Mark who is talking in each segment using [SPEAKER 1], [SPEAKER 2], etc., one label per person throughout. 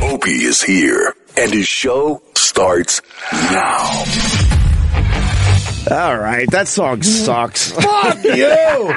[SPEAKER 1] Opie is here, and his show starts now.
[SPEAKER 2] All right, that song sucks.
[SPEAKER 3] Fuck you!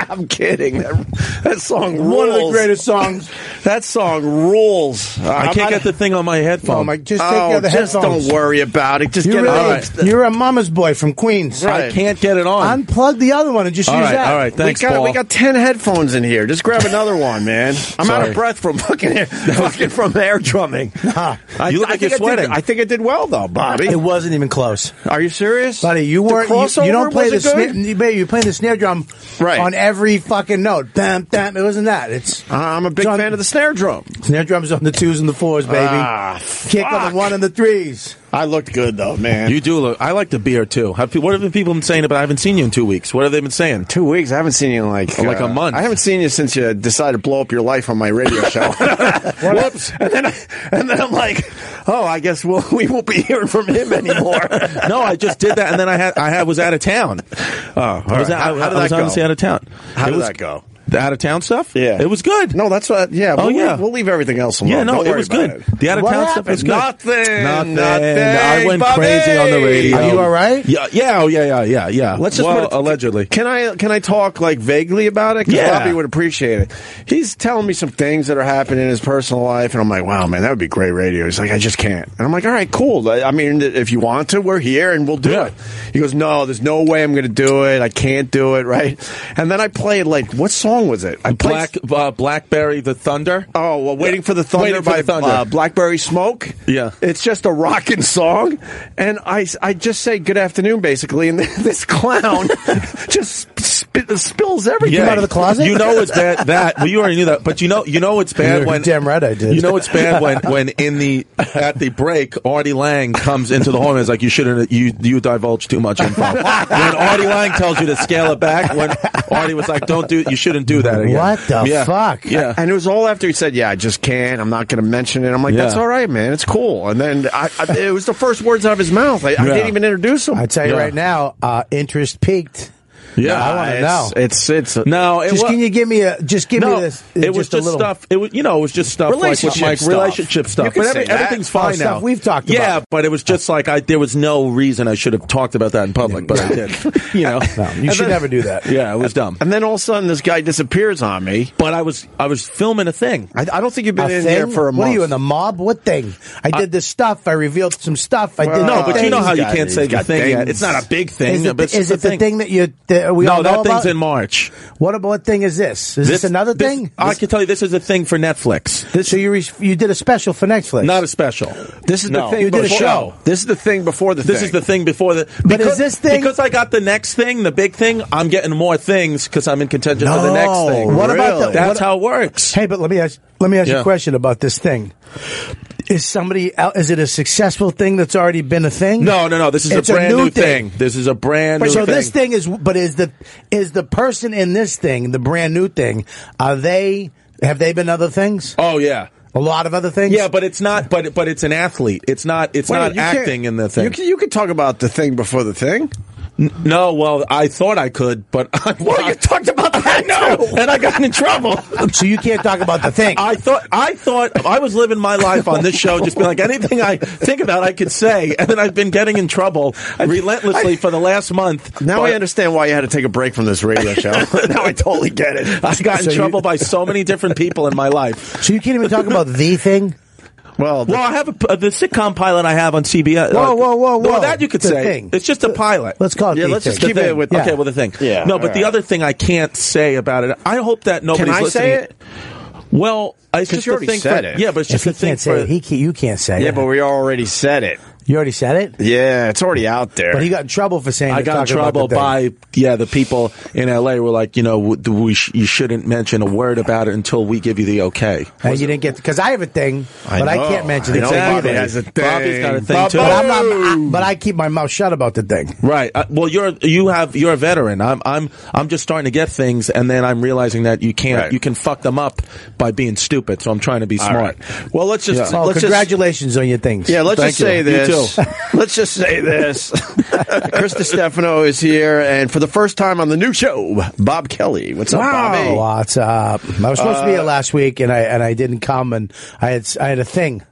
[SPEAKER 2] I'm kidding. That, that song rules.
[SPEAKER 3] One of the greatest songs.
[SPEAKER 2] That song rules. Uh,
[SPEAKER 4] I
[SPEAKER 2] I'm
[SPEAKER 4] can't
[SPEAKER 2] not-
[SPEAKER 4] get the thing on my headphone.
[SPEAKER 3] Oh my! Just take
[SPEAKER 2] Oh,
[SPEAKER 3] the other
[SPEAKER 2] just
[SPEAKER 3] headphones.
[SPEAKER 2] don't worry about it. Just
[SPEAKER 3] You
[SPEAKER 2] get
[SPEAKER 3] really,
[SPEAKER 2] out. of-
[SPEAKER 3] You're a mama's boy from Queens.
[SPEAKER 4] I can't get it on.
[SPEAKER 3] Unplug the other one and just
[SPEAKER 4] All
[SPEAKER 3] use
[SPEAKER 4] right,
[SPEAKER 3] that.
[SPEAKER 4] all right. Thanks,
[SPEAKER 2] we got
[SPEAKER 4] Paul.
[SPEAKER 2] we got ten headphones in here. Just grab another one, man. I'm out
[SPEAKER 4] Sorry.
[SPEAKER 2] of breath from fucking air, fucking from air drumming. I,
[SPEAKER 4] You
[SPEAKER 2] think
[SPEAKER 4] look like you're
[SPEAKER 2] I did-
[SPEAKER 4] sweating.
[SPEAKER 2] I think I did well though, Bobby.
[SPEAKER 3] It wasn't even close,
[SPEAKER 2] Are you serious,
[SPEAKER 3] buddy. You
[SPEAKER 2] The
[SPEAKER 3] weren't. You,
[SPEAKER 2] crossover
[SPEAKER 3] you don't play the
[SPEAKER 2] wasn't
[SPEAKER 3] snare.
[SPEAKER 2] good?
[SPEAKER 3] You, babe, you're playing the snare drum
[SPEAKER 2] Right.
[SPEAKER 3] on every fucking note. Damn, damn. It wasn't that. It's
[SPEAKER 2] I'm a big
[SPEAKER 3] John-
[SPEAKER 2] fan of the snare drum.
[SPEAKER 3] snare drums on the twos and the fours, baby.
[SPEAKER 2] Ah,
[SPEAKER 3] Kick on
[SPEAKER 2] fuck.
[SPEAKER 3] the one and the threes.
[SPEAKER 2] I looked good though, man.
[SPEAKER 4] You do look. I like the beer too. Have, pe- what have the people been saying? But I haven't seen you in two weeks. What have they been saying?
[SPEAKER 2] Two weeks. I haven't seen you in like uh,
[SPEAKER 4] Oh, like a month.
[SPEAKER 2] I haven't seen you since you decided to blow up your life on my radio show. Whoops! And then, I, and then I'm like, oh, I guess we'll, we won't be hearing from him anymore.
[SPEAKER 4] No, I just did that, and then I had I had was out of town.
[SPEAKER 2] Oh, all
[SPEAKER 4] I was,
[SPEAKER 2] right.
[SPEAKER 4] out,
[SPEAKER 2] how,
[SPEAKER 4] I,
[SPEAKER 2] how did
[SPEAKER 4] I
[SPEAKER 2] that
[SPEAKER 4] was
[SPEAKER 2] go?
[SPEAKER 4] honestly out of town.
[SPEAKER 2] How
[SPEAKER 4] It
[SPEAKER 2] did
[SPEAKER 4] was-
[SPEAKER 2] that go?
[SPEAKER 4] The out of town stuff.
[SPEAKER 2] Yeah,
[SPEAKER 4] it was good.
[SPEAKER 2] No, that's what. Yeah.
[SPEAKER 4] Oh,
[SPEAKER 2] we'll,
[SPEAKER 4] yeah.
[SPEAKER 2] We'll leave everything else alone.
[SPEAKER 4] yeah, no,
[SPEAKER 2] Don't
[SPEAKER 4] it
[SPEAKER 2] worry
[SPEAKER 4] was
[SPEAKER 2] about
[SPEAKER 4] good.
[SPEAKER 2] It.
[SPEAKER 4] The out of
[SPEAKER 3] What
[SPEAKER 4] town stuff was good.
[SPEAKER 2] Nothing.
[SPEAKER 4] Nothing.
[SPEAKER 2] Nothing.
[SPEAKER 4] I went
[SPEAKER 2] Bobby.
[SPEAKER 4] crazy on the radio.
[SPEAKER 3] Are you all right?
[SPEAKER 4] Yeah, yeah, oh, yeah, yeah, yeah, yeah.
[SPEAKER 2] Let's just
[SPEAKER 4] well,
[SPEAKER 2] put it-
[SPEAKER 4] allegedly.
[SPEAKER 2] Can I can I talk like vaguely about it? 'Cause
[SPEAKER 4] Yeah.
[SPEAKER 2] Bobby would appreciate it. He's telling me some things that are happening in his personal life, and I'm like, wow, man, that would be great radio. He's like, I just can't. And I'm like, all right, cool. I, I mean, if you want to, we're here and we'll do
[SPEAKER 4] Yeah.
[SPEAKER 2] it. He goes, no, there's no way I'm going to do it. I can't do it, right? And then I played like, what song was it? I played.
[SPEAKER 4] Black uh, Blackberry the Thunder.
[SPEAKER 2] Oh, well, waiting for the
[SPEAKER 4] Waiting
[SPEAKER 2] thunder
[SPEAKER 4] for
[SPEAKER 2] by
[SPEAKER 4] the Thunder.
[SPEAKER 2] Uh, Blackberry Smoke.
[SPEAKER 4] Yeah.
[SPEAKER 2] it's just a rocking song, and I, I just say good afternoon basically, and this clown just sp- spills everything
[SPEAKER 3] out of the closet?
[SPEAKER 4] You know it's bad. That well, you already knew that, but you know, you know it's bad
[SPEAKER 3] You're
[SPEAKER 4] when
[SPEAKER 3] damn right I did.
[SPEAKER 4] You know it's bad when when in the at the break, Artie Lang comes into the hall and is like, "You shouldn't. You you divulge too much info." when Artie Lang tells you to scale it back, when Artie was like, "Don't do. You shouldn't do that again."
[SPEAKER 3] What the
[SPEAKER 4] Yeah.
[SPEAKER 3] fuck?
[SPEAKER 4] Yeah.
[SPEAKER 2] And it was all after he said, "Yeah, I just can't. I'm not going to mention it." I'm like,
[SPEAKER 4] Yeah.
[SPEAKER 2] "That's all right, man. It's cool." And then I, I, it was the first words out of his mouth. I, I
[SPEAKER 4] Yeah.
[SPEAKER 2] didn't even introduce him.
[SPEAKER 3] I tell you
[SPEAKER 4] Yeah.
[SPEAKER 3] right now, uh, interest peaked.
[SPEAKER 4] yeah.
[SPEAKER 3] I wanna
[SPEAKER 2] it's,
[SPEAKER 3] know.
[SPEAKER 2] it's it's uh,
[SPEAKER 4] No, it
[SPEAKER 3] Just
[SPEAKER 4] wa-
[SPEAKER 3] can you give me a? Just give me
[SPEAKER 4] No,
[SPEAKER 3] this.
[SPEAKER 4] it was
[SPEAKER 3] just, a
[SPEAKER 4] just
[SPEAKER 3] little-
[SPEAKER 4] stuff. It was, you know, it was just stuff
[SPEAKER 2] Relationship
[SPEAKER 4] like, with Mike,
[SPEAKER 2] stuff.
[SPEAKER 4] relationship stuff.
[SPEAKER 2] You can
[SPEAKER 4] but
[SPEAKER 2] say that.
[SPEAKER 4] everything's
[SPEAKER 2] Oh,
[SPEAKER 4] fine
[SPEAKER 3] stuff
[SPEAKER 4] now.
[SPEAKER 3] we've talked
[SPEAKER 4] yeah,
[SPEAKER 3] about.
[SPEAKER 4] but it was just like I. There was no reason I should have talked about that in public, but I did. You know,
[SPEAKER 3] No, you should never do that.
[SPEAKER 4] yeah, it was dumb.
[SPEAKER 2] And then all of a sudden, this guy disappears on me.
[SPEAKER 4] But I was I was filming a
[SPEAKER 3] Uh,
[SPEAKER 4] thing.
[SPEAKER 2] I, I don't think you've
[SPEAKER 3] A
[SPEAKER 2] been in here
[SPEAKER 3] thing?
[SPEAKER 2] for a month.
[SPEAKER 3] What are you in the mob? What thing? I, did this stuff. I revealed some stuff. I did.
[SPEAKER 4] no, but you know how you
[SPEAKER 2] He's got-
[SPEAKER 4] can't say
[SPEAKER 2] he's
[SPEAKER 4] the
[SPEAKER 2] got
[SPEAKER 4] thing yet.
[SPEAKER 2] things.
[SPEAKER 4] It's not a big thing.
[SPEAKER 3] Is it,
[SPEAKER 4] but it's
[SPEAKER 3] is
[SPEAKER 4] a
[SPEAKER 3] it the thing that you that we
[SPEAKER 4] No,
[SPEAKER 3] all know
[SPEAKER 4] that thing's
[SPEAKER 3] about?
[SPEAKER 4] in March.
[SPEAKER 3] What about what thing is this? Is this, another
[SPEAKER 4] this-
[SPEAKER 3] thing?
[SPEAKER 4] I
[SPEAKER 3] This-
[SPEAKER 4] can tell you, this is a thing for Netflix.
[SPEAKER 3] so you re- you did a special for Netflix?
[SPEAKER 4] Not a special.
[SPEAKER 2] This is
[SPEAKER 4] No.
[SPEAKER 2] the thing.
[SPEAKER 3] You did a
[SPEAKER 2] before-
[SPEAKER 3] show.
[SPEAKER 2] This is the thing before the.
[SPEAKER 4] This
[SPEAKER 2] thing.
[SPEAKER 4] is the thing before the. Because,
[SPEAKER 3] But is this thing-
[SPEAKER 4] because I got the next thing, the big thing? I'm getting more things because I'm in contention for the next thing.
[SPEAKER 3] What about the- what-
[SPEAKER 4] That's how it works.
[SPEAKER 3] Hey, but let me ask let me ask you
[SPEAKER 4] Yeah.
[SPEAKER 3] a question about this thing. Is somebody el- is it a successful thing that's already been a thing?
[SPEAKER 4] No, no, no. This is
[SPEAKER 3] It's
[SPEAKER 4] a brand new, thing. This is a brand new
[SPEAKER 3] so
[SPEAKER 4] thing.
[SPEAKER 3] this thing is but is the is the person in this thing, the brand new thing, are they have they been other things?
[SPEAKER 4] Oh yeah,
[SPEAKER 3] A lot of other things?
[SPEAKER 4] yeah. But it's not. But but it's an athlete. It's not. It's
[SPEAKER 2] Wait,
[SPEAKER 4] not
[SPEAKER 2] you can't-
[SPEAKER 4] acting in the thing.
[SPEAKER 2] You can, you can talk about the thing before the thing.
[SPEAKER 4] No, well, I thought I could, but I,
[SPEAKER 2] Well, you talked about that.
[SPEAKER 4] no, and I got in trouble.
[SPEAKER 3] So you can't talk about the thing.
[SPEAKER 4] I thought I thought I was living my life on this show, just being like anything I think about, I could say, and then I've been getting in trouble relentlessly for the last month.
[SPEAKER 2] Now
[SPEAKER 4] But
[SPEAKER 2] I understand why you had to take a break from this radio show. now I totally get it.
[SPEAKER 4] I got in
[SPEAKER 3] So you-
[SPEAKER 4] trouble by so many different people in my life.
[SPEAKER 3] so you can't even talk about the thing?
[SPEAKER 2] Well,
[SPEAKER 4] Well, I have a, uh, the sitcom pilot I have on CBS.
[SPEAKER 3] Whoa,
[SPEAKER 4] uh,
[SPEAKER 3] whoa, whoa,
[SPEAKER 4] Well,
[SPEAKER 3] whoa.
[SPEAKER 4] that you could
[SPEAKER 3] The
[SPEAKER 4] say.
[SPEAKER 3] thing. Uh,
[SPEAKER 4] It's just a pilot.
[SPEAKER 3] Let's call it
[SPEAKER 2] Yeah,
[SPEAKER 3] the
[SPEAKER 2] let's
[SPEAKER 3] thing.
[SPEAKER 2] just keep
[SPEAKER 4] The
[SPEAKER 2] it
[SPEAKER 4] thing.
[SPEAKER 2] with-
[SPEAKER 4] okay.
[SPEAKER 3] Yeah.
[SPEAKER 4] Well, the thing.
[SPEAKER 2] Yeah,
[SPEAKER 4] No, but
[SPEAKER 2] all
[SPEAKER 4] the
[SPEAKER 2] right.
[SPEAKER 4] other thing I can't say about it. I hope that nobody's
[SPEAKER 2] I
[SPEAKER 4] listening.
[SPEAKER 2] say it?
[SPEAKER 4] Well, it's just
[SPEAKER 2] you
[SPEAKER 4] a
[SPEAKER 2] already
[SPEAKER 4] thing.
[SPEAKER 2] said
[SPEAKER 4] for,
[SPEAKER 2] it.
[SPEAKER 4] Yeah, but it's
[SPEAKER 3] If
[SPEAKER 4] just
[SPEAKER 3] he
[SPEAKER 4] a thing
[SPEAKER 3] can't
[SPEAKER 4] for.
[SPEAKER 3] say it, he can't, you can't say
[SPEAKER 2] yeah,
[SPEAKER 3] it.
[SPEAKER 2] but we already said it.
[SPEAKER 3] you already said it?
[SPEAKER 2] Yeah, it's already out there.
[SPEAKER 3] But he got in trouble for saying
[SPEAKER 4] I
[SPEAKER 3] to
[SPEAKER 4] got in
[SPEAKER 3] talk about
[SPEAKER 4] trouble
[SPEAKER 3] the thing.
[SPEAKER 4] by yeah the people in LA were like you know w- we sh- you shouldn't mention a word about it until we give you the okay.
[SPEAKER 3] And you didn't get because I have a thing, but I
[SPEAKER 2] know.
[SPEAKER 3] can't mention
[SPEAKER 2] I
[SPEAKER 3] it.
[SPEAKER 2] know
[SPEAKER 3] to you
[SPEAKER 2] Bobby
[SPEAKER 3] either.
[SPEAKER 2] has a thing.
[SPEAKER 4] Bobby's got a thing,
[SPEAKER 2] Bobby!
[SPEAKER 4] too.
[SPEAKER 3] But I'm not. I, but I keep my mouth shut about the thing.
[SPEAKER 4] Right. Uh, well, you're you have you're a veteran. I'm I'm I'm just starting to get things, and then I'm realizing that you can't
[SPEAKER 2] Right.
[SPEAKER 4] you can fuck them up by being stupid. So I'm trying to be
[SPEAKER 2] All
[SPEAKER 4] smart.
[SPEAKER 2] right. Well, let's just
[SPEAKER 3] Oh,
[SPEAKER 2] let's just
[SPEAKER 3] congratulations on your things.
[SPEAKER 2] Yeah, let's
[SPEAKER 4] Thank
[SPEAKER 2] just
[SPEAKER 4] you.
[SPEAKER 2] say
[SPEAKER 4] You
[SPEAKER 2] this. let's just say this. Chris Stefano is here, and for the first time on the new show, Bob Kelly. What's up, Bobby?
[SPEAKER 3] Wow, what's up? I was supposed to be here last week, and I and I didn't come, and I had I had a thing.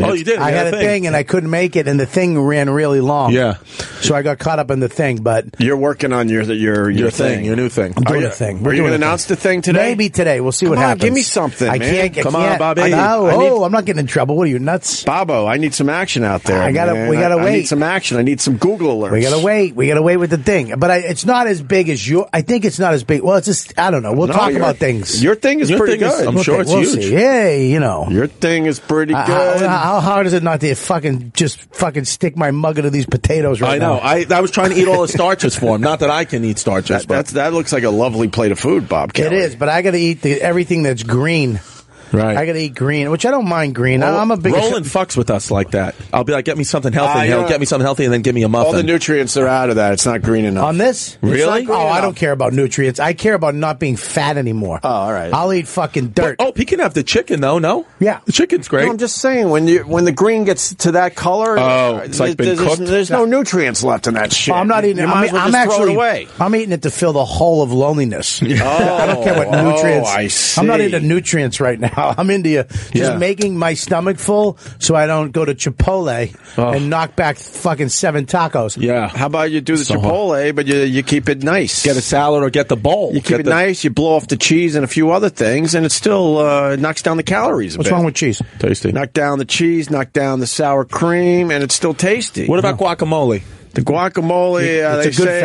[SPEAKER 4] Oh, you did.
[SPEAKER 3] I
[SPEAKER 4] You
[SPEAKER 3] had a thing. and I couldn't make it, and the thing ran really long.
[SPEAKER 4] Yeah.
[SPEAKER 3] So I got caught up in the thing, but
[SPEAKER 2] You're working on your your your,
[SPEAKER 4] Your thing, your new thing.
[SPEAKER 3] I'm
[SPEAKER 2] Are
[SPEAKER 3] doing
[SPEAKER 2] you,
[SPEAKER 3] a
[SPEAKER 2] are
[SPEAKER 3] thing.
[SPEAKER 2] you
[SPEAKER 3] doing
[SPEAKER 2] going to
[SPEAKER 3] a thing.
[SPEAKER 2] announce the thing today?
[SPEAKER 3] Maybe today. We'll see
[SPEAKER 2] Come
[SPEAKER 3] what
[SPEAKER 2] on,
[SPEAKER 3] happens.
[SPEAKER 2] give me something,
[SPEAKER 3] I
[SPEAKER 2] man.
[SPEAKER 3] can't. I
[SPEAKER 4] Come on,
[SPEAKER 3] can't-
[SPEAKER 4] Bobby.
[SPEAKER 3] I know.
[SPEAKER 4] I need-
[SPEAKER 3] oh, I'm not getting in trouble. What are you nuts?
[SPEAKER 2] Bobo, I need some action out there.
[SPEAKER 3] I gotta-
[SPEAKER 2] man.
[SPEAKER 3] we gotta
[SPEAKER 2] I- I need
[SPEAKER 3] wait.
[SPEAKER 2] some action. I need some Google alerts.
[SPEAKER 3] We gotta wait. We gotta wait with the thing. But I, it's not as big as your. I think it's not as big. Well, it's just I don't know. We'll
[SPEAKER 2] No,
[SPEAKER 3] talk
[SPEAKER 2] your-
[SPEAKER 3] about things.
[SPEAKER 2] Your thing is
[SPEAKER 4] Your
[SPEAKER 2] pretty
[SPEAKER 4] thing is-
[SPEAKER 2] good.
[SPEAKER 4] I'm
[SPEAKER 3] We'll
[SPEAKER 4] sure
[SPEAKER 3] think-
[SPEAKER 4] it's
[SPEAKER 3] we'll
[SPEAKER 4] huge.
[SPEAKER 3] see. Yeah, you know.
[SPEAKER 2] Your thing is pretty
[SPEAKER 3] Uh,
[SPEAKER 2] good.
[SPEAKER 3] How, how hard is it not to fucking just fucking stick my mug into these potatoes right
[SPEAKER 4] I know.
[SPEAKER 3] now?
[SPEAKER 4] I, I was trying to eat all the starches for him. Not that I can eat starches, but
[SPEAKER 2] That's that looks like a lovely plate of food, Bob.
[SPEAKER 3] It
[SPEAKER 2] Kelly.
[SPEAKER 3] is, but I got to eat the, everything that's green.
[SPEAKER 4] right.
[SPEAKER 3] I got to eat green, which I don't mind green. I, am a big
[SPEAKER 4] Roland fucks with us like that. I'll be like, get me something healthy.
[SPEAKER 2] Ah,
[SPEAKER 4] and he'll
[SPEAKER 2] yeah.
[SPEAKER 4] get me something healthy, and then give me a
[SPEAKER 2] All the
[SPEAKER 4] muffin.
[SPEAKER 2] nutrients are out of that. It's not green enough.
[SPEAKER 3] on this.
[SPEAKER 4] Really?
[SPEAKER 3] Oh, I don't care about nutrients. I care about not being fat anymore. Oh,
[SPEAKER 2] all right.
[SPEAKER 3] I'll eat fucking dirt.
[SPEAKER 4] oh, he can have the chicken though. No,
[SPEAKER 3] Yeah.
[SPEAKER 4] the chicken's great.
[SPEAKER 2] No, I'm just saying when you when the green gets to that color, uh,
[SPEAKER 4] Oh, it's like been
[SPEAKER 2] there's, there's-
[SPEAKER 4] cooked?
[SPEAKER 2] there's no nutrients left in that shit.
[SPEAKER 3] I'm not eating
[SPEAKER 2] You
[SPEAKER 3] it.
[SPEAKER 2] might
[SPEAKER 3] I'm,
[SPEAKER 2] as well
[SPEAKER 3] I'm
[SPEAKER 2] just throw
[SPEAKER 3] actually.
[SPEAKER 2] it away.
[SPEAKER 3] I'm eating it to fill the hole of loneliness. I don't care what
[SPEAKER 2] Oh,
[SPEAKER 3] nutrients.
[SPEAKER 2] I
[SPEAKER 3] am not
[SPEAKER 2] see.
[SPEAKER 3] into nutrients right now. I'm into you just
[SPEAKER 4] Yeah.
[SPEAKER 3] making my stomach full so I don't go to Chipotle
[SPEAKER 2] Oh.
[SPEAKER 3] and knock back fucking seven tacos.
[SPEAKER 4] yeah,
[SPEAKER 2] How about you do the Chipotle, but you you keep it nice.
[SPEAKER 4] get a salad or get the bowl.
[SPEAKER 2] you keep
[SPEAKER 4] Get
[SPEAKER 2] it
[SPEAKER 4] the-
[SPEAKER 2] nice. You blow off the cheese and a few other things, and it still uh, knocks down the calories. A
[SPEAKER 3] What's
[SPEAKER 2] bit.
[SPEAKER 3] wrong with cheese?
[SPEAKER 4] tasty.
[SPEAKER 2] Knock down the cheese, knock down the sour cream, and it's still tasty.
[SPEAKER 4] What about guacamole?
[SPEAKER 2] the guacamole? Uh,
[SPEAKER 3] It's
[SPEAKER 2] they
[SPEAKER 3] a good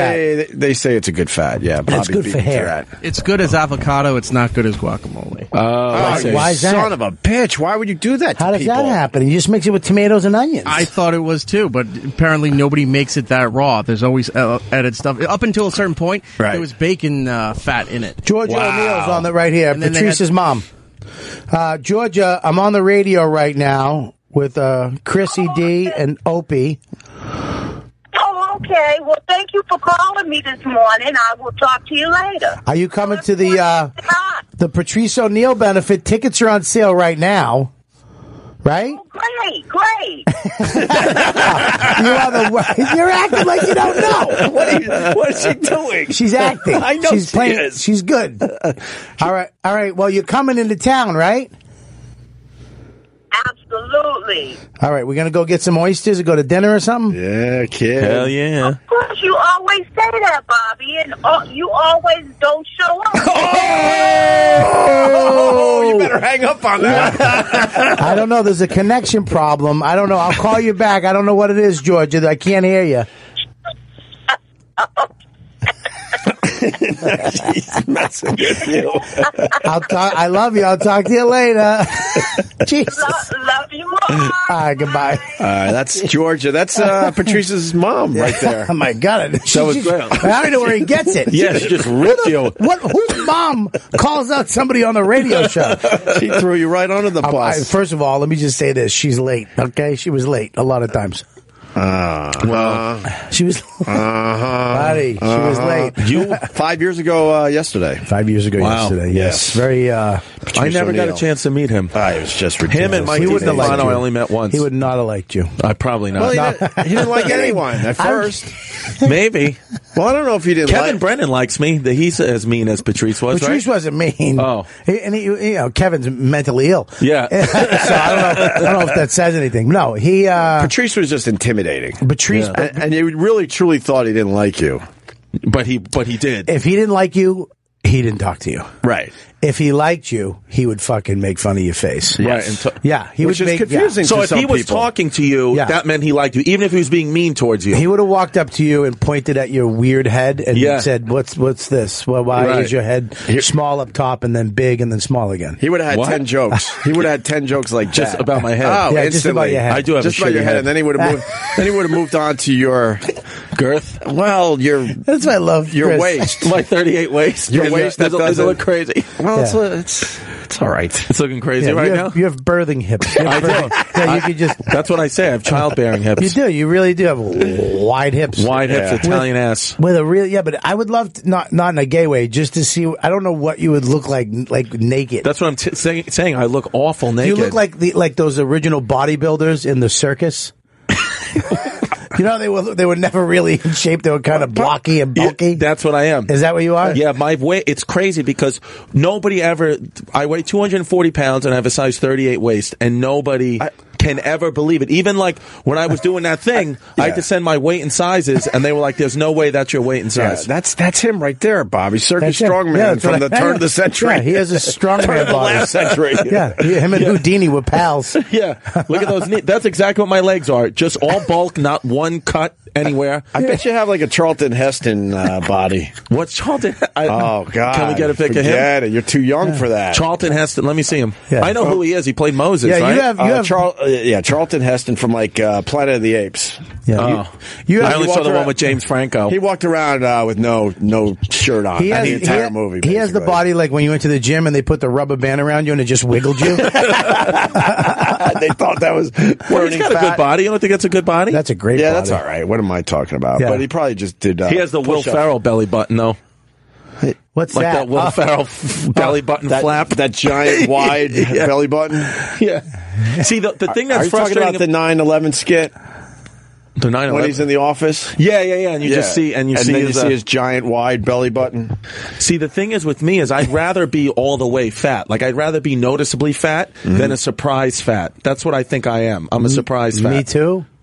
[SPEAKER 2] say they say it's a good fat. Yeah, Bobby
[SPEAKER 3] good
[SPEAKER 2] beat
[SPEAKER 3] for
[SPEAKER 2] me to
[SPEAKER 3] hair.
[SPEAKER 2] that.
[SPEAKER 5] It's good as avocado. It's not good as guacamole.
[SPEAKER 2] Ah,
[SPEAKER 4] I Uh, see.
[SPEAKER 3] Oh, why is that?
[SPEAKER 2] Son of a bitch! Why would you do that? to
[SPEAKER 3] How does that
[SPEAKER 2] people?
[SPEAKER 3] happen? He just makes it with tomatoes and onions.
[SPEAKER 5] I thought it was too, but apparently nobody makes it that raw. There's always uh, added stuff. Up until a certain point,
[SPEAKER 2] Right.
[SPEAKER 5] there was bacon uh, fat in it.
[SPEAKER 3] Georgia
[SPEAKER 4] Wow.
[SPEAKER 3] O'Neill's on the right here.
[SPEAKER 5] And then they
[SPEAKER 3] Patrice's
[SPEAKER 5] had-
[SPEAKER 3] mom. Uh, Georgia, I'm on the radio right now with uh, Chrissy D and Opie.
[SPEAKER 6] Oh, okay. Well, thank you for calling me this morning. I will talk to you later. Ah,
[SPEAKER 3] Are you coming to the uh, the Patrice O'Neill benefit? Tickets are on sale right now. Right?
[SPEAKER 6] Great, great.
[SPEAKER 3] You are the wor- You're acting like you don't know.
[SPEAKER 2] What, are you, what is she doing?
[SPEAKER 3] She's acting.
[SPEAKER 2] I know
[SPEAKER 3] she's
[SPEAKER 2] she
[SPEAKER 3] playing.
[SPEAKER 2] is.
[SPEAKER 3] She's good. All right, all right. Well, you're coming into town, right?
[SPEAKER 6] Absolutely.
[SPEAKER 3] All right, we're gonna go get some oysters and go to dinner or something.
[SPEAKER 2] Yeah, kid.
[SPEAKER 4] Hell yeah.
[SPEAKER 6] Of course, you always say that, Bobby, and uh, you always don't show up.
[SPEAKER 2] Oh, you better hang up on that.
[SPEAKER 3] I don't know. There's a connection problem. I don't know. I'll call you back. I don't know what it is, Georgia. I can't hear you.
[SPEAKER 2] Messing with you.
[SPEAKER 3] I'll talk. I love you. I'll talk to you later. Jesus. All
[SPEAKER 6] Lo- love you all.
[SPEAKER 3] right. Goodbye.
[SPEAKER 2] All right, Uh, that's Georgia. That's uh, Patrice's mom right there.
[SPEAKER 3] Oh my God! That
[SPEAKER 4] was great.
[SPEAKER 3] I already know where he gets it.
[SPEAKER 4] Yeah, she just ripped you.
[SPEAKER 3] What? Whose mom calls out somebody on the radio show?
[SPEAKER 2] She threw you right under the
[SPEAKER 3] Um, I-
[SPEAKER 2] bus.
[SPEAKER 3] first of all, let me just say this: she's late. Okay, she was late a lot of times.
[SPEAKER 2] Uh, uh-huh.
[SPEAKER 3] well, she was,
[SPEAKER 4] Uh-huh.
[SPEAKER 3] buddy. She was late
[SPEAKER 2] you five years ago uh, yesterday.
[SPEAKER 3] five years ago.
[SPEAKER 4] Wow.
[SPEAKER 3] Yesterday, yes,
[SPEAKER 2] Yeah.
[SPEAKER 3] very. uh
[SPEAKER 4] I never got a
[SPEAKER 2] O'Neal.
[SPEAKER 4] chance to meet him.
[SPEAKER 2] I was just ridiculous.
[SPEAKER 4] Him and Mike
[SPEAKER 3] He wouldn't have liked
[SPEAKER 4] Delano,
[SPEAKER 3] you.
[SPEAKER 4] I only met once.
[SPEAKER 3] He would not have liked you.
[SPEAKER 4] I probably
[SPEAKER 2] Well,
[SPEAKER 4] not.
[SPEAKER 2] he, didn't, he didn't like anyone at first.
[SPEAKER 4] Maybe.
[SPEAKER 2] Well, I don't know if he didn't.
[SPEAKER 4] Kevin
[SPEAKER 2] like,
[SPEAKER 4] Brennan likes me. The- He's as mean as Patrice was,
[SPEAKER 3] Patrice
[SPEAKER 4] right?
[SPEAKER 3] wasn't mean.
[SPEAKER 4] Oh.
[SPEAKER 3] He- and he, you know, Kevin's mentally ill.
[SPEAKER 4] Yeah.
[SPEAKER 3] so I don't know. I don't know if that says anything. No, he. uh
[SPEAKER 2] Patrice was just intimidating,
[SPEAKER 3] Patrice,
[SPEAKER 2] and, and you really truly thought he didn't like you,
[SPEAKER 4] But he but he did.
[SPEAKER 3] if he didn't like you, he didn't talk to you.
[SPEAKER 2] right?
[SPEAKER 3] If he liked you, he would fucking make fun of your face.
[SPEAKER 4] Right. And t-
[SPEAKER 3] Yeah, he
[SPEAKER 2] Which
[SPEAKER 3] would
[SPEAKER 2] is
[SPEAKER 3] make, yeah.
[SPEAKER 2] confusing.
[SPEAKER 4] So
[SPEAKER 2] to
[SPEAKER 4] if
[SPEAKER 2] some
[SPEAKER 4] he was
[SPEAKER 2] people.
[SPEAKER 4] talking to you,
[SPEAKER 3] Yeah.
[SPEAKER 4] that meant he liked you, even if he was being mean towards you.
[SPEAKER 3] He would have walked up to you and pointed at your weird head and
[SPEAKER 4] Yeah.
[SPEAKER 3] said, "What's what's this? Well, why
[SPEAKER 4] Right.
[SPEAKER 3] is your head small up top and then big and then small again?"
[SPEAKER 2] He would have had
[SPEAKER 4] What?
[SPEAKER 2] ten jokes. He would have had ten jokes like
[SPEAKER 4] Just
[SPEAKER 2] that.
[SPEAKER 4] about my head.
[SPEAKER 2] Oh,
[SPEAKER 3] Yeah,
[SPEAKER 2] instantly.
[SPEAKER 3] just about your head.
[SPEAKER 4] I do have
[SPEAKER 2] just
[SPEAKER 4] a
[SPEAKER 2] about
[SPEAKER 4] shitty
[SPEAKER 2] your head,
[SPEAKER 4] head.
[SPEAKER 2] and then he would have moved. then he would have moved on to your
[SPEAKER 4] girth.
[SPEAKER 2] well, your
[SPEAKER 3] That's what I love.
[SPEAKER 2] your
[SPEAKER 3] Chris.
[SPEAKER 2] waist.
[SPEAKER 4] My 38 waist.
[SPEAKER 2] Your
[SPEAKER 4] Is it-
[SPEAKER 2] waist that
[SPEAKER 4] does it, does it
[SPEAKER 2] doesn't-
[SPEAKER 4] look crazy?
[SPEAKER 2] Well, it's,
[SPEAKER 3] Yeah.
[SPEAKER 2] it's it's all right.
[SPEAKER 4] It's looking crazy
[SPEAKER 3] Yeah,
[SPEAKER 4] right
[SPEAKER 3] you,
[SPEAKER 4] now.
[SPEAKER 3] have, you have birthing hips. You have birthing- Yeah, you could just.
[SPEAKER 4] That's what I say. I have childbearing hips.
[SPEAKER 3] You do. You really do have wide hips.
[SPEAKER 4] Wide
[SPEAKER 2] Yeah.
[SPEAKER 4] hips, Italian ass.
[SPEAKER 3] With a real yeah, but I would love to, not not in a gay way, just to see. I don't know what you would look like like naked.
[SPEAKER 4] That's what I'm t- saying, saying. I look awful naked.
[SPEAKER 3] you look like the like those original bodybuilders in the circus. you know they were they were never really in shape. They were kind of blocky and
[SPEAKER 4] Yeah,
[SPEAKER 3] bulky.
[SPEAKER 4] That's what I am.
[SPEAKER 3] Is that what you are?
[SPEAKER 4] Yeah, my weight. It's crazy because nobody ever. I weigh 240 pounds and I have a size 38 waist, and nobody can ever believe it. Even like when I was doing that thing, I had to send my weight and sizes, and they were like, "There's no way that's your weight and
[SPEAKER 2] Yeah,
[SPEAKER 4] size."
[SPEAKER 2] that's that's him right there, Bobby. Circus
[SPEAKER 3] That's it.
[SPEAKER 2] strongman
[SPEAKER 3] Yeah, that's
[SPEAKER 2] from
[SPEAKER 3] what
[SPEAKER 2] the
[SPEAKER 3] I-
[SPEAKER 2] turn of the century.
[SPEAKER 3] Yeah, he has a strongman body.
[SPEAKER 2] last century.
[SPEAKER 3] Yeah, he- him and Houdini were pals.
[SPEAKER 4] yeah, look at those. Knee- that's exactly what my legs are. Just all bulk, not one cut anywhere.
[SPEAKER 2] I bet you have like a Charlton Heston uh, body.
[SPEAKER 4] What's Charlton? I,
[SPEAKER 2] Oh God!
[SPEAKER 4] Can we get a pic of him?
[SPEAKER 2] Forget it. You're too young for that.
[SPEAKER 4] Charlton Heston. Let me see him.
[SPEAKER 3] Yeah.
[SPEAKER 4] I know who he is. He played Moses.
[SPEAKER 3] Yeah, you
[SPEAKER 4] right?
[SPEAKER 3] have-
[SPEAKER 2] Uh, Charl- uh, yeah, Charlton Heston from like uh, Planet of the Apes.
[SPEAKER 3] Yeah,
[SPEAKER 4] Oh.
[SPEAKER 3] you, you
[SPEAKER 4] I
[SPEAKER 3] have,
[SPEAKER 4] only
[SPEAKER 2] he walked
[SPEAKER 4] saw the one
[SPEAKER 2] around-
[SPEAKER 4] with James Franco.
[SPEAKER 2] He walked around uh, with no no shirt on.
[SPEAKER 3] He has,
[SPEAKER 2] the entire
[SPEAKER 3] he,
[SPEAKER 2] movie.
[SPEAKER 3] he has the
[SPEAKER 2] basically.
[SPEAKER 3] body like when you went to the gym and they put the rubber band around you and it just wiggled you.
[SPEAKER 2] they thought that was.
[SPEAKER 4] well, he's
[SPEAKER 2] burning
[SPEAKER 4] got a
[SPEAKER 2] fat.
[SPEAKER 4] good body. You don't think that's a good body?
[SPEAKER 3] That's a great.
[SPEAKER 2] Yeah, that's
[SPEAKER 3] body.
[SPEAKER 2] all right. What am I talking about?
[SPEAKER 3] Yeah.
[SPEAKER 2] But he probably just did. Uh,
[SPEAKER 4] he has the Will
[SPEAKER 2] push-ups.
[SPEAKER 4] Ferrell belly button though,
[SPEAKER 3] What's
[SPEAKER 4] like
[SPEAKER 3] that?
[SPEAKER 4] that Will
[SPEAKER 3] Oh,
[SPEAKER 4] Ferrell f- belly button
[SPEAKER 2] that,
[SPEAKER 4] flap.
[SPEAKER 2] that giant wide
[SPEAKER 4] Yeah.
[SPEAKER 2] belly button.
[SPEAKER 4] yeah. See the the thing
[SPEAKER 2] Are
[SPEAKER 4] that's
[SPEAKER 2] you talking
[SPEAKER 4] frustrating
[SPEAKER 2] about the 9/11 skit
[SPEAKER 4] the nine
[SPEAKER 2] when he's in the office?
[SPEAKER 4] yeah, yeah, yeah, and you just see and you see
[SPEAKER 2] then
[SPEAKER 4] his,
[SPEAKER 2] see
[SPEAKER 4] uh,
[SPEAKER 2] his giant wide belly button.
[SPEAKER 4] See, the thing is with me is I'd rather be all the way fat. Like I'd rather be noticeably fat than a surprise fat. That's what I think I am. I'm a surprise fat.
[SPEAKER 3] Me too.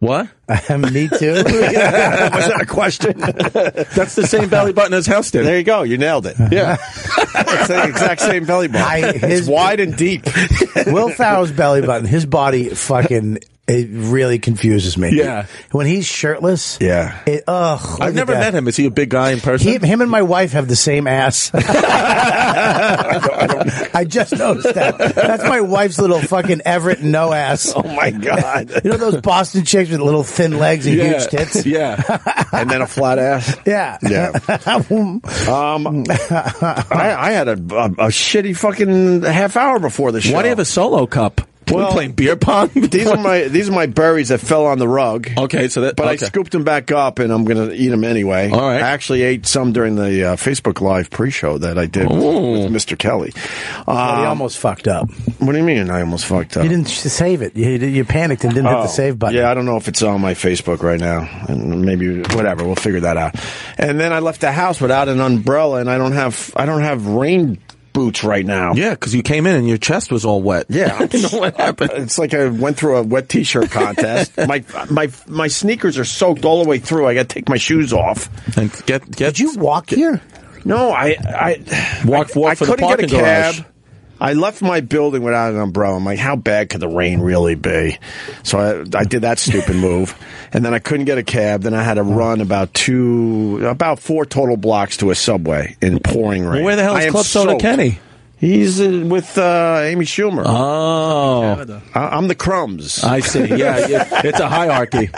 [SPEAKER 4] What?
[SPEAKER 3] Me too.
[SPEAKER 2] Was that a question?
[SPEAKER 4] That's the same belly button as Houston.
[SPEAKER 2] there you go. You nailed it.
[SPEAKER 4] yeah.
[SPEAKER 2] It's the exact same belly button.
[SPEAKER 3] I-
[SPEAKER 2] it's
[SPEAKER 3] his-
[SPEAKER 2] wide and deep.
[SPEAKER 3] Will Farrell's belly button, his body fucking it really confuses me.
[SPEAKER 4] Yeah.
[SPEAKER 3] When he's shirtless.
[SPEAKER 2] Yeah.
[SPEAKER 3] It, ugh. look
[SPEAKER 4] I've
[SPEAKER 3] at
[SPEAKER 4] never
[SPEAKER 3] that.
[SPEAKER 4] met him. Is he a big guy in person?
[SPEAKER 3] He, him and my wife have the same ass. I just noticed that. That's my wife's little fucking Everett no ass.
[SPEAKER 2] Oh my god!
[SPEAKER 3] You know those Boston chicks with little thin legs and
[SPEAKER 4] yeah.
[SPEAKER 3] huge tits?
[SPEAKER 4] Yeah.
[SPEAKER 2] and then a flat ass.
[SPEAKER 3] Yeah.
[SPEAKER 2] Yeah. Um, I, I had a, a, a shitty fucking half hour before the show.
[SPEAKER 4] Why do you have a solo cup? We're
[SPEAKER 2] Well,
[SPEAKER 4] playing beer pong.
[SPEAKER 2] These are my these are my berries that fell on the rug.
[SPEAKER 4] Okay, so that
[SPEAKER 2] But I
[SPEAKER 4] okay.
[SPEAKER 2] scooped them back up, and I'm going to eat them anyway.
[SPEAKER 4] All right.
[SPEAKER 2] I actually ate some during the uh, Facebook Live pre-show that I did
[SPEAKER 4] Ooh.
[SPEAKER 2] with Mr. Kelly.
[SPEAKER 3] But
[SPEAKER 2] Um,
[SPEAKER 3] he almost fucked up.
[SPEAKER 2] what do you mean? I almost fucked up.
[SPEAKER 3] You didn't s- save it. You, you panicked and didn't hit the
[SPEAKER 2] Oh.
[SPEAKER 3] save button.
[SPEAKER 2] Yeah, I don't know if it's on my Facebook right now, and maybe whatever. We'll figure that out. And then I left the house without an umbrella, and I don't have I don't have rain boots right now.
[SPEAKER 4] yeah, because you came in and your chest was all wet.
[SPEAKER 2] Yeah,
[SPEAKER 4] I didn't know what happened.
[SPEAKER 2] It's like I went through a wet T-shirt contest. my my my sneakers are soaked all the way through. I got to take my shoes off.
[SPEAKER 4] And get, get,
[SPEAKER 3] Did you walk here?
[SPEAKER 2] No, I I
[SPEAKER 4] Walk-
[SPEAKER 2] I,
[SPEAKER 4] walk
[SPEAKER 2] I
[SPEAKER 4] for the
[SPEAKER 2] couldn't
[SPEAKER 4] parking
[SPEAKER 2] get a cab.
[SPEAKER 4] garage.
[SPEAKER 2] I left my building without an umbrella. I'm like, how bad could the rain really be? So I, I did that stupid move, and then I couldn't get a cab. Then I had to run about two, about four total blocks to a subway in pouring rain.
[SPEAKER 4] where the hell
[SPEAKER 2] I
[SPEAKER 4] is
[SPEAKER 2] am
[SPEAKER 4] Club Soda
[SPEAKER 2] soaked.
[SPEAKER 4] Kenny?
[SPEAKER 2] He's uh, with uh, Amy Schumer.
[SPEAKER 4] Oh.
[SPEAKER 2] I, I'm the crumbs.
[SPEAKER 4] I see. Yeah, yeah. it's a hierarchy.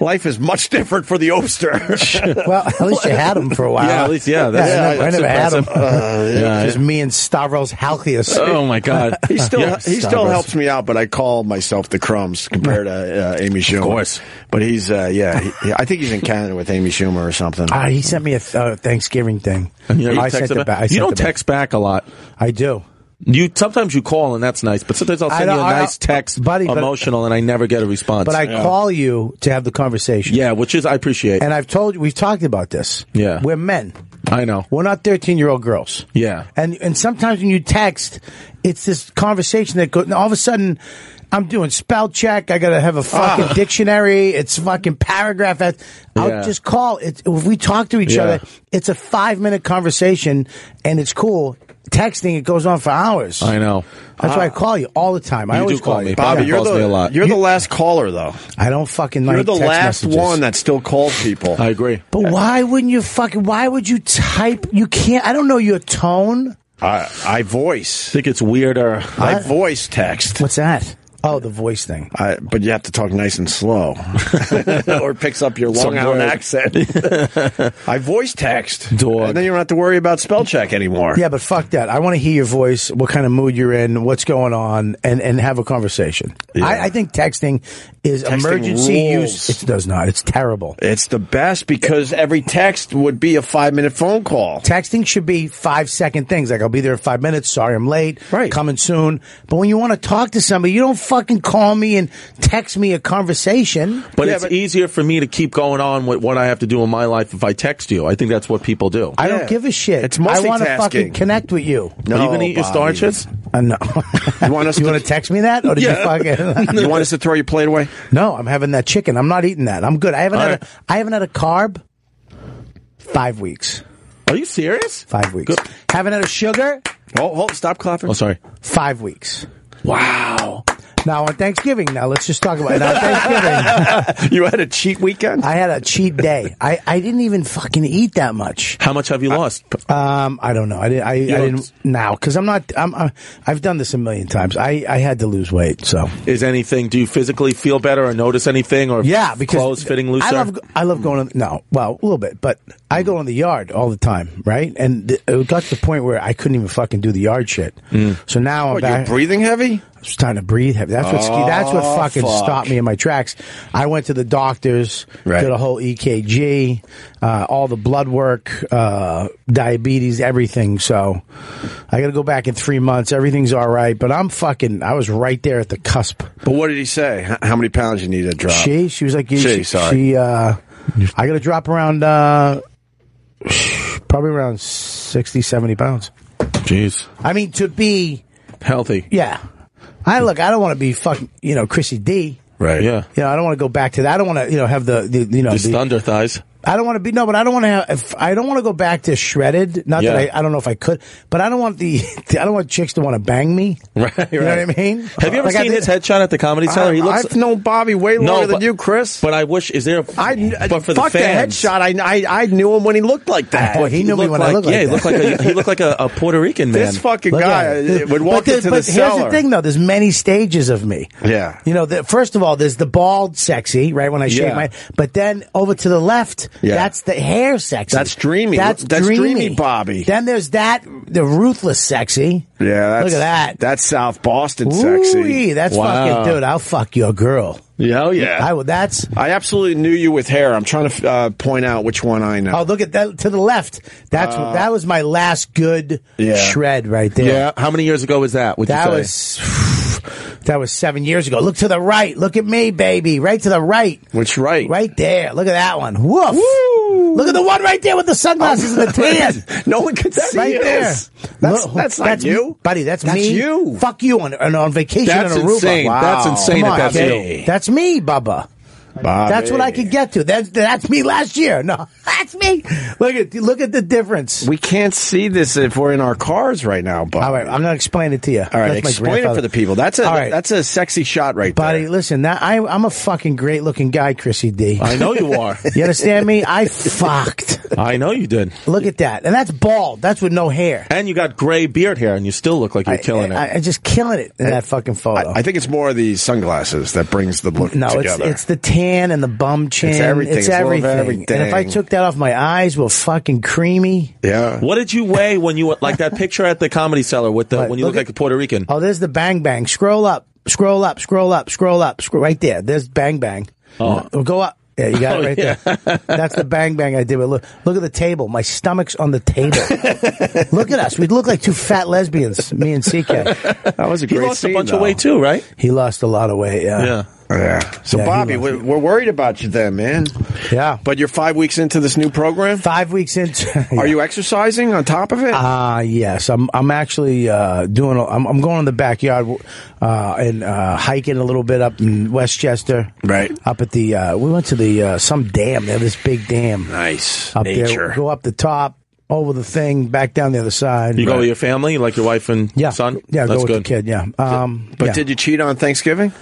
[SPEAKER 2] Life is much different for the Oster.
[SPEAKER 3] Well, at least you had him for a while.
[SPEAKER 4] Yeah, at least- yeah, that's-
[SPEAKER 3] I
[SPEAKER 4] yeah,
[SPEAKER 3] never, I
[SPEAKER 4] that's
[SPEAKER 3] never had him.
[SPEAKER 4] impressive. yeah.
[SPEAKER 3] Just me and Stavros Halkias.
[SPEAKER 4] Oh my God!
[SPEAKER 2] He still
[SPEAKER 4] Yeah.
[SPEAKER 2] he still
[SPEAKER 3] Starburst.
[SPEAKER 2] helps me out, but I call myself the crumbs compared to uh, Amy Schumer. Of
[SPEAKER 4] course.
[SPEAKER 2] but he's uh, yeah, he- I think he's in Canada with Amy Schumer or something.
[SPEAKER 3] Ah, he sent me a th- uh, Thanksgiving thing.
[SPEAKER 4] You know, you
[SPEAKER 3] I
[SPEAKER 4] text
[SPEAKER 3] sent
[SPEAKER 4] them
[SPEAKER 3] it back. I
[SPEAKER 4] You
[SPEAKER 3] sent
[SPEAKER 4] don't
[SPEAKER 3] it back.
[SPEAKER 4] text back a lot.
[SPEAKER 3] I do.
[SPEAKER 4] You sometimes you call and that's nice, but sometimes I'll
[SPEAKER 3] I
[SPEAKER 4] send you a
[SPEAKER 3] don't- I
[SPEAKER 4] nice
[SPEAKER 3] don't-
[SPEAKER 4] text,
[SPEAKER 3] buddy, but-
[SPEAKER 4] emotional, and I never get a response.
[SPEAKER 3] But I
[SPEAKER 4] yeah.
[SPEAKER 3] call you to have the conversation.
[SPEAKER 4] yeah, which is I appreciate.
[SPEAKER 3] And I've told you, we've talked about this.
[SPEAKER 4] Yeah.
[SPEAKER 3] We're men.
[SPEAKER 4] I know.
[SPEAKER 3] We're not 13 year old girls.
[SPEAKER 4] Yeah.
[SPEAKER 3] And, and sometimes when you text, it's this conversation that goes, and all of a sudden, I'm doing spell check. I got to
[SPEAKER 4] Ah.
[SPEAKER 3] have a fucking dictionary. It's fucking paragraph. I'll
[SPEAKER 4] Yeah.
[SPEAKER 3] just call. It, if we talk to each
[SPEAKER 4] Yeah.
[SPEAKER 3] other, it's a five minute conversation and it's cool. Texting, it goes on for hours.
[SPEAKER 4] I know.
[SPEAKER 3] That's why I call you all the time. I
[SPEAKER 4] You do
[SPEAKER 3] always
[SPEAKER 4] call
[SPEAKER 3] call,
[SPEAKER 4] me.
[SPEAKER 3] you.
[SPEAKER 4] Bobby,
[SPEAKER 3] Yeah.
[SPEAKER 4] you're- calls
[SPEAKER 2] the
[SPEAKER 4] me a lot.
[SPEAKER 2] you're the last caller though.
[SPEAKER 3] I don't fucking like
[SPEAKER 2] You're the
[SPEAKER 3] text
[SPEAKER 2] last
[SPEAKER 3] messages.
[SPEAKER 2] one that still calls people.
[SPEAKER 4] I agree.
[SPEAKER 3] But why wouldn't you fucking? Why would you type? You can't. I don't know your tone.
[SPEAKER 2] I, I voice.
[SPEAKER 4] think it's weirder.
[SPEAKER 2] I voice text.
[SPEAKER 3] What's that? Oh, the voice thing.
[SPEAKER 2] I, but you have to talk nice and slow, or it picks up your Long
[SPEAKER 4] Some
[SPEAKER 2] Island
[SPEAKER 4] word.
[SPEAKER 2] accent. I voice text,
[SPEAKER 4] Dog.
[SPEAKER 2] and then you don't have to worry about spell check anymore.
[SPEAKER 3] Yeah, but fuck that. I want to hear your voice. What kind of mood you're in? What's going on? And and have a conversation. I, I think texting is
[SPEAKER 2] Texting
[SPEAKER 3] emergency
[SPEAKER 2] rules.
[SPEAKER 3] use. It does not. It's terrible.
[SPEAKER 2] It's the best because every text would be a five minute phone call.
[SPEAKER 3] Texting should be five second things. Like, I'll be there in five minutes. Sorry, I'm late.
[SPEAKER 2] Right.
[SPEAKER 3] Coming soon. But when you want to talk to somebody, you don't fucking call me and text me a conversation.
[SPEAKER 4] But
[SPEAKER 2] Yeah,
[SPEAKER 4] it's
[SPEAKER 2] but-
[SPEAKER 4] easier for me to keep going on with what I have to do in my life if I text you. I think that's what people do.
[SPEAKER 3] I
[SPEAKER 2] Yeah.
[SPEAKER 3] don't give a shit.
[SPEAKER 2] It's
[SPEAKER 3] I want to
[SPEAKER 2] multitasking.
[SPEAKER 3] fucking connect with you.
[SPEAKER 2] No,
[SPEAKER 4] Are you gonna eat your
[SPEAKER 2] Bobby.
[SPEAKER 4] starches?
[SPEAKER 3] Uh, no.
[SPEAKER 2] You want us
[SPEAKER 3] you
[SPEAKER 2] to-
[SPEAKER 3] want to text me that? Or did you fucking.
[SPEAKER 2] You want us to throw your plate away?
[SPEAKER 3] No, I'm having that chicken. I'm not eating that. I'm good. I haven't
[SPEAKER 4] All
[SPEAKER 3] had
[SPEAKER 4] right.
[SPEAKER 3] a, I haven't had a carb. Five weeks.
[SPEAKER 4] Are you serious?
[SPEAKER 3] Five weeks. Haven't had a sugar.
[SPEAKER 2] Oh, hold, stop clapping.
[SPEAKER 4] Oh, sorry.
[SPEAKER 3] Five weeks.
[SPEAKER 2] Wow.
[SPEAKER 3] Now on Thanksgiving. Now let's just talk about it. Now Thanksgiving.
[SPEAKER 2] You had a cheat weekend?
[SPEAKER 3] I had a cheat day. I, I didn't even fucking eat that much.
[SPEAKER 4] How much have you lost?
[SPEAKER 3] Um, I don't know. I didn't. I, I
[SPEAKER 4] don't-
[SPEAKER 3] didn't now because I'm not. I'm. I, I've done this a million times. I I had to lose weight. So
[SPEAKER 4] Is anything? Do you physically feel better or notice anything? Or
[SPEAKER 3] Yeah, because
[SPEAKER 4] clothes fitting looser.
[SPEAKER 3] I love I love going on. No, well, a little bit, but I go on the yard all the time, right? And th- it got to the point where I couldn't even fucking do the yard shit. So now
[SPEAKER 2] Mm.
[SPEAKER 3] I'm
[SPEAKER 2] What, you're
[SPEAKER 3] back.
[SPEAKER 2] breathing heavy?
[SPEAKER 3] I'm starting to breathe heavy. That's what ski- that's what
[SPEAKER 2] Oh,
[SPEAKER 3] fucking
[SPEAKER 2] fuck.
[SPEAKER 3] stopped me in my tracks. I went to the doctors,
[SPEAKER 2] Right.
[SPEAKER 3] did a whole EKG, uh, all the blood work, uh, diabetes, everything. So I got to go back in three months. Everything's all right, but I'm fucking. I was right there at the cusp.
[SPEAKER 2] But what did he say? H- How many pounds you need to
[SPEAKER 4] Uh,
[SPEAKER 2] drop?
[SPEAKER 3] She, she was like, you-
[SPEAKER 2] She,
[SPEAKER 3] she,
[SPEAKER 2] sorry.
[SPEAKER 3] she, uh, I got to drop around, uh, probably around 60, 70 pounds.
[SPEAKER 4] Jeez,
[SPEAKER 3] I mean, to be,
[SPEAKER 4] healthy.
[SPEAKER 3] yeah. I look, I don't want to be fucking, you know, Chrissy D.
[SPEAKER 2] Right.
[SPEAKER 4] Yeah.
[SPEAKER 3] You know, I don't want to go back to that. I don't want to, you know, have the, the you know,
[SPEAKER 4] Just
[SPEAKER 3] the,
[SPEAKER 4] thunder thighs.
[SPEAKER 3] I don't want to be no, but I don't want to have. If, I don't want to go back to shredded. Not
[SPEAKER 4] Yeah.
[SPEAKER 3] that I, I don't know if I could, but I don't want the. I don't want chicks to want to bang me.
[SPEAKER 4] Right,
[SPEAKER 3] You know
[SPEAKER 4] right.
[SPEAKER 3] what I mean?
[SPEAKER 4] Have you ever
[SPEAKER 3] Like, I
[SPEAKER 4] seen
[SPEAKER 3] did-
[SPEAKER 4] his headshot at the comedy cellar?
[SPEAKER 2] I,
[SPEAKER 4] he looks.
[SPEAKER 2] I've known Bobby way
[SPEAKER 4] No,
[SPEAKER 2] longer than
[SPEAKER 4] but-
[SPEAKER 2] you, Chris.
[SPEAKER 4] but I wish. Is there? a-
[SPEAKER 2] I
[SPEAKER 4] but for
[SPEAKER 2] fuck
[SPEAKER 4] the fans,
[SPEAKER 2] headshot. I, I I knew him when he looked like that.
[SPEAKER 3] Boy, he knew me
[SPEAKER 4] looked
[SPEAKER 3] when
[SPEAKER 4] like,
[SPEAKER 3] I looked like
[SPEAKER 4] yeah,
[SPEAKER 3] that.
[SPEAKER 4] he looked like a, he looked like a, a Puerto Rican man.
[SPEAKER 2] this fucking
[SPEAKER 3] Look
[SPEAKER 2] guy
[SPEAKER 3] at it.
[SPEAKER 2] uh, would walk
[SPEAKER 3] but there-
[SPEAKER 2] into
[SPEAKER 3] but
[SPEAKER 2] the cellar.
[SPEAKER 3] here's the thing, though. There's many stages of me.
[SPEAKER 2] Yeah.
[SPEAKER 3] You know, the, first of all, there's the bald sexy, right? When I shave
[SPEAKER 2] Yeah.
[SPEAKER 3] my, but then over to the left,
[SPEAKER 2] Yeah.
[SPEAKER 3] that's the hair sexy.
[SPEAKER 2] That's dreamy.
[SPEAKER 3] That's,
[SPEAKER 2] That's
[SPEAKER 3] dreamy.
[SPEAKER 2] dreamy, Bobby.
[SPEAKER 3] Then there's that the ruthless sexy.
[SPEAKER 2] Yeah, that's,
[SPEAKER 3] look at that.
[SPEAKER 2] That's South Boston
[SPEAKER 3] Ooh-wee,
[SPEAKER 2] sexy.
[SPEAKER 3] that's
[SPEAKER 4] Wow.
[SPEAKER 3] fucking dude. I'll fuck your girl.
[SPEAKER 2] Yeah,
[SPEAKER 4] oh,
[SPEAKER 2] hell yeah.
[SPEAKER 3] I would. That's
[SPEAKER 2] I absolutely knew you with hair. I'm trying to uh, point out which one I know.
[SPEAKER 3] oh, look at that to the left. That's what that was my last good
[SPEAKER 2] Uh, Yeah.
[SPEAKER 3] shred right there.
[SPEAKER 4] Yeah. How many years ago was that? Would
[SPEAKER 3] That
[SPEAKER 4] you say?
[SPEAKER 3] was that was seven years ago. Look to the right. Look at me, baby. Right to the right.
[SPEAKER 2] which right?
[SPEAKER 3] Right there. Look at that one. Woof.
[SPEAKER 2] Woo.
[SPEAKER 3] Look at the one right there with the sunglasses and the tan.
[SPEAKER 2] no one could see
[SPEAKER 3] Right there.
[SPEAKER 2] this. That's,
[SPEAKER 3] Look,
[SPEAKER 2] that's not you,
[SPEAKER 3] buddy. That's,
[SPEAKER 2] That's
[SPEAKER 3] me.
[SPEAKER 2] you.
[SPEAKER 3] Fuck you on, on, on vacation
[SPEAKER 4] That's
[SPEAKER 3] in Aruba.
[SPEAKER 4] insane. That's
[SPEAKER 2] Wow.
[SPEAKER 4] insane.
[SPEAKER 3] Come
[SPEAKER 4] If
[SPEAKER 3] on,
[SPEAKER 4] that's
[SPEAKER 3] kid.
[SPEAKER 4] you.
[SPEAKER 3] That's me, Bubba.
[SPEAKER 2] Bobby.
[SPEAKER 3] That's what I could get to. That's that's me last year. No, that's me. Look at look at the difference.
[SPEAKER 2] We can't see this if we're in our cars right now, Bobby.
[SPEAKER 3] All right, I'm gonna explain it to you.
[SPEAKER 2] All right,
[SPEAKER 3] That's my
[SPEAKER 2] explain it
[SPEAKER 3] grandfather.
[SPEAKER 2] for the people. That's a
[SPEAKER 3] All right.
[SPEAKER 2] that's a sexy shot right
[SPEAKER 3] Buddy,
[SPEAKER 2] there.
[SPEAKER 3] listen, that, I, I'm a fucking great looking guy, Chrissy D.
[SPEAKER 4] I know you are.
[SPEAKER 3] You understand me? I fucked.
[SPEAKER 4] I know you did.
[SPEAKER 3] Look at that. And that's bald. That's with no hair.
[SPEAKER 4] And you got gray beard hair, and you still look like you're killing it.
[SPEAKER 3] I, I, I'm just killing it in that fucking photo.
[SPEAKER 2] I think it's more of the sunglasses that brings the look
[SPEAKER 3] no, it's
[SPEAKER 2] together.
[SPEAKER 3] it's the tan and the bum chin.
[SPEAKER 2] everything.
[SPEAKER 3] It's
[SPEAKER 2] It's a little of
[SPEAKER 3] everything. And if I
[SPEAKER 2] everything.
[SPEAKER 3] took that off, my eyes were fucking creamy.
[SPEAKER 2] yeah.
[SPEAKER 4] what did you weigh when you were like that picture at the comedy cellar with the
[SPEAKER 3] Right,
[SPEAKER 4] when you
[SPEAKER 3] look
[SPEAKER 4] look,
[SPEAKER 3] at-
[SPEAKER 4] like a Puerto Rican?
[SPEAKER 3] Oh, there's the bang bang. Scroll up, scroll up, scroll up, scroll up, scroll right there. There's bang bang. Oh, go up. Yeah, you
[SPEAKER 2] Oh,
[SPEAKER 3] got it right there. That's the bang bang I did. But look, look at the table. My stomach's on the table. look at us. We look like two fat lesbians. Me and CK.
[SPEAKER 2] That was a
[SPEAKER 4] He
[SPEAKER 2] great
[SPEAKER 4] lost
[SPEAKER 2] scene,
[SPEAKER 4] a bunch
[SPEAKER 2] though.
[SPEAKER 4] of weight too, right?
[SPEAKER 3] He lost a lot of weight. Yeah.
[SPEAKER 4] Yeah.
[SPEAKER 2] Yeah. So
[SPEAKER 3] Yeah, he
[SPEAKER 2] Bobby,
[SPEAKER 3] lost
[SPEAKER 2] we're, we're worried about you then, man.
[SPEAKER 3] Yeah.
[SPEAKER 2] But you're 5 weeks into this new program?
[SPEAKER 3] Five weeks into.
[SPEAKER 2] Are you exercising on top of it?
[SPEAKER 3] Uh, yes, I'm. I'm actually uh, doing. A, I'm, I'm going in the backyard uh, and uh, hiking a little bit up in Westchester.
[SPEAKER 2] Right.
[SPEAKER 3] up at the. Uh, we went to the uh, some dam. They have this big dam
[SPEAKER 2] nice.
[SPEAKER 3] up there. Go up the top, over the thing, back down the other side.
[SPEAKER 4] You go with your family, like your wife and
[SPEAKER 3] yeah,
[SPEAKER 4] son.
[SPEAKER 3] Yeah,
[SPEAKER 4] that's
[SPEAKER 3] go with
[SPEAKER 4] good.
[SPEAKER 3] the kid. Yeah, um,
[SPEAKER 2] But
[SPEAKER 3] yeah.
[SPEAKER 2] did you cheat on Thanksgiving?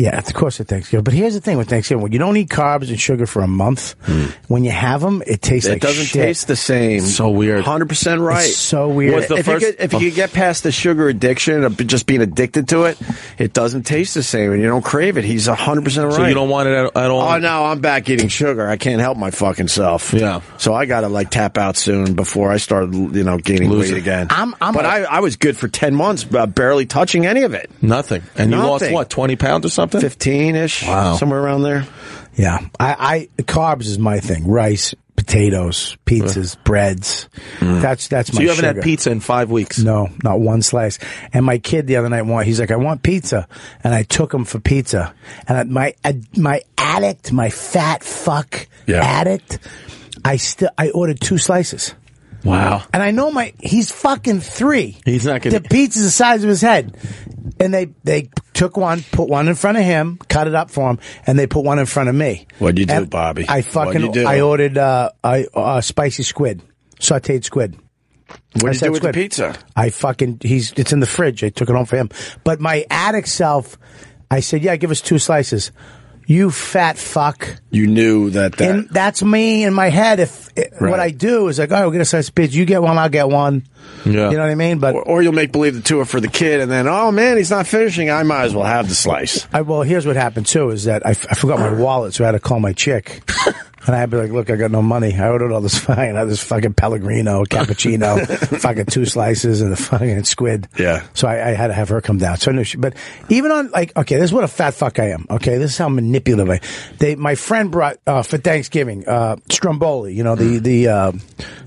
[SPEAKER 3] Yeah, of course at Thanksgiving. But here's the thing with Thanksgiving: when you don't eat carbs and sugar for a month,
[SPEAKER 4] Hmm.
[SPEAKER 3] when you have them, it tastes
[SPEAKER 2] It
[SPEAKER 3] like
[SPEAKER 2] doesn't
[SPEAKER 3] shit.
[SPEAKER 2] taste the same.
[SPEAKER 4] So weird.
[SPEAKER 2] 100% right.
[SPEAKER 3] It's so weird.
[SPEAKER 4] Was the
[SPEAKER 2] if
[SPEAKER 4] first-
[SPEAKER 2] you get, if you could get past the sugar addiction of just being addicted to it, it doesn't taste the same and you don't crave it. He's 100% right.
[SPEAKER 4] So you don't want it at, at all.
[SPEAKER 2] Oh no, I'm back eating sugar. I can't help my fucking self.
[SPEAKER 4] Yeah.
[SPEAKER 2] So I gotta like tap out soon before I start, you know, gaining
[SPEAKER 4] Lose
[SPEAKER 2] weight
[SPEAKER 4] it.
[SPEAKER 2] again.
[SPEAKER 3] I'm- I'm
[SPEAKER 2] but
[SPEAKER 3] a-
[SPEAKER 2] I I was good for ten months, uh, barely touching any of it.
[SPEAKER 4] Nothing. And you lost
[SPEAKER 2] Nothing.
[SPEAKER 4] what, twenty pounds or something?
[SPEAKER 2] 15 ish,
[SPEAKER 4] Wow.
[SPEAKER 2] somewhere around there.
[SPEAKER 3] Yeah, I, I carbs is my thing. Rice, potatoes, pizzas, breads. That's that's my.
[SPEAKER 4] Hmm. So you haven't
[SPEAKER 3] sugar.
[SPEAKER 4] had pizza in five weeks.
[SPEAKER 3] No, not one slice. And my kid the other night, wa- he's like, I want pizza. And I took him for pizza. And I- my, my addict, my fat fuck
[SPEAKER 2] Yeah.
[SPEAKER 3] addict, I still, I ordered two slices.
[SPEAKER 4] Wow.
[SPEAKER 3] And I know my, he's fucking three.
[SPEAKER 4] He's not gonna-
[SPEAKER 3] The pizza's the size of his head. And they, they took one, put one in front of him, cut it up for him, and they put one in front of me.
[SPEAKER 2] What'd you do,
[SPEAKER 3] And
[SPEAKER 2] Bobby?
[SPEAKER 3] I
[SPEAKER 2] What'd you
[SPEAKER 3] fucking,
[SPEAKER 2] do?
[SPEAKER 3] I ordered, uh, I, uh, spicy squid, sauteed squid.
[SPEAKER 2] What
[SPEAKER 3] I
[SPEAKER 2] do you
[SPEAKER 3] said
[SPEAKER 2] do with the
[SPEAKER 3] squid.
[SPEAKER 2] pizza?
[SPEAKER 3] I fucking he's it's in the fridge. I took it home for him. But my addict self, I said, "Yeah, give us two slices." You fat fuck.
[SPEAKER 2] You knew that that.
[SPEAKER 3] And that's me in my head. If
[SPEAKER 2] Right.
[SPEAKER 3] what I do is like, "Oh, we'll get a slice of pizza. You get one, I'll get one."
[SPEAKER 4] Yeah.
[SPEAKER 3] You know what I mean? But
[SPEAKER 2] or, or you'll make believe the two are for the kid, and then, oh man, he's not finishing. I might as well have the slice.
[SPEAKER 3] I, well, here's what happened too: is that I, f- I forgot my wallet, so I had to call my chick, and I had to be like, "Look, I got no money. I ordered all this fine, all this fucking Pellegrino, cappuccino, fucking two slices, and the fucking squid."
[SPEAKER 2] Yeah.
[SPEAKER 3] So I, I had to have her come down. So I knew she. But even on like, okay, this is what a fat fuck I am. Okay, this is how manipulative I. They, my friend brought uh, for Thanksgiving uh, Stromboli. You know the the. Uh,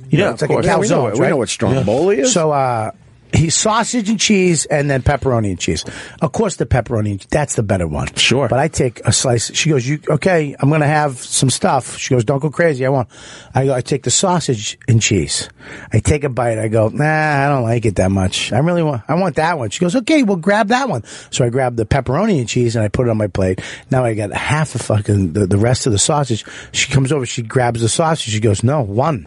[SPEAKER 3] you know,
[SPEAKER 4] Yeah,
[SPEAKER 3] it's
[SPEAKER 4] of
[SPEAKER 3] like a
[SPEAKER 4] course.
[SPEAKER 3] calzone,
[SPEAKER 4] Yeah,
[SPEAKER 2] we, know,
[SPEAKER 3] right?
[SPEAKER 2] we know what Stromboli is.
[SPEAKER 3] So uh he's sausage and cheese and then pepperoni and cheese. Of course the pepperoni and- that's the better one.
[SPEAKER 4] Sure.
[SPEAKER 3] But I take a slice. She goes, You okay, I'm gonna have some stuff. She goes, Don't go crazy, I want I go, I take the sausage and cheese. I take a bite, I go, nah, I don't like it that much. I really want I want that one. She goes, Okay, well grab that one. So I grab the pepperoni and cheese and I put it on my plate. Now I got half the fucking the, the rest of the sausage. She comes over, she grabs the sausage, she goes, No, one.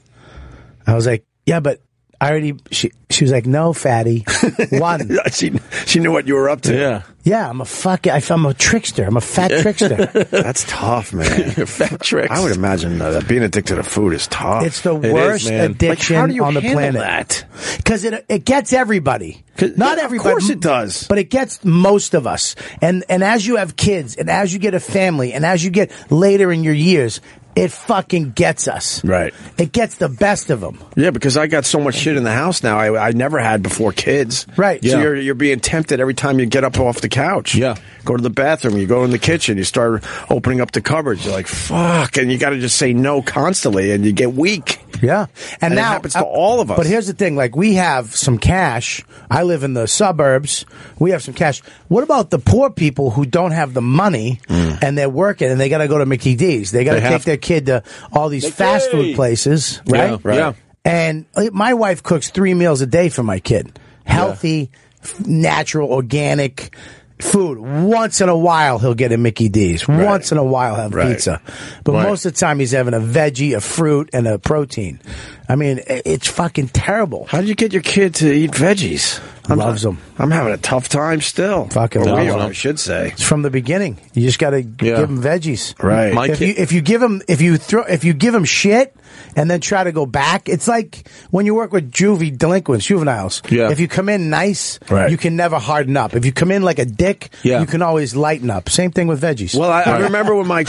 [SPEAKER 3] I was like, yeah, but I already, she, she was like, no, fatty, one.
[SPEAKER 2] she she knew what you were up to.
[SPEAKER 4] Yeah.
[SPEAKER 3] yeah, I'm a fuck, I- I'm a trickster. I'm a fat trickster.
[SPEAKER 2] That's tough, man.
[SPEAKER 4] Fat tricks.
[SPEAKER 2] I would imagine uh, that being addicted to food is tough.
[SPEAKER 3] It's the
[SPEAKER 4] is,
[SPEAKER 3] worst
[SPEAKER 4] man.
[SPEAKER 3] addiction
[SPEAKER 2] Like, how do you
[SPEAKER 3] on the
[SPEAKER 2] handle
[SPEAKER 3] planet.
[SPEAKER 2] that?
[SPEAKER 3] Because it, it gets everybody.
[SPEAKER 2] 'Cause-
[SPEAKER 3] Not
[SPEAKER 2] yeah, of
[SPEAKER 3] everybody.
[SPEAKER 2] course it does.
[SPEAKER 3] But it gets most of us. And, and as you have kids and as you get a family and as you get later in your years, it fucking gets us.
[SPEAKER 2] Right.
[SPEAKER 3] It gets the best of them.
[SPEAKER 2] Yeah, because I got so much shit in the house now I, I never had before kids.
[SPEAKER 3] Right.
[SPEAKER 2] So
[SPEAKER 3] Yeah.
[SPEAKER 2] you're, you're being tempted every time you get up off the couch.
[SPEAKER 4] Yeah.
[SPEAKER 2] Go to the bathroom, you go in the kitchen, you start opening up the cupboards. You're like, fuck. And you got to just say no constantly and you get weak.
[SPEAKER 3] Yeah, and,
[SPEAKER 2] And it
[SPEAKER 3] now uh,
[SPEAKER 2] happens to all of us.
[SPEAKER 3] But here's the thing: like we have some cash. I live in the suburbs. We have some cash. What about the poor people who don't have the money
[SPEAKER 2] Mm.
[SPEAKER 3] and they're working and they got to go to Mickey D's? They got to
[SPEAKER 4] They have
[SPEAKER 3] take
[SPEAKER 4] to.
[SPEAKER 3] their kid to all these fast food places, right?
[SPEAKER 4] Yeah, right. Yeah.
[SPEAKER 3] And uh, my wife cooks three meals a day for my kid: healthy, f- natural, organic. Food. Once in a while, he'll get a Mickey D's. Once in a while, have
[SPEAKER 2] Right.
[SPEAKER 3] pizza. But
[SPEAKER 2] Right.
[SPEAKER 3] most of the time, he's having a veggie, a fruit, and a protein. I mean, i- it's fucking terrible.
[SPEAKER 2] How do you get your kid to eat veggies?
[SPEAKER 3] Loves 'em.
[SPEAKER 2] I'm having a tough time still.
[SPEAKER 3] Fucking
[SPEAKER 2] Or we
[SPEAKER 3] loves
[SPEAKER 2] are,
[SPEAKER 4] 'em.
[SPEAKER 2] I should say.
[SPEAKER 3] It's from the beginning. You just got to
[SPEAKER 4] Yeah.
[SPEAKER 3] give him veggies.
[SPEAKER 2] Right.
[SPEAKER 4] My
[SPEAKER 3] if
[SPEAKER 4] kid-
[SPEAKER 3] you if you give him if you throw if you give him shit and then try to go back, it's like when you work with juvie delinquents, juveniles.
[SPEAKER 4] Yeah.
[SPEAKER 3] If you come in nice,
[SPEAKER 2] Right.
[SPEAKER 3] you can never harden up. If you come in like a dick,
[SPEAKER 4] Yeah.
[SPEAKER 3] you can always lighten up. Same thing with veggies.
[SPEAKER 2] Well, I, I remember when my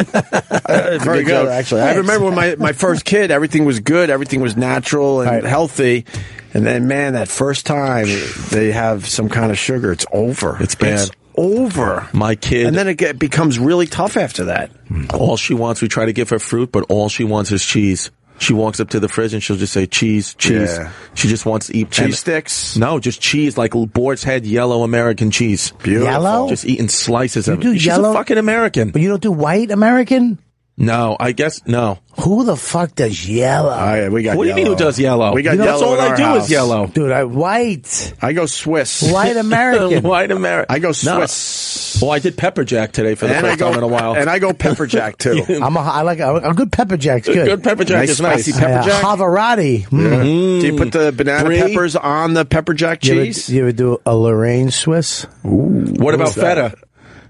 [SPEAKER 2] Uh, very good
[SPEAKER 3] good joke.
[SPEAKER 2] actually. I
[SPEAKER 3] Thanks.
[SPEAKER 2] remember when my my first kid, everything was good, everything was natural and
[SPEAKER 3] Right.
[SPEAKER 2] healthy, and then man, that first time they have some kind of sugar, it's over.
[SPEAKER 4] It's bad.
[SPEAKER 2] over.
[SPEAKER 4] My kid-
[SPEAKER 2] and then it get, becomes really tough after that.
[SPEAKER 4] All she wants, we try to give her fruit, but all she wants is cheese. She walks up to the fridge and she'll just say cheese, cheese.
[SPEAKER 2] Yeah.
[SPEAKER 4] She just wants to eat
[SPEAKER 2] Cheese
[SPEAKER 4] and-
[SPEAKER 2] sticks.
[SPEAKER 4] No, just cheese, like boar's head yellow American cheese.
[SPEAKER 2] Beautiful.
[SPEAKER 3] Yellow?
[SPEAKER 4] Just eating slices of
[SPEAKER 3] do
[SPEAKER 4] it. She's
[SPEAKER 3] yellow?
[SPEAKER 4] a fucking American.
[SPEAKER 3] but you don't do white American.
[SPEAKER 4] No, I guess no.
[SPEAKER 3] Who the fuck does yellow?
[SPEAKER 2] All right, we got.
[SPEAKER 4] What do you mean? Who does yellow?
[SPEAKER 2] We got
[SPEAKER 4] That's
[SPEAKER 2] yellow
[SPEAKER 4] all
[SPEAKER 2] in
[SPEAKER 4] I
[SPEAKER 2] our
[SPEAKER 4] do
[SPEAKER 2] house.
[SPEAKER 4] is yellow.
[SPEAKER 3] Dude, I white,
[SPEAKER 2] I go Swiss.
[SPEAKER 3] white American.
[SPEAKER 4] White American.
[SPEAKER 2] I go Swiss.
[SPEAKER 4] No. Well, I did pepper jack today for the
[SPEAKER 2] And I
[SPEAKER 4] first
[SPEAKER 2] go
[SPEAKER 4] time in a while.
[SPEAKER 2] and I go pepper jack too.
[SPEAKER 3] I'm a, I like a, a good pepper jack's good.
[SPEAKER 4] good pepper jack
[SPEAKER 2] Nice
[SPEAKER 4] is nice.
[SPEAKER 2] spicy pepper
[SPEAKER 3] Yeah,
[SPEAKER 2] jack. Mm-hmm.
[SPEAKER 3] Havarti. Mm.
[SPEAKER 2] Do you put the banana
[SPEAKER 4] Brie.
[SPEAKER 2] peppers on the pepper jack
[SPEAKER 3] You ever-
[SPEAKER 2] cheese?
[SPEAKER 3] You, ever, do a Lorraine Swiss
[SPEAKER 4] What about feta?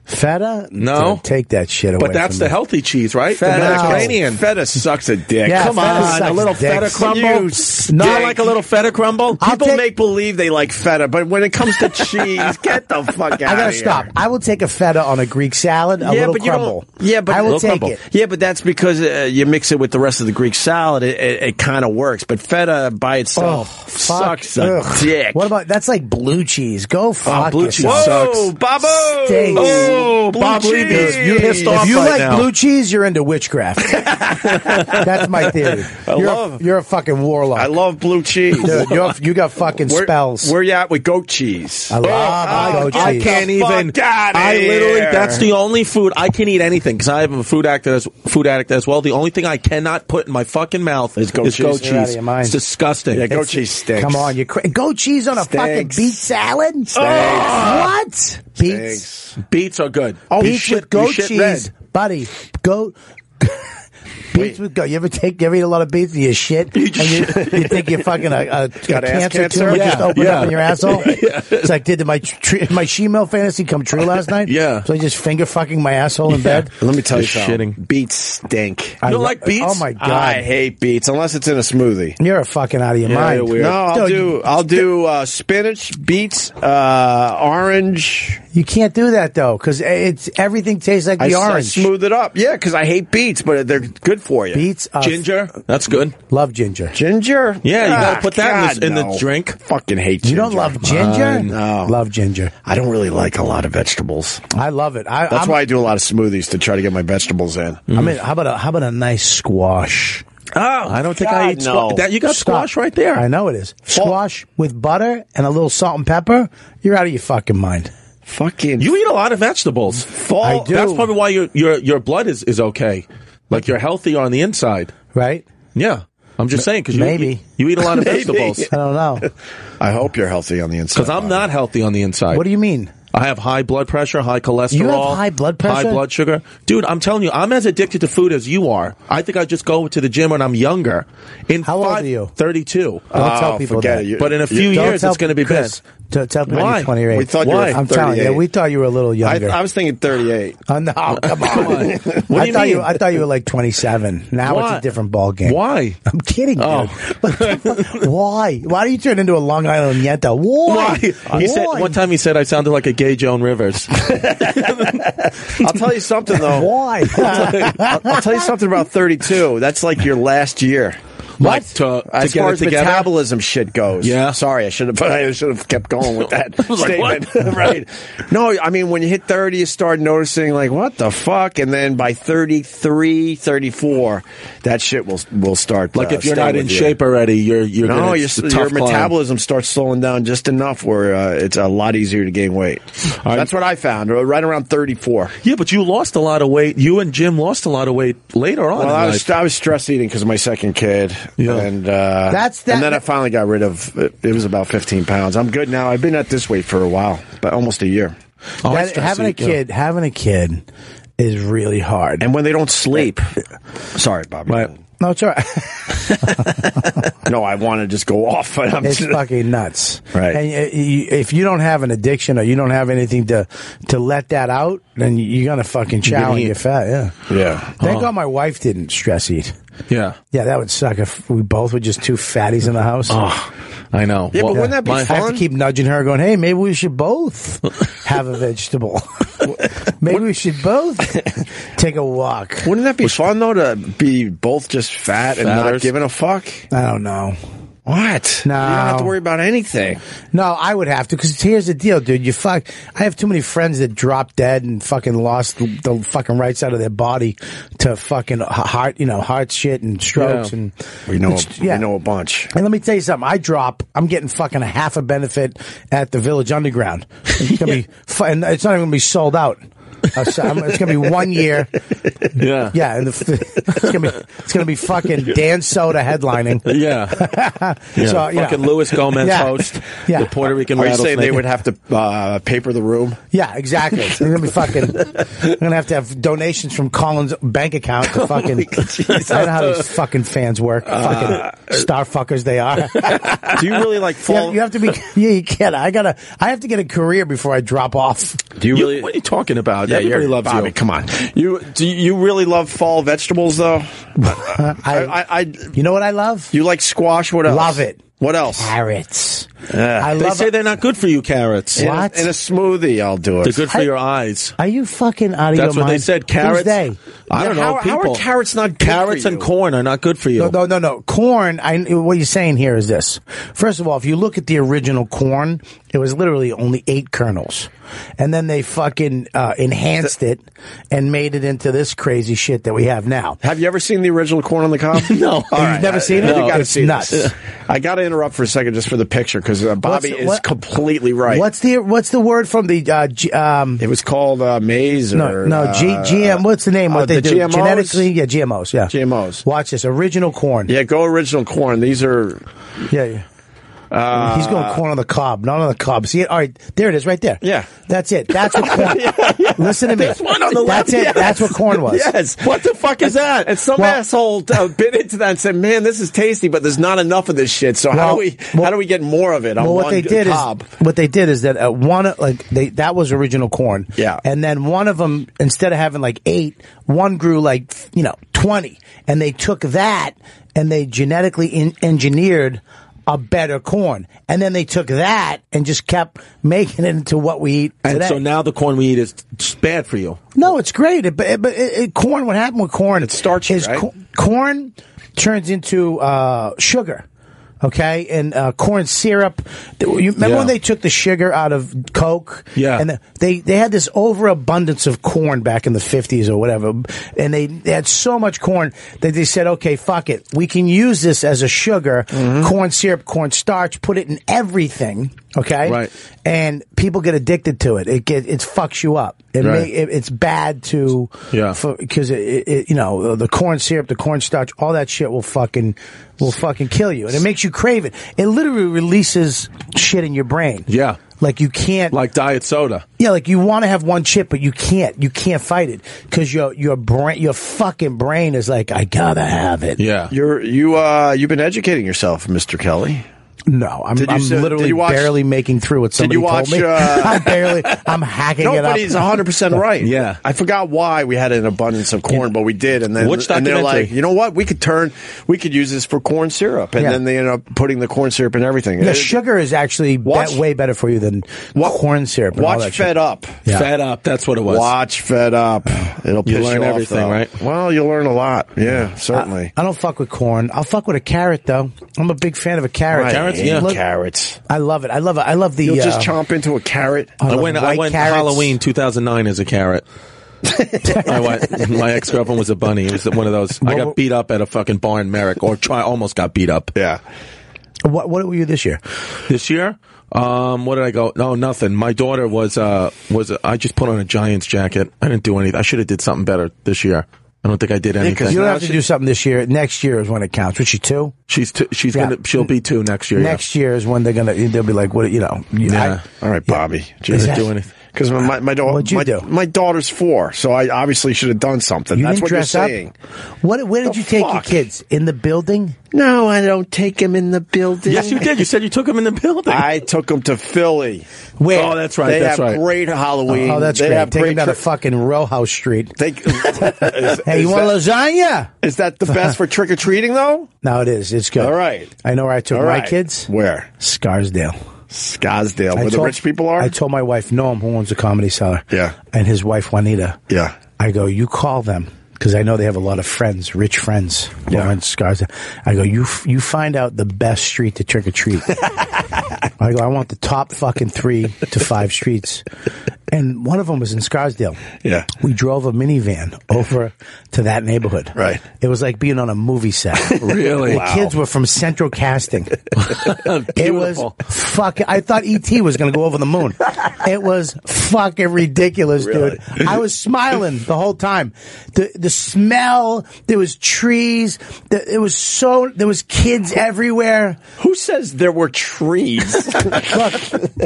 [SPEAKER 3] feta?
[SPEAKER 4] No.
[SPEAKER 3] Dude, take that shit away.
[SPEAKER 4] But that's
[SPEAKER 3] from
[SPEAKER 4] the
[SPEAKER 3] me.
[SPEAKER 4] healthy cheese, right? The
[SPEAKER 2] Feta,
[SPEAKER 4] Mediterranean.
[SPEAKER 2] feta sucks a dick.
[SPEAKER 3] Yeah,
[SPEAKER 2] Come
[SPEAKER 3] feta
[SPEAKER 2] on,
[SPEAKER 3] sucks
[SPEAKER 2] a little
[SPEAKER 3] dick.
[SPEAKER 2] feta crumble.
[SPEAKER 3] You
[SPEAKER 4] Not
[SPEAKER 2] Not
[SPEAKER 4] like a little feta crumble.
[SPEAKER 3] I'll
[SPEAKER 2] People
[SPEAKER 3] take-
[SPEAKER 2] make believe they like feta, but when it comes to cheese, get the fuck out.
[SPEAKER 3] I gotta stop. I will take a feta on a Greek salad. A
[SPEAKER 2] yeah,
[SPEAKER 3] little
[SPEAKER 2] but
[SPEAKER 3] crumble.
[SPEAKER 2] you don't. Yeah, but
[SPEAKER 3] I will
[SPEAKER 2] Little
[SPEAKER 3] take
[SPEAKER 2] crumble.
[SPEAKER 3] it.
[SPEAKER 2] Yeah, but that's because uh, you mix it with the rest of the Greek salad. It, it, it kind of works, but feta by
[SPEAKER 3] Oh,
[SPEAKER 2] itself
[SPEAKER 3] fuck.
[SPEAKER 2] sucks a
[SPEAKER 3] Ugh.
[SPEAKER 2] dick. Oh, Uh,
[SPEAKER 3] What about that's like blue cheese? Go fuck
[SPEAKER 4] blue cheese
[SPEAKER 3] yourself.
[SPEAKER 4] sucks.
[SPEAKER 2] Whoa, Babo!
[SPEAKER 3] Stinks.
[SPEAKER 2] Oh,
[SPEAKER 4] Oh,
[SPEAKER 2] Blue
[SPEAKER 4] Bob Levy is
[SPEAKER 2] cheese.
[SPEAKER 4] pissed off
[SPEAKER 3] If you
[SPEAKER 4] right
[SPEAKER 3] like
[SPEAKER 4] now.
[SPEAKER 3] blue cheese, you're into witchcraft. That's my theory.
[SPEAKER 2] I
[SPEAKER 3] you're,
[SPEAKER 2] love-
[SPEAKER 3] a, you're a fucking warlock.
[SPEAKER 2] I love blue cheese.
[SPEAKER 3] Dude, you're, you got fucking
[SPEAKER 2] Where-
[SPEAKER 3] spells.
[SPEAKER 2] Where you at with goat cheese?
[SPEAKER 3] I love
[SPEAKER 2] Oh,
[SPEAKER 3] goat
[SPEAKER 2] I can't
[SPEAKER 3] cheese.
[SPEAKER 4] can't even.
[SPEAKER 2] even-
[SPEAKER 4] I literally.
[SPEAKER 2] here.
[SPEAKER 4] That's the only food I can eat anything because I am a food addict as food addict as well. The only thing I cannot put in my fucking mouth is
[SPEAKER 2] goat
[SPEAKER 4] goat
[SPEAKER 2] cheese.
[SPEAKER 4] cheese.
[SPEAKER 3] You're out of your mind.
[SPEAKER 4] It's disgusting.
[SPEAKER 2] Yeah, goat cheese stinks.
[SPEAKER 3] Come on, you cra- goat cheese on a fucking
[SPEAKER 2] Stinks.
[SPEAKER 3] beet salad? What? Beets.
[SPEAKER 2] Thanks.
[SPEAKER 4] Beets are good.
[SPEAKER 3] Oh,
[SPEAKER 4] You
[SPEAKER 3] beets
[SPEAKER 4] shit-
[SPEAKER 3] with goat
[SPEAKER 4] you shit
[SPEAKER 3] cheese,
[SPEAKER 4] red.
[SPEAKER 3] buddy. Goat. Beets with goat. You ever take? You ever eat a lot of beets and you shit, and you, you think you're fucking a, a, a
[SPEAKER 2] Got ass
[SPEAKER 3] cancer,
[SPEAKER 2] cancer?
[SPEAKER 3] tumor
[SPEAKER 4] Yeah,
[SPEAKER 3] just opened
[SPEAKER 4] yeah.
[SPEAKER 3] up in your asshole. It's like, did my tr- my shemale fantasy come true last night?
[SPEAKER 4] Yeah.
[SPEAKER 3] So I just finger fucking my asshole in bed.
[SPEAKER 2] Let me tell you
[SPEAKER 4] Just
[SPEAKER 2] something.
[SPEAKER 4] shitting.
[SPEAKER 2] Beets stink.
[SPEAKER 4] You don't
[SPEAKER 3] lo-
[SPEAKER 4] like beets?
[SPEAKER 3] Oh my god.
[SPEAKER 2] I hate beets unless it's in a smoothie.
[SPEAKER 3] You're a fucking out of your mind.
[SPEAKER 2] No, I'll
[SPEAKER 3] Dude,
[SPEAKER 2] do
[SPEAKER 3] You,
[SPEAKER 2] I'll do uh, spinach, beets, uh, orange.
[SPEAKER 3] you can't do that though, because it's everything tastes like
[SPEAKER 2] I
[SPEAKER 3] the
[SPEAKER 2] s- I
[SPEAKER 3] orange.
[SPEAKER 2] smooth it up. Yeah, because I hate beets, but they're good for you.
[SPEAKER 3] Beets, are
[SPEAKER 4] Ginger. That's good.
[SPEAKER 3] love ginger.
[SPEAKER 2] uh, ginger.
[SPEAKER 4] Yeah, you gotta
[SPEAKER 2] Ah,
[SPEAKER 4] put that in
[SPEAKER 2] God,
[SPEAKER 4] this- in the
[SPEAKER 2] no.
[SPEAKER 4] drink.
[SPEAKER 2] Fucking hate.
[SPEAKER 3] You don't love ginger?
[SPEAKER 2] no.
[SPEAKER 3] Love ginger.
[SPEAKER 2] I don't really like a lot of vegetables.
[SPEAKER 3] I love it. I,
[SPEAKER 2] That's
[SPEAKER 3] I'm,
[SPEAKER 2] why I do a lot of smoothies to try to get my vegetables in.
[SPEAKER 4] Mm.
[SPEAKER 3] I mean, how about a, how about a nice squash?
[SPEAKER 4] Oh, I don't think I
[SPEAKER 2] God,
[SPEAKER 4] eat
[SPEAKER 2] no.
[SPEAKER 4] squash. That you got
[SPEAKER 3] Stop.
[SPEAKER 4] squash right there.
[SPEAKER 3] I know it is squash with butter and a little salt and pepper. You're out of your fucking mind.
[SPEAKER 2] Fucking
[SPEAKER 4] You eat a lot of vegetables. Fall.
[SPEAKER 3] I do.
[SPEAKER 4] That's probably why your your your blood is is okay. Like you're healthy on the inside.
[SPEAKER 3] Right?
[SPEAKER 4] Yeah. I'm just saying because you,
[SPEAKER 3] maybe.
[SPEAKER 4] you, you eat a lot of vegetables.
[SPEAKER 3] I don't know.
[SPEAKER 2] I hope you're healthy on the inside.
[SPEAKER 4] Because I'm not healthy on the inside.
[SPEAKER 3] what do you mean?
[SPEAKER 4] I have high blood pressure, high cholesterol.
[SPEAKER 3] You have high blood pressure?
[SPEAKER 4] high blood sugar. Dude, I'm telling you, I'm as addicted to food as you are. I think I just go to the gym when I'm younger. In
[SPEAKER 3] How old
[SPEAKER 4] five-
[SPEAKER 3] are you?
[SPEAKER 4] 32.
[SPEAKER 3] Don't tell
[SPEAKER 2] Oh,
[SPEAKER 3] people
[SPEAKER 2] forget
[SPEAKER 3] that.
[SPEAKER 2] it. You-
[SPEAKER 4] but in a few
[SPEAKER 3] Uh, Don't
[SPEAKER 4] years,
[SPEAKER 3] tell
[SPEAKER 4] it's going to be
[SPEAKER 3] Chris,
[SPEAKER 4] best.
[SPEAKER 3] Don't tell people
[SPEAKER 4] Why?
[SPEAKER 3] you're 28.
[SPEAKER 2] We thought you
[SPEAKER 4] Why?
[SPEAKER 2] were
[SPEAKER 3] I'm telling you,
[SPEAKER 2] 38.
[SPEAKER 3] we thought you were a little
[SPEAKER 2] I,
[SPEAKER 3] younger.
[SPEAKER 2] I was thinking 38.
[SPEAKER 3] Oh, no, come on.
[SPEAKER 4] What
[SPEAKER 3] I
[SPEAKER 4] do you
[SPEAKER 3] thought
[SPEAKER 4] mean?
[SPEAKER 3] you I thought you were like 27. Now it's
[SPEAKER 4] Why?
[SPEAKER 3] a different ball game.
[SPEAKER 4] Why?
[SPEAKER 3] I'm kidding, dude.
[SPEAKER 4] Oh.
[SPEAKER 3] What the fuck? Why? Why do you turn into a Long Island Yenta? Why?
[SPEAKER 4] He said
[SPEAKER 3] Why?
[SPEAKER 4] one time he said I sounded like a gay Joan Rivers.
[SPEAKER 2] I'll tell you something though.
[SPEAKER 3] Why?
[SPEAKER 2] I'll, I'll tell you something about 32. That's like your last year.
[SPEAKER 4] Like to, to
[SPEAKER 2] as
[SPEAKER 4] get
[SPEAKER 2] far
[SPEAKER 4] it
[SPEAKER 2] as
[SPEAKER 4] together.
[SPEAKER 2] metabolism shit goes.
[SPEAKER 4] Yeah.
[SPEAKER 2] Sorry, I should have. I should have kept going with that
[SPEAKER 4] was like, what?
[SPEAKER 2] statement. right. No, I mean when you hit 30, you start noticing like what the fuck, and then by 33, 34, that shit will will start.
[SPEAKER 4] like
[SPEAKER 2] uh,
[SPEAKER 4] if you're
[SPEAKER 2] staying
[SPEAKER 4] not in
[SPEAKER 2] with you.
[SPEAKER 4] shape already, you're you're
[SPEAKER 2] No,
[SPEAKER 4] gonna,
[SPEAKER 2] your,
[SPEAKER 4] it's a
[SPEAKER 2] your
[SPEAKER 4] tough climb.
[SPEAKER 2] metabolism starts slowing down just enough where uh, it's a lot easier to gain weight.
[SPEAKER 4] right.
[SPEAKER 2] That's what I found, uh, right around 34.
[SPEAKER 4] Yeah, but you lost a lot of weight. You and Jim lost a lot of weight later on.
[SPEAKER 2] Well,
[SPEAKER 4] in
[SPEAKER 2] I
[SPEAKER 4] life.
[SPEAKER 2] was, I was stress eating because of my second kid,
[SPEAKER 4] Yeah.
[SPEAKER 2] and uh,
[SPEAKER 3] That's that-
[SPEAKER 2] And then I finally got rid of it. It was about 15 pounds. I'm good now. I've been at this weight for a while, but almost a year.
[SPEAKER 4] Oh, I
[SPEAKER 3] That-
[SPEAKER 4] stress
[SPEAKER 3] having a
[SPEAKER 4] eat, yeah.
[SPEAKER 3] kid, having a kid is really hard.
[SPEAKER 2] And when they don't sleep, sorry, Bobby.
[SPEAKER 4] Right.
[SPEAKER 3] no, it's all right.
[SPEAKER 2] No, I want to just go off. But I'm
[SPEAKER 3] It's fucking nuts.
[SPEAKER 2] Right.
[SPEAKER 3] And uh, you, if you don't have an addiction or you don't have anything to to let that out, then you're gonna fucking chow and
[SPEAKER 4] eat.
[SPEAKER 3] get fat. Yeah.
[SPEAKER 2] yeah.
[SPEAKER 3] Thank God my wife didn't stress eat.
[SPEAKER 4] Yeah.
[SPEAKER 3] Yeah, that would suck if we both were just two fatties in the house.
[SPEAKER 4] Oh, I know.
[SPEAKER 2] Yeah, but wouldn't that be
[SPEAKER 3] I
[SPEAKER 4] my-
[SPEAKER 3] have
[SPEAKER 2] fun?
[SPEAKER 3] to keep nudging her, going, "Hey, maybe we should both have a vegetable. maybe we should both take a walk."
[SPEAKER 2] Wouldn't that be fun though to be both just fat and not
[SPEAKER 4] Fatters.
[SPEAKER 2] giving a fuck?
[SPEAKER 3] I don't know.
[SPEAKER 2] What?
[SPEAKER 3] No.
[SPEAKER 2] You don't have to worry about anything.
[SPEAKER 3] No, I would have to because here's the deal, dude. You fuck. I have too many friends that dropped dead and fucking lost the, the fucking right side of their body to fucking h- heart, you know, heart shit and strokes
[SPEAKER 4] Yeah.
[SPEAKER 3] and
[SPEAKER 2] We know.
[SPEAKER 3] It's-
[SPEAKER 2] We know a bunch.
[SPEAKER 3] And let me tell you something. I drop. I'm getting fucking a half a benefit at the Village Underground. It's gonna be fu- and It's not even gonna be sold out. Uh, so I'm- It's gonna be one year.
[SPEAKER 4] Yeah.
[SPEAKER 3] Yeah, and the, it's gonna be it's gonna be fucking Dan Soda headlining.
[SPEAKER 4] Yeah.
[SPEAKER 3] So, you know.
[SPEAKER 4] Fucking Luis Gomez
[SPEAKER 3] Yeah.
[SPEAKER 4] host.
[SPEAKER 3] Yeah.
[SPEAKER 4] The Puerto Rican
[SPEAKER 2] Are you
[SPEAKER 4] rattlesnake.
[SPEAKER 2] saying they would have to uh, paper the room?
[SPEAKER 3] Yeah, exactly. I'm gonna be fucking. I'm gonna have to have donations from Colin's bank account
[SPEAKER 4] Oh
[SPEAKER 3] to fucking. I don't know how these fucking fans work.
[SPEAKER 4] Uh,
[SPEAKER 3] fucking star fuckers they are.
[SPEAKER 2] Do you really like
[SPEAKER 3] you,
[SPEAKER 2] fall?
[SPEAKER 3] have, you have to be. Yeah, you can't. I gotta. I have to get a career before I drop off.
[SPEAKER 2] Do you
[SPEAKER 4] You-
[SPEAKER 2] really?
[SPEAKER 4] what are you talking about?
[SPEAKER 2] Yeah,
[SPEAKER 4] Everybody
[SPEAKER 2] you're-
[SPEAKER 4] loves
[SPEAKER 2] Bobby,
[SPEAKER 4] you.
[SPEAKER 2] Come on, you do you really love fall vegetables though? I, I, I,
[SPEAKER 3] You know what I love?
[SPEAKER 2] you like squash. What else?
[SPEAKER 3] Love it.
[SPEAKER 2] What else?
[SPEAKER 3] Carrots. I
[SPEAKER 4] They
[SPEAKER 3] love.
[SPEAKER 4] say they're not good for you, carrots.
[SPEAKER 2] In a-
[SPEAKER 3] What?
[SPEAKER 2] In a smoothie, I'll do
[SPEAKER 4] They're
[SPEAKER 2] it.
[SPEAKER 4] good for your eyes.
[SPEAKER 3] Are you fucking out of
[SPEAKER 4] That's
[SPEAKER 3] your
[SPEAKER 4] what
[SPEAKER 3] mind?
[SPEAKER 4] they said. Carrots.
[SPEAKER 3] Who's they?
[SPEAKER 4] I don't
[SPEAKER 2] Yeah,
[SPEAKER 4] know.
[SPEAKER 2] how- how are
[SPEAKER 4] people.
[SPEAKER 2] carrots not good
[SPEAKER 4] Carrots
[SPEAKER 2] for
[SPEAKER 4] and
[SPEAKER 2] you?
[SPEAKER 4] corn are not good for you.
[SPEAKER 3] No, no, no, no. Corn. I, what you're saying here is this. First of all, if you look at the original corn, It was literally only eight kernels, and then they fucking uh, enhanced it and made it into this crazy shit that we have now.
[SPEAKER 2] Have you ever seen the original Corn on the Cob?
[SPEAKER 4] No. You've
[SPEAKER 3] never seen it?
[SPEAKER 2] You
[SPEAKER 3] No.
[SPEAKER 2] got to
[SPEAKER 3] It's
[SPEAKER 2] see
[SPEAKER 3] nuts.
[SPEAKER 2] this. I got to interrupt for a second just for the picture because uh, Bobby
[SPEAKER 3] What's-
[SPEAKER 2] is
[SPEAKER 3] what-
[SPEAKER 2] completely right.
[SPEAKER 3] What's the what's the word from the uh, G, um,
[SPEAKER 2] It was called uh, maize.
[SPEAKER 3] No,
[SPEAKER 2] or,
[SPEAKER 3] no, G,
[SPEAKER 2] uh,
[SPEAKER 3] GM. What's the name?
[SPEAKER 2] uh,
[SPEAKER 3] What they
[SPEAKER 2] the
[SPEAKER 3] do?
[SPEAKER 2] GMOs?
[SPEAKER 3] Genetically, yeah, GMOs. Yeah,
[SPEAKER 2] GMOs.
[SPEAKER 3] Watch this original corn.
[SPEAKER 2] Yeah, go original corn. These are
[SPEAKER 3] yeah. yeah.
[SPEAKER 2] Uh,
[SPEAKER 3] He's going corn on the cob, not on the cob. See it? All right, there it is, right there.
[SPEAKER 2] Yeah.
[SPEAKER 3] that's it. That's what corn. Listen to me.
[SPEAKER 2] one on the
[SPEAKER 3] that's
[SPEAKER 2] left,
[SPEAKER 3] it.
[SPEAKER 2] yes.
[SPEAKER 3] That's what corn was.
[SPEAKER 2] yes. What the fuck is that? And some
[SPEAKER 3] Well-
[SPEAKER 2] asshole uh, bit into that and said, "Man, this is tasty, but there's not enough of this shit. So how
[SPEAKER 3] Well,
[SPEAKER 2] do we
[SPEAKER 3] well-
[SPEAKER 2] how do we get more of it?" On
[SPEAKER 3] Well, what
[SPEAKER 2] one
[SPEAKER 3] they did
[SPEAKER 2] cob?
[SPEAKER 3] is what they did is that uh, one of- like they that was original corn.
[SPEAKER 2] Yeah.
[SPEAKER 3] and then one of them instead of having like eight, one grew like you know twenty, and they took that and they genetically in- engineered a better corn, and then they took that and just kept making it into what we eat
[SPEAKER 4] And
[SPEAKER 3] today.
[SPEAKER 4] so now the corn we eat is it's bad for you.
[SPEAKER 3] No, it's great. It, but it, but it, it- corn, what happened with corn? It's
[SPEAKER 2] starchy, right?
[SPEAKER 3] corn turns into uh, sugar. Okay, and uh, corn syrup. You remember
[SPEAKER 4] Yeah.
[SPEAKER 3] when they took the sugar out of Coke?
[SPEAKER 4] Yeah.
[SPEAKER 3] and they they had this overabundance of corn back in the fifties or whatever, and they, they had so much corn that they said, "Okay, fuck it, we can use this as a sugar, corn syrup, corn starch, put it in everything." Okay,
[SPEAKER 4] Right.
[SPEAKER 3] and people get addicted to it. It get it fucks you up. It
[SPEAKER 4] Right.
[SPEAKER 3] may, it, it's bad to
[SPEAKER 4] Yeah.
[SPEAKER 3] because it, it, it you know the corn syrup, the cornstarch, all that shit will fucking will fucking kill you, and it makes you crave it. It literally releases shit in your brain.
[SPEAKER 4] Yeah.
[SPEAKER 3] Like you can't, like
[SPEAKER 4] Like diet soda.
[SPEAKER 3] yeah, like you want to have one chip, but you can't. You can't fight it because your your brain, your fucking brain is like, I gotta have it.
[SPEAKER 4] Yeah.
[SPEAKER 2] You're you uh you've been educating yourself, Mr. Kelly.
[SPEAKER 3] No, I'm,
[SPEAKER 2] Did you
[SPEAKER 3] I'm
[SPEAKER 2] say- did
[SPEAKER 3] literally
[SPEAKER 2] you watch-
[SPEAKER 3] barely making through what somebody
[SPEAKER 2] you watch,
[SPEAKER 3] told me.
[SPEAKER 2] uh,
[SPEAKER 3] I'm barely, I'm hacking
[SPEAKER 2] No,
[SPEAKER 3] it up.
[SPEAKER 2] but he's 100 percent right.
[SPEAKER 4] Yeah.
[SPEAKER 2] I forgot why we had an abundance of corn, but we did, and then
[SPEAKER 4] Which
[SPEAKER 2] and they're
[SPEAKER 4] documentary?
[SPEAKER 2] like, you know what? We could turn, we could use this for corn syrup, and
[SPEAKER 3] Yeah.
[SPEAKER 2] then they end up putting the corn syrup in everything.
[SPEAKER 3] Yeah,
[SPEAKER 2] It-
[SPEAKER 3] sugar is actually be-
[SPEAKER 2] Watch-
[SPEAKER 3] way better for you than
[SPEAKER 2] Wa-
[SPEAKER 3] corn syrup. And all that
[SPEAKER 2] Watch
[SPEAKER 3] shit.
[SPEAKER 2] Fed Up.
[SPEAKER 3] Yeah.
[SPEAKER 4] Fed up. That's what it was.
[SPEAKER 2] Watch Fed Up. It'll piss
[SPEAKER 4] learn
[SPEAKER 2] off,
[SPEAKER 4] everything,
[SPEAKER 2] though.
[SPEAKER 4] right?
[SPEAKER 2] Well, you'll learn a lot. Yeah, certainly.
[SPEAKER 3] I don't fuck with corn. I'll fuck with a carrot though. I'm a big fan of a carrot.
[SPEAKER 2] I
[SPEAKER 4] Carrots?
[SPEAKER 2] hate
[SPEAKER 4] Yeah.
[SPEAKER 3] Look,
[SPEAKER 2] carrots.
[SPEAKER 3] I love it. I love it. I love the.
[SPEAKER 2] You'll just
[SPEAKER 3] uh,
[SPEAKER 2] chomp into a carrot.
[SPEAKER 4] I
[SPEAKER 3] love
[SPEAKER 4] went. I
[SPEAKER 3] white
[SPEAKER 4] went
[SPEAKER 3] carrots.
[SPEAKER 4] Halloween 2009 as a carrot. I went, my ex girlfriend was a bunny. It was one of those. I got beat up at a fucking bar in Merrick, or try almost got beat up
[SPEAKER 2] Yeah.
[SPEAKER 3] What, what were you this year?
[SPEAKER 4] this year. Um, what did I go? No, nothing. My daughter was uh was I just put on a Giants jacket. I didn't do anything. I should have did something better this year. I don't think I did
[SPEAKER 2] 'cause
[SPEAKER 4] anything.
[SPEAKER 3] You don't
[SPEAKER 2] No,
[SPEAKER 3] have to
[SPEAKER 2] she-
[SPEAKER 3] do something this year. Next year is when it counts. What's she two?
[SPEAKER 4] she's t- she's
[SPEAKER 3] Yeah.
[SPEAKER 4] gonna she'll be two next year. yeah.
[SPEAKER 3] Next year is when they're gonna. They'll be like, what? You know. you- I-
[SPEAKER 4] Yeah.
[SPEAKER 2] All right, Bobby.
[SPEAKER 3] Is
[SPEAKER 2] Jesus.
[SPEAKER 3] that-
[SPEAKER 4] do anything.
[SPEAKER 2] Because my my, my, daughter,
[SPEAKER 3] What'd you
[SPEAKER 2] my,
[SPEAKER 3] do?
[SPEAKER 2] my daughter's four, so I obviously should have done something.
[SPEAKER 3] you
[SPEAKER 2] That's
[SPEAKER 3] didn't
[SPEAKER 2] what
[SPEAKER 3] dress
[SPEAKER 2] you're
[SPEAKER 3] up.
[SPEAKER 2] saying.
[SPEAKER 3] What? Where did
[SPEAKER 2] The
[SPEAKER 3] you take your
[SPEAKER 2] fuck?
[SPEAKER 3] kids? In the building?
[SPEAKER 2] No, I don't take him in the building.
[SPEAKER 4] Yes, you did. You said you took him in the building.
[SPEAKER 2] I took him to Philly.
[SPEAKER 3] Where?
[SPEAKER 4] Oh, that's right.
[SPEAKER 2] they
[SPEAKER 4] that's
[SPEAKER 2] have
[SPEAKER 4] right.
[SPEAKER 2] great Halloween.
[SPEAKER 3] Oh, that's
[SPEAKER 2] they
[SPEAKER 3] great.
[SPEAKER 2] Have
[SPEAKER 3] Take
[SPEAKER 2] great
[SPEAKER 3] them down to
[SPEAKER 2] cri-
[SPEAKER 3] fucking Roehouse Street.
[SPEAKER 2] they, is,
[SPEAKER 3] Hey, you
[SPEAKER 2] is
[SPEAKER 3] want
[SPEAKER 2] that-
[SPEAKER 3] lasagna?
[SPEAKER 2] is that the best for trick or treating though?
[SPEAKER 3] No, it is. It's good.
[SPEAKER 2] All right.
[SPEAKER 3] I know where I took
[SPEAKER 2] All
[SPEAKER 3] my
[SPEAKER 2] right.
[SPEAKER 3] kids.
[SPEAKER 2] Where?
[SPEAKER 3] Scarsdale.
[SPEAKER 2] Scottsdale,
[SPEAKER 3] I
[SPEAKER 2] where the
[SPEAKER 3] told-
[SPEAKER 2] rich people are.
[SPEAKER 3] I told my wife Norm, who owns the comedy cellar,
[SPEAKER 2] Yeah.
[SPEAKER 3] and his wife Juanita.
[SPEAKER 2] Yeah.
[SPEAKER 3] I go, you call them because I know they have a lot of friends, rich friends. Yeah. Lawrence Scarsdale. I go, you f- you find out the best street to trick or treat. I go, I want the top fucking three to five streets, and one of them was in Scarsdale.
[SPEAKER 2] yeah.
[SPEAKER 3] We drove a minivan over to that neighborhood.
[SPEAKER 2] Right.
[SPEAKER 3] It was like being on a movie set.
[SPEAKER 4] Really?
[SPEAKER 3] The
[SPEAKER 4] Wow.
[SPEAKER 3] kids were from Central Casting. it was
[SPEAKER 4] Beautiful.
[SPEAKER 3] fucking. I thought ET was going to go over the moon. It was fucking ridiculous, dude. I was smiling the whole time. The the smell. There was trees. The, it was so. There was kids everywhere.
[SPEAKER 2] Who says there were trees?
[SPEAKER 3] Look,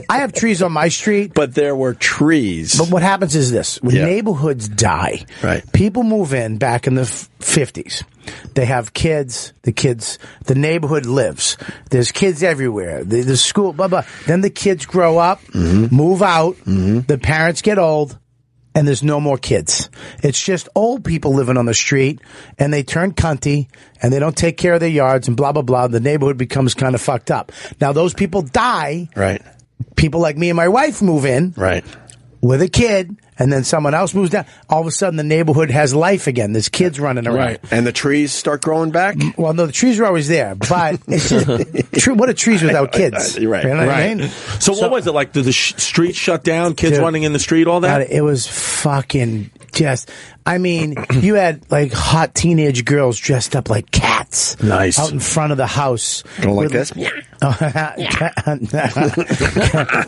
[SPEAKER 3] I have trees on my street.
[SPEAKER 2] but there were trees.
[SPEAKER 3] But what happens is this: when
[SPEAKER 2] Yeah.
[SPEAKER 3] neighborhoods die,
[SPEAKER 2] Right.
[SPEAKER 3] people move in back in the fifties. They have kids. The kids, the neighborhood lives. There's kids everywhere. The, the school, blah blah. Then the kids grow up,
[SPEAKER 2] Mm-hmm.
[SPEAKER 3] move out. The parents get old. And there's no more kids. It's just old people living on the street and they turn cunty and they don't take care of their yards and blah, blah, blah. The neighborhood becomes kind of fucked up. Now those people die.
[SPEAKER 2] right.
[SPEAKER 3] People like me and my wife move in
[SPEAKER 2] Right.
[SPEAKER 3] with a kid, and then someone else moves down. All of a sudden, the neighborhood has life again. There's kids running around.
[SPEAKER 2] And the trees start growing back.
[SPEAKER 4] Mm.
[SPEAKER 3] Well, no, the trees are always there, but it's just tre- what are trees without kids?
[SPEAKER 2] You're right.
[SPEAKER 3] You know what I
[SPEAKER 2] Right.
[SPEAKER 3] mean?
[SPEAKER 4] So, what was it like? Did the sh- street shut down? Kids
[SPEAKER 3] Dude.
[SPEAKER 4] running in the street, all
[SPEAKER 3] God,
[SPEAKER 4] that?
[SPEAKER 3] it was fucking just. I mean, you had like hot teenage girls dressed up like cats,
[SPEAKER 2] Nice.
[SPEAKER 3] out in front of the house.
[SPEAKER 2] Going like
[SPEAKER 3] with-
[SPEAKER 2] this.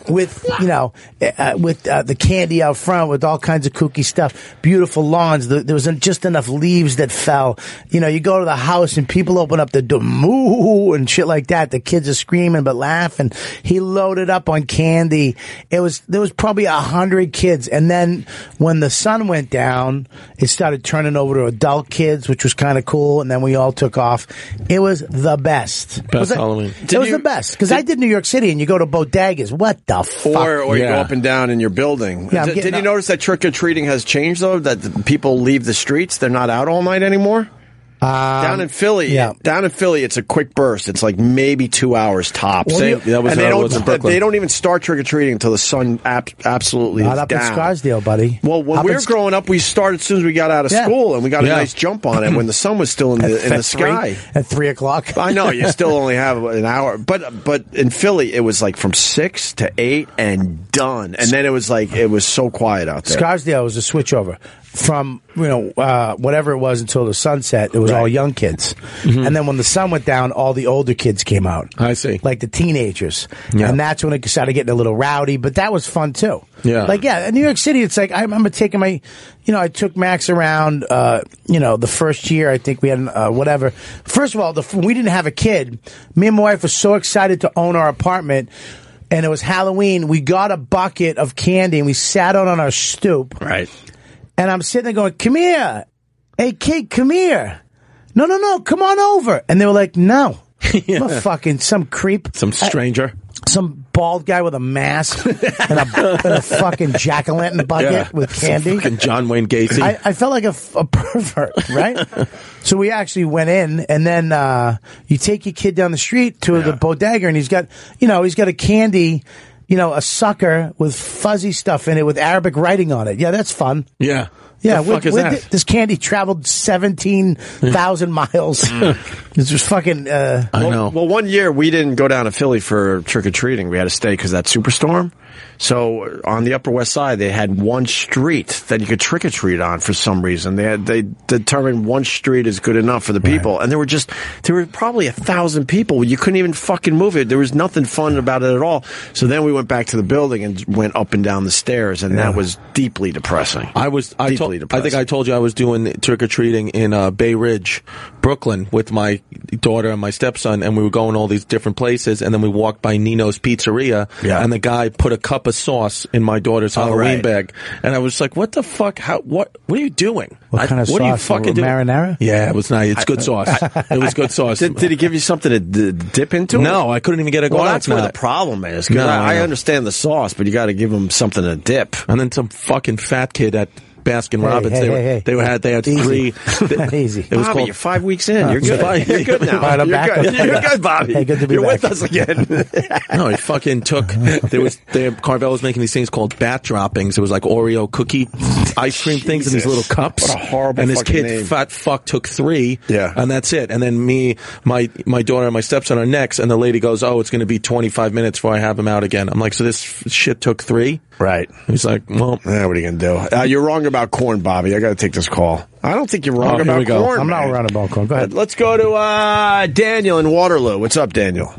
[SPEAKER 3] with you know, uh, with uh, the candy out front, with all kinds of kooky stuff, beautiful lawns. The, there was just enough leaves that fell. You know, you go to the house and people open up the door, moo and shit like that. The kids are screaming but laughing. He loaded up on candy. It was there was probably a hundred kids, and then when the sun went down, it started turning over to adult kids, which was kind of cool. And then we all took off. It was the best. Best
[SPEAKER 4] Halloween.
[SPEAKER 3] it was the best because I did New York City, and you go to bodegas. What the fuck?
[SPEAKER 2] Or, or you go
[SPEAKER 4] Yeah.
[SPEAKER 2] up and down in your building.
[SPEAKER 3] Yeah, I'm
[SPEAKER 2] Did-
[SPEAKER 3] getting
[SPEAKER 2] did you
[SPEAKER 3] up.
[SPEAKER 2] notice that trick or treating has changed though? That the people leave the streets; they're not out all night anymore. down in Philly,
[SPEAKER 3] yeah.
[SPEAKER 2] Down in Philly, it's a quick burst. It's like maybe two hours tops.
[SPEAKER 4] Well, Same. That was
[SPEAKER 2] and
[SPEAKER 4] how
[SPEAKER 2] they
[SPEAKER 4] it
[SPEAKER 2] don't.
[SPEAKER 4] was in Brooklyn.
[SPEAKER 2] They don't even start trick or treating until the sun ab- absolutely
[SPEAKER 3] Not
[SPEAKER 2] is
[SPEAKER 3] Oh, up
[SPEAKER 2] down.
[SPEAKER 3] in Scarsdale, buddy.
[SPEAKER 2] Well, when
[SPEAKER 3] Up
[SPEAKER 2] we
[SPEAKER 3] in
[SPEAKER 2] were
[SPEAKER 3] Sc-
[SPEAKER 2] growing up, we started as soon as we got out of
[SPEAKER 3] Yeah.
[SPEAKER 2] school, and we got
[SPEAKER 4] Yeah.
[SPEAKER 2] a nice jump on it when the sun was still in the in the sky.
[SPEAKER 3] Three- at three o'clock.
[SPEAKER 2] I know you still only have an hour, but but in Philly it was like from six to eight and done, and then it was like it was so quiet out there.
[SPEAKER 3] Scarsdale was a switchover from you know uh, whatever it was until the sunset. It was all young kids,
[SPEAKER 2] Mm-hmm.
[SPEAKER 3] and then when the sun went down, all the older kids came out.
[SPEAKER 4] I see.
[SPEAKER 3] like the teenagers,
[SPEAKER 4] Yeah.
[SPEAKER 3] and that's when it started getting a little rowdy. But that was fun too.
[SPEAKER 4] Yeah.
[SPEAKER 3] like yeah, in New York City, it's like I remember taking my, you know, I took Max around. Uh, you know, the first year I think we had uh, whatever. First of all, the, we didn't have a kid. Me and my wife were so excited to own our apartment. And it was Halloween. We got a bucket of candy and we sat out on our stoop.
[SPEAKER 4] Right.
[SPEAKER 3] And I'm sitting there going, come here. Hey, kid, come here. No, no, no, come on over. And they were like, no. I'm a fucking some creep, Uh,
[SPEAKER 4] Some stranger.
[SPEAKER 3] some bald guy with a mask and a, and a fucking jack o' lantern bucket
[SPEAKER 4] Yeah.
[SPEAKER 3] with candy.
[SPEAKER 4] Fucking John Wayne Gacy.
[SPEAKER 3] I, I felt like a, f- a pervert, right? so we actually went in, and then uh, you take your kid down the street to the bodega, and he's got, you know, he's got a candy, you know, a sucker with fuzzy stuff in it with Arabic writing on it. Yeah, that's fun.
[SPEAKER 4] yeah.
[SPEAKER 3] Yeah,
[SPEAKER 4] The fuck is that?
[SPEAKER 3] thi- this candy traveled seventeen thousand miles. this was fucking. Uh,
[SPEAKER 4] I
[SPEAKER 2] Well,
[SPEAKER 4] know.
[SPEAKER 2] well, one year we didn't go down to Philly for trick or treating. We had to stay because that superstorm. So uh, on the Upper West Side, they had one street that you could trick or treat on for some reason. They had, they determined one street is good enough for the people, and there were just there were probably a thousand people. You couldn't even fucking move it. There was nothing fun about it at all. So then we went back to the building and went up and down the stairs, and that was deeply depressing.
[SPEAKER 4] I was. I, told.
[SPEAKER 2] deeply
[SPEAKER 4] I think I told you I was doing trick or treating in uh, Bay Ridge, Brooklyn, with my daughter and my stepson, and we were going all these different places, and then we walked by Nino's Pizzeria,
[SPEAKER 2] Yeah.
[SPEAKER 4] and the guy put a cup of sauce in my daughter's Halloween
[SPEAKER 2] right.
[SPEAKER 4] bag, and I was like, "What the fuck? How? What? What are you doing?
[SPEAKER 3] What
[SPEAKER 4] I-
[SPEAKER 3] kind of
[SPEAKER 4] what Are you
[SPEAKER 3] sauce?
[SPEAKER 4] fucking doing?
[SPEAKER 3] Marinara?
[SPEAKER 4] Yeah, it was nice. It's good sauce. it was good sauce.
[SPEAKER 2] did, did he give you something to d- dip into?
[SPEAKER 4] no, I couldn't even get a
[SPEAKER 2] Well,
[SPEAKER 4] garlic
[SPEAKER 2] that's where
[SPEAKER 4] knot.
[SPEAKER 2] the problem is. 'cause
[SPEAKER 4] No, I
[SPEAKER 2] I, I
[SPEAKER 4] know.
[SPEAKER 2] understand the sauce, but you got to give them something to dip.
[SPEAKER 4] and then some fucking fat kid at Baskin Robbins.
[SPEAKER 3] hey,
[SPEAKER 4] they, were-
[SPEAKER 3] hey, hey.
[SPEAKER 4] they were had they had
[SPEAKER 3] Easy.
[SPEAKER 4] three.
[SPEAKER 3] Easy.
[SPEAKER 4] It was
[SPEAKER 2] Bobby,
[SPEAKER 4] called
[SPEAKER 2] you're five weeks in. You're good.
[SPEAKER 4] fine.
[SPEAKER 2] You're good now.
[SPEAKER 3] All right, I'm
[SPEAKER 2] you're
[SPEAKER 3] back.
[SPEAKER 2] good.
[SPEAKER 3] I'm
[SPEAKER 2] You're
[SPEAKER 3] back.
[SPEAKER 2] good, Bobby.
[SPEAKER 3] Hey, good to be
[SPEAKER 2] you're
[SPEAKER 3] back.
[SPEAKER 2] with us again.
[SPEAKER 4] No, he fucking took. There was there, Carvel was making these things called bat droppings. It was like Oreo cookie ice cream things in these
[SPEAKER 2] Jesus.
[SPEAKER 4] little cups.
[SPEAKER 2] What a horrible
[SPEAKER 4] And this
[SPEAKER 2] fucking
[SPEAKER 4] kid,
[SPEAKER 2] name.
[SPEAKER 4] fat fuck, took three.
[SPEAKER 2] Yeah.
[SPEAKER 4] and that's it. And then me, my my daughter, and my stepson are next. And the lady goes, "Oh, it's going to be twenty five minutes before I have him out again." I'm like, "So this shit took three?
[SPEAKER 2] right.
[SPEAKER 4] He's like, "Well,
[SPEAKER 2] Yeah, what are you going to do? Uh, you're wrong about corn, Bobby. I got to take this call. I don't think you're
[SPEAKER 4] Oh,
[SPEAKER 2] wrong
[SPEAKER 4] here we
[SPEAKER 2] about
[SPEAKER 4] go.
[SPEAKER 2] corn.
[SPEAKER 3] I'm not
[SPEAKER 2] man.
[SPEAKER 3] around a ball corn. Go
[SPEAKER 2] But
[SPEAKER 3] ahead.
[SPEAKER 2] Let's go to uh, Daniel in Waterloo. What's up, Daniel?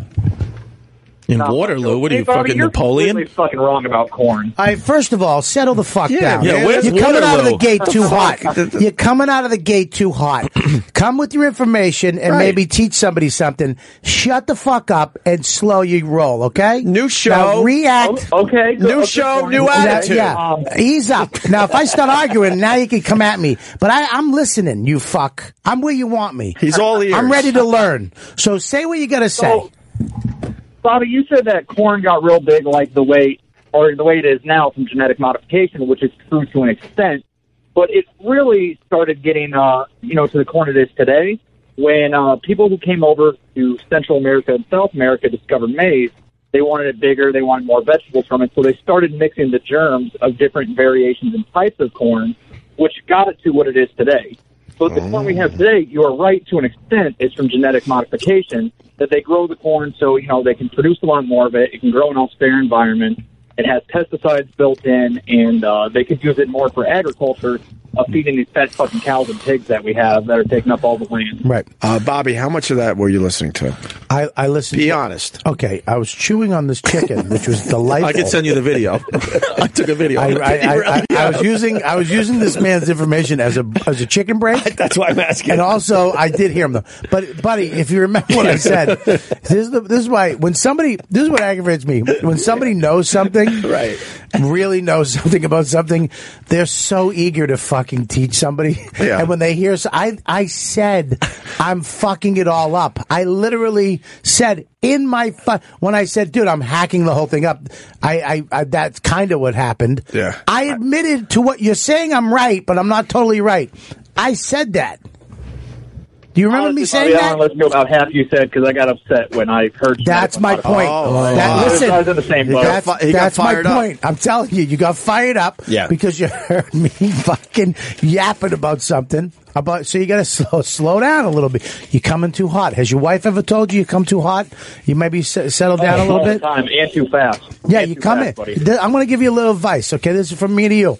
[SPEAKER 4] in Waterloo, what are
[SPEAKER 7] Hey,
[SPEAKER 4] you
[SPEAKER 7] Bobby,
[SPEAKER 4] fucking
[SPEAKER 7] you're
[SPEAKER 4] Napoleon?"
[SPEAKER 7] completely fucking wrong about corn.
[SPEAKER 3] All right, first of all, settle the fuck down.
[SPEAKER 2] man. Yeah, where's
[SPEAKER 3] You're coming out of the
[SPEAKER 2] Waterloo?
[SPEAKER 3] gate too hot. You're coming out of the gate too hot. Come with your information and
[SPEAKER 2] Right.
[SPEAKER 3] maybe teach somebody something. Shut the fuck up and slow your roll, okay?
[SPEAKER 2] New show.
[SPEAKER 3] Now
[SPEAKER 8] Oh,
[SPEAKER 3] react.
[SPEAKER 7] Okay. good.
[SPEAKER 2] New
[SPEAKER 7] Okay,
[SPEAKER 2] show,
[SPEAKER 7] corn.
[SPEAKER 2] new
[SPEAKER 7] Okay.
[SPEAKER 3] Yeah,
[SPEAKER 2] attitude.
[SPEAKER 3] yeah.
[SPEAKER 7] Um,
[SPEAKER 3] ease up. Now, if I start arguing, now you can come at me. But I, I'm listening. You fuck. I'm where you want me.
[SPEAKER 2] He's all ears.
[SPEAKER 3] I'm ready to learn. So say what you gotta say.
[SPEAKER 7] So, Bobby, you said that corn got real big like the way, or the way it is now from genetic modification, which is true to an extent. But it really started getting, uh, you know, to the corn it is today when uh, people who came over to Central America and South America discovered maize. They wanted it bigger. They wanted more vegetables from it. So they started mixing the germs of different variations and types of corn, which got it to what it is today. So the corn we have today, you are right to an extent, is from genetic modification that they grow the corn so, you know, they can produce a lot more of it. It can grow in an fair environment. It has pesticides built in, and uh, they could use it more for agriculture of feeding these fat fucking cows and pigs that we have that are taking up all the land.
[SPEAKER 3] Right.
[SPEAKER 2] Uh, Bobby, how much of that were you listening to?
[SPEAKER 3] I, I listened.
[SPEAKER 2] Be
[SPEAKER 3] to-
[SPEAKER 2] honest.
[SPEAKER 3] Okay, I was chewing on this chicken, which was delightful.
[SPEAKER 4] I could send you the video. I took a video.
[SPEAKER 3] I, I, I, I, I was using I was using this man's information as a as a chicken break.
[SPEAKER 2] That's why I'm asking.
[SPEAKER 3] And also, I did hear him though. But, buddy, if you remember what I said, this is the, this is why when somebody this is what aggravates me when somebody knows something,
[SPEAKER 2] Right.
[SPEAKER 3] Really knows something about something. They're so eager to fucking teach somebody,
[SPEAKER 2] Yeah.
[SPEAKER 3] and when they hear, so I I said, I'm fucking it all up. I literally said in my fu- when I said, dude, I'm hacking the whole thing up. I I, I that's kind of what happened.
[SPEAKER 2] Yeah.
[SPEAKER 3] I admitted to what you're saying. I'm right, but I'm not totally right. I said that. Do you remember me saying
[SPEAKER 7] I
[SPEAKER 3] that?
[SPEAKER 7] want to listen to about half you said because I got upset when I heard.
[SPEAKER 3] That's
[SPEAKER 7] genetic
[SPEAKER 3] my
[SPEAKER 7] modification.
[SPEAKER 3] point.
[SPEAKER 2] Oh,
[SPEAKER 3] that,
[SPEAKER 2] wow.
[SPEAKER 3] Listen,
[SPEAKER 7] I was in the same boat.
[SPEAKER 3] that's,
[SPEAKER 2] fi- he got
[SPEAKER 3] that's my
[SPEAKER 2] fired up.
[SPEAKER 3] point. I'm telling you, you got fired up
[SPEAKER 2] Yeah.
[SPEAKER 3] because you heard me fucking yapping about something. About so you got to slow slow down a little bit. You're coming too hot. Has your wife ever told you you come too hot? You maybe s- settle
[SPEAKER 2] Oh,
[SPEAKER 3] down a
[SPEAKER 7] All
[SPEAKER 3] little
[SPEAKER 7] the
[SPEAKER 3] bit.
[SPEAKER 7] Time and too fast.
[SPEAKER 3] Yeah,
[SPEAKER 7] And
[SPEAKER 3] you
[SPEAKER 7] too
[SPEAKER 3] come
[SPEAKER 7] fast,
[SPEAKER 3] in.
[SPEAKER 7] buddy.
[SPEAKER 3] Th- I'm going to give you a little advice. Okay, this is from me to you.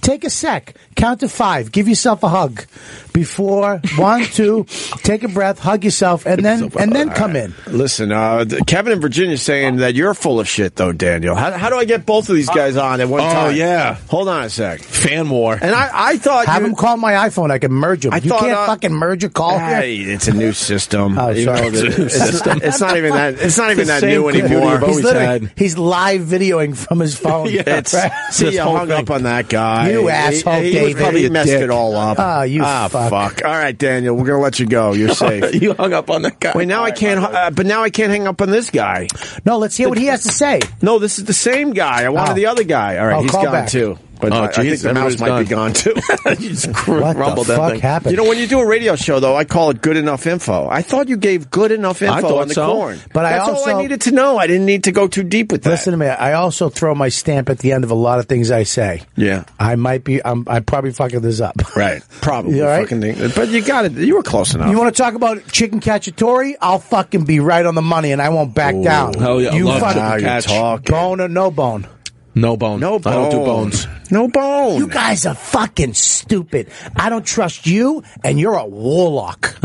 [SPEAKER 3] Take a sec. Count to five. Give yourself a hug before one, two. Take a breath. Hug yourself, and then and then come in.
[SPEAKER 2] Listen, uh, th- Kevin in Virginia's saying that you're full of shit, though, Daniel. How, how do I get both of these guys on at one
[SPEAKER 4] Oh,
[SPEAKER 2] time?
[SPEAKER 4] yeah.
[SPEAKER 2] Hold on a sec.
[SPEAKER 4] fan war.
[SPEAKER 2] And I, I thought
[SPEAKER 3] Have
[SPEAKER 2] you,
[SPEAKER 3] him call my iPhone. I can merge them.
[SPEAKER 2] I
[SPEAKER 3] you
[SPEAKER 2] thought,
[SPEAKER 3] can't
[SPEAKER 2] uh,
[SPEAKER 3] fucking merge a call.
[SPEAKER 2] Hey, it's a new system.
[SPEAKER 3] Oh,
[SPEAKER 2] You
[SPEAKER 3] sorry.
[SPEAKER 2] know, the- it's, it's not even that. It's not even
[SPEAKER 4] the
[SPEAKER 2] that
[SPEAKER 4] same
[SPEAKER 2] new
[SPEAKER 4] computer
[SPEAKER 2] anymore.
[SPEAKER 4] you've always
[SPEAKER 3] He's literally
[SPEAKER 4] had.
[SPEAKER 3] he's live videoing from his phone.
[SPEAKER 4] Yeah,
[SPEAKER 2] It's,
[SPEAKER 3] Right.
[SPEAKER 2] see,
[SPEAKER 4] This
[SPEAKER 2] you
[SPEAKER 4] whole
[SPEAKER 2] hung
[SPEAKER 4] thing.
[SPEAKER 2] up on that guy.
[SPEAKER 3] You
[SPEAKER 2] He-
[SPEAKER 3] asshole,
[SPEAKER 2] he, he was
[SPEAKER 3] David.
[SPEAKER 2] probably
[SPEAKER 3] You
[SPEAKER 2] messed
[SPEAKER 3] dick.
[SPEAKER 2] it all up.
[SPEAKER 3] Ah, you
[SPEAKER 2] ah,
[SPEAKER 3] fuck.
[SPEAKER 2] All right, Daniel, we're gonna let you go. You're safe.
[SPEAKER 4] you hung up on that guy.
[SPEAKER 2] Wait, now I can't. hu- Uh, but now I can't hang up on this guy.
[SPEAKER 3] No, let's hear what he has to say.
[SPEAKER 2] No, this is the same guy. I wanted
[SPEAKER 3] Oh.
[SPEAKER 2] the other guy. All right,
[SPEAKER 3] Oh,
[SPEAKER 2] he's
[SPEAKER 3] call
[SPEAKER 2] gone
[SPEAKER 3] back.
[SPEAKER 2] too. But
[SPEAKER 4] Oh,
[SPEAKER 2] I, I think
[SPEAKER 4] Jesus,
[SPEAKER 2] the mouse
[SPEAKER 4] everybody's
[SPEAKER 2] might be gone too.
[SPEAKER 4] you just cr-
[SPEAKER 3] What the
[SPEAKER 4] rumbled that
[SPEAKER 3] fuck
[SPEAKER 4] thing.
[SPEAKER 3] happened?
[SPEAKER 2] you know, when you do a radio show, though, I call it good enough info. I thought you gave good enough
[SPEAKER 4] I
[SPEAKER 2] info
[SPEAKER 4] thought
[SPEAKER 2] on the
[SPEAKER 4] so.
[SPEAKER 2] corn.
[SPEAKER 3] But I
[SPEAKER 2] That's all
[SPEAKER 3] also-
[SPEAKER 2] I needed to know. I didn't need to go too deep with that.
[SPEAKER 3] Listen to me. I also throw my stamp at the end of a lot of things I say.
[SPEAKER 2] Yeah.
[SPEAKER 3] I might be. I'm, I'm probably fucking this up.
[SPEAKER 2] Right. Probably.
[SPEAKER 3] You all right?
[SPEAKER 2] fucking thing. But you got it. You were close enough.
[SPEAKER 3] You want to talk about chicken cacciatore? I'll fucking be right on the money, and I won't back down.
[SPEAKER 4] Hell yeah,
[SPEAKER 3] You
[SPEAKER 4] love
[SPEAKER 3] fucking
[SPEAKER 2] Ah, you're talking.
[SPEAKER 3] bone or no bone?
[SPEAKER 4] No bone.
[SPEAKER 2] no bone.
[SPEAKER 4] I don't do bones.
[SPEAKER 2] No bone.
[SPEAKER 3] You guys are fucking stupid. I don't trust you, and you're a warlock.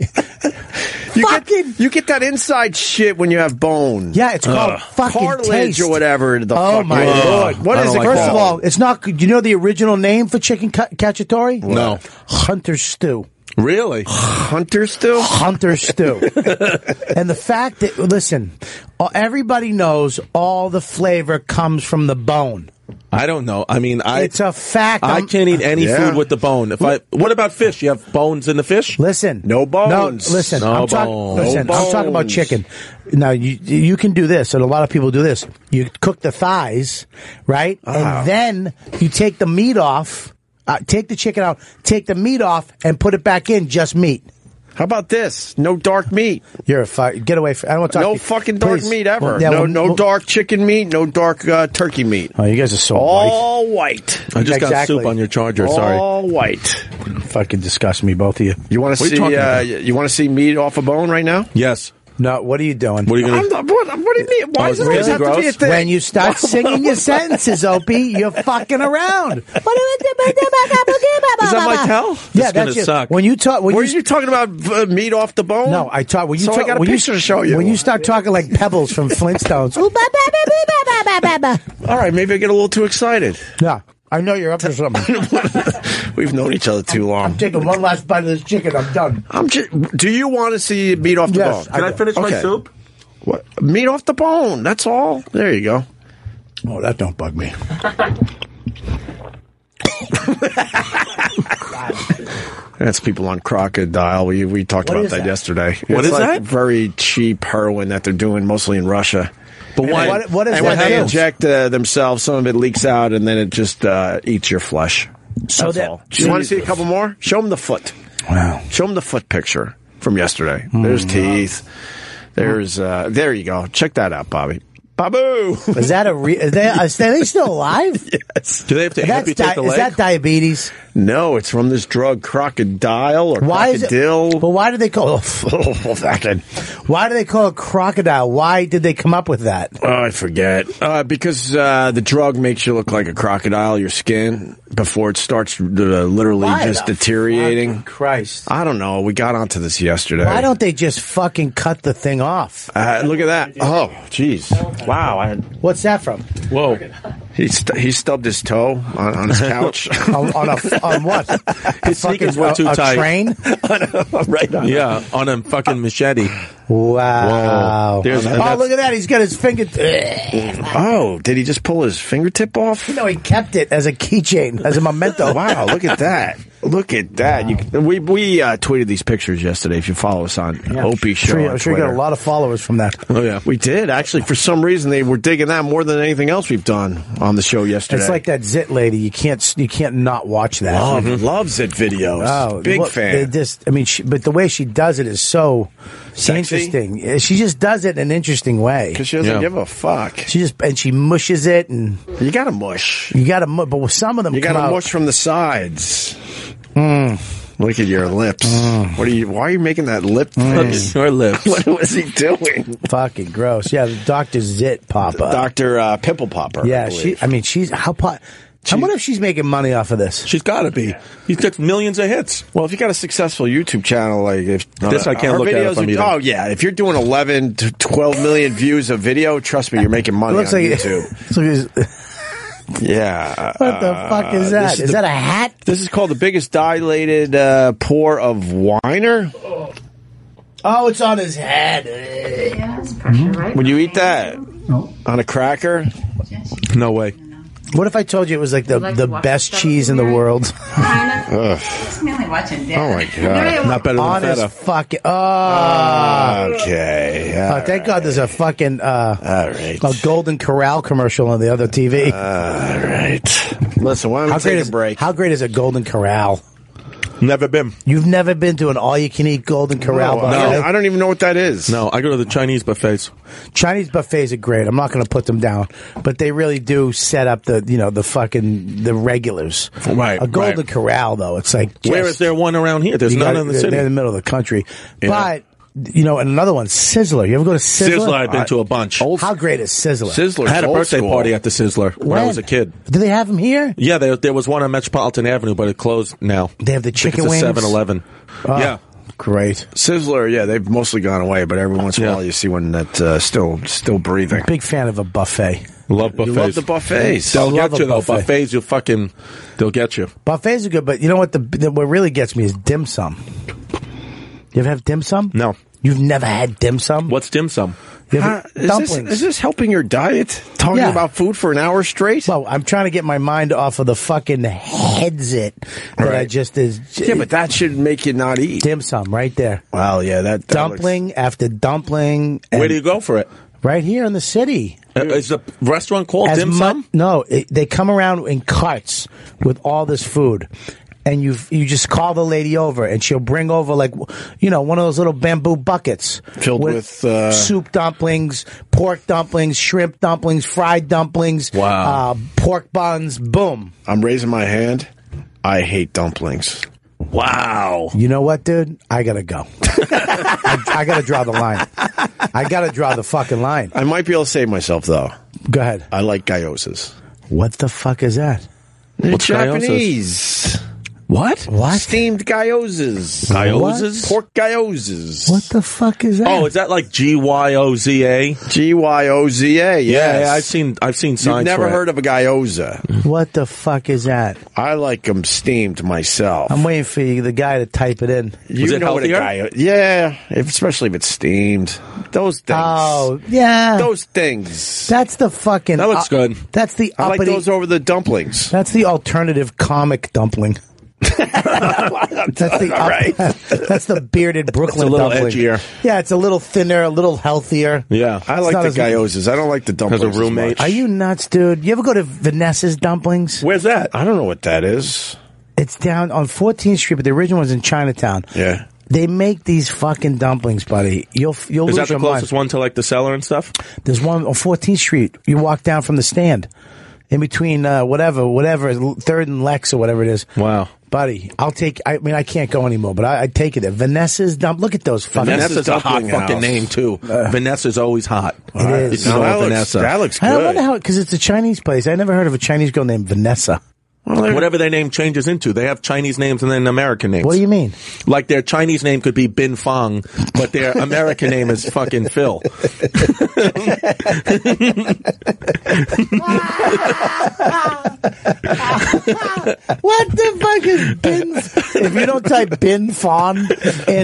[SPEAKER 2] You
[SPEAKER 3] fucking-
[SPEAKER 2] Get, you get that inside shit when you have bone.
[SPEAKER 3] Yeah, it's called fucking
[SPEAKER 2] Cartilage
[SPEAKER 3] taste.
[SPEAKER 2] or whatever the
[SPEAKER 3] oh
[SPEAKER 2] fuck
[SPEAKER 3] my
[SPEAKER 2] it is.
[SPEAKER 3] lord!
[SPEAKER 2] What
[SPEAKER 4] I
[SPEAKER 2] is
[SPEAKER 4] don't
[SPEAKER 2] it?
[SPEAKER 4] like
[SPEAKER 3] First
[SPEAKER 4] that.
[SPEAKER 3] of all, it's not. Do you know the original name for chicken ca- cacciatore?
[SPEAKER 4] No.
[SPEAKER 3] hunter's stew.
[SPEAKER 4] Really?
[SPEAKER 2] hunter still?
[SPEAKER 3] Hunter stew. and the fact that listen, all- everybody knows all the flavor comes from the bone.
[SPEAKER 4] I don't know. I mean, I
[SPEAKER 3] It's a fact.
[SPEAKER 4] I
[SPEAKER 3] I'm-
[SPEAKER 4] can't eat any
[SPEAKER 2] Yeah.
[SPEAKER 4] food with the bone. If I what about fish? You have bones in the fish?
[SPEAKER 3] Listen,
[SPEAKER 2] No bones.
[SPEAKER 3] No, listen,
[SPEAKER 4] No
[SPEAKER 3] I'm talk-
[SPEAKER 4] bones.
[SPEAKER 3] Listen,
[SPEAKER 2] No
[SPEAKER 3] I'm talking about
[SPEAKER 2] bones.
[SPEAKER 3] chicken. Now you you can do this, and a lot of people do this. You cook the thighs, right,
[SPEAKER 2] Ah.
[SPEAKER 3] and then you take the meat off. Uh, take the chicken out, take the meat off, and put it back in. Just meat.
[SPEAKER 2] How about this? No dark meat.
[SPEAKER 3] You're a fi- get away. From, I don't want to talk.
[SPEAKER 2] No
[SPEAKER 3] to you.
[SPEAKER 2] fucking dark
[SPEAKER 3] Please.
[SPEAKER 2] meat ever.
[SPEAKER 3] Well, yeah,
[SPEAKER 2] no
[SPEAKER 3] well,
[SPEAKER 2] no
[SPEAKER 3] well-
[SPEAKER 2] dark chicken meat. No dark uh, turkey meat.
[SPEAKER 3] Oh, you guys are so white.
[SPEAKER 2] All white.
[SPEAKER 4] I just got
[SPEAKER 3] Exactly.
[SPEAKER 4] soup on your charger. Sorry.
[SPEAKER 2] All white.
[SPEAKER 3] Fucking disgust me, both of you.
[SPEAKER 2] You want to
[SPEAKER 4] What are you
[SPEAKER 2] see?
[SPEAKER 4] talking
[SPEAKER 2] uh,
[SPEAKER 4] about?
[SPEAKER 2] you want to see meat off a bone right now?
[SPEAKER 4] Yes.
[SPEAKER 3] No, what are you doing?
[SPEAKER 4] What are you gonna?
[SPEAKER 2] I'm not, what, what do you mean? Why
[SPEAKER 4] Oh,
[SPEAKER 2] does it
[SPEAKER 4] it's
[SPEAKER 2] always
[SPEAKER 4] really
[SPEAKER 2] have to be a
[SPEAKER 4] gross?
[SPEAKER 2] thing?
[SPEAKER 3] when you start singing your sentences, Opie, you're fucking around.
[SPEAKER 4] Is that my towel?
[SPEAKER 3] yeah,
[SPEAKER 4] It's gonna
[SPEAKER 3] that's it.
[SPEAKER 4] suck.
[SPEAKER 3] When you talk, when
[SPEAKER 2] Were
[SPEAKER 3] you,
[SPEAKER 2] you talking about uh, meat off the bone?
[SPEAKER 3] no, I talk. When you
[SPEAKER 2] so
[SPEAKER 3] talk,
[SPEAKER 2] I got a
[SPEAKER 3] when
[SPEAKER 2] picture
[SPEAKER 3] you,
[SPEAKER 2] to show you.
[SPEAKER 3] When you start talking like pebbles from Flintstones. Ooh,
[SPEAKER 2] All right, maybe I get a little too excited.
[SPEAKER 3] yeah, I know you're up to something.
[SPEAKER 2] We've known each other too long.
[SPEAKER 3] Taking one last bite of this chicken, I'm done.
[SPEAKER 2] I'm just, do you want to see meat off the
[SPEAKER 3] Yes,
[SPEAKER 2] bone?
[SPEAKER 3] I- Can
[SPEAKER 4] finish
[SPEAKER 2] my soup? What? Meat off the bone. That's all. There you go.
[SPEAKER 3] Oh, that don't bug me.
[SPEAKER 2] That's people on crocodile. We we talked
[SPEAKER 3] What
[SPEAKER 2] about
[SPEAKER 3] is
[SPEAKER 2] that,
[SPEAKER 3] that?
[SPEAKER 2] yesterday.
[SPEAKER 4] What
[SPEAKER 2] it's
[SPEAKER 4] is
[SPEAKER 2] like
[SPEAKER 4] that?
[SPEAKER 2] Very cheap heroin that they're doing mostly in Russia.
[SPEAKER 4] But why?
[SPEAKER 3] what- what is
[SPEAKER 2] and when
[SPEAKER 3] that
[SPEAKER 2] they
[SPEAKER 3] do?
[SPEAKER 2] inject uh, themselves, some of it leaks out, and then it just uh, eats your flesh.
[SPEAKER 3] So
[SPEAKER 2] That's
[SPEAKER 3] Oh, that-
[SPEAKER 2] all. You want to see a couple more? Show them the foot.
[SPEAKER 3] Wow.
[SPEAKER 4] Mm.
[SPEAKER 2] Show them the foot picture from yesterday. There's teeth. There's uh, there you go. Check that out, Bobby. Babu.
[SPEAKER 3] Is that a re- is they, are they still alive?
[SPEAKER 4] Do they have to
[SPEAKER 3] That's
[SPEAKER 4] amputate
[SPEAKER 3] di-
[SPEAKER 4] the
[SPEAKER 3] is
[SPEAKER 4] leg?
[SPEAKER 3] that diabetes?
[SPEAKER 2] no, it's from this drug crocodile or
[SPEAKER 3] Why is it?
[SPEAKER 2] crocodile.
[SPEAKER 3] But why do they call?
[SPEAKER 2] Oh, fucking.
[SPEAKER 3] Why do they call it crocodile? Why did they come up with that?
[SPEAKER 2] Oh, I forget. Uh, because uh, the drug makes you look like a crocodile, your skin, before it starts uh, literally
[SPEAKER 3] Why
[SPEAKER 2] just
[SPEAKER 3] the
[SPEAKER 2] deteriorating.
[SPEAKER 3] fucking Christ!
[SPEAKER 2] I don't know. We got onto this yesterday.
[SPEAKER 3] Why don't they just fucking cut the thing off?
[SPEAKER 2] Uh, look at that. Oh, jeez. Wow. I had,
[SPEAKER 3] What's that from?
[SPEAKER 4] Whoa.
[SPEAKER 2] he, st- he stubbed his toe on, on his couch.
[SPEAKER 3] On, on a on what?
[SPEAKER 4] His sneakers were
[SPEAKER 3] a,
[SPEAKER 4] too
[SPEAKER 3] a
[SPEAKER 4] tight.
[SPEAKER 3] train?
[SPEAKER 2] right on.
[SPEAKER 4] Yeah, on a fucking machete.
[SPEAKER 3] Wow!
[SPEAKER 4] Whoa. There's- and
[SPEAKER 3] oh,
[SPEAKER 4] that's-
[SPEAKER 3] look at that! He's got his finger.
[SPEAKER 2] Oh, did he just pull his fingertip off?
[SPEAKER 3] no, he kept it as a keychain, as a memento.
[SPEAKER 2] Wow, look at that. Look at that. You can we we uh, tweeted these pictures yesterday if you follow us on Opie Show.
[SPEAKER 3] Sure,
[SPEAKER 2] on
[SPEAKER 3] I'm sure you got a
[SPEAKER 2] Twitter.
[SPEAKER 3] lot of followers from that.
[SPEAKER 4] Oh, yeah.
[SPEAKER 2] We did actually. For some reason, they were digging that more than anything else we've done on the show yesterday.
[SPEAKER 3] It's like that zit lady. You can't you can't not watch that.
[SPEAKER 2] Love,
[SPEAKER 4] Mm-hmm.
[SPEAKER 2] loves it videos. Oh, Big
[SPEAKER 3] look, they
[SPEAKER 2] fan.
[SPEAKER 3] Just, I mean, she, but the way she does it is so
[SPEAKER 2] Sexy?
[SPEAKER 3] interesting. Yeah, She just does it in an interesting way.
[SPEAKER 2] Because she doesn't
[SPEAKER 4] Yeah.
[SPEAKER 2] give a fuck.
[SPEAKER 3] She just and she mushes it, and
[SPEAKER 2] You got to mush.
[SPEAKER 3] you got to. But with some of them,
[SPEAKER 2] You got
[SPEAKER 3] come
[SPEAKER 2] to
[SPEAKER 3] out-
[SPEAKER 2] mush from the sides.
[SPEAKER 4] Mm.
[SPEAKER 2] Look at your lips. What are you? Why are you making that lip face?
[SPEAKER 4] Mm. Your lips.
[SPEAKER 2] What was he doing?
[SPEAKER 3] Fucking gross. Yeah, the Doctor Zit Papa.
[SPEAKER 2] Doctor uh, Pimple Popper.
[SPEAKER 3] yeah,
[SPEAKER 2] I
[SPEAKER 3] she.
[SPEAKER 2] believe.
[SPEAKER 3] I mean, she's how. Po- I wonder if she's making money off of this.
[SPEAKER 4] She's got to be. He's got millions of hits.
[SPEAKER 2] Well, if you got a successful YouTube channel, like if uh,
[SPEAKER 4] This I can't
[SPEAKER 2] her
[SPEAKER 4] look at
[SPEAKER 2] videos
[SPEAKER 4] if I'm
[SPEAKER 2] are-
[SPEAKER 4] eating.
[SPEAKER 2] Oh yeah, if you're doing 11 to 12 million views of video, trust me, you're making money on YouTube.
[SPEAKER 3] so it's-
[SPEAKER 2] yeah.
[SPEAKER 3] what the fuck is that? Is
[SPEAKER 2] the-
[SPEAKER 3] that a hat?
[SPEAKER 2] This is called the biggest dilated uh, pour of winer.
[SPEAKER 3] Oh, it's on his head.
[SPEAKER 2] Mm-hmm. Would you eat that
[SPEAKER 3] Oh.
[SPEAKER 2] on a cracker?
[SPEAKER 4] No way.
[SPEAKER 3] What if I told you it was like the
[SPEAKER 9] Like
[SPEAKER 3] the
[SPEAKER 9] what?
[SPEAKER 3] best cheese in the world?
[SPEAKER 9] Ugh. mainly watching Dad.
[SPEAKER 2] Oh my god.
[SPEAKER 4] Not better than
[SPEAKER 3] Honest
[SPEAKER 4] feta.
[SPEAKER 3] fucking.
[SPEAKER 2] Uh,
[SPEAKER 3] Oh.
[SPEAKER 2] Okay. Uh,
[SPEAKER 3] Oh, thank God there's a fucking uh,
[SPEAKER 2] All right.
[SPEAKER 3] a Golden Corral commercial on the other TV.
[SPEAKER 2] All right. Listen, why don't we Uh, take
[SPEAKER 3] is
[SPEAKER 2] a break?
[SPEAKER 3] How great is a Golden Corral?
[SPEAKER 4] Never been.
[SPEAKER 3] You've never been to an all-you-can-eat Golden Corral
[SPEAKER 2] I
[SPEAKER 3] buffet.
[SPEAKER 2] don't- Uh, I don't even know what that is.
[SPEAKER 4] No, I go to the Chinese buffets.
[SPEAKER 3] Chinese buffets are great. I'm not going to put them down, but they really do set up the you know the fucking the regulars.
[SPEAKER 4] Right,
[SPEAKER 3] A Golden
[SPEAKER 4] right.
[SPEAKER 3] Corral though, it's like just,
[SPEAKER 4] Where is there one around here? There's
[SPEAKER 3] you
[SPEAKER 4] none
[SPEAKER 3] gotta-
[SPEAKER 4] in the
[SPEAKER 3] they're- They're in the
[SPEAKER 4] city.
[SPEAKER 3] middle of the country,
[SPEAKER 4] Yeah.
[SPEAKER 3] but you know, and another one, Sizzler. You ever go to Sizzler?
[SPEAKER 4] Sizzler, I've been to a bunch.
[SPEAKER 3] How great is Sizzler?
[SPEAKER 2] Sizzler.
[SPEAKER 4] I had a birthday party at the Sizzler when, I was a kid.
[SPEAKER 3] Do they have them here?
[SPEAKER 4] Yeah, there, there was one on Metropolitan Avenue, but it closed now.
[SPEAKER 3] They have the
[SPEAKER 4] I think
[SPEAKER 3] chicken wings?
[SPEAKER 4] It's a 7-Eleven. yeah.
[SPEAKER 3] Great.
[SPEAKER 2] Sizzler. Yeah, they've mostly gone away, but every once in a
[SPEAKER 4] Yeah.
[SPEAKER 2] while you see one that's uh, still still breathing.
[SPEAKER 3] Big fan of a buffet.
[SPEAKER 4] Love
[SPEAKER 2] You
[SPEAKER 4] buffets.
[SPEAKER 2] love the buffets.
[SPEAKER 4] They'll
[SPEAKER 3] I love
[SPEAKER 4] get you
[SPEAKER 3] a
[SPEAKER 4] though.
[SPEAKER 3] buffet.
[SPEAKER 4] Buffets, you fucking, they'll get you.
[SPEAKER 3] Buffets are good, but you know what? The, the what really gets me is dim sum. You ever have dim sum?
[SPEAKER 4] No.
[SPEAKER 3] You've never had dim sum.
[SPEAKER 4] What's dim sum?
[SPEAKER 3] You
[SPEAKER 2] Huh?
[SPEAKER 3] ever-
[SPEAKER 2] Uh, Is
[SPEAKER 3] Uh, dumplings?
[SPEAKER 2] this, is this helping your diet? Talking
[SPEAKER 3] Yeah.
[SPEAKER 2] about food for an hour straight?
[SPEAKER 3] well, I'm trying to get my mind off of the fucking heads it that I
[SPEAKER 2] Right.
[SPEAKER 3] just is.
[SPEAKER 2] yeah, but that should make you not eat.
[SPEAKER 3] dim sum right there.
[SPEAKER 2] Wow, yeah, that, that looks-
[SPEAKER 3] dumpling after dumpling. and
[SPEAKER 4] Where do you go for it?
[SPEAKER 3] right here in the city.
[SPEAKER 4] Uh, Is the restaurant called
[SPEAKER 3] As
[SPEAKER 4] dim
[SPEAKER 3] mu-
[SPEAKER 4] sum?
[SPEAKER 3] No, it, they come around in carts with all this food. And you you just call the lady over, and she'll bring over like you know one of those little bamboo buckets
[SPEAKER 2] Filled with, uh,
[SPEAKER 3] soup dumplings, pork dumplings, shrimp dumplings, fried dumplings,
[SPEAKER 4] Wow.
[SPEAKER 3] uh, pork buns. Boom!
[SPEAKER 2] I'm raising my hand. I hate dumplings.
[SPEAKER 4] Wow.
[SPEAKER 3] You know what, dude? I gotta go. I, I gotta draw the line. I gotta draw the fucking line.
[SPEAKER 2] I might be able to save myself though.
[SPEAKER 3] Go ahead.
[SPEAKER 2] I like gyozas.
[SPEAKER 3] What the fuck is that?
[SPEAKER 4] What's What?
[SPEAKER 3] What?
[SPEAKER 2] Steamed gyozas.
[SPEAKER 4] Gyozas?
[SPEAKER 2] Pork gyozas.
[SPEAKER 3] What the fuck is that?
[SPEAKER 4] Oh, is that like G Y O Z A? Yeah,
[SPEAKER 2] G Y O Z A. Yes.
[SPEAKER 4] I've seen I've seen signs.
[SPEAKER 2] You've never
[SPEAKER 4] for it.
[SPEAKER 2] heard of a gyoza.
[SPEAKER 3] what the fuck is that?
[SPEAKER 2] I like them steamed myself.
[SPEAKER 3] I'm waiting for you, the guy to type it in.
[SPEAKER 2] you
[SPEAKER 4] Was it
[SPEAKER 2] know what a
[SPEAKER 4] healthier?
[SPEAKER 2] gyoza? Yeah, if, especially if it's steamed. Those things.
[SPEAKER 3] Oh, yeah.
[SPEAKER 2] Those things.
[SPEAKER 3] that's the fucking. uh,
[SPEAKER 4] That looks good.
[SPEAKER 3] That's the
[SPEAKER 2] I like
[SPEAKER 3] uppity.
[SPEAKER 2] those over the dumplings.
[SPEAKER 3] that's the alternative comic dumpling. that's the up-
[SPEAKER 2] right.
[SPEAKER 3] that's the bearded Brooklyn
[SPEAKER 4] little
[SPEAKER 3] dumpling.
[SPEAKER 4] edgier.
[SPEAKER 3] Yeah, it's a little thinner, a little healthier.
[SPEAKER 4] Yeah.
[SPEAKER 2] I
[SPEAKER 3] It's not
[SPEAKER 2] like
[SPEAKER 3] as-
[SPEAKER 2] the gyozas. I don't like the dumplings. as
[SPEAKER 4] roommate.
[SPEAKER 2] much.
[SPEAKER 3] Are you nuts, dude? You ever go to Vanessa's Dumplings?
[SPEAKER 4] Where's that?
[SPEAKER 2] I don't know what that is.
[SPEAKER 3] It's down on 14th Street, but the original one's in Chinatown.
[SPEAKER 2] Yeah.
[SPEAKER 3] They make these fucking dumplings, buddy. You'll f- you'll
[SPEAKER 4] Is
[SPEAKER 3] lose
[SPEAKER 4] that the
[SPEAKER 3] your
[SPEAKER 4] closest
[SPEAKER 3] mind.
[SPEAKER 4] one to like the cellar and stuff?
[SPEAKER 3] There's one on 14th Street. You walk down from the stand, in between uh, whatever, whatever, Third and Lex or whatever it is.
[SPEAKER 4] Wow.
[SPEAKER 3] buddy, I'll take. I mean, I can't go anymore, but I, I take it there. Vanessa's dump. Look at those fucking.
[SPEAKER 4] Vanessa's, a hot Uh,
[SPEAKER 2] Dumpling
[SPEAKER 4] fucking
[SPEAKER 2] House.
[SPEAKER 4] name too. Vanessa's always hot.
[SPEAKER 3] It is.
[SPEAKER 4] You know,
[SPEAKER 2] that, looks,
[SPEAKER 4] Vanessa.
[SPEAKER 2] that looks good.
[SPEAKER 3] I don't wonder how because it's a Chinese place. I never heard of a Chinese girl named Vanessa.
[SPEAKER 4] Whatever their name changes into, they have Chinese names and then American names.
[SPEAKER 3] What do you mean?
[SPEAKER 4] Like their Chinese name could be Bin Fong, but their American name is fucking Phil.
[SPEAKER 3] What the fuck is bin? if you don't type bin fawn in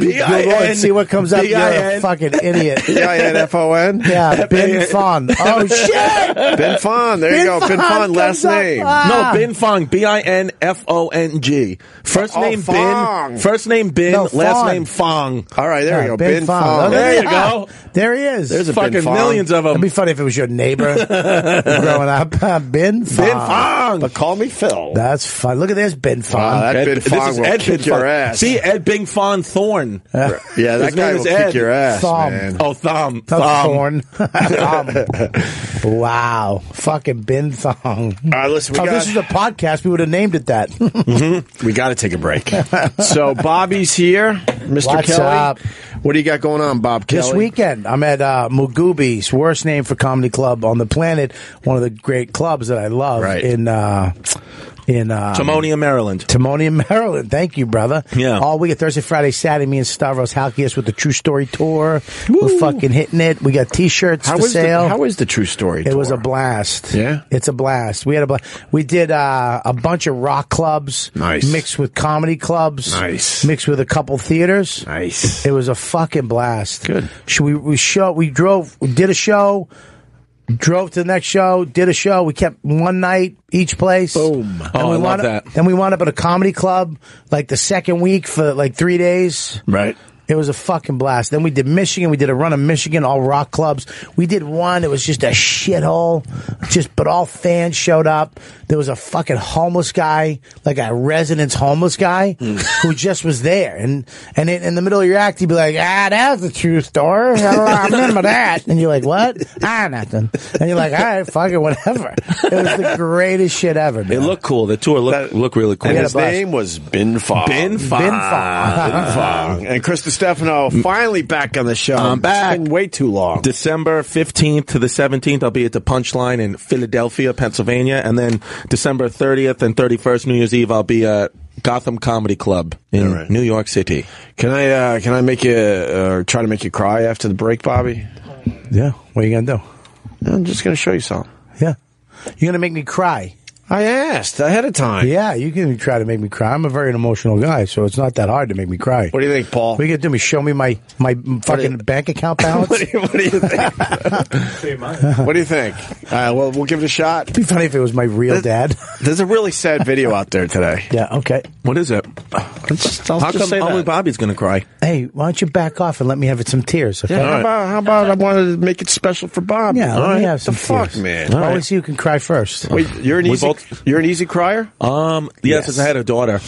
[SPEAKER 3] Google
[SPEAKER 4] B-I-N,
[SPEAKER 3] and see what comes up, you're a
[SPEAKER 4] B-I-N.
[SPEAKER 3] fucking idiot.
[SPEAKER 2] B-I-N-F-O-N?
[SPEAKER 3] Yeah, bin fawn. Oh shit!
[SPEAKER 2] Ben Fon. There you
[SPEAKER 3] Bin
[SPEAKER 2] go. Ben
[SPEAKER 3] Fon
[SPEAKER 2] Fon, last
[SPEAKER 3] comes up.
[SPEAKER 2] name.
[SPEAKER 3] Ah.
[SPEAKER 4] No, Bin Fong, B I N F O N G. First
[SPEAKER 2] Oh,
[SPEAKER 4] name
[SPEAKER 2] Fong.
[SPEAKER 4] Bin, first name Bin,
[SPEAKER 3] No,
[SPEAKER 4] last
[SPEAKER 3] Fong.
[SPEAKER 4] name Fong.
[SPEAKER 2] All right, there
[SPEAKER 3] Yeah,
[SPEAKER 2] you go.
[SPEAKER 3] Bin
[SPEAKER 2] Ben
[SPEAKER 3] Fon.
[SPEAKER 2] Fon.
[SPEAKER 3] Okay.
[SPEAKER 4] There you
[SPEAKER 3] Yeah.
[SPEAKER 4] go.
[SPEAKER 3] There he is.
[SPEAKER 2] There's a Bin
[SPEAKER 4] Fucking
[SPEAKER 2] Fong.
[SPEAKER 4] millions of
[SPEAKER 3] It'd
[SPEAKER 4] them.
[SPEAKER 3] be funny if it was your neighbor growing up. Uh, bin fawn.
[SPEAKER 2] Ben Fong. But call me Phil.
[SPEAKER 3] That's fun. Look at this bin fawn.
[SPEAKER 2] Wow, that Bin
[SPEAKER 4] this
[SPEAKER 2] Fong
[SPEAKER 4] is
[SPEAKER 2] will
[SPEAKER 4] Ed
[SPEAKER 2] kick
[SPEAKER 4] Bin
[SPEAKER 2] your
[SPEAKER 4] Fong.
[SPEAKER 2] ass.
[SPEAKER 4] See, Ed Bing Fong Thorn.
[SPEAKER 2] yeah, that
[SPEAKER 4] His
[SPEAKER 2] guy
[SPEAKER 4] name
[SPEAKER 2] will
[SPEAKER 4] is
[SPEAKER 2] kick
[SPEAKER 4] Ed.
[SPEAKER 2] your ass,
[SPEAKER 3] Thumb.
[SPEAKER 2] man.
[SPEAKER 4] Oh, thumb,
[SPEAKER 3] That's
[SPEAKER 4] thumb.
[SPEAKER 3] corn. Thumb. wow. Fucking bin thong.
[SPEAKER 2] All right, listen, we
[SPEAKER 3] Oh,
[SPEAKER 2] got-
[SPEAKER 3] this is a podcast. We would have named it that.
[SPEAKER 2] We got to take a break. so Bobby's here, Mr.
[SPEAKER 3] What's
[SPEAKER 2] Kelly.
[SPEAKER 3] up?
[SPEAKER 2] What do you got going on, Bob Kelly?
[SPEAKER 3] this weekend, I'm at uh, Mugubi's, worst name for comedy club on the planet. One of the great clubs that I love
[SPEAKER 2] Right.
[SPEAKER 3] in uh, in uh,
[SPEAKER 4] Timonium, Maryland.
[SPEAKER 3] Timonium, Maryland. Thank you, brother.
[SPEAKER 4] Yeah.
[SPEAKER 3] All week, Thursday, Friday, Saturday, me and Stavros Halkias with the True Story Tour. We're fucking hitting it. We got T-shirts
[SPEAKER 2] How
[SPEAKER 3] for
[SPEAKER 2] is
[SPEAKER 3] sale.
[SPEAKER 2] The, how is the true story?
[SPEAKER 3] It was a
[SPEAKER 2] tour?
[SPEAKER 3] blast.
[SPEAKER 2] Yeah?
[SPEAKER 3] it's a blast. We had a blast. We did uh, a bunch of rock clubs,
[SPEAKER 2] Nice.
[SPEAKER 3] mixed with comedy clubs,
[SPEAKER 2] Nice.
[SPEAKER 3] mixed with a couple theaters.
[SPEAKER 2] nice.
[SPEAKER 3] It was a fucking blast.
[SPEAKER 2] Good.
[SPEAKER 3] Should we we show we drove we did a show, drove to the next show, did a show. We kept one night each place. Boom.
[SPEAKER 4] Oh, I love
[SPEAKER 3] wound
[SPEAKER 4] that.
[SPEAKER 3] up, Then we wound up at a comedy club like the second week for like three days.
[SPEAKER 2] right.
[SPEAKER 3] It was a fucking blast. Then we did Michigan. We did a run of Michigan, all rock clubs. We did one. It was just a shithole. Just, but all fans showed up. There was a fucking homeless guy, like a residence homeless guy,
[SPEAKER 4] Hmm.
[SPEAKER 3] who just was there. And and in, in the middle of your act, he'd be like, "Ah, that's the true story. I don't- I remember that." And you're like, "What? Ah, nothing." And you're like, "All right, fuck it, whatever." It was the greatest shit ever.
[SPEAKER 4] It
[SPEAKER 3] man.
[SPEAKER 4] looked cool. The tour looked looked really cool.
[SPEAKER 2] And
[SPEAKER 3] had a
[SPEAKER 2] his
[SPEAKER 3] blast.
[SPEAKER 2] name was Bin Fong.
[SPEAKER 4] Bin Fong.
[SPEAKER 3] Bin Fong.
[SPEAKER 2] Bin Fong. And Chris Stefano finally back on the show.
[SPEAKER 4] I'm back.
[SPEAKER 2] It's been way too long.
[SPEAKER 4] December 15th to the 17th, I'll be at the Punchline in Philadelphia, Pennsylvania. And then December 30th and 31st, New Year's Eve, I'll be at Gotham Comedy Club in
[SPEAKER 2] All right.
[SPEAKER 4] New York City.
[SPEAKER 2] Can I uh, can I make you uh, try to make you cry after the break, Bobby?
[SPEAKER 3] Yeah. What are you gonna do?
[SPEAKER 2] I'm just going to show you something.
[SPEAKER 3] Yeah. You're gonna make me cry.
[SPEAKER 2] I asked ahead of time.
[SPEAKER 3] Yeah, you can try to make me cry. I'm a very emotional guy, so it's not that hard to make me cry.
[SPEAKER 2] What do you think, Paul?
[SPEAKER 3] What are you gonna do? Me show me my my fucking bank account balance?
[SPEAKER 2] what, do
[SPEAKER 3] It'd
[SPEAKER 2] you, what do you think? what do you think? Uh, well, we'll give it a shot.
[SPEAKER 3] be funny if it was my real dad.
[SPEAKER 2] There's a really sad video out there today.
[SPEAKER 3] yeah. Okay.
[SPEAKER 4] What is it? How come only Bobby's going to cry?
[SPEAKER 3] Hey, why don't you back off and let me have some tears? Okay.
[SPEAKER 2] Yeah, how, about, how about I wanted to make it special for Bob?
[SPEAKER 3] Yeah, let me
[SPEAKER 2] Alright.
[SPEAKER 3] have some
[SPEAKER 2] the fuck,
[SPEAKER 3] tears.
[SPEAKER 2] man.
[SPEAKER 3] Always see who can cry first.
[SPEAKER 2] Wait, you're an
[SPEAKER 4] We
[SPEAKER 2] easy,
[SPEAKER 4] both-
[SPEAKER 2] you're an easy crier.
[SPEAKER 4] Um, yes, yes. I had a daughter.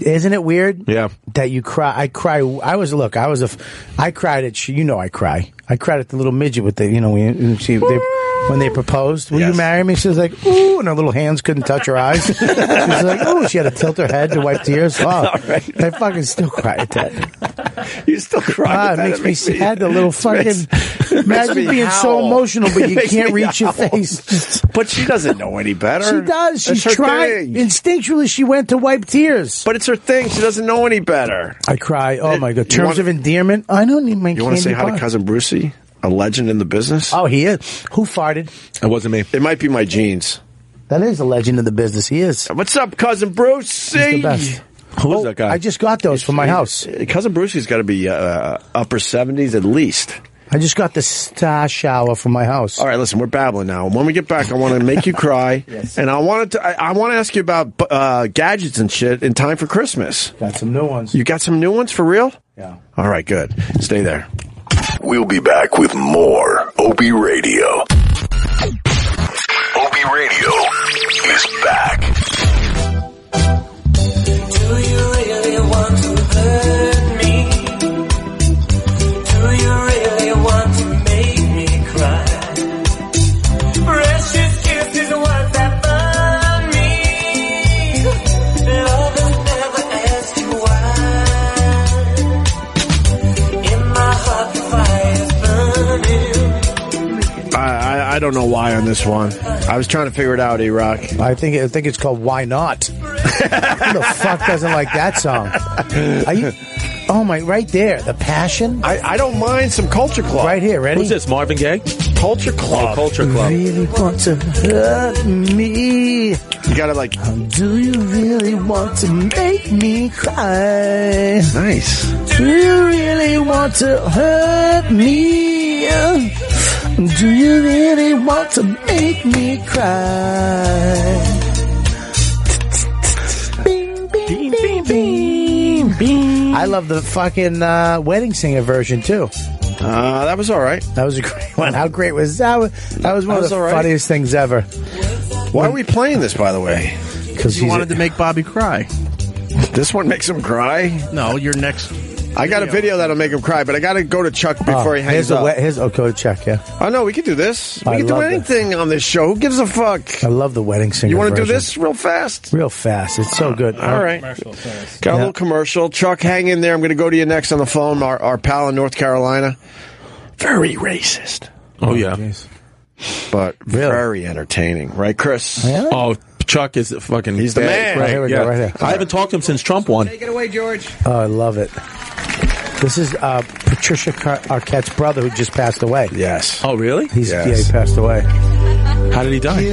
[SPEAKER 3] Isn't it weird?
[SPEAKER 4] Yeah.
[SPEAKER 3] That you cry. I cry. I was look. I was a. f- I cried at. sh- You know, I cry. I cried at the little midget with the. You know, when you see they. When they proposed, will
[SPEAKER 2] Yes.
[SPEAKER 3] you marry me? She was like, ooh, and her little hands couldn't touch her eyes. she was like, ooh, she had to tilt her head to wipe tears. Wow. I fucking still cry at that.
[SPEAKER 2] You still cry?
[SPEAKER 3] Ah,
[SPEAKER 2] with
[SPEAKER 3] it
[SPEAKER 2] that?
[SPEAKER 3] makes me sad. The little fucking.
[SPEAKER 2] makes-
[SPEAKER 3] imagine
[SPEAKER 2] makes me
[SPEAKER 3] being so
[SPEAKER 2] howl.
[SPEAKER 3] emotional, but
[SPEAKER 2] It
[SPEAKER 3] you
[SPEAKER 2] makes
[SPEAKER 3] can't
[SPEAKER 2] me
[SPEAKER 3] reach your
[SPEAKER 2] howl.
[SPEAKER 3] face. Just-
[SPEAKER 2] But she doesn't know any better.
[SPEAKER 3] she does. She
[SPEAKER 2] That's her
[SPEAKER 3] tried.
[SPEAKER 2] thing.
[SPEAKER 3] Instinctually, she went to wipe tears.
[SPEAKER 2] But it's her thing. She doesn't know any better.
[SPEAKER 3] I cry. Oh my god!
[SPEAKER 2] You
[SPEAKER 3] Terms
[SPEAKER 2] want-
[SPEAKER 3] of endearment. I don't need my.
[SPEAKER 2] You want to say
[SPEAKER 3] candy
[SPEAKER 2] hi to
[SPEAKER 3] bar.
[SPEAKER 2] cousin Brucey, a legend in the business?
[SPEAKER 3] Oh, he is. Who farted?
[SPEAKER 4] It wasn't me.
[SPEAKER 2] It might be my jeans.
[SPEAKER 3] That is a legend of the business. He is.
[SPEAKER 2] What's up, cousin Brucey?
[SPEAKER 3] He's the best.
[SPEAKER 4] Who is
[SPEAKER 3] Oh,
[SPEAKER 4] that guy?
[SPEAKER 3] I just got those for my house.
[SPEAKER 2] Cousin Brucey's got to be uh, upper seventies at least.
[SPEAKER 3] I just got the star shower for my house.
[SPEAKER 2] All right, listen, we're babbling now. When we get back, I want to make you cry, and I wanted to. I, I want to ask you about uh, gadgets and shit in time for Christmas.
[SPEAKER 3] Got some new ones.
[SPEAKER 2] You got some new ones for real?
[SPEAKER 3] Yeah.
[SPEAKER 2] All right, good. Stay there.
[SPEAKER 1] We'll be back with more OB Radio. OB Radio is back.
[SPEAKER 8] Do you really want to hurt me?
[SPEAKER 2] don't know why on this one. I was trying to figure it out, E Rock.
[SPEAKER 3] I think I think it's called Why Not. Who the fuck doesn't like that song? Are you? Oh my! Right there, the passion.
[SPEAKER 2] I, I don't mind some culture club.
[SPEAKER 3] Right here, ready?
[SPEAKER 4] Who's this? Marvin Gaye?
[SPEAKER 2] Culture club.
[SPEAKER 4] Oh, Culture Club.
[SPEAKER 3] Really want to hurt me?
[SPEAKER 2] You gotta like.
[SPEAKER 3] Do you really want to make me cry?
[SPEAKER 2] Nice.
[SPEAKER 3] Do you really want to hurt me? Do you really want to make me cry? Bing, bing, bing, bing, bing. I love the fucking uh, wedding singer version too.
[SPEAKER 2] Uh, that was all right.
[SPEAKER 3] That was a great one. How great was that? That was, that was one
[SPEAKER 2] That
[SPEAKER 3] of
[SPEAKER 2] was
[SPEAKER 3] the
[SPEAKER 2] all right.
[SPEAKER 3] funniest things ever.
[SPEAKER 2] Why are we playing this, by the way?
[SPEAKER 3] Because
[SPEAKER 5] You wanted to make Bobby cry.
[SPEAKER 2] This one makes him cry.
[SPEAKER 5] No, your next.
[SPEAKER 2] I got a video that'll make him cry, but I gotta go to Chuck before he
[SPEAKER 3] Ah, here's
[SPEAKER 2] hangs
[SPEAKER 3] a
[SPEAKER 2] up.
[SPEAKER 3] we- here's oh, go check. Yeah,
[SPEAKER 2] oh no, we can do this. We
[SPEAKER 3] I
[SPEAKER 2] can do
[SPEAKER 3] love
[SPEAKER 2] anything on this show. Who gives a fuck?
[SPEAKER 3] I love the wedding singer.
[SPEAKER 2] You want to do
[SPEAKER 3] version.
[SPEAKER 2] this real fast?
[SPEAKER 3] real fast? It's so good.
[SPEAKER 2] All right. Got a
[SPEAKER 3] Yeah.
[SPEAKER 2] little commercial. Chuck, hang in there. I'm going to go to you next on the phone. Our, our pal in North Carolina. Very racist,
[SPEAKER 4] Oh, yeah.
[SPEAKER 3] Jeez.
[SPEAKER 2] but
[SPEAKER 3] Really?
[SPEAKER 2] very entertaining. Right, Chris?
[SPEAKER 3] Yeah.
[SPEAKER 4] Oh, Chuck is fucking.
[SPEAKER 2] He's the man.
[SPEAKER 4] bad. Great,
[SPEAKER 3] Here we go,
[SPEAKER 4] yeah.
[SPEAKER 3] right here.
[SPEAKER 4] I haven't talked to him since Trump won.
[SPEAKER 3] Oh, I love it. This is uh, Patricia Car- Arquette's brother who just passed away.
[SPEAKER 2] Yes.
[SPEAKER 4] Oh, really?
[SPEAKER 3] He's,
[SPEAKER 2] Yes.
[SPEAKER 3] Yeah, he passed away.
[SPEAKER 4] How did he die?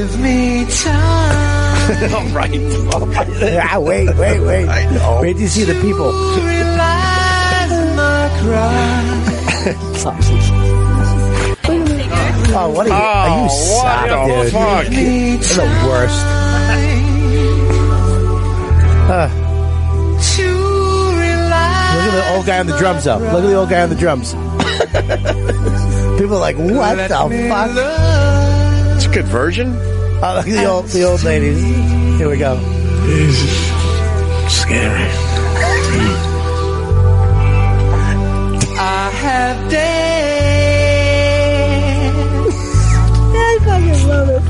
[SPEAKER 2] All right.
[SPEAKER 3] ah, wait, wait, wait.
[SPEAKER 2] I know.
[SPEAKER 3] Wait till you see the people. oh, what are you? are you
[SPEAKER 2] Oh, what
[SPEAKER 3] soft,
[SPEAKER 2] the
[SPEAKER 3] dude?
[SPEAKER 2] fuck?
[SPEAKER 3] You're the worst. Uh. Look at the old guy on the drums, though. Look at the old guy on the drums. People are like, what the fuck?
[SPEAKER 2] It's a good version.
[SPEAKER 3] Oh, look at the old, the old ladies. Here we go.
[SPEAKER 2] Scary.
[SPEAKER 3] I fucking love it.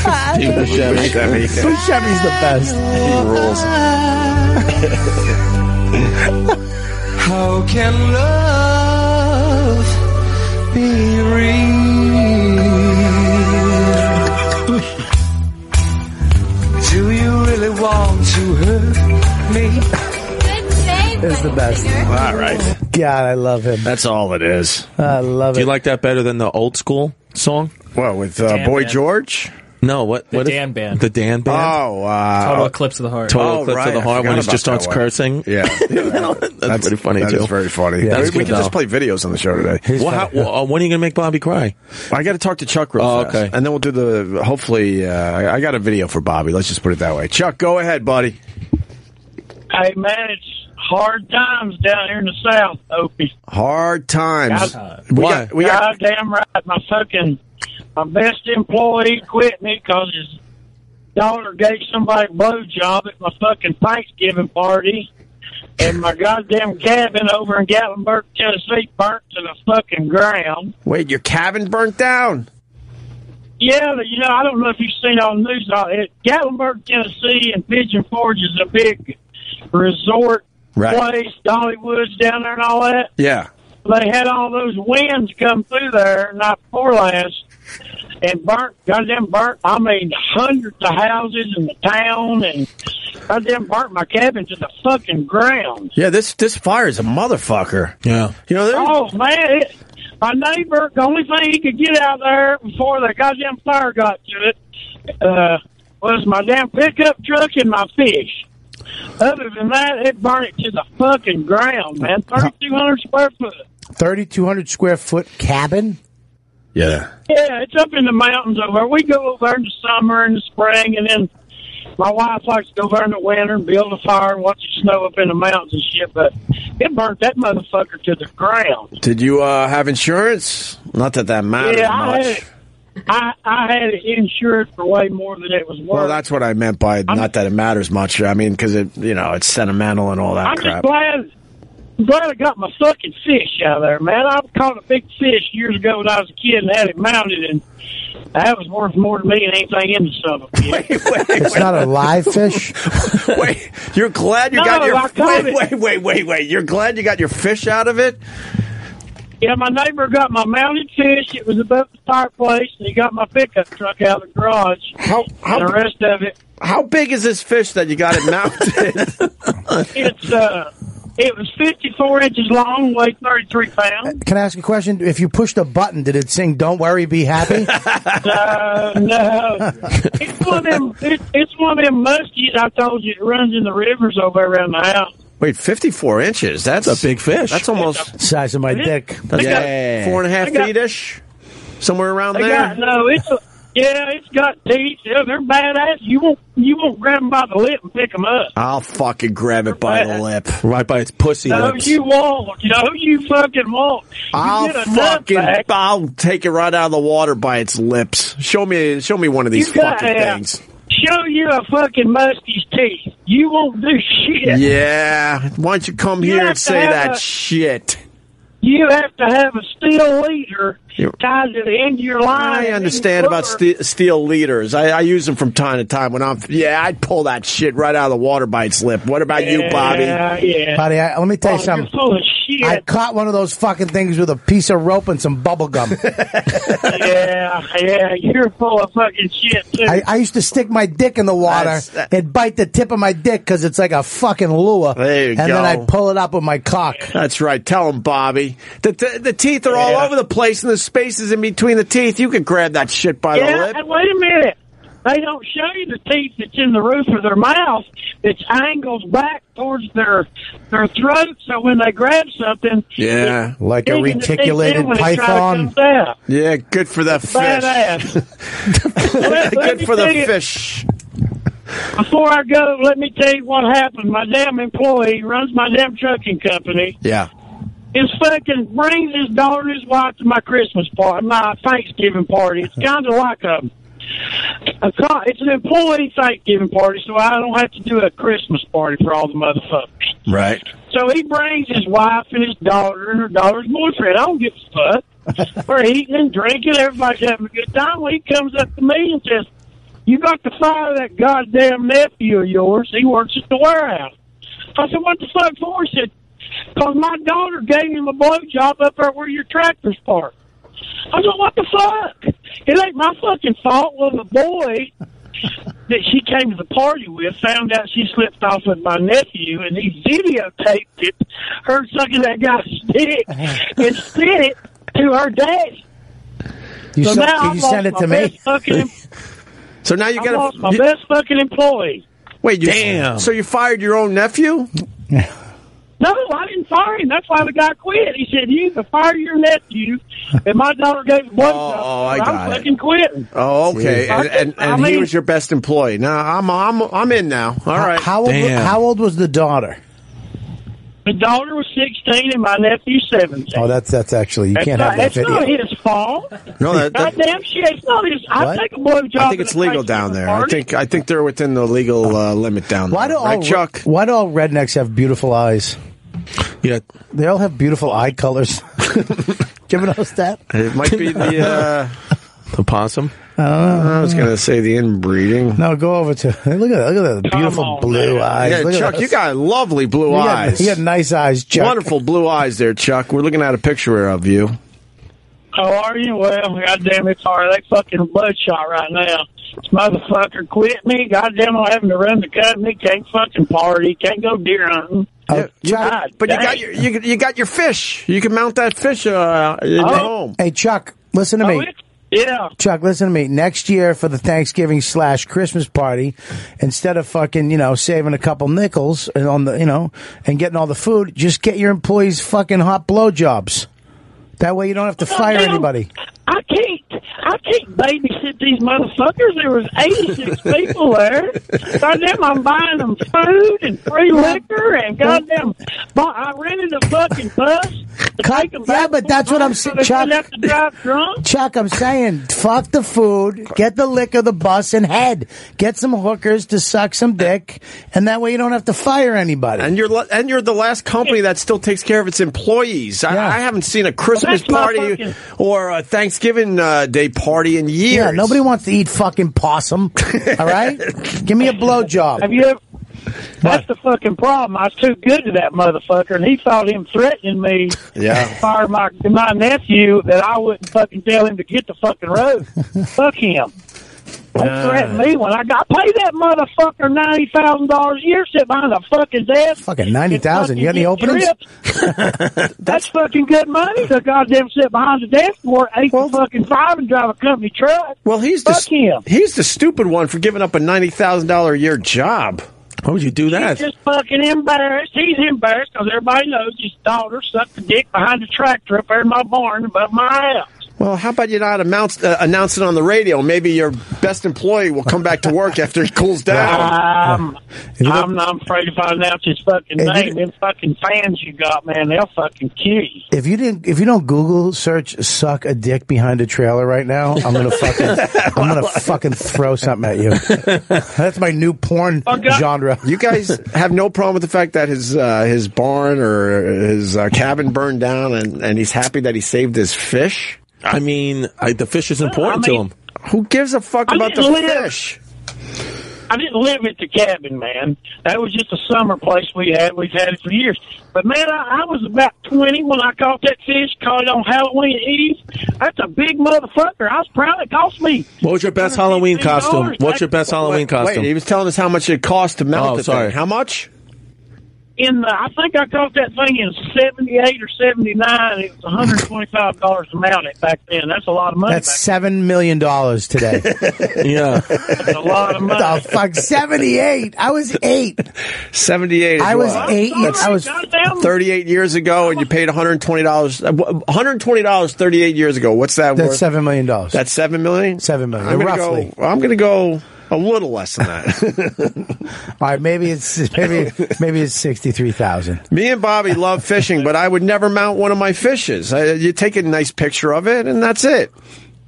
[SPEAKER 4] Steve Buscemi.
[SPEAKER 3] Sweet Chevy's the best.
[SPEAKER 2] rules.
[SPEAKER 8] How can love be real? Do you really want to hurt me?
[SPEAKER 3] It's the best.
[SPEAKER 2] All right.
[SPEAKER 3] God, I love him.
[SPEAKER 2] That's all it is.
[SPEAKER 3] I love
[SPEAKER 4] Do
[SPEAKER 3] it.
[SPEAKER 4] you like that better than the old school song?
[SPEAKER 2] Well, with uh,
[SPEAKER 10] Damn,
[SPEAKER 2] Boy
[SPEAKER 10] man.
[SPEAKER 2] George.
[SPEAKER 4] No, what?
[SPEAKER 10] The
[SPEAKER 4] what is-
[SPEAKER 10] Dan Band.
[SPEAKER 4] The Dan Band?
[SPEAKER 2] Oh, uh,
[SPEAKER 10] Total Eclipse of the Heart.
[SPEAKER 4] Total
[SPEAKER 2] Oh,
[SPEAKER 4] Eclipse
[SPEAKER 2] right,
[SPEAKER 4] of the
[SPEAKER 2] I
[SPEAKER 4] Heart
[SPEAKER 2] forgot
[SPEAKER 4] when he
[SPEAKER 2] about
[SPEAKER 4] just starts
[SPEAKER 2] that one.
[SPEAKER 4] cursing.
[SPEAKER 2] yeah.
[SPEAKER 4] That's, pretty funny,
[SPEAKER 2] that
[SPEAKER 4] too.
[SPEAKER 2] is very funny.
[SPEAKER 3] Yeah.
[SPEAKER 2] we
[SPEAKER 4] That's
[SPEAKER 2] we
[SPEAKER 4] good,
[SPEAKER 2] can just
[SPEAKER 4] though.
[SPEAKER 2] play videos on the show today.
[SPEAKER 4] Well, how, well, uh, when are you going to make Bobby cry?
[SPEAKER 2] I got to talk to Chuck real
[SPEAKER 4] Oh,
[SPEAKER 2] fast.
[SPEAKER 4] okay.
[SPEAKER 2] And then we'll do the. Hopefully, uh, I, I got a video for Bobby. Let's just put it that way. Chuck, go ahead, buddy.
[SPEAKER 8] Hey man, it's hard times down here in the south, Opie.
[SPEAKER 2] Hard times.
[SPEAKER 10] God.
[SPEAKER 2] We
[SPEAKER 4] Why?
[SPEAKER 2] got. We got.
[SPEAKER 8] Goddamn right, my fucking my best employee quit me because his daughter gave somebody a blowjob at my fucking Thanksgiving party, and my goddamn cabin over in Gatlinburg, Tennessee, burnt to the fucking ground.
[SPEAKER 2] Wait, your cabin burnt down.
[SPEAKER 8] Yeah, but, you know, I don't know if you've seen on the news. uh, it- Gatlinburg, Tennessee, and Pigeon Forge is a big resort
[SPEAKER 2] Right.
[SPEAKER 8] place, Dollywood's down there and all that.
[SPEAKER 2] Yeah.
[SPEAKER 8] They had all those winds come through there night before last and burnt, goddamn burnt, I mean, hundreds of houses in the town and goddamn burnt my cabin to the fucking ground.
[SPEAKER 2] Yeah. This this fire is a motherfucker.
[SPEAKER 4] Yeah.
[SPEAKER 2] You know. There,
[SPEAKER 8] Oh man, it, my neighbor, the only thing he could get out there before the goddamn fire got to it uh, was my damn pickup truck and my fish. Other than that, it burned it to the fucking ground, man. Thirty-two hundred square foot.
[SPEAKER 3] 3,200 square foot cabin?
[SPEAKER 2] Yeah.
[SPEAKER 8] Yeah, it's up in the mountains over. there. We go over there in the summer and the spring, and then my wife likes to go over there in the winter and build a fire and watch the snow up in the mountains and shit. But it burnt that motherfucker to the ground.
[SPEAKER 2] Did you uh, have insurance? Not that that matters
[SPEAKER 8] Yeah, I
[SPEAKER 2] much.
[SPEAKER 8] had, I, I had it insured for way more than it was worth.
[SPEAKER 2] Well, that's what I meant by not that it matters much. I mean, because it, you know, it's sentimental and all that
[SPEAKER 8] I'm just
[SPEAKER 2] crap.
[SPEAKER 8] glad, I'm glad I got my fucking fish out of there, man. I caught a big fish years ago when I was a kid and had it mounted, and that was worth more to me than anything in the summer.
[SPEAKER 2] Wait, wait,
[SPEAKER 3] It's not a live fish?
[SPEAKER 2] wait. You're glad you
[SPEAKER 8] No,
[SPEAKER 2] got your
[SPEAKER 8] I caught
[SPEAKER 2] wait,
[SPEAKER 8] it.
[SPEAKER 2] wait, wait, wait, wait. You're glad you got your fish out of it.
[SPEAKER 8] Yeah, my neighbor got my mounted fish. It was above the fireplace, and he got my pickup truck out of the garage.
[SPEAKER 2] How
[SPEAKER 8] and
[SPEAKER 2] how
[SPEAKER 8] the rest of it,
[SPEAKER 2] how big is this fish that you got it mounted?
[SPEAKER 8] it's uh, it was fifty-four inches long, weighed thirty-three pounds.
[SPEAKER 3] Can I ask a question? If you pushed a button, did it sing "Don't worry, be happy"?
[SPEAKER 8] Uh, no, it's one of them. It, it's one of them muskies I told you. It runs in the rivers over around the house.
[SPEAKER 2] Wait, fifty four inches. That's
[SPEAKER 4] It's a big fish.
[SPEAKER 2] That's almost
[SPEAKER 3] Size of my dick.
[SPEAKER 2] that's
[SPEAKER 8] got-
[SPEAKER 2] like four and a half
[SPEAKER 8] they got-
[SPEAKER 2] feet ish, somewhere around
[SPEAKER 8] They
[SPEAKER 2] there.
[SPEAKER 8] got no. It's a, yeah, it's got teeth. Yeah, they're badass. You won't you won't grab them by the lip and pick them up.
[SPEAKER 2] I'll fucking grab it by the lip.
[SPEAKER 4] right by its pussy
[SPEAKER 8] No,
[SPEAKER 4] lips.
[SPEAKER 8] you won't. No, you fucking won't. You
[SPEAKER 2] I'll
[SPEAKER 8] get a
[SPEAKER 2] fucking
[SPEAKER 8] nutbag.
[SPEAKER 2] I'll take it right out of the water by its lips. Show me show me one of these
[SPEAKER 8] You got
[SPEAKER 2] fucking
[SPEAKER 8] it.
[SPEAKER 2] things.
[SPEAKER 8] show you a fucking muskie's teeth. You won't do shit.
[SPEAKER 2] Yeah. Why don't you come
[SPEAKER 8] You
[SPEAKER 2] here
[SPEAKER 8] have
[SPEAKER 2] and
[SPEAKER 8] to
[SPEAKER 2] say
[SPEAKER 8] have
[SPEAKER 2] that
[SPEAKER 8] a-
[SPEAKER 2] shit?
[SPEAKER 8] You have to have a steel leader
[SPEAKER 2] You-
[SPEAKER 8] tied to the end of your
[SPEAKER 2] I
[SPEAKER 8] line.
[SPEAKER 2] understand about
[SPEAKER 8] steel.
[SPEAKER 2] ste steel leaders. I, I use them from time to time when I'm. Yeah, I'd pull that shit right out of the water by its lip. What about you, Bobby?
[SPEAKER 8] Yeah, yeah.
[SPEAKER 3] Buddy, I, let me tell
[SPEAKER 8] Oh,
[SPEAKER 3] you
[SPEAKER 8] you're
[SPEAKER 3] something.
[SPEAKER 8] full of
[SPEAKER 3] I
[SPEAKER 8] shit.
[SPEAKER 3] caught one of those fucking things with a piece of rope and some bubble gum.
[SPEAKER 8] yeah, yeah. You're full of fucking shit too.
[SPEAKER 3] I, I used to stick my dick in the water
[SPEAKER 2] That's- that-
[SPEAKER 3] and bite the tip of my dick because it's like a fucking lure.
[SPEAKER 2] There you
[SPEAKER 3] and then
[SPEAKER 2] go.
[SPEAKER 3] I pull it up with my cock.
[SPEAKER 2] That's right. Tell him, Bobby. The, the, the teeth are all
[SPEAKER 8] Yeah.
[SPEAKER 2] over the place, and the spaces in between the teeth. You could grab that shit by the
[SPEAKER 8] Yeah,
[SPEAKER 2] lip.
[SPEAKER 8] and wait a minute. They don't show you the teeth that's in the roof of their mouth. It's angled back towards their their throat, so when they grab something,
[SPEAKER 2] Yeah.
[SPEAKER 8] it's
[SPEAKER 3] Like a
[SPEAKER 8] digging the teeth in
[SPEAKER 3] reticulated
[SPEAKER 8] when it tries to
[SPEAKER 3] python.
[SPEAKER 8] come out.
[SPEAKER 2] Yeah, good for the fish.
[SPEAKER 8] Badass. Let- uh, let
[SPEAKER 2] Good
[SPEAKER 8] me
[SPEAKER 2] for the
[SPEAKER 8] tell you-
[SPEAKER 2] fish.
[SPEAKER 8] Before I go, let me tell you what happened. My damn employee runs my damn trucking company.
[SPEAKER 2] Yeah.
[SPEAKER 8] His fucking brings his daughter and his wife to my Christmas party, my Thanksgiving party. It's kind of like a, a co- it's an employee Thanksgiving party, so I don't have to do a Christmas party for all the motherfuckers.
[SPEAKER 2] Right.
[SPEAKER 8] So he brings his wife and his daughter and her daughter's boyfriend. I don't give a fuck. We're eating and drinking. Everybody's having a good time. Well, he comes up to me and says, "You got to fire that goddamn nephew of yours. He works at the warehouse." I said, "What the fuck for?" He said, "Cause my daughter gave him a blowjob up there where your tractor's parked." I said, "What the fuck? It ain't my fucking fault." Well, the boy that she came to the party with found out she slipped off with my nephew, and he videotaped it, her sucking that guy's dick, and sent it to her daddy.
[SPEAKER 3] You,
[SPEAKER 8] So
[SPEAKER 3] so-
[SPEAKER 8] now
[SPEAKER 3] can
[SPEAKER 8] I
[SPEAKER 3] you
[SPEAKER 8] lost
[SPEAKER 3] send it
[SPEAKER 8] my
[SPEAKER 3] to me?
[SPEAKER 8] best Fucking,
[SPEAKER 2] So now you
[SPEAKER 8] I
[SPEAKER 2] got
[SPEAKER 8] lost
[SPEAKER 2] to
[SPEAKER 8] my best fucking employee.
[SPEAKER 2] wait. You,
[SPEAKER 4] Damn.
[SPEAKER 2] So you fired your own nephew?
[SPEAKER 8] No, I didn't fire him. That's why the guy quit. He said, "You can fire your nephew," and my daughter gave him one.
[SPEAKER 2] Oh, oh, I got
[SPEAKER 8] am
[SPEAKER 2] it.
[SPEAKER 8] fucking quitting.
[SPEAKER 2] Oh, okay. And, and,
[SPEAKER 8] I
[SPEAKER 2] and he
[SPEAKER 8] mean-
[SPEAKER 2] was your best employee. Now I'm I'm I'm in now. All right.
[SPEAKER 3] How old,
[SPEAKER 4] Damn.
[SPEAKER 3] how old was the daughter?
[SPEAKER 8] The daughter was 16 and my nephew 17.
[SPEAKER 3] Oh, that's that's actually you
[SPEAKER 8] That's
[SPEAKER 3] can't
[SPEAKER 8] not,
[SPEAKER 3] have that
[SPEAKER 8] that's
[SPEAKER 3] video.
[SPEAKER 8] not his fault.
[SPEAKER 2] no, that, that-
[SPEAKER 8] Goddamn shit! It's not his. I
[SPEAKER 3] What?
[SPEAKER 8] take a blowjob.
[SPEAKER 2] I think
[SPEAKER 8] at
[SPEAKER 2] it's
[SPEAKER 8] a
[SPEAKER 2] legal down
[SPEAKER 8] Thanksgiving
[SPEAKER 2] there. I
[SPEAKER 8] party.
[SPEAKER 2] think I think they're within the legal uh, limit down there.
[SPEAKER 3] Why do all
[SPEAKER 2] right,
[SPEAKER 3] re-
[SPEAKER 2] Chuck?
[SPEAKER 3] Why do all rednecks have beautiful eyes?
[SPEAKER 4] yeah.
[SPEAKER 3] They all have beautiful eye colors. Giving us that.
[SPEAKER 2] It might be the. Uh,
[SPEAKER 4] The possum.
[SPEAKER 2] I was going to say the inbreeding.
[SPEAKER 3] No, go over to hey, look at that. Look at that
[SPEAKER 8] Come
[SPEAKER 3] beautiful
[SPEAKER 8] on,
[SPEAKER 3] blue
[SPEAKER 8] man.
[SPEAKER 3] eyes.
[SPEAKER 2] Yeah,
[SPEAKER 3] Look at
[SPEAKER 2] Chuck,
[SPEAKER 3] those.
[SPEAKER 2] you got lovely blue
[SPEAKER 3] You got-
[SPEAKER 2] eyes.
[SPEAKER 3] You got nice eyes, Chuck.
[SPEAKER 2] Wonderful blue eyes there, Chuck. We're looking at a picture of you.
[SPEAKER 8] How Oh, are you? Well, goddamn, it's hard. They fucking bloodshot right now. This motherfucker quit me. Goddamn, I'm having to run the company. Can't fucking party. Can't go deer hunting.
[SPEAKER 3] Uh, Chuck,
[SPEAKER 8] God
[SPEAKER 2] But you
[SPEAKER 8] dang.
[SPEAKER 2] got your you, you got your fish. You can mount that fish uh, in your
[SPEAKER 8] Oh.
[SPEAKER 2] home.
[SPEAKER 3] hey, Chuck, listen to
[SPEAKER 8] Oh,
[SPEAKER 3] me.
[SPEAKER 8] it's- yeah.
[SPEAKER 3] Chuck, listen to me. Next year for the Thanksgiving slash Christmas party, instead of fucking, you know, saving a couple nickels and on the, you know, and getting all the food, just get your employees fucking hot blowjobs. That way you don't have to fire
[SPEAKER 8] Goddamn,
[SPEAKER 3] anybody.
[SPEAKER 8] I can't. I can't babysit these motherfuckers. There was 86 people there. Goddamn, I'm buying them food and free liquor and goddamn. bu- I rented a fucking bus. To
[SPEAKER 3] Cut-
[SPEAKER 8] take them
[SPEAKER 3] yeah,
[SPEAKER 8] back
[SPEAKER 3] but
[SPEAKER 8] to
[SPEAKER 3] that's what I'm
[SPEAKER 8] home so
[SPEAKER 3] saying,
[SPEAKER 8] they
[SPEAKER 3] Chuck.
[SPEAKER 8] wouldn't have to drive drunk.
[SPEAKER 3] Chuck, I'm saying, fuck the food, get the liquor, the bus, and head. Get some hookers to suck some dick, and that way you don't have to fire anybody.
[SPEAKER 2] And you're la- and you're the last company that still takes care of its employees. I,
[SPEAKER 3] Yeah.
[SPEAKER 2] I haven't seen a Christmas
[SPEAKER 8] That's my
[SPEAKER 2] party
[SPEAKER 8] fucking-
[SPEAKER 2] or a Thanksgiving uh, Day party in years.
[SPEAKER 3] Yeah, nobody wants to eat fucking possum. All right, give me a blowjob.
[SPEAKER 8] Have you ever, That's the fucking problem. I was too good to that motherfucker, and he thought him threatening me
[SPEAKER 2] Yeah.
[SPEAKER 8] to fire my my nephew that I wouldn't fucking tell him to get the fucking road. Fuck him. Don't threaten me when I got pay that motherfucker ninety thousand dollars a year, sit behind the fucking desk.
[SPEAKER 3] Fucking 90,000. You got any
[SPEAKER 8] get
[SPEAKER 3] openings?
[SPEAKER 8] trips. That's fucking good money to goddamn sit behind the desk for eight to fucking five and drive a company truck.
[SPEAKER 2] Well, he's
[SPEAKER 8] Fuck
[SPEAKER 2] the
[SPEAKER 8] him.
[SPEAKER 2] he's the stupid one for giving up a ninety thousand dollar a year job.
[SPEAKER 4] Why would you do that?
[SPEAKER 8] He's just fucking embarrassed. He's embarrassed because everybody knows his daughter sucked the dick behind the tractor up there in my barn above my house.
[SPEAKER 2] Well, how about you not announce uh, announce it on the radio? Maybe your best employee will come back to work after he cools down.
[SPEAKER 8] Um, I'm not afraid if I announce his
[SPEAKER 3] And
[SPEAKER 8] fucking
[SPEAKER 3] you-
[SPEAKER 8] name. Them fucking fans you got, man, they'll fucking kill you.
[SPEAKER 3] If you didn't, if you don't Google search "suck a dick behind a trailer" right now, I'm gonna fucking, I'm gonna fucking throw something at you. That's my new porn
[SPEAKER 8] Okay.
[SPEAKER 3] genre.
[SPEAKER 2] You guys have no problem with the fact that his uh, his barn or his uh, cabin burned down, and, and he's happy that he saved his fish.
[SPEAKER 4] I mean, I, the fish is important
[SPEAKER 8] I mean-
[SPEAKER 4] to him.
[SPEAKER 2] Who gives a fuck
[SPEAKER 8] I
[SPEAKER 2] about the
[SPEAKER 8] didn't live.
[SPEAKER 2] fish?
[SPEAKER 8] I didn't live at the cabin, man. That was just a summer place we had. We've had it for years. But man, I, I was about twenty when I caught that fish. Caught it on Halloween Eve. That's a big motherfucker. I was proud. It cost me.
[SPEAKER 4] What was your best Halloween
[SPEAKER 8] $150?
[SPEAKER 4] costume? What's your best Halloween
[SPEAKER 2] Wait,
[SPEAKER 4] costume?
[SPEAKER 2] he was telling us how much it cost to melt
[SPEAKER 4] Oh,
[SPEAKER 2] the
[SPEAKER 4] sorry.
[SPEAKER 2] thing. How much?
[SPEAKER 8] in the, I think I caught that thing in seventy eight or seventy nine. It was one hundred twenty five dollars to mount it back then. That's a lot of money.
[SPEAKER 3] That's seven million dollars today.
[SPEAKER 4] yeah.
[SPEAKER 8] back then. That's a lot of money.
[SPEAKER 3] the fuck, seventy eight. I was eight.
[SPEAKER 2] Seventy eight.
[SPEAKER 3] I was
[SPEAKER 8] I'm
[SPEAKER 3] eight.
[SPEAKER 8] sorry,
[SPEAKER 3] Years, I was.
[SPEAKER 8] goddamn.
[SPEAKER 2] 38 years ago and you paid $120 $120 38 years ago what's that worth
[SPEAKER 3] That's seven million dollars.
[SPEAKER 2] that's 7 million
[SPEAKER 3] Seven million,
[SPEAKER 2] I'm gonna
[SPEAKER 3] roughly.
[SPEAKER 2] go, I'm going to go a little less than that
[SPEAKER 3] All right, maybe it's maybe maybe it's sixty three thousand.
[SPEAKER 2] me and Bobby love fishing but I would never mount one of my fishes I, you take a nice picture of it and that's it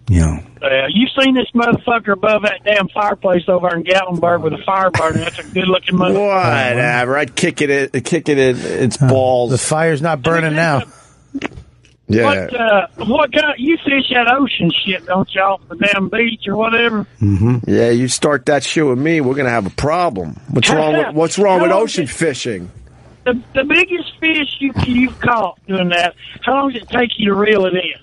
[SPEAKER 3] Yeah.
[SPEAKER 8] Uh, you seen this motherfucker above that damn fireplace over in Gatlinburg with a fire burner? That's a good looking motherfucker.
[SPEAKER 2] whatever I'd kick it in, kick it in its
[SPEAKER 8] Uh,
[SPEAKER 2] balls
[SPEAKER 3] The fire's not burning now.
[SPEAKER 2] yeah
[SPEAKER 8] What, uh, what kind? You fish that ocean shit, don't you? Off the damn beach or whatever.
[SPEAKER 2] yeah you start that shit with me we're going to have a problem what's wrong with, what's wrong with
[SPEAKER 8] How long
[SPEAKER 2] ocean
[SPEAKER 8] did-
[SPEAKER 2] fishing
[SPEAKER 8] The, the biggest fish you you've caught doing that. How long does it take you to reel it in?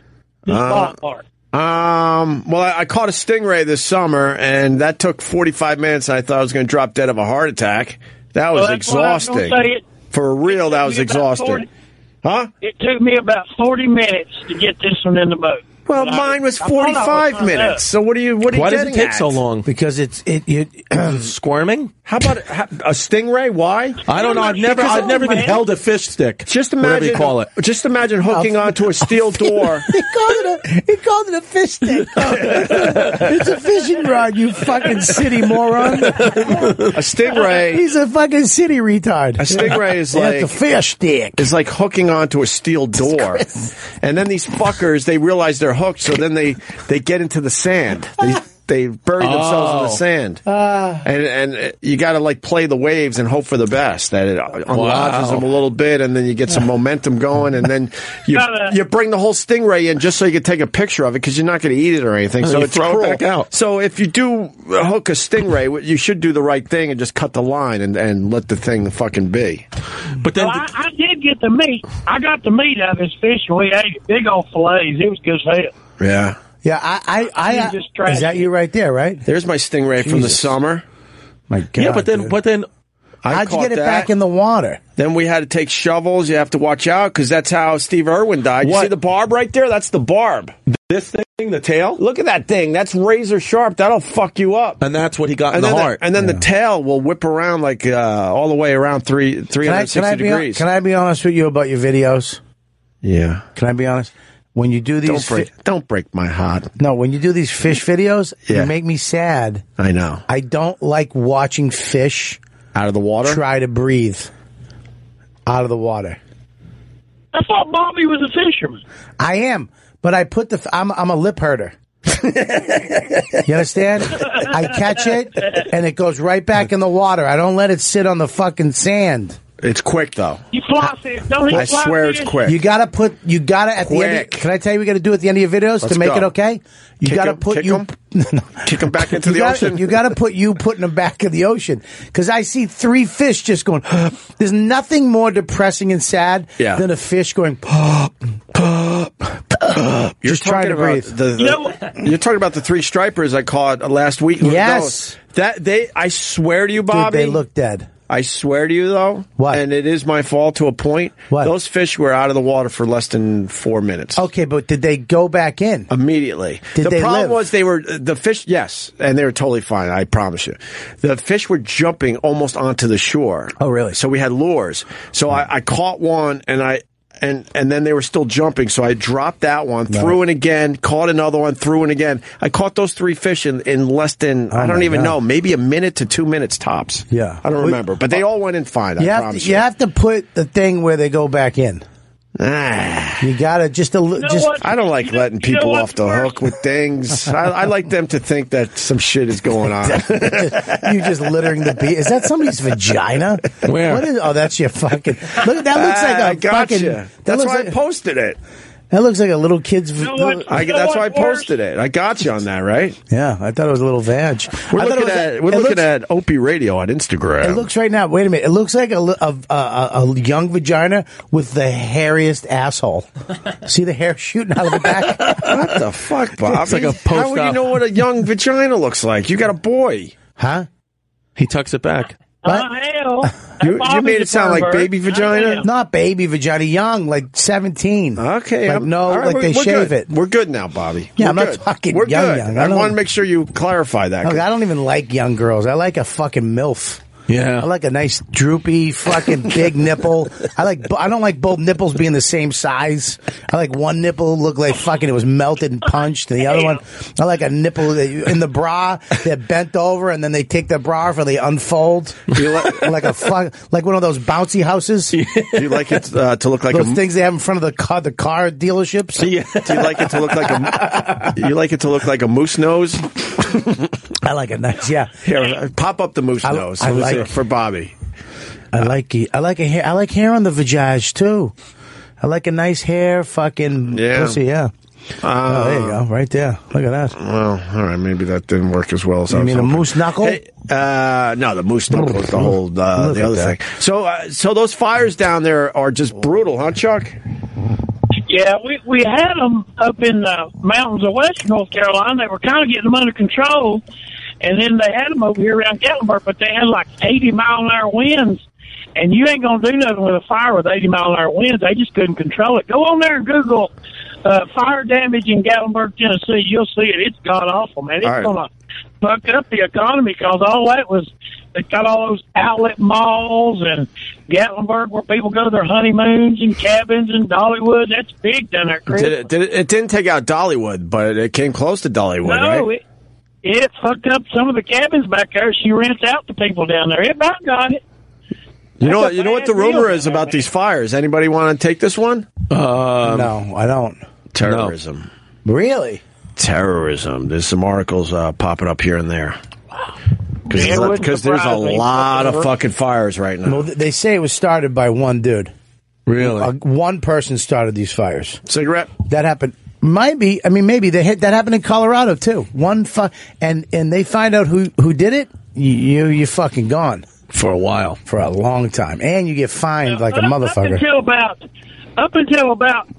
[SPEAKER 8] This
[SPEAKER 3] Uh,
[SPEAKER 8] ballpark.
[SPEAKER 2] Um, well, I, I caught a stingray this summer, and that took 45 minutes. I thought I was going to drop dead of a heart attack. That was
[SPEAKER 8] Well, that's what I was gonna
[SPEAKER 2] exhausting.
[SPEAKER 8] say. It-
[SPEAKER 2] For a reel, that was
[SPEAKER 8] Took me about
[SPEAKER 2] exhausting.
[SPEAKER 8] 40
[SPEAKER 2] Huh?
[SPEAKER 8] It took me about forty minutes to get this one in the boat.
[SPEAKER 2] Well,
[SPEAKER 8] And I-
[SPEAKER 2] mine was
[SPEAKER 8] I thought I
[SPEAKER 2] 45
[SPEAKER 8] hung
[SPEAKER 2] minutes.
[SPEAKER 8] up.
[SPEAKER 2] So what are you? What are you
[SPEAKER 4] Why does it
[SPEAKER 2] getting
[SPEAKER 4] take
[SPEAKER 2] at?
[SPEAKER 4] so long?
[SPEAKER 3] Because it's it, it
[SPEAKER 4] Squirming?
[SPEAKER 2] How about a, a stingray? Why?
[SPEAKER 4] I don't know. I've never,
[SPEAKER 2] Because
[SPEAKER 4] I've
[SPEAKER 2] I'm
[SPEAKER 4] never even
[SPEAKER 2] mad.
[SPEAKER 4] held a fish stick.
[SPEAKER 2] Just
[SPEAKER 4] whatever
[SPEAKER 2] imagine.
[SPEAKER 4] you call it.
[SPEAKER 2] Just imagine hooking onto a steel door.
[SPEAKER 3] He called it a he called it a fish stick. it's a fishing rod, you fucking city moron.
[SPEAKER 2] a stingray.
[SPEAKER 3] He's a fucking city retard.
[SPEAKER 2] A stingray is like
[SPEAKER 3] That's a fish stick.
[SPEAKER 2] is like hooking onto a steel door. And then these fuckers, they realize they're hooked, so then they, they get into the sand. They, they bury themselves in the
[SPEAKER 4] Oh. Ah.
[SPEAKER 2] sand. and, and uh, you gotta like play the waves and hope for the best that it unlodges them a little bit and then you get some momentum going and then you,
[SPEAKER 8] Gotta-
[SPEAKER 2] you bring the whole stingray in just so you can take a picture of it because you're not gonna eat it or anything. So
[SPEAKER 4] you
[SPEAKER 2] it's
[SPEAKER 4] throw it
[SPEAKER 2] cruel.
[SPEAKER 4] back out.
[SPEAKER 2] So if you do uh, hook a stingray, what- you should do the right thing and just cut the line and, and let the thing fucking be.
[SPEAKER 4] But then,
[SPEAKER 8] Well, I, I did get the meat. I got the meat out of this fish, and we ate it. Big old fillets. It was good as hell.
[SPEAKER 2] Yeah.
[SPEAKER 3] Yeah, I, I, I,
[SPEAKER 8] You just tried
[SPEAKER 3] is that
[SPEAKER 8] it.
[SPEAKER 3] you right there, right?
[SPEAKER 2] There's my stingray from the
[SPEAKER 3] Jesus.
[SPEAKER 2] summer.
[SPEAKER 3] My God.
[SPEAKER 4] yeah, but then,
[SPEAKER 3] dude.
[SPEAKER 4] but then,
[SPEAKER 2] I
[SPEAKER 3] how'd you
[SPEAKER 2] caught
[SPEAKER 3] get it
[SPEAKER 2] that.
[SPEAKER 3] back in the water?
[SPEAKER 2] Then we had to take shovels. You have to watch out because that's how Steve Irwin died. You
[SPEAKER 4] What?
[SPEAKER 2] see the barb right there? That's the barb.
[SPEAKER 4] this thing, the tail,
[SPEAKER 2] Look at that thing. That's razor sharp. That'll fuck you up.
[SPEAKER 4] and that's what he got in
[SPEAKER 2] And
[SPEAKER 4] the
[SPEAKER 2] then,
[SPEAKER 4] heart.
[SPEAKER 2] The, and then the tail will whip around like uh, all the way around three three
[SPEAKER 3] Can I,
[SPEAKER 2] hundred
[SPEAKER 3] can,
[SPEAKER 2] sixty
[SPEAKER 3] I be,
[SPEAKER 2] degrees.
[SPEAKER 3] can I be honest with you about your videos?
[SPEAKER 2] yeah.
[SPEAKER 3] Can I be honest? When you do
[SPEAKER 2] Don't
[SPEAKER 3] these,
[SPEAKER 2] break.
[SPEAKER 3] fi-
[SPEAKER 2] don't break my heart.
[SPEAKER 3] no, when you do these fish videos,
[SPEAKER 2] Yeah.
[SPEAKER 3] you make me sad.
[SPEAKER 2] I know.
[SPEAKER 3] I don't like watching fish
[SPEAKER 2] Out of the water.
[SPEAKER 3] try to breathe out of the water.
[SPEAKER 8] I thought Bobby was a fisherman.
[SPEAKER 3] I am, but I put the. I'm I'm a lip herder. you understand? I catch it and it goes right back in the water. I don't let it sit on the fucking sand.
[SPEAKER 2] It's quick though.
[SPEAKER 8] You floss it. Don't you
[SPEAKER 2] I
[SPEAKER 8] floss
[SPEAKER 2] swear
[SPEAKER 8] it?
[SPEAKER 2] it's quick.
[SPEAKER 3] You gotta put. You gotta at the end. Of,
[SPEAKER 2] Quick.
[SPEAKER 3] can I tell you? We gotta do at the end of your videos
[SPEAKER 2] Let's
[SPEAKER 3] to make
[SPEAKER 2] go.
[SPEAKER 3] it okay. You
[SPEAKER 2] Kick
[SPEAKER 3] gotta
[SPEAKER 2] 'em-
[SPEAKER 3] put
[SPEAKER 2] kick
[SPEAKER 3] you.
[SPEAKER 2] 'em? Kick them back into
[SPEAKER 3] you
[SPEAKER 2] the
[SPEAKER 3] gotta,
[SPEAKER 2] ocean.
[SPEAKER 3] You gotta put you putting them back in the ocean because I see three fish just going. There's nothing more depressing and sad
[SPEAKER 2] Yeah.
[SPEAKER 3] than a fish going.
[SPEAKER 2] You're
[SPEAKER 3] just
[SPEAKER 2] talking
[SPEAKER 3] trying to
[SPEAKER 2] about
[SPEAKER 3] breathe.
[SPEAKER 2] The, the- you're talking about the three stripers I caught last week.
[SPEAKER 3] Yes.
[SPEAKER 2] Those- that they. I swear to you,
[SPEAKER 3] Dude,
[SPEAKER 2] Bobby.
[SPEAKER 3] they look dead.
[SPEAKER 2] I swear to you, though.
[SPEAKER 3] What?
[SPEAKER 2] And it is my fault to a point.
[SPEAKER 3] What?
[SPEAKER 2] Those fish were out of the water for less than four minutes.
[SPEAKER 3] Okay, but did they go back in?
[SPEAKER 2] Immediately.
[SPEAKER 3] Did
[SPEAKER 2] the
[SPEAKER 3] they
[SPEAKER 2] problem
[SPEAKER 3] live?
[SPEAKER 2] was they were uh, the fish. Yes, and they were totally fine. I promise you. The fish were jumping almost onto the shore.
[SPEAKER 3] Oh, really?
[SPEAKER 2] So we had lures. So I, I caught one, and I. And and then they were still jumping, so I dropped that one, threw in again, caught another one, threw in again. I caught those three fish in, in less than I don't
[SPEAKER 3] Oh my
[SPEAKER 2] even
[SPEAKER 3] God.
[SPEAKER 2] know, maybe a minute to two minutes tops.
[SPEAKER 3] Yeah.
[SPEAKER 2] I don't
[SPEAKER 3] We-
[SPEAKER 2] remember, but they all went in fine. I
[SPEAKER 3] You have, to,
[SPEAKER 2] promise
[SPEAKER 3] you have to put the thing where they go back in.
[SPEAKER 2] Ah,
[SPEAKER 3] You gotta just a li-
[SPEAKER 8] know
[SPEAKER 3] just
[SPEAKER 8] what?
[SPEAKER 2] I don't like letting
[SPEAKER 8] You know
[SPEAKER 2] people
[SPEAKER 8] what's
[SPEAKER 2] off the
[SPEAKER 8] worse?
[SPEAKER 2] hook with things. I, I like them to think that some shit is going on.
[SPEAKER 3] you just littering the beach. Is that somebody's vagina?
[SPEAKER 4] Where?
[SPEAKER 3] What is, oh, that's your fucking. Look, that looks like a
[SPEAKER 2] Ah, I gotcha.
[SPEAKER 3] fucking. That
[SPEAKER 2] That's
[SPEAKER 3] looks,
[SPEAKER 2] why I
[SPEAKER 3] like,
[SPEAKER 2] posted it.
[SPEAKER 3] that looks like a little kid's. v-
[SPEAKER 8] You know what?
[SPEAKER 2] I,
[SPEAKER 8] You know
[SPEAKER 2] that's why I
[SPEAKER 8] what's worse?
[SPEAKER 2] posted it. I got you on that, right?
[SPEAKER 3] Yeah, I thought it was a little vag.
[SPEAKER 2] We're
[SPEAKER 3] I thought it
[SPEAKER 2] looking
[SPEAKER 3] was
[SPEAKER 2] at
[SPEAKER 3] a-
[SPEAKER 2] we're
[SPEAKER 3] it
[SPEAKER 2] looking
[SPEAKER 3] looks-
[SPEAKER 2] at Opie Radio on Instagram.
[SPEAKER 3] It looks right now. Wait a minute. It looks like a li- a, a, a, a young vagina with the hairiest asshole. See the hair shooting out of the back,
[SPEAKER 2] what the fuck, Bob?
[SPEAKER 4] It's like a
[SPEAKER 2] How would you
[SPEAKER 4] post-op.
[SPEAKER 2] know what a young vagina looks like? You got a boy.
[SPEAKER 3] huh?
[SPEAKER 4] He tucks it back.
[SPEAKER 8] Oh, hell.
[SPEAKER 2] You- you
[SPEAKER 8] Bobby's
[SPEAKER 2] made
[SPEAKER 8] a
[SPEAKER 2] it sound like
[SPEAKER 8] pervert.
[SPEAKER 2] baby vagina.
[SPEAKER 8] I am.
[SPEAKER 3] Not baby vagina, young, like seventeen.
[SPEAKER 2] Okay,
[SPEAKER 3] like
[SPEAKER 2] I'm-
[SPEAKER 3] no,
[SPEAKER 2] all right,
[SPEAKER 3] like
[SPEAKER 2] we're-
[SPEAKER 3] they
[SPEAKER 2] we're
[SPEAKER 3] shave
[SPEAKER 2] good.
[SPEAKER 3] it.
[SPEAKER 2] We're good now, Bobby.
[SPEAKER 3] Yeah,
[SPEAKER 2] We're
[SPEAKER 3] I'm not
[SPEAKER 2] good.
[SPEAKER 3] talking
[SPEAKER 2] We're
[SPEAKER 3] young,
[SPEAKER 2] good.
[SPEAKER 3] young. I
[SPEAKER 2] I,
[SPEAKER 3] don't- Oh,
[SPEAKER 2] want to make sure you clarify that.
[SPEAKER 3] Look, I don't even like young girls. I like a fucking milf.
[SPEAKER 4] Yeah.
[SPEAKER 3] I like a nice droopy fucking big nipple. I like. I don't like both nipples being the same size. I like one nipple look like fucking it was melted and punched, and the other one I like a nipple that you- in the bra that bent over, and then they take the bra off or they unfold like, a fuck like one of those bouncy houses,
[SPEAKER 2] Do you like it uh, to look like
[SPEAKER 3] those
[SPEAKER 2] a
[SPEAKER 3] things they have in front of the car the car dealerships.
[SPEAKER 2] Do you like it to look like a? You like it to look like a moose nose?
[SPEAKER 3] I like a nice yeah.
[SPEAKER 2] Here, pop up the moose
[SPEAKER 3] I-
[SPEAKER 2] nose.
[SPEAKER 3] I
[SPEAKER 2] Let me see.
[SPEAKER 3] like-
[SPEAKER 2] for Bobby.
[SPEAKER 3] I like it. I like a hair. I like hair on the vajaj too. I like a nice hair, fucking
[SPEAKER 2] Yeah.
[SPEAKER 3] pussy. Yeah. oh, there you go, right there. Look at that.
[SPEAKER 2] Uh, Well, all right, maybe that didn't work as well as I
[SPEAKER 3] You
[SPEAKER 2] was
[SPEAKER 3] mean a
[SPEAKER 2] hoping.
[SPEAKER 3] moose knuckle?
[SPEAKER 2] Hey, uh, no, the moose knuckle was the whole uh,
[SPEAKER 3] Look
[SPEAKER 2] the
[SPEAKER 3] at
[SPEAKER 2] other
[SPEAKER 3] that.
[SPEAKER 2] thing. So, uh, so those fires down there are just brutal, huh, Chuck?
[SPEAKER 8] Yeah, we, we had them up in the mountains of West North Carolina. They were kind of getting them under control, and then they had them over here around Gatlinburg, but they had like 80 mile an hour winds. And you ain't gonna do nothing with a fire with 80 mile an hour winds. They just couldn't control it. Go on there and Google uh, fire damage in Gatlinburg, Tennessee. You'll see it. It's god awful, man. It's
[SPEAKER 2] All right.
[SPEAKER 8] gonna fuck up the economy because all that was they got all those outlet malls and Gatlinburg where people go to their honeymoons and cabins and Dollywood. That's big down there, Chris.
[SPEAKER 2] Did it, did it? It didn't take out Dollywood, but it came close to Dollywood,
[SPEAKER 8] no,
[SPEAKER 2] right?
[SPEAKER 8] it it fucked up some of the cabins back there. She rents out to people down there. It about got it.
[SPEAKER 2] you know,
[SPEAKER 8] that's a
[SPEAKER 2] you know what
[SPEAKER 8] bad
[SPEAKER 2] the rumor
[SPEAKER 8] deal,
[SPEAKER 2] is about
[SPEAKER 8] man.
[SPEAKER 2] these fires. Anybody want to take this one? um,
[SPEAKER 3] no, I don't.
[SPEAKER 2] Terrorism.
[SPEAKER 3] Really?
[SPEAKER 2] terrorism. There's some articles uh, popping up here and there.
[SPEAKER 8] It wouldn't
[SPEAKER 2] Because there's a
[SPEAKER 8] surprise me.
[SPEAKER 2] lot of
[SPEAKER 8] Whatever.
[SPEAKER 2] fucking fires right now.
[SPEAKER 3] Well, th- they say it was started by one dude.
[SPEAKER 4] Really?
[SPEAKER 3] Uh, one person started these fires.
[SPEAKER 2] Cigarette.
[SPEAKER 3] That happened. Might be. I mean, maybe they hit, that happened in Colorado too. One fu- and and they find out who who did it. You you you're fucking gone
[SPEAKER 4] For a while.
[SPEAKER 3] for a long time, and you get fined like a
[SPEAKER 8] up, Up
[SPEAKER 3] motherfucker.
[SPEAKER 8] until about up until about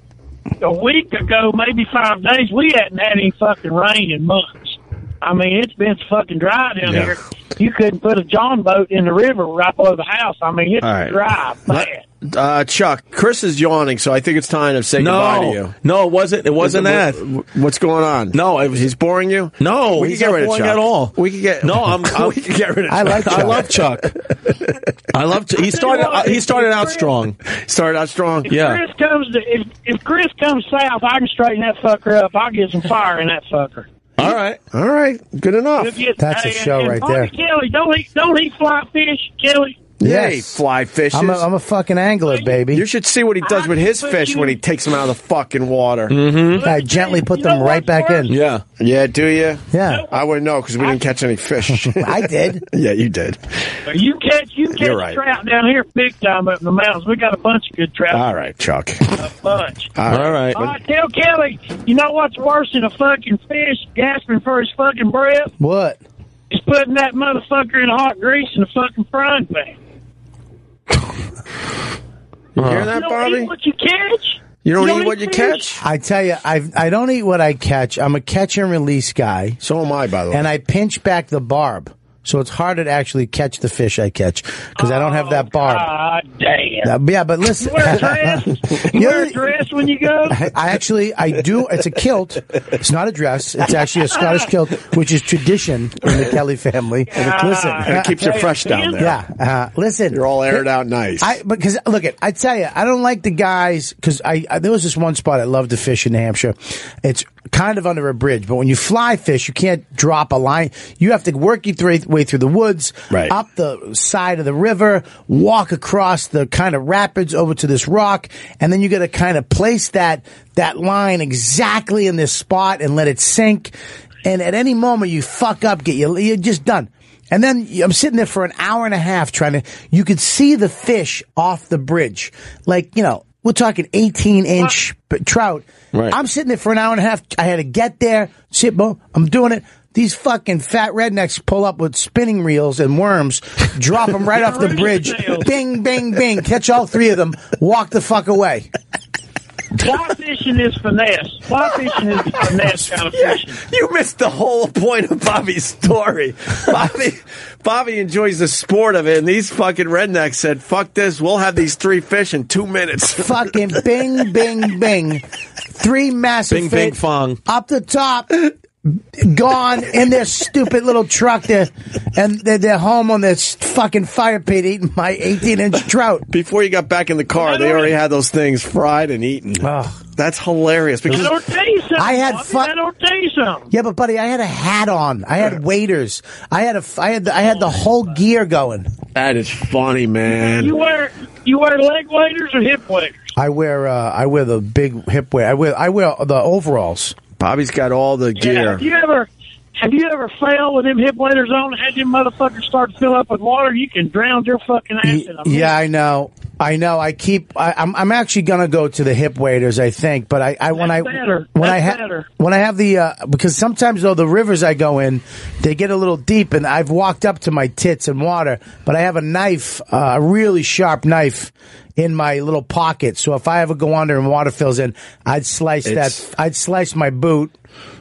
[SPEAKER 8] a week ago, maybe five days, we hadn't had any fucking rain in months. I mean, it's been fucking dry down
[SPEAKER 2] Yeah.
[SPEAKER 8] here. You couldn't put a john boat in the river right below the house. I mean, it's
[SPEAKER 2] All right.
[SPEAKER 8] dry, bad.
[SPEAKER 2] Uh, Chuck, Chris is yawning, so I think it's time to say goodbye to
[SPEAKER 4] No,
[SPEAKER 2] you.
[SPEAKER 4] no, it wasn't. It wasn't that.
[SPEAKER 2] What- What's going on?
[SPEAKER 4] No, it was-
[SPEAKER 2] he's boring you.
[SPEAKER 4] No,
[SPEAKER 2] we
[SPEAKER 4] he's
[SPEAKER 2] can get
[SPEAKER 4] not
[SPEAKER 2] rid of
[SPEAKER 4] boring
[SPEAKER 2] Chuck
[SPEAKER 4] at all.
[SPEAKER 2] We can get
[SPEAKER 4] No, I'm- I'm-
[SPEAKER 2] we can get rid of.
[SPEAKER 3] I
[SPEAKER 2] Chuck.
[SPEAKER 3] like
[SPEAKER 4] I
[SPEAKER 3] Chuck.
[SPEAKER 4] love Chuck. I love. Chuck. He started. uh, He started out strong.
[SPEAKER 2] Started out strong.
[SPEAKER 8] If
[SPEAKER 4] Yeah.
[SPEAKER 8] Chris comes to, if if Chris comes south, I can straighten that fucker up. I'll get some fire in that fucker.
[SPEAKER 4] All right.
[SPEAKER 2] All right. Good enough.
[SPEAKER 8] We'll get-
[SPEAKER 3] That's a
[SPEAKER 8] hey,
[SPEAKER 3] show
[SPEAKER 8] and
[SPEAKER 3] right
[SPEAKER 8] Bobby
[SPEAKER 3] there.
[SPEAKER 8] Kelly, don't he don't he fly fish, Kelly?
[SPEAKER 2] Yay,
[SPEAKER 3] Yes.
[SPEAKER 2] fly fishes.
[SPEAKER 3] I'm a, I'm a fucking angler, baby.
[SPEAKER 2] you should see what he does with his fish when he takes them out of the fucking water.
[SPEAKER 3] I gently put them right back in.
[SPEAKER 4] Yeah.
[SPEAKER 2] Yeah, do you?
[SPEAKER 3] Yeah.
[SPEAKER 2] I wouldn't know because we didn't catch any fish.
[SPEAKER 3] I did.
[SPEAKER 2] yeah, you did.
[SPEAKER 8] You catch you catch
[SPEAKER 2] right.
[SPEAKER 8] trout down here big time up in the mountains. We got a bunch of good trout.
[SPEAKER 2] All right, Chuck.
[SPEAKER 8] A bunch.
[SPEAKER 4] All right.
[SPEAKER 8] All right, tell Kelly, you know what's worse than a fucking fish gasping for his fucking breath?
[SPEAKER 3] What?
[SPEAKER 8] Is putting that motherfucker in hot grease in a fucking frying pan.
[SPEAKER 2] You hear that,
[SPEAKER 8] You don't eat
[SPEAKER 2] Bobby?
[SPEAKER 8] what you catch.
[SPEAKER 2] You don't,
[SPEAKER 8] you don't
[SPEAKER 2] eat what you
[SPEAKER 8] eat
[SPEAKER 2] catch?
[SPEAKER 3] I tell you, I I don't eat what I catch. I'm a catch and release guy,
[SPEAKER 2] So am I, by the way.
[SPEAKER 3] and I pinch back the barb, so it's harder to actually catch the fish I catch because I don't have that barb.
[SPEAKER 8] Oh, God Ah, damn.
[SPEAKER 3] Uh, yeah, but listen,
[SPEAKER 8] Wear a dress. You wear a dress when you go.
[SPEAKER 3] I actually I do. It's a kilt. It's not a dress. It's actually a Scottish kilt, which is tradition in the Kelly family. Listen,
[SPEAKER 2] and it keeps you fresh down there.
[SPEAKER 3] yeah, uh, listen,
[SPEAKER 2] You're all aired out nice.
[SPEAKER 3] I because look at I tell you I don't like the guys because I, I there was this one spot I love to fish in New Hampshire. It's kind of under a bridge, but when you fly fish, you can't drop a line. You have to work your thre- way through the woods,
[SPEAKER 2] Right.
[SPEAKER 3] up the side of the river, walk across the kind of rapids over to this rock, and then you got to kind of place that that line exactly in this spot and let it sink. And at any moment you fuck up, get you you're just done. And then I'm sitting there for an hour and a half trying to, you could see the fish off the bridge. Like, you know, we're talking 18 inch b- trout.
[SPEAKER 4] Right.
[SPEAKER 3] I'm sitting there for an hour and a half. I had to get there, sit, boom, I'm doing it. These fucking fat rednecks pull up with spinning reels and worms, drop them right off the bridge. Bing, bing, bing. Catch all three of them, walk the fuck away.
[SPEAKER 8] Fly fishing is finesse. Fly fishing is the finesse kind of fishing.
[SPEAKER 2] You missed the whole point of Bobby's story. Bobby Bobby enjoys the sport of it, and these fucking rednecks said, fuck this, we'll have these three fish in two minutes.
[SPEAKER 3] fucking bing, bing, bing. Three massive
[SPEAKER 4] Bing, bing,
[SPEAKER 3] fit
[SPEAKER 4] fong.
[SPEAKER 3] up the top, gone in their stupid little truck there, and they're, they're home on this fucking fire pit eating my 18 inch trout.
[SPEAKER 2] Before you got back in the car, they already had those things fried and eaten.
[SPEAKER 3] Ugh.
[SPEAKER 2] That's hilarious
[SPEAKER 8] I
[SPEAKER 2] because
[SPEAKER 8] don't tell you something.
[SPEAKER 3] I had
[SPEAKER 8] Bobby.
[SPEAKER 3] fun-
[SPEAKER 8] I don't tell you something.
[SPEAKER 3] Yeah, but buddy, I had a hat on. I had waders. I had a, f- I had, the, I had the whole gear going.
[SPEAKER 2] that is funny,
[SPEAKER 8] You
[SPEAKER 2] man.
[SPEAKER 8] wear you wear leg waders or hip waders.
[SPEAKER 3] I wear, uh, I wear the big hip wear. I wear, I wear the overalls.
[SPEAKER 2] Bobby's got all the gear.
[SPEAKER 8] Have you ever have you ever fell with them hip waders on and had them motherfuckers start to fill up with water? You can drown your fucking ass in
[SPEAKER 3] Y-
[SPEAKER 8] them.
[SPEAKER 3] Yeah, I know. I know. I keep. I, I'm. I'm actually gonna go to the hip waders. I think, but I. I when I
[SPEAKER 8] That's better.
[SPEAKER 3] when I
[SPEAKER 8] That's
[SPEAKER 3] have
[SPEAKER 8] better.
[SPEAKER 3] when I have the uh, because sometimes though the rivers I go in they get a little deep and I've walked up to my tits in water, but I have a knife, uh, a really sharp knife in my little pocket. So if I ever go under and water fills in, I'd slice
[SPEAKER 2] It's-
[SPEAKER 3] that. I'd slice my boot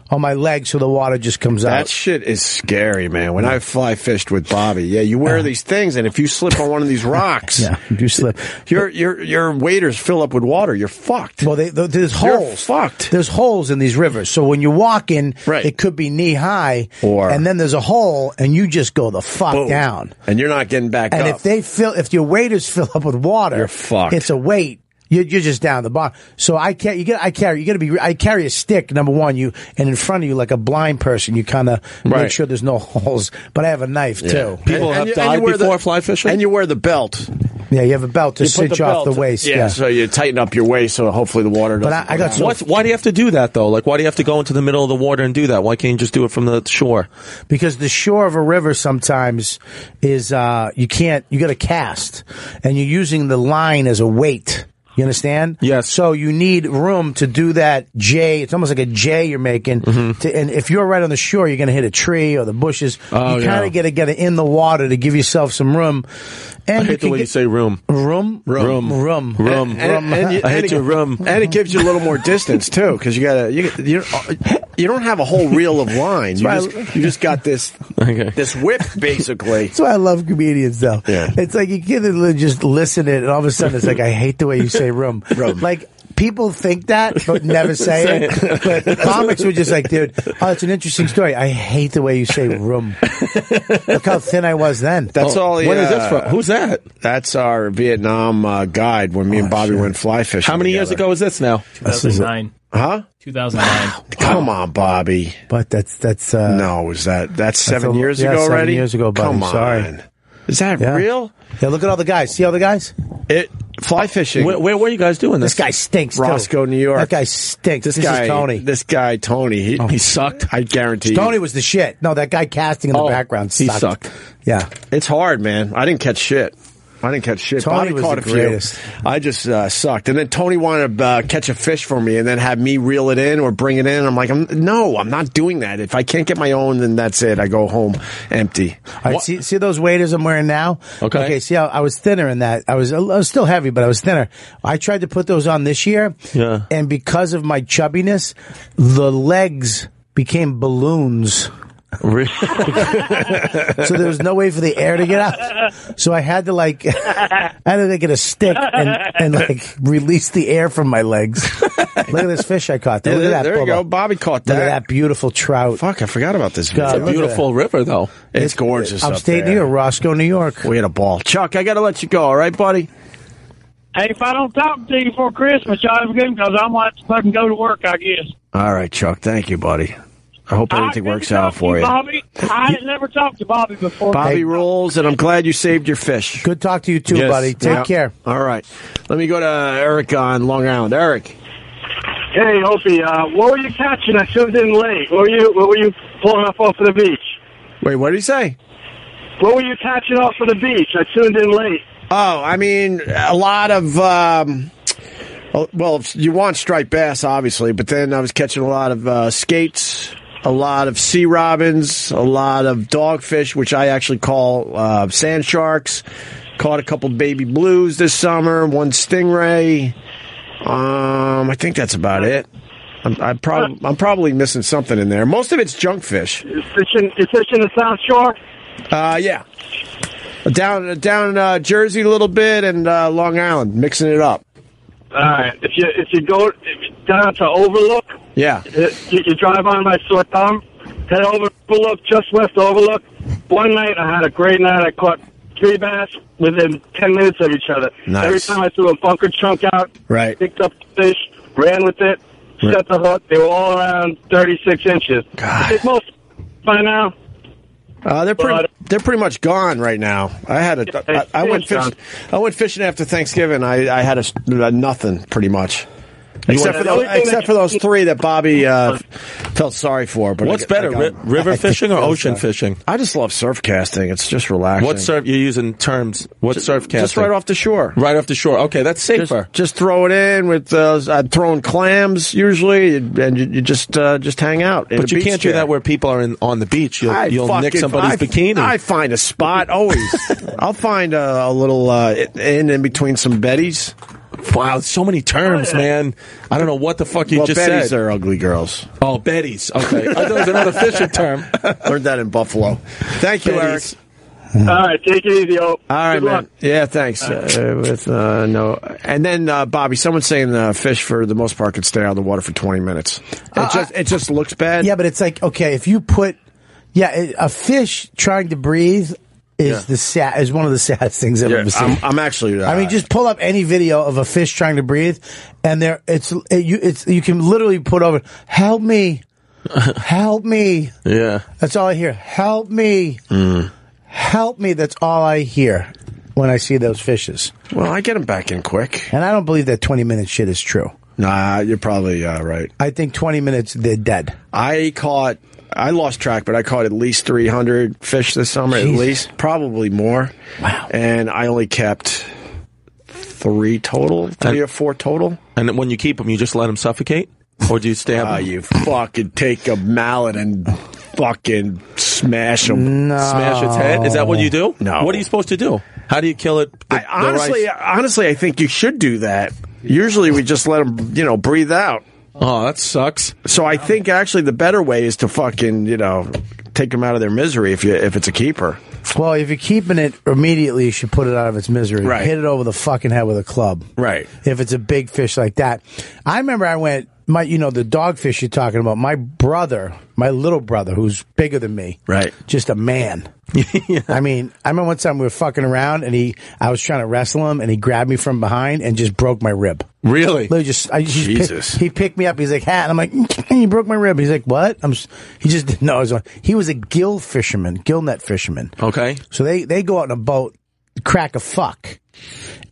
[SPEAKER 3] on my leg so the water just comes
[SPEAKER 2] That
[SPEAKER 3] out.
[SPEAKER 2] shit is scary, man. When I fly fished with Bobby, yeah, you wear these things, and if you slip on one of these rocks,
[SPEAKER 3] yeah, you do slip.
[SPEAKER 2] your your your waders fill up with water. You're fucked.
[SPEAKER 3] Well, they, th- there's
[SPEAKER 2] You're
[SPEAKER 3] holes.
[SPEAKER 2] fucked.
[SPEAKER 3] There's holes in these rivers. So when you walk in,
[SPEAKER 2] Right.
[SPEAKER 3] it could be knee high,
[SPEAKER 2] Or-
[SPEAKER 3] and then there's a hole, and you just go the fuck
[SPEAKER 2] Boom.
[SPEAKER 3] down.
[SPEAKER 2] and you're not getting back
[SPEAKER 3] And
[SPEAKER 2] up.
[SPEAKER 3] if they fill, if your waders fill up with water,
[SPEAKER 2] You're fucked.
[SPEAKER 3] It's a weight. You're, you're just down the bottom. So I can't. You get. I carry. You got to be. I carry a stick. Number one, you and in front of you like a blind person. You kind of
[SPEAKER 2] Right.
[SPEAKER 3] make sure there's no holes. But I have a knife too.
[SPEAKER 4] People have died
[SPEAKER 2] wear the-
[SPEAKER 4] before fly fishing?
[SPEAKER 2] and you wear the belt.
[SPEAKER 3] Yeah, you have a belt to
[SPEAKER 2] You put
[SPEAKER 3] cinch off the
[SPEAKER 2] belt-
[SPEAKER 3] waist.
[SPEAKER 2] Yeah,
[SPEAKER 3] Yeah.
[SPEAKER 2] so you tighten up your waist, so hopefully the water doesn't.
[SPEAKER 3] but I, I
[SPEAKER 2] go
[SPEAKER 3] got
[SPEAKER 2] down.
[SPEAKER 3] so
[SPEAKER 4] What's, why do you have to do that though? Like, why do you have to go into the middle of the water and do that? Why can't you just do it from the shore?
[SPEAKER 3] because the shore of a river sometimes is uh, you can't you got to cast and you're using the line as a weight you understand
[SPEAKER 4] Yes.
[SPEAKER 3] so you need room to do that j it's almost like a j you're making
[SPEAKER 4] Mm-hmm.
[SPEAKER 3] to, and if you're right on the shore you're going to hit a tree or the bushes
[SPEAKER 4] Oh,
[SPEAKER 3] you kind
[SPEAKER 4] yeah.
[SPEAKER 3] of got to get it in the water to give yourself some room and
[SPEAKER 4] I
[SPEAKER 3] you
[SPEAKER 4] hate the
[SPEAKER 3] can
[SPEAKER 4] way you
[SPEAKER 3] get-
[SPEAKER 4] say room.
[SPEAKER 3] room
[SPEAKER 4] Room.
[SPEAKER 3] room
[SPEAKER 4] Room.
[SPEAKER 2] And, and you-
[SPEAKER 4] I hate
[SPEAKER 2] and
[SPEAKER 4] your
[SPEAKER 2] it-
[SPEAKER 4] room.
[SPEAKER 2] and it gives you a little more distance too, because you gotta you you you don't have a whole reel of line. You
[SPEAKER 3] why I-
[SPEAKER 2] just, you just got this
[SPEAKER 4] Okay.
[SPEAKER 2] this whip basically.
[SPEAKER 3] That's why I love comedians, though.
[SPEAKER 2] Yeah.
[SPEAKER 3] It's like you get to li- just listen to it, and all of a sudden it's like, I hate the way you say room.
[SPEAKER 2] Room.
[SPEAKER 3] Like, people think that, but never say it. But comics were just like, dude, oh, it's an interesting story. I hate the way you say room. Look how thin I was then.
[SPEAKER 2] That's all.
[SPEAKER 4] Oh, What is
[SPEAKER 2] yeah.
[SPEAKER 4] this from? Who's that?
[SPEAKER 2] That's our Vietnam uh, guide when me and Bobby went fly fishing.
[SPEAKER 4] How many years
[SPEAKER 2] together.
[SPEAKER 4] ago is this now?
[SPEAKER 3] This is it.
[SPEAKER 10] 2009.
[SPEAKER 2] Huh?
[SPEAKER 10] 2009.
[SPEAKER 2] Come on, Bobby.
[SPEAKER 3] But that's, that's, uh,
[SPEAKER 2] No, was that that's seven
[SPEAKER 3] a-
[SPEAKER 2] years
[SPEAKER 3] yeah,
[SPEAKER 2] ago
[SPEAKER 3] seven
[SPEAKER 2] already?
[SPEAKER 3] years ago, buddy.
[SPEAKER 2] Come on.
[SPEAKER 3] Sorry.
[SPEAKER 2] Is that
[SPEAKER 3] Yeah.
[SPEAKER 2] real?
[SPEAKER 3] Yeah, look at all the guys. See all the guys?
[SPEAKER 2] It fly fishing.
[SPEAKER 4] Where, where were you guys doing this?
[SPEAKER 3] This guy stinks. too.
[SPEAKER 2] Roscoe, New York.
[SPEAKER 3] That guy stinks.
[SPEAKER 2] this,
[SPEAKER 3] This,
[SPEAKER 2] guy,
[SPEAKER 3] is Tony. Oh.
[SPEAKER 2] This guy, Tony. He, he sucked. I guarantee. you.
[SPEAKER 3] Tony was the shit. No, that guy casting in the
[SPEAKER 2] Oh,
[SPEAKER 3] background
[SPEAKER 4] he
[SPEAKER 3] sucked.
[SPEAKER 4] sucked.
[SPEAKER 3] Yeah.
[SPEAKER 2] It's hard, man. I didn't catch shit. I didn't catch shit.
[SPEAKER 3] Tony
[SPEAKER 2] Bobby
[SPEAKER 3] was
[SPEAKER 2] caught
[SPEAKER 3] the
[SPEAKER 2] a few.
[SPEAKER 3] greatest.
[SPEAKER 2] I just uh, sucked. And then Tony wanted to uh, catch a fish for me and then have me reel it in or bring it in. I'm like, I'm, no, I'm not doing that. If I can't get my own, then that's it. I go home empty.
[SPEAKER 3] All right, see, see those waders I'm wearing now?
[SPEAKER 4] Okay.
[SPEAKER 3] Okay, see how I was thinner in that. I was, I was still heavy, but I was thinner. I tried to put those on this year.
[SPEAKER 4] Yeah.
[SPEAKER 3] And because of my chubbiness, the legs became balloons.
[SPEAKER 4] Re-
[SPEAKER 3] So there was no way for the air to get out. So I had to like, I had to like, get a stick and, and like release the air from my legs. Look at this fish I caught. Look at that.
[SPEAKER 2] there you
[SPEAKER 3] Bubba.
[SPEAKER 2] go. Oh, Bobby caught that.
[SPEAKER 3] Look at that beautiful trout.
[SPEAKER 2] Fuck, I forgot about this. video.
[SPEAKER 3] God, look at
[SPEAKER 4] Beautiful river, though.
[SPEAKER 2] It's gorgeous. up
[SPEAKER 3] Upstate New
[SPEAKER 2] there.
[SPEAKER 3] York, Roscoe, New York.
[SPEAKER 2] We had a ball. Chuck, I got to let you go. All right, buddy.
[SPEAKER 8] Hey, if I don't talk to you before Christmas, y'all have a good because I'm going to fucking go to work, I guess.
[SPEAKER 2] All right, Chuck. Thank you, buddy. I hope everything
[SPEAKER 8] I
[SPEAKER 2] works
[SPEAKER 8] never
[SPEAKER 2] out
[SPEAKER 8] talked to
[SPEAKER 2] for Ah, you.
[SPEAKER 8] Bobby. I had never talked to Bobby before.
[SPEAKER 2] Bobby
[SPEAKER 3] Hey.
[SPEAKER 2] rules, and I'm glad you saved your fish.
[SPEAKER 3] Good talk to you too,
[SPEAKER 2] Yes.
[SPEAKER 3] buddy. Take
[SPEAKER 2] Yeah.
[SPEAKER 3] care.
[SPEAKER 2] All right. Let me go to Eric on Long Island. Eric.
[SPEAKER 8] Hey, Opie, uh, what were you catching? I tuned in late. What were you? What were you pulling up off of the beach?
[SPEAKER 2] Wait, what did he say?
[SPEAKER 8] What were you catching off of the beach? I tuned in late.
[SPEAKER 2] Oh, I mean, a lot of. Um, oh, well, you want striped bass, obviously, but then I was catching a lot of uh, skates, a lot of sea robins, a lot of dogfish, which I actually call uh, sand sharks. Caught a couple baby blues this summer, one stingray. Um, I think that's about it. I'm, I'm, prob- I'm probably missing something in there. Most of it's junk fish.
[SPEAKER 8] You're fishing, you're fishing the South Shore.
[SPEAKER 2] Uh, yeah. Down down uh, Jersey a little bit and uh, Long Island, mixing it up.
[SPEAKER 8] All right. If you if you go down to Overlook,
[SPEAKER 2] Yeah.
[SPEAKER 8] you, you drive on by Sore Thumb, head over Overlook, just west of Overlook. One night I had a great night. I caught three bass within ten minutes of each other.
[SPEAKER 2] Nice.
[SPEAKER 8] Every time I threw a bunker chunk out,
[SPEAKER 2] Right.
[SPEAKER 8] picked up the fish, ran with it, set the hook. They were all around 36 inches. I think most by now.
[SPEAKER 2] Uh, they're pretty
[SPEAKER 8] But-
[SPEAKER 2] they're pretty much gone right now. I had a I, I went fish, I went fishing after Thanksgiving. I, I had a, s- uh, nothing pretty much. Except for,
[SPEAKER 8] The
[SPEAKER 2] those,
[SPEAKER 8] only thing
[SPEAKER 2] except
[SPEAKER 8] that-
[SPEAKER 2] for those three that Bobby uh, felt sorry for. But
[SPEAKER 4] What's
[SPEAKER 2] I got- I
[SPEAKER 4] better,
[SPEAKER 2] got
[SPEAKER 4] ri-
[SPEAKER 2] 'em.
[SPEAKER 4] river fishing or ocean fishing?
[SPEAKER 2] I just love surf casting. It's just relaxing.
[SPEAKER 4] What surf? You're using terms. What surf casting?
[SPEAKER 2] Just right off the shore.
[SPEAKER 4] Right off the shore. Okay, that's
[SPEAKER 2] Just,
[SPEAKER 4] safer.
[SPEAKER 2] just throw it in with uh, I'd throw in clams usually, and you, you just uh, just hang out. in
[SPEAKER 4] but
[SPEAKER 2] a
[SPEAKER 4] you
[SPEAKER 2] beach
[SPEAKER 4] can't
[SPEAKER 2] chair.
[SPEAKER 4] do that where people are in, on the beach. You'll,
[SPEAKER 2] I
[SPEAKER 4] you'll nick
[SPEAKER 2] fucking-
[SPEAKER 4] somebody's
[SPEAKER 2] I,
[SPEAKER 4] bikini.
[SPEAKER 2] I find a spot always. I'll find a, a little uh, in in between some Bettys.
[SPEAKER 4] wow, so many terms, man. I don't know what the fuck you
[SPEAKER 2] well,
[SPEAKER 4] just
[SPEAKER 2] Bettys
[SPEAKER 4] said.
[SPEAKER 2] are ugly girls.
[SPEAKER 4] oh, Betty's. Okay, I thought it was another fishing term.
[SPEAKER 2] Learned that in Buffalo. Thank you,
[SPEAKER 4] Bettys.
[SPEAKER 2] Eric.
[SPEAKER 8] All right, take it easy, All
[SPEAKER 2] All right, man. Yeah, thanks. Uh, with uh, no, and then uh, Bobby, someone's saying uh, fish for the most part could stay out of the water for twenty minutes. It
[SPEAKER 4] Uh,
[SPEAKER 2] just it just looks bad.
[SPEAKER 3] Yeah, but it's like okay, if you put yeah, it- a fish trying to breathe is the sad is one of the saddest things I've
[SPEAKER 2] Yeah,
[SPEAKER 3] ever seen.
[SPEAKER 2] I'm, I'm actually. Uh,
[SPEAKER 3] I mean, just pull up any video of a fish trying to breathe, and there it's it, you it's you can literally put over help me, help me.
[SPEAKER 4] Yeah.
[SPEAKER 3] That's all I hear. Help me,
[SPEAKER 2] Mm.
[SPEAKER 3] help me. That's all I hear when I see those fishes,
[SPEAKER 2] well, I get them back in quick.
[SPEAKER 3] and I don't believe that twenty minute shit is true.
[SPEAKER 2] Nah, you're probably uh, right.
[SPEAKER 3] I think twenty minutes they're dead.
[SPEAKER 2] I caught, I lost track, but I caught at least 300 fish this summer, at
[SPEAKER 3] Jesus.
[SPEAKER 2] least, probably more.
[SPEAKER 3] Wow.
[SPEAKER 2] And I only kept three total, three
[SPEAKER 4] And-
[SPEAKER 2] or four total.
[SPEAKER 4] And when you keep them, you just let them suffocate, or do you stab
[SPEAKER 2] Ah,
[SPEAKER 4] 'em?
[SPEAKER 2] you fucking take a mallet and fucking smash them.
[SPEAKER 4] smash its head? Is that what you do?
[SPEAKER 2] Oh, No.
[SPEAKER 4] What are you supposed to do? How do you kill it? The-
[SPEAKER 2] I,
[SPEAKER 4] the
[SPEAKER 2] honestly, uh,
[SPEAKER 4] rice-
[SPEAKER 2] honestly, I think you should do that. Usually we just let them, you know, breathe out.
[SPEAKER 4] oh, that sucks.
[SPEAKER 2] So I think actually the better way is to fucking, you know, take them out of their misery if you if it's a keeper.
[SPEAKER 3] Well, if you're keeping it immediately, you should put it out of its misery.
[SPEAKER 2] Right.
[SPEAKER 3] Hit it over the fucking head with a club.
[SPEAKER 2] Right.
[SPEAKER 3] If it's a big fish like that. I remember I went my you know the dogfish you're talking about. My brother, my little brother, who's bigger than me,
[SPEAKER 4] Right.
[SPEAKER 3] Just a man. I mean, I remember one time we were fucking around and he, I was trying to wrestle him and he grabbed me from behind and just broke my rib.
[SPEAKER 4] Really?
[SPEAKER 3] Literally, just I just
[SPEAKER 2] Jesus.
[SPEAKER 3] pick- he picked me up. He's like, "Hat," and I'm like, "He broke my rib." He's like, "What?" I'm. s- He just didn't know. I was on- He was a gill fisherman, gill net fisherman.
[SPEAKER 4] Okay.
[SPEAKER 3] So they, they go out in a boat, crack a fuck,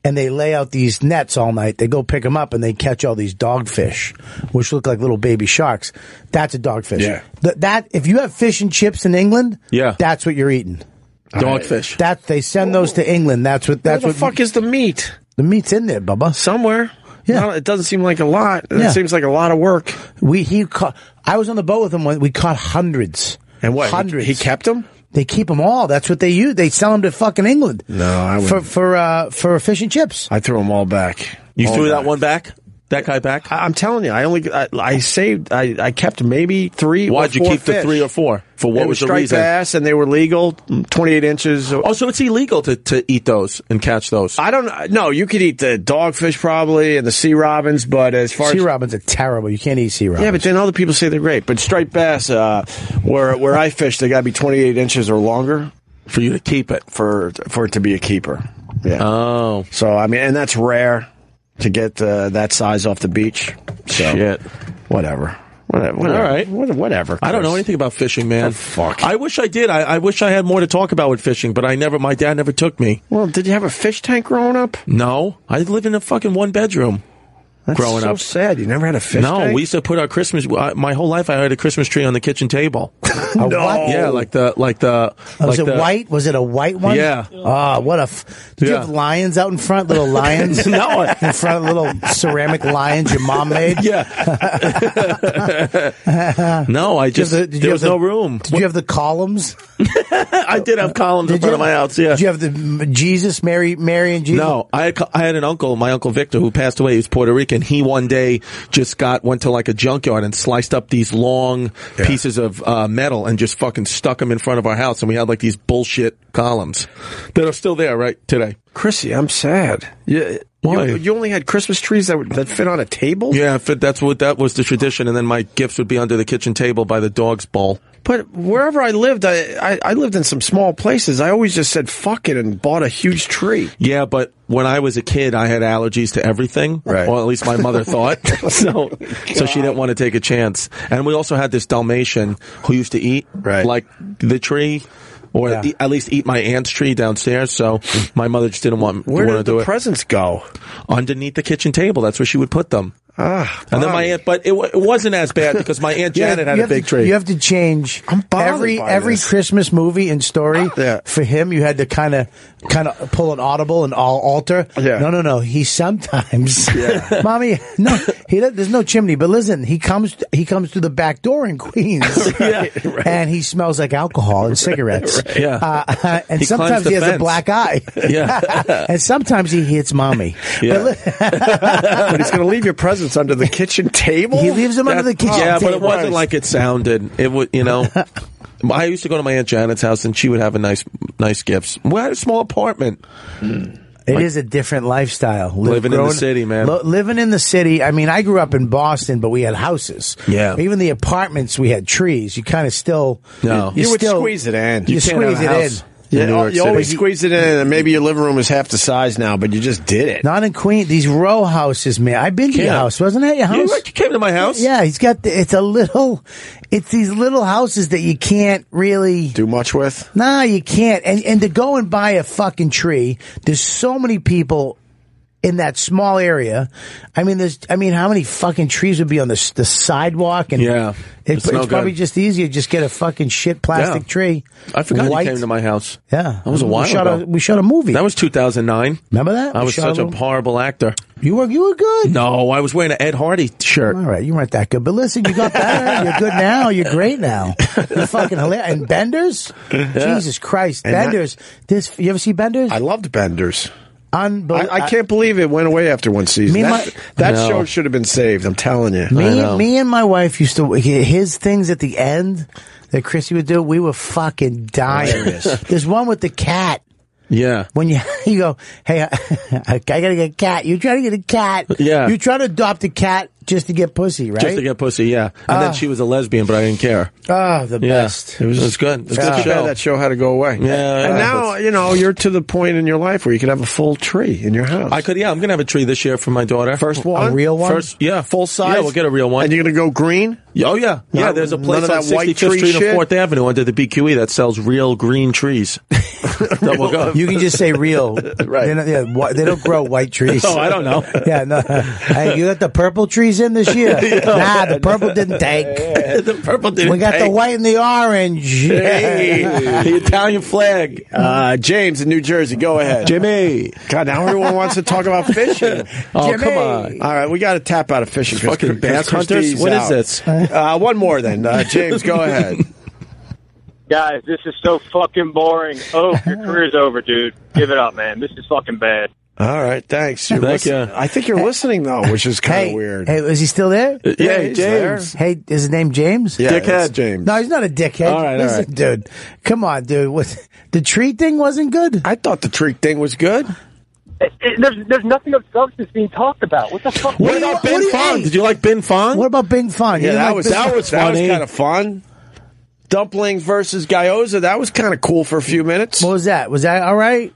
[SPEAKER 3] and they lay out these nets all night. They go pick them up and they catch all these dogfish, which look like little baby sharks. That's a dogfish.
[SPEAKER 2] Yeah.
[SPEAKER 3] Th- that if you have fish and chips in England,
[SPEAKER 4] Yeah.
[SPEAKER 3] that's what you're eating.
[SPEAKER 4] Dogfish.
[SPEAKER 3] That they send those to England. That's what
[SPEAKER 2] Where
[SPEAKER 3] that's
[SPEAKER 2] the
[SPEAKER 3] what
[SPEAKER 2] fuck is the meat?
[SPEAKER 3] the meat's in there, Bubba.
[SPEAKER 2] Somewhere.
[SPEAKER 3] Yeah.
[SPEAKER 2] Not- it doesn't seem like a lot. It
[SPEAKER 3] Yeah.
[SPEAKER 2] seems like a lot of work.
[SPEAKER 3] We he caught. I was on the boat with him when we caught hundreds
[SPEAKER 2] And what? he-
[SPEAKER 3] hundreds.
[SPEAKER 2] He, kept them?
[SPEAKER 3] They keep them all. That's what they use. They sell them to fucking England.
[SPEAKER 2] No, I
[SPEAKER 3] for
[SPEAKER 2] wouldn't.
[SPEAKER 3] for uh, for fish and chips.
[SPEAKER 2] I threw them all back.
[SPEAKER 4] You
[SPEAKER 2] All
[SPEAKER 4] threw that
[SPEAKER 2] back.
[SPEAKER 4] one back? That guy back?
[SPEAKER 2] I- I'm telling you, I only I, I saved. I, I kept maybe three.
[SPEAKER 4] Why'd
[SPEAKER 2] or
[SPEAKER 4] you
[SPEAKER 2] four
[SPEAKER 4] keep the
[SPEAKER 2] fish.
[SPEAKER 4] three or four? For
[SPEAKER 2] They
[SPEAKER 4] what
[SPEAKER 2] were
[SPEAKER 4] was the
[SPEAKER 2] striped
[SPEAKER 4] reason?
[SPEAKER 2] bass, and they were legal, 28 inches.
[SPEAKER 4] Oh, so it's illegal to, to eat those and catch those.
[SPEAKER 2] I don't know. You could eat the dogfish probably and the sea robins, but as far
[SPEAKER 3] Sea
[SPEAKER 2] as
[SPEAKER 3] robins are terrible. You can't eat sea robins.
[SPEAKER 2] yeah, but then other people say they're great. But striped bass, uh, where where I fish, they got to be 28 inches or longer
[SPEAKER 4] for you to keep it.
[SPEAKER 2] for for it to be a keeper. Yeah.
[SPEAKER 4] Oh,
[SPEAKER 2] so I mean, and that's rare to get uh, that size off the beach. So
[SPEAKER 4] shit.
[SPEAKER 2] whatever. Whatever. whatever.
[SPEAKER 4] All right.
[SPEAKER 2] What- Whatever.
[SPEAKER 4] I don't know
[SPEAKER 2] Chris.
[SPEAKER 4] anything about fishing, man.
[SPEAKER 2] Oh, fuck.
[SPEAKER 4] I wish I did. I, I wish I had more to talk about with fishing, but I never, my dad never took me.
[SPEAKER 2] Well, did you have a fish tank growing up?
[SPEAKER 4] No, I lived in a fucking one bedroom.
[SPEAKER 2] That's
[SPEAKER 4] Growing
[SPEAKER 2] so
[SPEAKER 4] up.
[SPEAKER 2] sad. You never had a fish
[SPEAKER 4] no,
[SPEAKER 2] tank?
[SPEAKER 4] we used to put our Christmas, I, my whole life I had a Christmas tree on the kitchen table.
[SPEAKER 3] A
[SPEAKER 2] Oh.
[SPEAKER 3] what?
[SPEAKER 4] Yeah, like the, like the,
[SPEAKER 3] was
[SPEAKER 4] like
[SPEAKER 3] Oh, it
[SPEAKER 4] the,
[SPEAKER 3] white? Was it a white one?
[SPEAKER 4] Yeah.
[SPEAKER 3] Ah, what a. F- Did you
[SPEAKER 4] Yeah.
[SPEAKER 3] have lions out in front? Little lions? no. In front of little ceramic lions your mom made?
[SPEAKER 4] Yeah. no, I
[SPEAKER 3] Did
[SPEAKER 4] just,
[SPEAKER 3] you have the- did you
[SPEAKER 4] there
[SPEAKER 3] have
[SPEAKER 4] was
[SPEAKER 3] the-
[SPEAKER 4] no room.
[SPEAKER 3] Did you have the columns?
[SPEAKER 4] I did have columns in
[SPEAKER 3] Did you
[SPEAKER 4] front of my house, yeah.
[SPEAKER 3] Did you have the mm, Jesus, Mary, Mary and Jesus?
[SPEAKER 4] No, I had, I had an uncle, my uncle Victor, who passed away. He was Puerto Rican. He one day just got went to like a junkyard and sliced up these long pieces of uh, metal and just fucking stuck them in front of our house. And we had like these bullshit columns that are still there right today.
[SPEAKER 2] Chrissy, I'm sad. Yeah,
[SPEAKER 4] Why?
[SPEAKER 2] You, you only had Christmas trees that would, that fit on a table.
[SPEAKER 4] Yeah, if it- that's what that was the tradition. And then my gifts would be under the kitchen table by the dog's bowl.
[SPEAKER 2] But wherever I lived, I, I I lived in some small places. I always just said fuck it and bought a huge tree.
[SPEAKER 4] Yeah, but when I was a kid, I had allergies to everything,
[SPEAKER 2] Right.
[SPEAKER 4] or at least my mother thought. so, so she didn't want to take a chance. And we also had this Dalmatian who used to eat
[SPEAKER 2] Right.
[SPEAKER 4] like the tree, or
[SPEAKER 3] Yeah.
[SPEAKER 4] e- at least eat my aunt's tree downstairs. So my mother just didn't want
[SPEAKER 2] Where
[SPEAKER 4] want to
[SPEAKER 2] did
[SPEAKER 4] do
[SPEAKER 2] the
[SPEAKER 4] it
[SPEAKER 2] presents go?
[SPEAKER 4] underneath the kitchen table. That's where she would put them.
[SPEAKER 2] Ah,
[SPEAKER 4] And then my
[SPEAKER 2] Bobby.
[SPEAKER 4] aunt, but it, wa- it wasn't as bad because my aunt
[SPEAKER 3] You have-
[SPEAKER 4] Janet had
[SPEAKER 3] you
[SPEAKER 4] a
[SPEAKER 3] have to-
[SPEAKER 4] big tree.
[SPEAKER 3] You have to change
[SPEAKER 2] I'm bothered
[SPEAKER 3] every
[SPEAKER 2] by
[SPEAKER 3] every
[SPEAKER 2] this.
[SPEAKER 3] Christmas movie and story.
[SPEAKER 2] Yeah.
[SPEAKER 3] For him, you had to kind of kind of pull an audible and all alter.
[SPEAKER 2] Yeah.
[SPEAKER 3] No, no, no. He sometimes, mommy. No, he doesn't- there's no chimney. But listen, he comes he comes through the back door in Queens, and he smells like alcohol and cigarettes.
[SPEAKER 4] Yeah.
[SPEAKER 3] Uh, and
[SPEAKER 4] He climbs
[SPEAKER 3] sometimes
[SPEAKER 4] the
[SPEAKER 3] he has a
[SPEAKER 4] fence.
[SPEAKER 3] black eye.
[SPEAKER 4] Yeah.
[SPEAKER 3] and sometimes he hits mommy.
[SPEAKER 4] Yeah.
[SPEAKER 3] But li-
[SPEAKER 2] but he's going to leave your presents under the kitchen table.
[SPEAKER 3] he leaves them under the
[SPEAKER 4] That-
[SPEAKER 3] kitchen.
[SPEAKER 4] Yeah, but it
[SPEAKER 3] table.
[SPEAKER 4] wasn't like it sounded. It would, you know. I used to go to my aunt Janet's house, and she would have a nice, nice gifts. We had a small apartment.
[SPEAKER 3] It is a different lifestyle. Live-
[SPEAKER 4] Living in the city, man.
[SPEAKER 3] living in the city. I mean, I grew up in Boston, but we had houses.
[SPEAKER 4] Yeah.
[SPEAKER 3] Even the apartments, we had trees. You kind of still.
[SPEAKER 4] No.
[SPEAKER 2] you would
[SPEAKER 3] still-
[SPEAKER 2] squeeze it in.
[SPEAKER 3] You,
[SPEAKER 4] You can't
[SPEAKER 3] squeeze
[SPEAKER 4] have a
[SPEAKER 3] it
[SPEAKER 4] house.
[SPEAKER 3] in.
[SPEAKER 4] in
[SPEAKER 2] Yeah,
[SPEAKER 4] New York
[SPEAKER 2] you always
[SPEAKER 4] City.
[SPEAKER 2] squeeze it in, and maybe your living room is half the size now, but you just did it.
[SPEAKER 3] Not in Queen. These row houses, man. I've been to your
[SPEAKER 4] Yeah.
[SPEAKER 3] house. Wasn't that your
[SPEAKER 4] You,
[SPEAKER 3] house?
[SPEAKER 4] like, you came to my house.
[SPEAKER 3] Yeah, he's got. The, it's a little. It's these little houses that you can't really.
[SPEAKER 2] Do much with.
[SPEAKER 3] Nah, you can't. And and to go and buy a fucking tree, there's so many people in that small area. I mean, there's. I mean, how many fucking trees would be on the s- the sidewalk? And
[SPEAKER 4] Yeah,
[SPEAKER 3] it, it's,
[SPEAKER 4] it's no
[SPEAKER 3] probably
[SPEAKER 4] good.
[SPEAKER 3] just easier to just get a fucking shit plastic
[SPEAKER 4] Yeah.
[SPEAKER 3] tree.
[SPEAKER 4] I forgot
[SPEAKER 3] White.
[SPEAKER 4] you came to my house.
[SPEAKER 3] Yeah,
[SPEAKER 4] that was a
[SPEAKER 3] We
[SPEAKER 4] while
[SPEAKER 3] shot
[SPEAKER 4] ago.
[SPEAKER 3] A, we shot a movie.
[SPEAKER 4] that was 2009.
[SPEAKER 3] Remember that?
[SPEAKER 4] I
[SPEAKER 3] We
[SPEAKER 4] was
[SPEAKER 3] shot
[SPEAKER 4] such a
[SPEAKER 3] little-
[SPEAKER 4] horrible actor.
[SPEAKER 3] You were you were good.
[SPEAKER 4] No, I was wearing an Ed Hardy shirt.
[SPEAKER 3] All right, you weren't that good, but listen, you got better. You're good now. You're great now. You're fucking hilarious. And Benders, Jesus Christ,
[SPEAKER 2] that-
[SPEAKER 3] Benders. this you ever see Benders?
[SPEAKER 2] I loved Benders. I,
[SPEAKER 3] Unbelievable.
[SPEAKER 2] I can't believe it went away after one season.
[SPEAKER 3] Me and
[SPEAKER 2] That,
[SPEAKER 3] my-
[SPEAKER 2] that
[SPEAKER 4] No.
[SPEAKER 2] show should have been saved. I'm telling you.
[SPEAKER 3] Me, me and my wife used to his things at the end that Chrissy would do. We were fucking dying. There's one with the cat.
[SPEAKER 4] Yeah,
[SPEAKER 3] When you you go, hey, I, I gotta get a cat. You try to get a cat.
[SPEAKER 4] Yeah.
[SPEAKER 3] You try to adopt a cat just to get pussy, right?
[SPEAKER 4] Just to get pussy, yeah. And
[SPEAKER 3] Ah.
[SPEAKER 4] then she was a lesbian, but I didn't care.
[SPEAKER 3] Ah, the
[SPEAKER 4] Yeah,
[SPEAKER 3] best.
[SPEAKER 4] it was, it was good. It was a
[SPEAKER 2] It's
[SPEAKER 4] good
[SPEAKER 2] too
[SPEAKER 4] show.
[SPEAKER 2] bad that show had to go away.
[SPEAKER 4] Yeah,
[SPEAKER 2] and
[SPEAKER 4] yeah,
[SPEAKER 2] now
[SPEAKER 4] that's-
[SPEAKER 2] you know you're to the point in your life where you could have a full tree in your house.
[SPEAKER 4] I could, yeah. I'm gonna have a tree this year for my daughter.
[SPEAKER 2] first one,
[SPEAKER 3] A real one?
[SPEAKER 4] First, yeah, full size. Yeah, we'll get a real
[SPEAKER 2] and
[SPEAKER 4] one.
[SPEAKER 2] you're gonna go green.
[SPEAKER 4] oh yeah, yeah. There's a
[SPEAKER 2] none
[SPEAKER 4] place
[SPEAKER 2] of
[SPEAKER 4] on
[SPEAKER 2] that white
[SPEAKER 4] 65th
[SPEAKER 2] tree
[SPEAKER 4] Street
[SPEAKER 2] shit?
[SPEAKER 4] and Fourth Avenue under the
[SPEAKER 2] E
[SPEAKER 4] BQE that sells real green trees. that will go.
[SPEAKER 3] You can just say real.
[SPEAKER 2] Right.
[SPEAKER 3] They don't, yeah, whi- they don't grow white trees.
[SPEAKER 4] oh, I don't know.
[SPEAKER 3] Yeah, no. Hey, you got the purple trees in this year? Nah, the purple didn't take.
[SPEAKER 4] the purple didn't
[SPEAKER 3] We got the
[SPEAKER 4] take.
[SPEAKER 3] white and the orange.
[SPEAKER 4] Hey, the Italian flag.
[SPEAKER 2] Uh, James in New Jersey, go ahead.
[SPEAKER 4] Jimmy.
[SPEAKER 2] God, now everyone wants to talk about fishing.
[SPEAKER 4] Oh,
[SPEAKER 3] Jimmy.
[SPEAKER 4] come on.
[SPEAKER 2] All right, we got to tap out of fishing. Chris-
[SPEAKER 4] Fucking
[SPEAKER 2] Chris
[SPEAKER 4] bass hunters?
[SPEAKER 2] Christie's
[SPEAKER 4] What is
[SPEAKER 2] out.
[SPEAKER 4] this?
[SPEAKER 2] Uh, one more then, uh, James. Go ahead.
[SPEAKER 8] Guys, this is so fucking boring. Oh, your career's over, dude. Give it up, man. This is fucking bad.
[SPEAKER 2] All right, thanks. You're
[SPEAKER 4] Thank
[SPEAKER 2] listen-
[SPEAKER 4] you.
[SPEAKER 2] I think you're listening though, which is kind of
[SPEAKER 3] Hey,
[SPEAKER 2] weird.
[SPEAKER 3] Hey, is he still there?
[SPEAKER 4] Yeah,
[SPEAKER 2] he's
[SPEAKER 4] James.
[SPEAKER 3] Hey, is his name James?
[SPEAKER 2] yeah, it's
[SPEAKER 4] dickhead.
[SPEAKER 2] James.
[SPEAKER 3] No, he's not a dickhead.
[SPEAKER 4] All right, all
[SPEAKER 3] Listen,
[SPEAKER 4] right.
[SPEAKER 3] dude. Come on, dude. What, the tree thing wasn't good.
[SPEAKER 2] I thought the tree thing was good.
[SPEAKER 8] there's, there's nothing of substance being talked about. What the fuck?
[SPEAKER 4] What
[SPEAKER 3] do you-
[SPEAKER 4] about
[SPEAKER 3] what do
[SPEAKER 4] Ben
[SPEAKER 3] you-
[SPEAKER 4] Fong?
[SPEAKER 3] hey.
[SPEAKER 4] Did you like Ben Fong?
[SPEAKER 3] What about Bing Fun?
[SPEAKER 2] Yeah, that was that was that was
[SPEAKER 4] funny.
[SPEAKER 2] kind of fun. Dumplings versus gyoza. That was kind of cool for a few minutes.
[SPEAKER 3] What was that? Was that all right?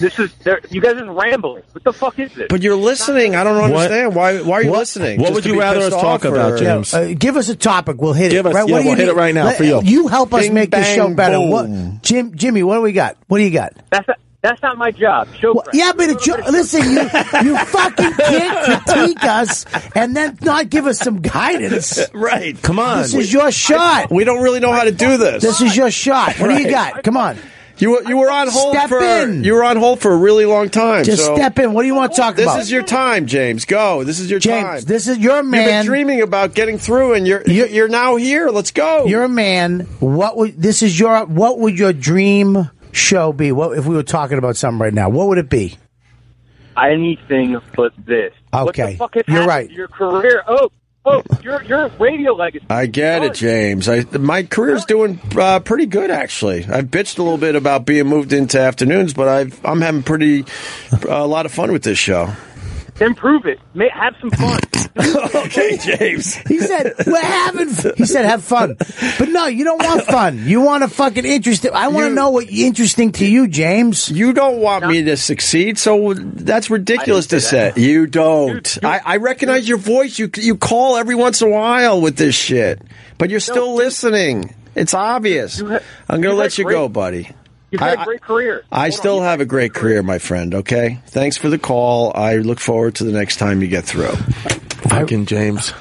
[SPEAKER 8] This is there, you guys are rambling. What the fuck is this?
[SPEAKER 2] But you're listening. I don't understand why. Why are you
[SPEAKER 4] what-
[SPEAKER 2] listening?
[SPEAKER 4] what
[SPEAKER 2] Just
[SPEAKER 4] would
[SPEAKER 2] to
[SPEAKER 4] you
[SPEAKER 2] be
[SPEAKER 4] rather
[SPEAKER 2] pissed
[SPEAKER 4] us
[SPEAKER 2] off
[SPEAKER 4] talk about,
[SPEAKER 2] or-
[SPEAKER 4] Jim? James.
[SPEAKER 3] Uh, give us a topic. We'll hit
[SPEAKER 4] Give
[SPEAKER 3] it.
[SPEAKER 4] us-
[SPEAKER 3] right?
[SPEAKER 4] yeah,
[SPEAKER 3] what do you
[SPEAKER 4] we'll hit
[SPEAKER 3] need?
[SPEAKER 4] it right now
[SPEAKER 3] Let-
[SPEAKER 4] for you.
[SPEAKER 3] You help us
[SPEAKER 2] Bing,
[SPEAKER 3] make the
[SPEAKER 2] bang,
[SPEAKER 3] show better.
[SPEAKER 2] boom.
[SPEAKER 3] What, Jim, Jimmy, what do we got? What do you got?
[SPEAKER 8] that's not, that's not my job. Show
[SPEAKER 3] Well,
[SPEAKER 8] prep.
[SPEAKER 3] yeah, but it, you, listen, you you fucking can't critique us and then not give us some guidance.
[SPEAKER 2] Right.
[SPEAKER 4] Come on.
[SPEAKER 3] This is your shot.
[SPEAKER 2] We don't really know how to do this.
[SPEAKER 3] This is your shot. What do you got? Come on,
[SPEAKER 2] you were- you were on hold
[SPEAKER 3] Step
[SPEAKER 2] for
[SPEAKER 3] in.
[SPEAKER 2] you were on hold for a really long time.
[SPEAKER 3] just
[SPEAKER 2] so
[SPEAKER 3] step in. What do you want to talk
[SPEAKER 2] This
[SPEAKER 3] about?
[SPEAKER 2] is your time, James. Go. This is your time.
[SPEAKER 3] James, this is your
[SPEAKER 2] You've been
[SPEAKER 3] man.
[SPEAKER 2] dreaming about getting through, and you're you're, you're now here. Let's go.
[SPEAKER 3] You're a man. What would this is your what would your dream show be? What if we were talking about something right now? What would it be?
[SPEAKER 8] anything but this. What
[SPEAKER 3] Okay.
[SPEAKER 8] the fuck has
[SPEAKER 3] You're
[SPEAKER 8] happened
[SPEAKER 3] right.
[SPEAKER 8] to Your career. Oh, oh, your your radio legacy.
[SPEAKER 2] I get it, James. I, my career's doing uh, pretty good, actually. I've bitched a little bit about being moved into afternoons, but I've, I'm having pretty uh, a lot of fun with this show.
[SPEAKER 8] Improve it. May, have some fun.
[SPEAKER 2] okay, James.
[SPEAKER 3] He said, "We're having." F-. He said, "Have fun," but no, you don't want fun. You want a fucking interesting. I want
[SPEAKER 2] You-
[SPEAKER 3] to know what interesting to you, James.
[SPEAKER 2] You don't want me to succeed, so that's ridiculous
[SPEAKER 8] I
[SPEAKER 2] to
[SPEAKER 8] didn't say
[SPEAKER 2] say.
[SPEAKER 8] that.
[SPEAKER 2] You don't. I, I recognize your voice. You you call every once in a while with this shit, but you're still listening. It's obvious.
[SPEAKER 8] You ha-
[SPEAKER 2] I'm going
[SPEAKER 8] you
[SPEAKER 2] to
[SPEAKER 8] had
[SPEAKER 2] let you
[SPEAKER 8] great-
[SPEAKER 2] go, buddy.
[SPEAKER 8] You've had
[SPEAKER 2] I-
[SPEAKER 8] a great career.
[SPEAKER 2] I
[SPEAKER 8] Hold
[SPEAKER 2] still
[SPEAKER 8] on.
[SPEAKER 2] have a great career, my friend. Okay, thanks for the call. I look forward to the next time you get through.
[SPEAKER 4] fucking James?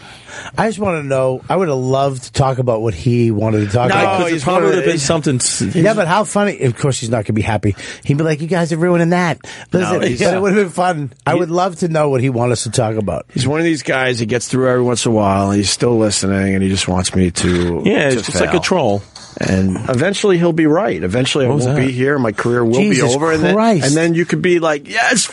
[SPEAKER 3] I just want to know. I would have loved to talk about what he wanted to talk
[SPEAKER 2] No,
[SPEAKER 3] about.
[SPEAKER 4] Because
[SPEAKER 2] he's
[SPEAKER 4] it probably
[SPEAKER 2] one
[SPEAKER 4] would
[SPEAKER 2] of
[SPEAKER 4] have
[SPEAKER 2] the-
[SPEAKER 4] been something. s-
[SPEAKER 3] Yeah, but how funny! Of course, he's not going to be happy. He'd be like, "You guys are ruining that." Listen,
[SPEAKER 2] he's-
[SPEAKER 3] but it would have been fun. I would love to know what he wants us to talk about.
[SPEAKER 2] He's one of these guys. He gets through every once in a while. And he's still listening, and he just wants me to.
[SPEAKER 4] Yeah,
[SPEAKER 2] to
[SPEAKER 4] it's just like a
[SPEAKER 2] fail.
[SPEAKER 4] troll.
[SPEAKER 2] And eventually, he'll be right. Eventually, I
[SPEAKER 4] was
[SPEAKER 2] won't
[SPEAKER 4] that?
[SPEAKER 2] be here. My career will
[SPEAKER 3] Jesus
[SPEAKER 2] be over, and then
[SPEAKER 3] Christ.
[SPEAKER 2] and then you could be like, "Yes,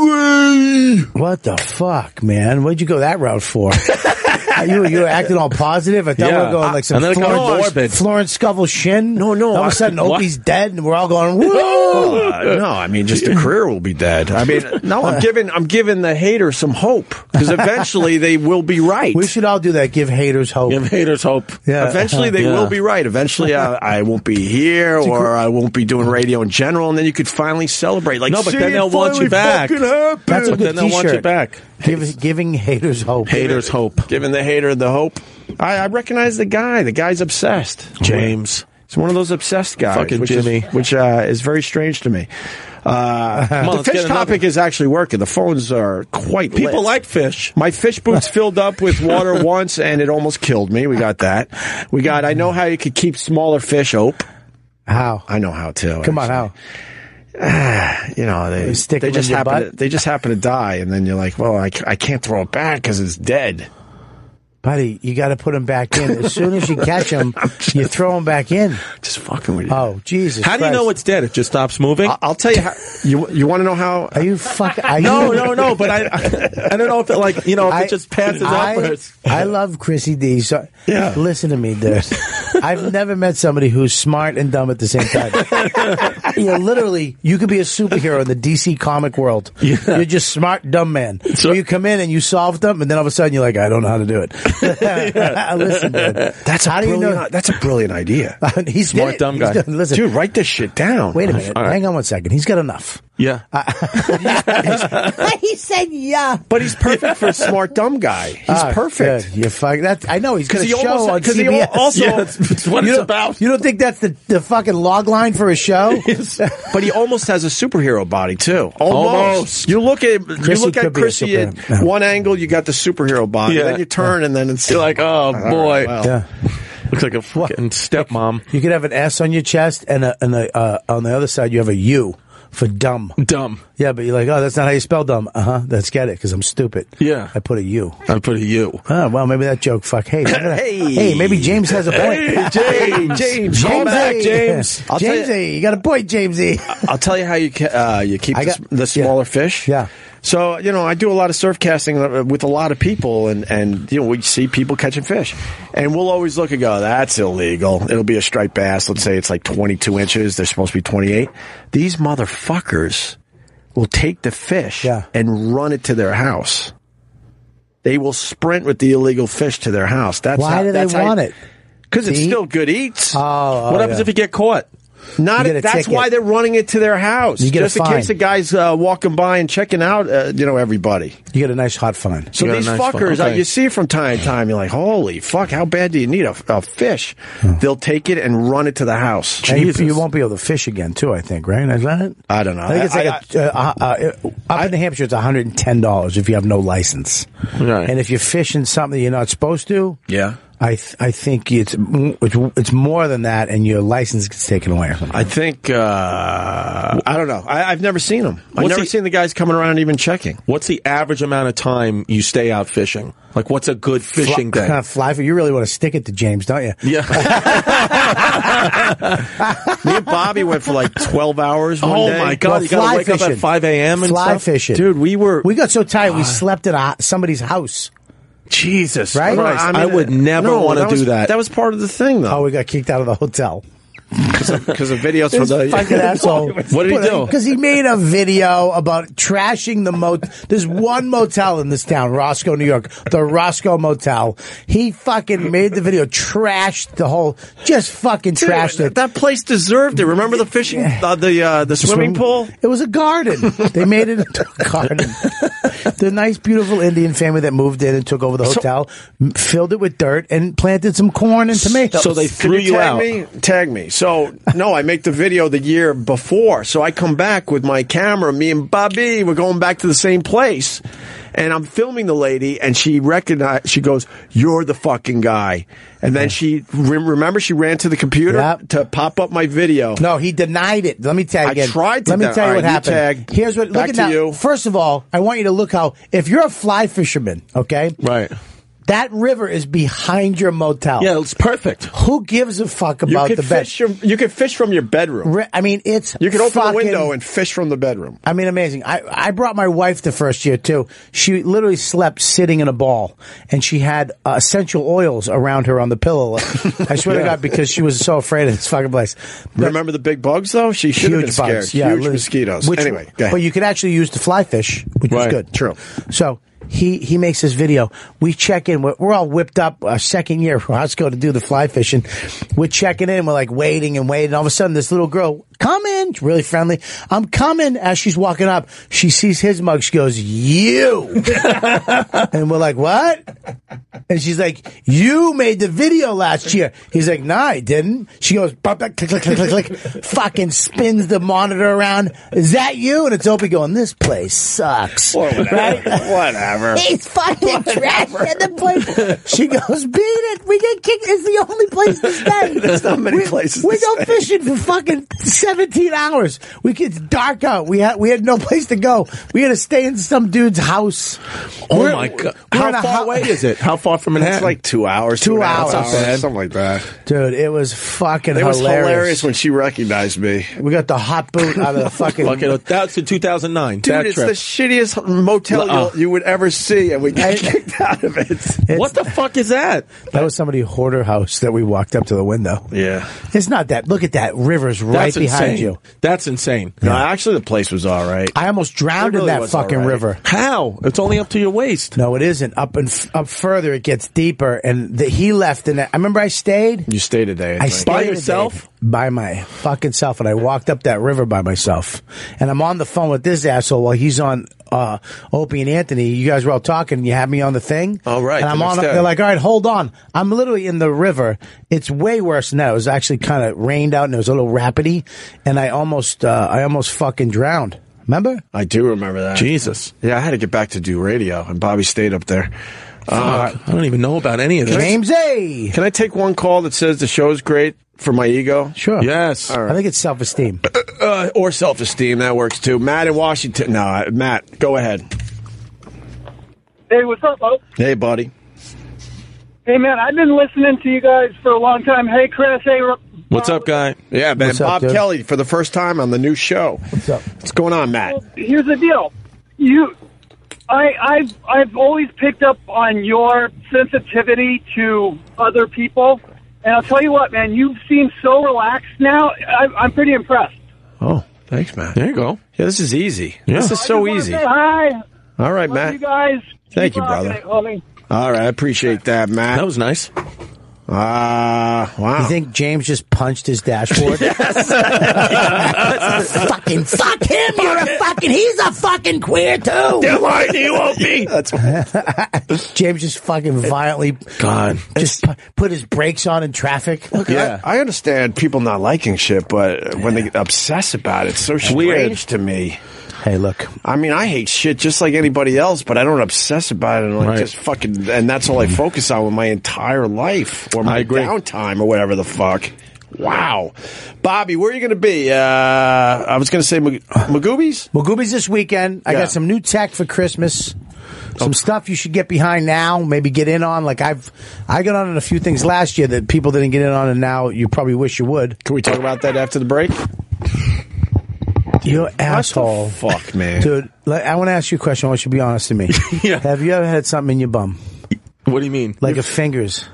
[SPEAKER 2] finally."
[SPEAKER 3] What the fuck, man? What'd you go that route for? Uh, you, you were acting all positive. I thought we were
[SPEAKER 4] Yeah.
[SPEAKER 3] going like some
[SPEAKER 4] And then it got
[SPEAKER 3] Florence,
[SPEAKER 4] morbid.
[SPEAKER 3] Florence Scovel Shin.
[SPEAKER 4] No, no,
[SPEAKER 3] All of
[SPEAKER 4] I-
[SPEAKER 3] a sudden,
[SPEAKER 4] what?
[SPEAKER 3] Opie's dead, and we're all going, whoa.
[SPEAKER 2] Uh, no, I mean, just the career will be dead. I mean, no,
[SPEAKER 4] uh,
[SPEAKER 2] I'm giving I'm giving the hater some hope because eventually they will be right.
[SPEAKER 3] We should all do that. Give haters hope.
[SPEAKER 4] Give haters hope.
[SPEAKER 3] Yeah.
[SPEAKER 2] Eventually, they
[SPEAKER 4] Yeah.
[SPEAKER 2] will be right. Eventually, I, I won't be here, or I won't be doing radio in general, and then you could finally celebrate. Like,
[SPEAKER 4] No, but
[SPEAKER 2] "See,
[SPEAKER 4] then
[SPEAKER 2] it
[SPEAKER 4] they'll want
[SPEAKER 2] finally
[SPEAKER 4] you back."
[SPEAKER 2] fucking happened."
[SPEAKER 3] That's a
[SPEAKER 4] But
[SPEAKER 3] good
[SPEAKER 4] then they'll want you
[SPEAKER 3] T-shirt.
[SPEAKER 4] back.
[SPEAKER 3] Give, giving haters hope.
[SPEAKER 4] Haters hope.
[SPEAKER 2] Giving the hater the hope. I, I recognize the guy. The guy's obsessed.
[SPEAKER 4] James.
[SPEAKER 2] He's one of those obsessed guys,
[SPEAKER 4] Fucking
[SPEAKER 2] which
[SPEAKER 4] Jimmy.
[SPEAKER 2] is, which uh, is very strange to me. Uh,
[SPEAKER 4] on,
[SPEAKER 2] the
[SPEAKER 4] let's
[SPEAKER 2] fish
[SPEAKER 4] get another-
[SPEAKER 2] topic is actually working. The phones are quite
[SPEAKER 4] People
[SPEAKER 2] lit.
[SPEAKER 4] like fish.
[SPEAKER 2] My fish boots filled up with water once, and it almost killed me. We got that. We got. I know how you could keep smaller fish. Ope.
[SPEAKER 3] How?
[SPEAKER 2] I know how to.
[SPEAKER 3] Come on,
[SPEAKER 2] actually.
[SPEAKER 3] how?
[SPEAKER 2] You know they
[SPEAKER 3] You stick
[SPEAKER 2] they
[SPEAKER 3] them
[SPEAKER 2] just
[SPEAKER 3] in your
[SPEAKER 2] happen
[SPEAKER 3] butt?
[SPEAKER 2] to, they just happen to die, and then you're like, well, I, c- I can't throw it back because it's dead.
[SPEAKER 3] Buddy, you got to put them back in. As soon as you catch them, you throw them back in.
[SPEAKER 2] Just fucking with you.
[SPEAKER 3] Oh, Jesus.
[SPEAKER 4] How do you
[SPEAKER 3] Christ.
[SPEAKER 4] know it's dead? It just stops moving?
[SPEAKER 2] I- I'll tell you. How, you you want to know how?
[SPEAKER 3] Are you fucking. Are
[SPEAKER 4] no,
[SPEAKER 3] you,
[SPEAKER 4] no, no. But I, I, I don't know if it like you know if it just passes
[SPEAKER 3] I,
[SPEAKER 4] outwards.
[SPEAKER 3] I love Chrissy D. So,
[SPEAKER 2] Yeah.
[SPEAKER 3] listen to me, dude. I've never met somebody who's smart and dumb at the same time. you know, literally, you could be a superhero in the DC comic world. You're just smart, dumb man. So you come in and you solve them, and then all of a sudden you're like, I don't know how to do it. Listen, man.
[SPEAKER 2] That's a
[SPEAKER 3] how do you
[SPEAKER 2] brilliant.
[SPEAKER 3] know?
[SPEAKER 2] That's a brilliant idea,
[SPEAKER 3] He's
[SPEAKER 4] Smart,
[SPEAKER 3] did it.
[SPEAKER 4] dumb
[SPEAKER 3] He's
[SPEAKER 4] guy.
[SPEAKER 3] done- Listen,
[SPEAKER 2] dude. Write this shit down.
[SPEAKER 3] Wait a minute.
[SPEAKER 4] All right.
[SPEAKER 3] Hang on one second. He's got enough.
[SPEAKER 4] Yeah.
[SPEAKER 3] he said, "Yeah."
[SPEAKER 2] But he's perfect for a smart dumb guy. He's
[SPEAKER 3] Ah,
[SPEAKER 2] perfect.
[SPEAKER 3] good. You're fucking. That I know he's going to
[SPEAKER 2] he
[SPEAKER 3] show
[SPEAKER 2] almost-
[SPEAKER 3] on
[SPEAKER 2] 'cause he
[SPEAKER 3] CBS.
[SPEAKER 2] al- also-
[SPEAKER 4] Yeah, that's- that's what
[SPEAKER 3] you
[SPEAKER 4] it's
[SPEAKER 3] don't-
[SPEAKER 4] about.
[SPEAKER 3] You don't think that's the, the fucking log line for a show?
[SPEAKER 2] But he almost has a superhero body too. Almost.
[SPEAKER 4] Almost.
[SPEAKER 2] You look at you
[SPEAKER 3] Chrissy
[SPEAKER 2] look
[SPEAKER 3] could
[SPEAKER 2] at
[SPEAKER 3] be a
[SPEAKER 2] Chrissy at
[SPEAKER 3] superhero. No.
[SPEAKER 2] one angle, you got the superhero body.
[SPEAKER 4] Yeah.
[SPEAKER 2] Then you turn, and then it's
[SPEAKER 4] You're like, oh boy,
[SPEAKER 2] well.
[SPEAKER 3] yeah.
[SPEAKER 4] looks like a fucking stepmom.
[SPEAKER 3] You could have an S on your chest and a, and a, uh, on the other side you have a U for dumb.
[SPEAKER 4] Dumb.
[SPEAKER 3] Yeah, but you're like, oh, that's not how you spell dumb. Uh huh. Let's get it because I'm stupid.
[SPEAKER 4] Yeah.
[SPEAKER 3] I put a U.
[SPEAKER 4] I put a U.
[SPEAKER 3] Oh, well, maybe that joke. Fuck. Hey, maybe that-
[SPEAKER 2] Hey.
[SPEAKER 3] hey, maybe James has a point.
[SPEAKER 2] James, James, come back,
[SPEAKER 3] A.
[SPEAKER 2] James. I'll tell
[SPEAKER 3] James,
[SPEAKER 2] you,
[SPEAKER 3] A, you got a point, James E.
[SPEAKER 2] I'll tell you how you ca- uh, you keep
[SPEAKER 3] I
[SPEAKER 2] the,
[SPEAKER 3] got-
[SPEAKER 2] s- the smaller fish.
[SPEAKER 3] Yeah.
[SPEAKER 2] So you know, I do a lot of surf casting uh, with a lot of people, and and you know, we see people catching fish, and we'll always look and go, "That's illegal." It'll be a striped bass. Let's say it's like 22 inches. They're supposed to be 28. These motherfuckers will take the fish
[SPEAKER 3] Yeah.
[SPEAKER 2] and run it to their house. They will sprint with the illegal fish to their house. That's
[SPEAKER 3] Why
[SPEAKER 2] how,
[SPEAKER 3] do they
[SPEAKER 2] that's how-
[SPEAKER 3] want it?
[SPEAKER 2] Because it's
[SPEAKER 3] To eat?
[SPEAKER 2] still good eats.
[SPEAKER 3] Oh,
[SPEAKER 4] what happens if you get caught?
[SPEAKER 2] Not
[SPEAKER 3] You get a
[SPEAKER 2] that's
[SPEAKER 3] ticket.
[SPEAKER 2] why they're running it to their house.
[SPEAKER 3] You get a
[SPEAKER 2] just in case
[SPEAKER 3] fine.
[SPEAKER 2] the guys uh, walking by and checking out, uh, you know everybody.
[SPEAKER 3] you get a nice hot fine?
[SPEAKER 2] So
[SPEAKER 4] You got a
[SPEAKER 2] these
[SPEAKER 4] nice fine.
[SPEAKER 2] fuckers, uh,
[SPEAKER 4] Okay.
[SPEAKER 2] you see from time to time, you're like, holy fuck, how bad do you need a, a fish? They'll take it and run it to the house.
[SPEAKER 3] And you,
[SPEAKER 4] Jesus.
[SPEAKER 3] you won't be able to fish again, too. I think, right? Is that it?
[SPEAKER 2] I don't know.
[SPEAKER 3] I think it's like a uh, uh, uh, up in New Hampshire. It's one hundred and ten dollars if you have no license,
[SPEAKER 4] Right.
[SPEAKER 3] and if you're fishing something you're not supposed to,
[SPEAKER 2] yeah.
[SPEAKER 3] I th- I think it's m- it's it's more than that, and your license gets taken away. Or something.
[SPEAKER 2] I think uh, I don't know. I, I've never seen them. I've
[SPEAKER 4] What's
[SPEAKER 2] never
[SPEAKER 4] he-
[SPEAKER 2] seen the guys coming around even checking.
[SPEAKER 4] What's the average amount of time you stay out fishing? Like, what's a good fishing
[SPEAKER 3] Fly-
[SPEAKER 4] day?
[SPEAKER 3] fly for you. Really want to stick it to James, don't you?
[SPEAKER 4] Yeah.
[SPEAKER 2] Me and Bobby went for like 12 hours. one
[SPEAKER 4] oh
[SPEAKER 2] day.
[SPEAKER 4] my god,
[SPEAKER 3] Well,
[SPEAKER 4] you gotta
[SPEAKER 3] fly
[SPEAKER 4] wake up
[SPEAKER 3] fishing.
[SPEAKER 4] at five a.m. and
[SPEAKER 3] Fly
[SPEAKER 4] stuff?
[SPEAKER 3] fishing,
[SPEAKER 2] dude, we were
[SPEAKER 3] We got so tired, we slept at a, somebody's house.
[SPEAKER 4] Jesus
[SPEAKER 3] Right?
[SPEAKER 4] Christ, I,
[SPEAKER 3] I
[SPEAKER 4] would never
[SPEAKER 2] no,
[SPEAKER 4] want to do
[SPEAKER 2] was-
[SPEAKER 4] that.
[SPEAKER 2] That was part of the thing, though.
[SPEAKER 3] Oh, we got kicked out of the hotel.
[SPEAKER 2] because of videos from the
[SPEAKER 3] fucking asshole.
[SPEAKER 4] Uh, What did he do?
[SPEAKER 3] Because he made a video about trashing the motel. There's one motel in this town, Roscoe, New York, the Roscoe Motel. He fucking made the video, trashed the whole, just fucking
[SPEAKER 2] Dude,
[SPEAKER 3] trashed
[SPEAKER 2] that-
[SPEAKER 3] it.
[SPEAKER 2] That place deserved it. Remember the fishing, uh, the uh, the swimming pool.
[SPEAKER 3] It was a garden. They made it into a garden. the nice, beautiful Indian family that moved in and took over the hotel m filled it with dirt and planted some corn and tomatoes.
[SPEAKER 4] so they threw you,
[SPEAKER 2] tag
[SPEAKER 4] out.
[SPEAKER 2] me? Tag me. So no, I make the video the year before. So I come back with my camera. Me and Bobby, we're going back to the same place, and I'm filming the lady, and she recognized. She goes, "You're the fucking guy." And then she re- remember she ran to the computer
[SPEAKER 3] Yep.
[SPEAKER 2] to pop up my video.
[SPEAKER 3] No, he denied it. Let me tell you
[SPEAKER 2] I
[SPEAKER 3] again.
[SPEAKER 2] tried to
[SPEAKER 3] Let me
[SPEAKER 2] den-
[SPEAKER 3] tell you
[SPEAKER 2] All
[SPEAKER 3] what
[SPEAKER 2] right, you
[SPEAKER 3] happened.
[SPEAKER 2] tagged.
[SPEAKER 3] Here's what.
[SPEAKER 2] Back
[SPEAKER 3] look at
[SPEAKER 2] to
[SPEAKER 3] that.
[SPEAKER 2] you.
[SPEAKER 3] First of all, I want you to look how if you're a fly fisherman, okay,
[SPEAKER 4] Right.
[SPEAKER 3] that river is behind your motel.
[SPEAKER 4] Yeah, it's perfect.
[SPEAKER 3] Who gives a fuck
[SPEAKER 2] you
[SPEAKER 3] about
[SPEAKER 2] could
[SPEAKER 3] the bed?
[SPEAKER 2] fish. Your, you could fish from your bedroom.
[SPEAKER 3] Re- I mean, it's
[SPEAKER 2] You could open
[SPEAKER 3] fucking,
[SPEAKER 2] the window and fish from the bedroom.
[SPEAKER 3] I mean, amazing. I, I brought my wife the first year too. She literally slept sitting in a ball, and she had uh, essential oils around her on the pillow. I swear to God, because she was so afraid of this fucking place. But-
[SPEAKER 2] Remember the big bugs though? She should have been
[SPEAKER 3] huge
[SPEAKER 2] scared.
[SPEAKER 3] bugs. Yeah,
[SPEAKER 2] huge
[SPEAKER 3] literally.
[SPEAKER 2] mosquitoes.
[SPEAKER 3] Which-
[SPEAKER 2] anyway, go ahead.
[SPEAKER 3] but you could actually use the fly fish, which
[SPEAKER 4] Right.
[SPEAKER 3] is good.
[SPEAKER 2] True.
[SPEAKER 3] So he he makes this video. We check in. We're, we're all whipped up. Our second year for Roscoe to do the fly fishing. We're checking in. We're like waiting and waiting. All of a sudden, this little girl come in, really friendly. I'm coming. As she's walking up, she sees his mug. She goes, "You," and we're like, "What?" And she's like, "You made the video last year." He's like, "No, I didn't." She goes, "Bop, bop, click, click, click, click, click," fucking spins the monitor around. Is that you? And it's Opie going, "This place sucks." Right?
[SPEAKER 2] Whatever.
[SPEAKER 3] It's fucking trash in the place. She goes, beat it. We get kicked. It's the only place to stay.
[SPEAKER 2] There's not many places
[SPEAKER 3] We
[SPEAKER 2] to
[SPEAKER 3] go
[SPEAKER 2] stay.
[SPEAKER 3] fishing for fucking seventeen hours. We could, it's dark out. We had we had no place to go. We had to stay in some dude's house.
[SPEAKER 4] Oh
[SPEAKER 3] We're-
[SPEAKER 4] my god!
[SPEAKER 3] we're
[SPEAKER 4] How
[SPEAKER 3] in a
[SPEAKER 4] far
[SPEAKER 3] hou-
[SPEAKER 4] away is it? How far from Manhattan?
[SPEAKER 2] It's like two hours.
[SPEAKER 3] Two
[SPEAKER 2] and a half
[SPEAKER 3] hours.
[SPEAKER 4] Not bad.
[SPEAKER 2] something like that.
[SPEAKER 3] dude? It was fucking
[SPEAKER 2] It was
[SPEAKER 3] hilarious.
[SPEAKER 2] hilarious when she recognized me.
[SPEAKER 3] we got the hot boot out of the fucking.
[SPEAKER 4] okay, that's in 2009.
[SPEAKER 2] Dude,
[SPEAKER 4] that
[SPEAKER 2] it's
[SPEAKER 4] trip.
[SPEAKER 2] the shittiest motel
[SPEAKER 4] Uh-uh.
[SPEAKER 2] you, you would ever see, and we got kicked out of it.
[SPEAKER 4] what the fuck is that?
[SPEAKER 3] that was somebody hoarder house that we walked up to the window.
[SPEAKER 2] Yeah.
[SPEAKER 3] It's not that. Look at that. River's right
[SPEAKER 4] That's
[SPEAKER 3] behind
[SPEAKER 4] insane.
[SPEAKER 3] you.
[SPEAKER 4] That's insane.
[SPEAKER 2] No, Uh, actually, the place was all right.
[SPEAKER 3] I almost drowned
[SPEAKER 2] It really
[SPEAKER 3] in that
[SPEAKER 2] was all
[SPEAKER 3] fucking
[SPEAKER 2] right.
[SPEAKER 3] river.
[SPEAKER 4] How? It's only up to your waist.
[SPEAKER 3] No, it isn't. Up and f- up further, it gets deeper. And the, he left, and I remember I stayed.
[SPEAKER 2] You stayed a day.
[SPEAKER 3] I
[SPEAKER 2] think.
[SPEAKER 3] stayed
[SPEAKER 4] By
[SPEAKER 3] a day
[SPEAKER 4] yourself?
[SPEAKER 3] by my fucking self, and I walked up that river by myself. And I'm on the phone with this asshole while he's on uh, Opie and Anthony. You guys were all talking. You had me on the thing.
[SPEAKER 2] Oh, right,
[SPEAKER 3] And
[SPEAKER 2] the
[SPEAKER 3] I'm
[SPEAKER 2] next
[SPEAKER 3] on.
[SPEAKER 2] day.
[SPEAKER 3] They're like, all right, hold on. I'm literally in the river. It's way worse than that. It was actually kind of rained out, and it was a little rapidy, and I almost, uh, I almost fucking drowned. Remember?
[SPEAKER 2] I do remember that.
[SPEAKER 4] Jesus.
[SPEAKER 2] Yeah, I had to get back to do radio, and Bobby stayed up there. Uh,
[SPEAKER 4] I don't even know about any of this.
[SPEAKER 3] James A.
[SPEAKER 2] can I take one call that says the show's great for my ego?
[SPEAKER 3] Sure.
[SPEAKER 4] Yes.
[SPEAKER 3] I think it's self-esteem.
[SPEAKER 2] Uh, or self esteem. That works too. Matt in Washington. No, Matt, go ahead.
[SPEAKER 8] Hey, what's up, Bo?
[SPEAKER 2] Hey, buddy.
[SPEAKER 8] Hey, man, I've been listening to you guys for a long time. Hey, Chris. Hey, Ro-
[SPEAKER 4] What's up, guy?
[SPEAKER 2] Yeah, man.
[SPEAKER 3] What's up,
[SPEAKER 2] Bob
[SPEAKER 3] dude?
[SPEAKER 2] Kelly for the first time on the new show. What's
[SPEAKER 3] up?
[SPEAKER 2] What's going on, Matt?
[SPEAKER 8] here's the deal. You, I, I've, I've always picked up on your sensitivity to other people, and I'll tell you what, man, you seem so relaxed now. I, I'm pretty impressed.
[SPEAKER 2] Oh, thanks, Matt.
[SPEAKER 4] There you go.
[SPEAKER 2] Yeah, this is easy. This is
[SPEAKER 8] I
[SPEAKER 2] so
[SPEAKER 8] just wanna
[SPEAKER 2] easy.
[SPEAKER 8] Say hi, Love
[SPEAKER 2] All right, Matt.
[SPEAKER 8] you guys.
[SPEAKER 2] Thank
[SPEAKER 8] Keep
[SPEAKER 2] you,
[SPEAKER 8] rocking
[SPEAKER 2] brother.
[SPEAKER 8] it, homie.
[SPEAKER 2] All right, I appreciate that, Matt.
[SPEAKER 4] That was nice.
[SPEAKER 2] Ah, wow.
[SPEAKER 3] You think James just punched his dashboard? fucking fuck him. You're a fucking. He's a fucking queer too.
[SPEAKER 2] lying to you, Opie. That's
[SPEAKER 3] James just fucking violently
[SPEAKER 4] God.
[SPEAKER 3] just pu- put his brakes on in traffic.
[SPEAKER 2] yeah. I, I understand people not liking shit, but when they obsess about it, it's so strange
[SPEAKER 4] weird.
[SPEAKER 2] to me.
[SPEAKER 3] Hey, look.
[SPEAKER 2] I mean, I hate shit just like anybody else, but I don't obsess about it and like
[SPEAKER 4] Right.
[SPEAKER 2] just fucking. And that's all I focus on with my entire life or
[SPEAKER 4] I
[SPEAKER 2] my
[SPEAKER 4] agree.
[SPEAKER 2] downtime or whatever the fuck. Wow, Bobby, where are you going to be? Uh, I was going to say Mag- Magoobies.
[SPEAKER 3] Magoobies this weekend. I
[SPEAKER 2] Yeah.
[SPEAKER 3] got some new tech for Christmas. Some stuff you should get behind now. Maybe get in on. Like I've, I got on in a few things last year that people didn't get in on, and now you probably wish you would.
[SPEAKER 2] Can we talk about that after the break?
[SPEAKER 3] You asshole.
[SPEAKER 2] What the fuck, man.
[SPEAKER 3] Dude, like, I want to ask you a question. I want you to be honest to me.
[SPEAKER 4] Yeah.
[SPEAKER 3] Have you ever had something in your bum,
[SPEAKER 4] What do you mean?
[SPEAKER 3] like a fingers?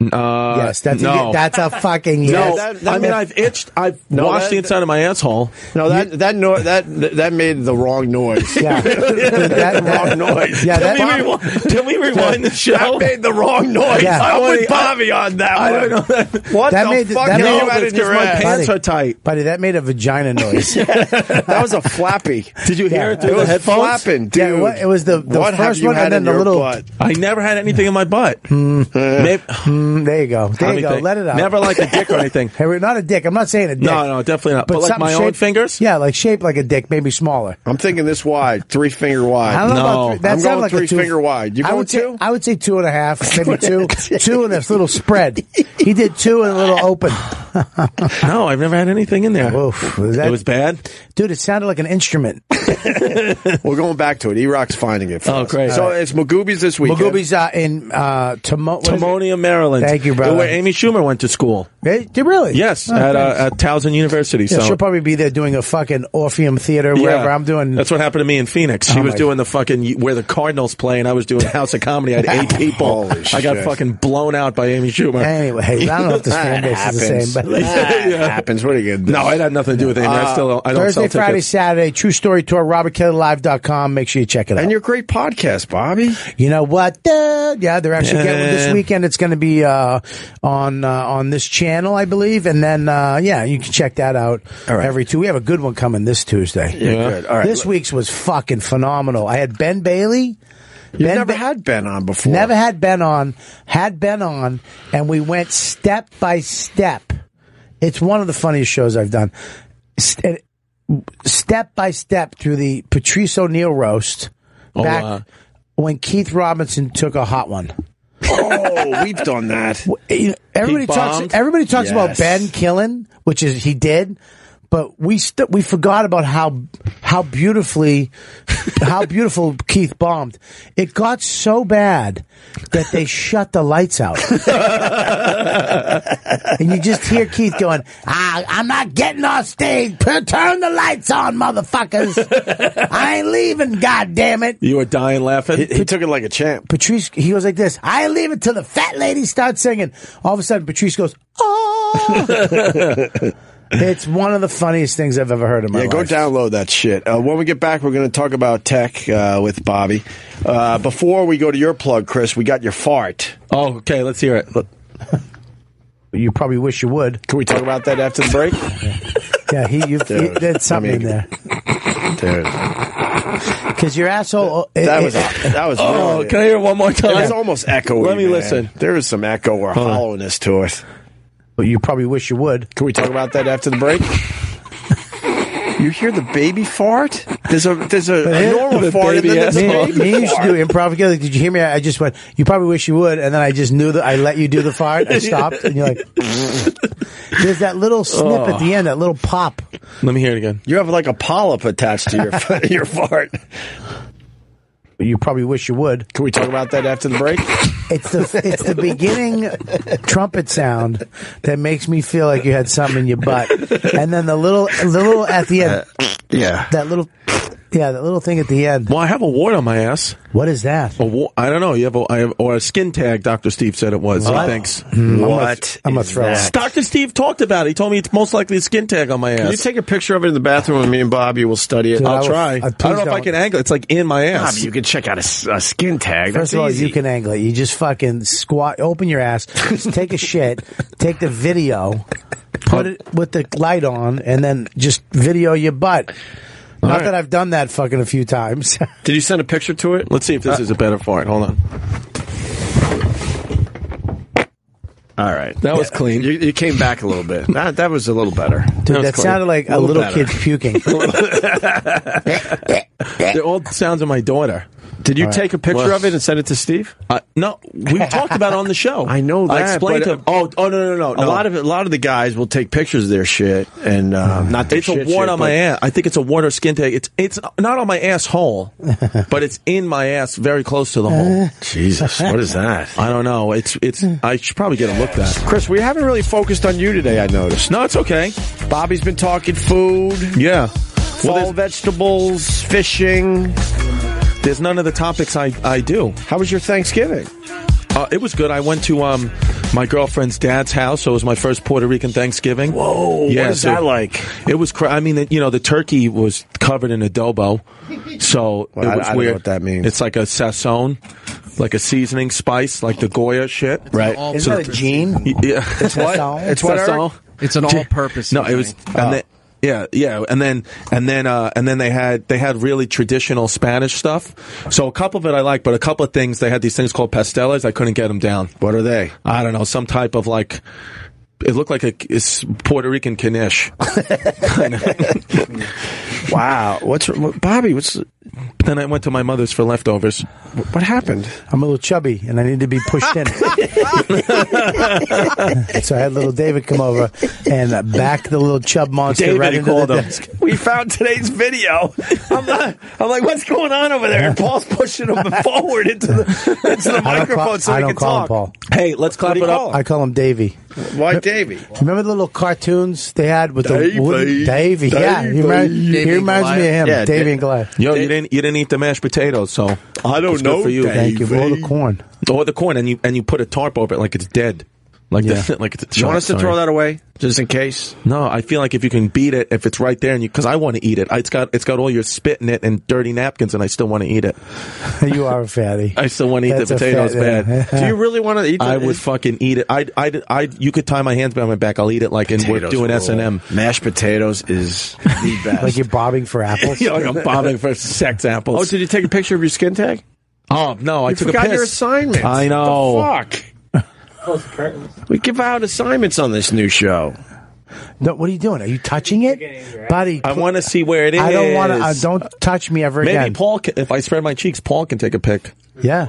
[SPEAKER 4] Uh,
[SPEAKER 3] yes, that's
[SPEAKER 4] no.
[SPEAKER 3] a, that's a fucking
[SPEAKER 4] no,
[SPEAKER 3] yes.
[SPEAKER 2] that- that-
[SPEAKER 4] I mean, I've itched. I've
[SPEAKER 2] No,
[SPEAKER 4] washed
[SPEAKER 2] that-
[SPEAKER 4] the inside of my asshole.
[SPEAKER 2] No, that that no, that that made the wrong noise.
[SPEAKER 3] yeah, Dude, that- that-
[SPEAKER 2] wrong noise.
[SPEAKER 3] Yeah, that-
[SPEAKER 4] can, we rewind, can we rewind the show?
[SPEAKER 2] That made the wrong noise.
[SPEAKER 3] Yeah.
[SPEAKER 2] I'm
[SPEAKER 4] I
[SPEAKER 2] with
[SPEAKER 4] wanna-
[SPEAKER 2] Bobby on that
[SPEAKER 4] I
[SPEAKER 2] one.
[SPEAKER 4] don't know that.
[SPEAKER 2] What
[SPEAKER 3] That
[SPEAKER 2] the
[SPEAKER 3] made-
[SPEAKER 2] fuck
[SPEAKER 3] that
[SPEAKER 2] is
[SPEAKER 3] made-
[SPEAKER 2] that
[SPEAKER 4] It's
[SPEAKER 2] in your
[SPEAKER 4] my
[SPEAKER 2] ass?
[SPEAKER 4] pants
[SPEAKER 3] Buddy.
[SPEAKER 4] are tight.
[SPEAKER 3] buddy, that made a vagina noise.
[SPEAKER 2] That was a flappy.
[SPEAKER 4] Did you hear
[SPEAKER 3] Yeah.
[SPEAKER 4] it
[SPEAKER 2] It
[SPEAKER 4] through the
[SPEAKER 2] was
[SPEAKER 4] headphones?
[SPEAKER 2] flapping, dude.
[SPEAKER 3] Yeah, what- it was the- the
[SPEAKER 2] What
[SPEAKER 3] first
[SPEAKER 2] have you
[SPEAKER 3] one and
[SPEAKER 2] had
[SPEAKER 3] then
[SPEAKER 2] in
[SPEAKER 3] the
[SPEAKER 2] your
[SPEAKER 3] little-
[SPEAKER 2] butt?
[SPEAKER 4] I never had anything in my butt. Maybe-
[SPEAKER 3] Mm, Hmm. there you go. There
[SPEAKER 4] Let
[SPEAKER 3] you
[SPEAKER 4] me
[SPEAKER 3] go.
[SPEAKER 4] think.
[SPEAKER 3] Let it out.
[SPEAKER 4] Never like a dick or anything.
[SPEAKER 3] Hey, we're not a dick. I'm not saying a dick.
[SPEAKER 4] No, no, definitely not. But, like
[SPEAKER 3] something
[SPEAKER 4] my own
[SPEAKER 3] shaped-
[SPEAKER 4] fingers?
[SPEAKER 3] Yeah, like shaped like a dick, maybe smaller.
[SPEAKER 2] I'm thinking this wide, three finger
[SPEAKER 3] I
[SPEAKER 2] wide.
[SPEAKER 3] don't know
[SPEAKER 4] No.
[SPEAKER 3] about three. That
[SPEAKER 2] I'm
[SPEAKER 3] sounded
[SPEAKER 2] going
[SPEAKER 3] like a
[SPEAKER 2] three
[SPEAKER 3] two-
[SPEAKER 2] finger wide. You
[SPEAKER 3] I
[SPEAKER 2] going
[SPEAKER 3] would say-
[SPEAKER 2] two?
[SPEAKER 3] I would say two and a half, maybe two, two and a little spread. He did two and a little open.
[SPEAKER 4] No, I've never had anything in there.
[SPEAKER 3] Oof, was that-
[SPEAKER 4] it was bad.
[SPEAKER 3] Dude, it sounded like an instrument.
[SPEAKER 2] We're going back to it. E-Rock's finding it. For
[SPEAKER 4] Oh,
[SPEAKER 2] us.
[SPEAKER 4] great.
[SPEAKER 2] So it's Magoobies this weekend.
[SPEAKER 3] Magoobies uh, in uh, Tomo- what is it?
[SPEAKER 4] Timonium, Maryland.
[SPEAKER 3] Thank you, brother.
[SPEAKER 4] Where Amy Schumer went to school.
[SPEAKER 3] Hey, did really?
[SPEAKER 4] Yes,
[SPEAKER 3] Oh,
[SPEAKER 4] at, uh,
[SPEAKER 3] thanks.
[SPEAKER 4] at Towson University.
[SPEAKER 3] Yeah,
[SPEAKER 4] so
[SPEAKER 3] she'll probably be there doing a fucking Orpheum Theater
[SPEAKER 4] Yeah.
[SPEAKER 3] wherever I'm doing.
[SPEAKER 4] That's what happened to me in Phoenix. She
[SPEAKER 3] Oh,
[SPEAKER 4] was
[SPEAKER 3] my-
[SPEAKER 4] doing the fucking where the Cardinals play, and I was doing House of Comedy. I had eight people.
[SPEAKER 2] Holy
[SPEAKER 4] I got
[SPEAKER 2] shit.
[SPEAKER 4] fucking blown out by Amy Schumer.
[SPEAKER 3] anyway, I don't know if this fan
[SPEAKER 2] That
[SPEAKER 3] base is the
[SPEAKER 2] happens.
[SPEAKER 3] same, but
[SPEAKER 2] That happens. What are you going to do?
[SPEAKER 4] no, it had nothing to do with Amy.
[SPEAKER 2] Uh,
[SPEAKER 4] I still don't, I don't
[SPEAKER 3] Thursday,
[SPEAKER 4] sell tickets.
[SPEAKER 3] Friday, Saturday, True Story Tour, RobertKellyLive.com. Make sure you check it out.
[SPEAKER 2] And your great podcast, Bobby.
[SPEAKER 3] You know what? Uh, yeah, they're actually getting this weekend. It's going to be uh, on uh, on this channel, I believe, and then uh, yeah, you can check that out every two. We have a good one coming this Tuesday.
[SPEAKER 2] Good. All right.
[SPEAKER 3] This week's was fucking phenomenal. I had Ben Bailey.
[SPEAKER 2] You've
[SPEAKER 3] Ben
[SPEAKER 2] never
[SPEAKER 3] Ba-
[SPEAKER 2] had Ben on before.
[SPEAKER 3] Never had Ben on. Had Ben on, and we went step by step. It's one of the funniest shows I've done. St- Step by step through the Patrice O'Neill roast. Back
[SPEAKER 4] wow.
[SPEAKER 3] when Keith Robinson took a hot one.
[SPEAKER 2] Oh, we've done that.
[SPEAKER 3] You know, Everybody talks.
[SPEAKER 4] bombed?
[SPEAKER 3] Everybody talks
[SPEAKER 2] Yes.
[SPEAKER 3] about Ben killing, which is he did. but we st- we forgot about how how beautifully how beautiful Keith bombed. It got so bad that they shut the lights out, and you just hear Keith going, ah, "I'm not getting off stage. Put- Turn the lights on, motherfuckers. I ain't leaving. God damn it."
[SPEAKER 4] You were dying laughing.
[SPEAKER 2] He, he took it like a champ.
[SPEAKER 3] Patrice, he goes like this. I ain't leaving till the fat lady starts singing. All of a sudden, Patrice goes, "Oh!" it's one of the funniest things I've ever heard in my
[SPEAKER 2] Yeah,
[SPEAKER 3] life.
[SPEAKER 2] go download that shit. Uh, when we get back, we're going to talk about tech uh, with Bobby. Uh, before we go to your plug, Chris, we got your fart.
[SPEAKER 4] oh, okay. Let's hear it.
[SPEAKER 3] You probably wish you would.
[SPEAKER 2] Can we talk about that after the break?
[SPEAKER 3] Yeah, he, you, he
[SPEAKER 2] Dude,
[SPEAKER 3] there's something
[SPEAKER 2] I mean-
[SPEAKER 3] in there
[SPEAKER 2] Dude,
[SPEAKER 3] because your asshole. It,
[SPEAKER 2] that
[SPEAKER 3] it-
[SPEAKER 2] was that was.
[SPEAKER 4] Oh,
[SPEAKER 2] really-
[SPEAKER 4] can I hear it one more
[SPEAKER 2] It
[SPEAKER 4] time?
[SPEAKER 2] was almost echoey.
[SPEAKER 4] Let me
[SPEAKER 2] man.
[SPEAKER 4] listen.
[SPEAKER 2] There is some echo or hollowness to it.
[SPEAKER 3] you probably wish you would.
[SPEAKER 2] Can we talk about that after the break? You hear the baby fart? There's a there's a, a normal
[SPEAKER 4] The
[SPEAKER 2] fart and then
[SPEAKER 4] baby
[SPEAKER 2] there's a
[SPEAKER 3] Me,
[SPEAKER 4] asshole.
[SPEAKER 2] baby
[SPEAKER 3] me used to
[SPEAKER 2] fart.
[SPEAKER 3] do improv together. Did you hear me? I I just went. You probably wish you would, and then I just knew that I let you do the fart. I stopped, and you're like, "There's that little snip
[SPEAKER 2] Oh.
[SPEAKER 3] at the end, that little pop."
[SPEAKER 4] Let me hear it again.
[SPEAKER 2] You have like a polyp attached to your your fart.
[SPEAKER 3] You probably wish you would.
[SPEAKER 2] Can we talk about that after the break?
[SPEAKER 3] It's the it's the beginning trumpet sound that makes me feel like you had something in your butt, and then the little little at the end,
[SPEAKER 2] Yeah.
[SPEAKER 3] that little, yeah, that little thing at the end.
[SPEAKER 4] Well, I have a wart on my ass.
[SPEAKER 3] What is that?
[SPEAKER 4] A wa- I don't know. You have a, I have, or a skin tag. Doctor Steve said it was.
[SPEAKER 3] What? Mm.
[SPEAKER 4] So thanks.
[SPEAKER 2] What?
[SPEAKER 3] I'm gonna
[SPEAKER 2] is
[SPEAKER 3] throw
[SPEAKER 2] that?
[SPEAKER 4] Doctor Steve talked about it. He told me it's most likely a skin tag on my
[SPEAKER 2] Can you
[SPEAKER 4] ass.
[SPEAKER 2] take a picture of it in the bathroom and me and Bobby will study it?
[SPEAKER 3] Dude,
[SPEAKER 4] I'll
[SPEAKER 3] I will-
[SPEAKER 4] try.
[SPEAKER 3] uh,
[SPEAKER 4] I, don't know
[SPEAKER 3] please
[SPEAKER 4] if I
[SPEAKER 3] don't.
[SPEAKER 4] can angle. it. It's like in my ass.
[SPEAKER 2] Bobby, you can check out a, s- a skin tag.
[SPEAKER 3] First
[SPEAKER 2] That's
[SPEAKER 3] of all,
[SPEAKER 2] easy.
[SPEAKER 3] you can angle it. You just fucking squat, open your ass, take a shit, take the video, put it with the light on, and then just video your butt. Not
[SPEAKER 2] right.
[SPEAKER 3] that I've done that fucking a few times.
[SPEAKER 2] Did you send a picture to it?
[SPEAKER 4] Let's see if this
[SPEAKER 3] Uh,
[SPEAKER 4] is a better fart. Hold on.
[SPEAKER 2] Uh, All right.
[SPEAKER 4] That was clean.
[SPEAKER 2] You, you came back a little bit. That, that was a little better.
[SPEAKER 3] Dude, that
[SPEAKER 4] clean.
[SPEAKER 3] sounded like a
[SPEAKER 2] Little
[SPEAKER 3] little
[SPEAKER 2] better.
[SPEAKER 3] kid puking.
[SPEAKER 4] They're all sounds of my daughter.
[SPEAKER 2] Did you take a picture
[SPEAKER 4] Well-
[SPEAKER 2] of it and send it to Steve?
[SPEAKER 4] Uh, no, we talked about it on the show.
[SPEAKER 2] I know
[SPEAKER 4] I
[SPEAKER 2] that,
[SPEAKER 4] explained to
[SPEAKER 2] but-
[SPEAKER 4] him. Oh, oh no, no, no,
[SPEAKER 2] A lot of a lot of the guys will take pictures of their shit and um, not their
[SPEAKER 4] Mm. It's a
[SPEAKER 2] shit,
[SPEAKER 4] wart
[SPEAKER 2] shit,
[SPEAKER 4] on my
[SPEAKER 2] but-
[SPEAKER 4] ass. I think it's a wart or skin tag. It's it's not on my asshole, but it's in my ass, very close to the hole.
[SPEAKER 2] Jesus, what is that?
[SPEAKER 4] I don't know. It's it's. I should probably get a look at.
[SPEAKER 2] Chris, we haven't really focused on you today. I noticed.
[SPEAKER 4] No, it's okay.
[SPEAKER 2] Bobby's been talking food,
[SPEAKER 4] Yeah.
[SPEAKER 2] fall
[SPEAKER 4] Well, there's,
[SPEAKER 2] vegetables, fishing.
[SPEAKER 4] there's none of the topics I I do.
[SPEAKER 2] How was your Thanksgiving?
[SPEAKER 4] Uh, it was good. I went to um my girlfriend's dad's house, so it was my first Puerto Rican Thanksgiving.
[SPEAKER 2] Whoa,
[SPEAKER 4] Yeah,
[SPEAKER 2] what is
[SPEAKER 4] so-
[SPEAKER 2] that like?
[SPEAKER 4] It was. Cra- I mean, it- you know, the turkey was covered in adobo, so
[SPEAKER 2] Well, I-
[SPEAKER 4] it was
[SPEAKER 2] I don't know
[SPEAKER 4] weird.
[SPEAKER 2] what that means.
[SPEAKER 4] It's like a sazon, like a seasoning spice, like the goya shit.
[SPEAKER 2] Right.
[SPEAKER 3] Isn't that a gene?
[SPEAKER 4] Y- Yeah. It's
[SPEAKER 3] what? Sazon? It's what,
[SPEAKER 4] Sazon.
[SPEAKER 5] It's an all-purpose.
[SPEAKER 4] No, it was.
[SPEAKER 5] thing.
[SPEAKER 2] Oh.
[SPEAKER 4] And then, yeah, yeah, and then and then uh, and then they had they had really traditional Spanish stuff. So a couple of it I like, but a couple of things they had these things called pasteles. I couldn't get them down.
[SPEAKER 2] What are they?
[SPEAKER 4] I don't know, some type of like. It looked like a it's Puerto Rican knish.
[SPEAKER 2] Wow. What's what, Bobby? What's
[SPEAKER 4] then I went to my mother's for leftovers.
[SPEAKER 2] what happened?
[SPEAKER 3] I'm a little chubby and I need to be pushed in. so I had little David come over and back the little chub monster
[SPEAKER 4] David,
[SPEAKER 3] right
[SPEAKER 4] he
[SPEAKER 3] into the
[SPEAKER 4] called him.
[SPEAKER 3] desk.
[SPEAKER 2] We found today's video. I'm, not, I'm like, what's going on over there? And Paul's pushing him forward into the into the
[SPEAKER 3] I don't
[SPEAKER 2] microphone
[SPEAKER 3] call,
[SPEAKER 2] so
[SPEAKER 3] I
[SPEAKER 2] he
[SPEAKER 3] don't
[SPEAKER 2] can talk.
[SPEAKER 3] call him Paul.
[SPEAKER 4] Hey, let's clap
[SPEAKER 2] do
[SPEAKER 4] it
[SPEAKER 2] you
[SPEAKER 4] up.
[SPEAKER 2] call
[SPEAKER 3] I call him Davey.
[SPEAKER 2] Why, Davy?
[SPEAKER 3] Remember the little cartoons they had with
[SPEAKER 2] Davey.
[SPEAKER 3] the wooden Davy? Yeah, he,
[SPEAKER 2] Davey.
[SPEAKER 3] reminds- he
[SPEAKER 5] Davey and
[SPEAKER 3] reminds me of
[SPEAKER 5] Goliath.
[SPEAKER 3] him.
[SPEAKER 2] Yeah,
[SPEAKER 3] Davy
[SPEAKER 2] Da-
[SPEAKER 3] and Goliath.
[SPEAKER 4] Yo, you didn't you didn't eat the mashed potatoes, so
[SPEAKER 2] I don't
[SPEAKER 4] it's good
[SPEAKER 2] know,
[SPEAKER 4] for you.
[SPEAKER 2] Dave.
[SPEAKER 3] Thank you for all the corn.
[SPEAKER 4] Or the corn, and you and you put a tarp over it like it's dead, like
[SPEAKER 3] Yeah.
[SPEAKER 4] the, like it's.
[SPEAKER 2] Do you want us to
[SPEAKER 4] Sorry.
[SPEAKER 2] throw that away just in case?
[SPEAKER 4] No, I feel like if you can beat it, if it's right there, and you because I want to eat it, it's got it's got all your spit in it and dirty napkins, and I still want to eat it.
[SPEAKER 3] You are a fatty.
[SPEAKER 4] I still want to eat
[SPEAKER 3] That's
[SPEAKER 4] the
[SPEAKER 3] a
[SPEAKER 4] potatoes
[SPEAKER 3] fat-
[SPEAKER 4] bad.
[SPEAKER 2] Do you really want to eat?
[SPEAKER 4] I would fucking eat it. I I I you could tie my hands behind my back. I'll eat it like and we're doing S and M.
[SPEAKER 2] Mashed potatoes is the best.
[SPEAKER 3] Like you're bobbing for apples.
[SPEAKER 4] Yeah, like I'm bobbing for sex
[SPEAKER 2] oh,
[SPEAKER 4] apples.
[SPEAKER 2] did you take a picture of your skin tag?
[SPEAKER 4] Oh, no, I
[SPEAKER 2] You
[SPEAKER 4] took a
[SPEAKER 2] forgot
[SPEAKER 4] piss.
[SPEAKER 2] your assignment.
[SPEAKER 4] I know.
[SPEAKER 2] What the fuck. we give out assignments on this new show.
[SPEAKER 3] No, what are you doing? Are you touching it, buddy?
[SPEAKER 4] I want to see where it is.
[SPEAKER 3] I don't want to. Uh, don't touch me ever
[SPEAKER 4] Maybe
[SPEAKER 3] again.
[SPEAKER 4] Paul, can, if I spread my cheeks, Paul can take a pic.
[SPEAKER 3] yeah.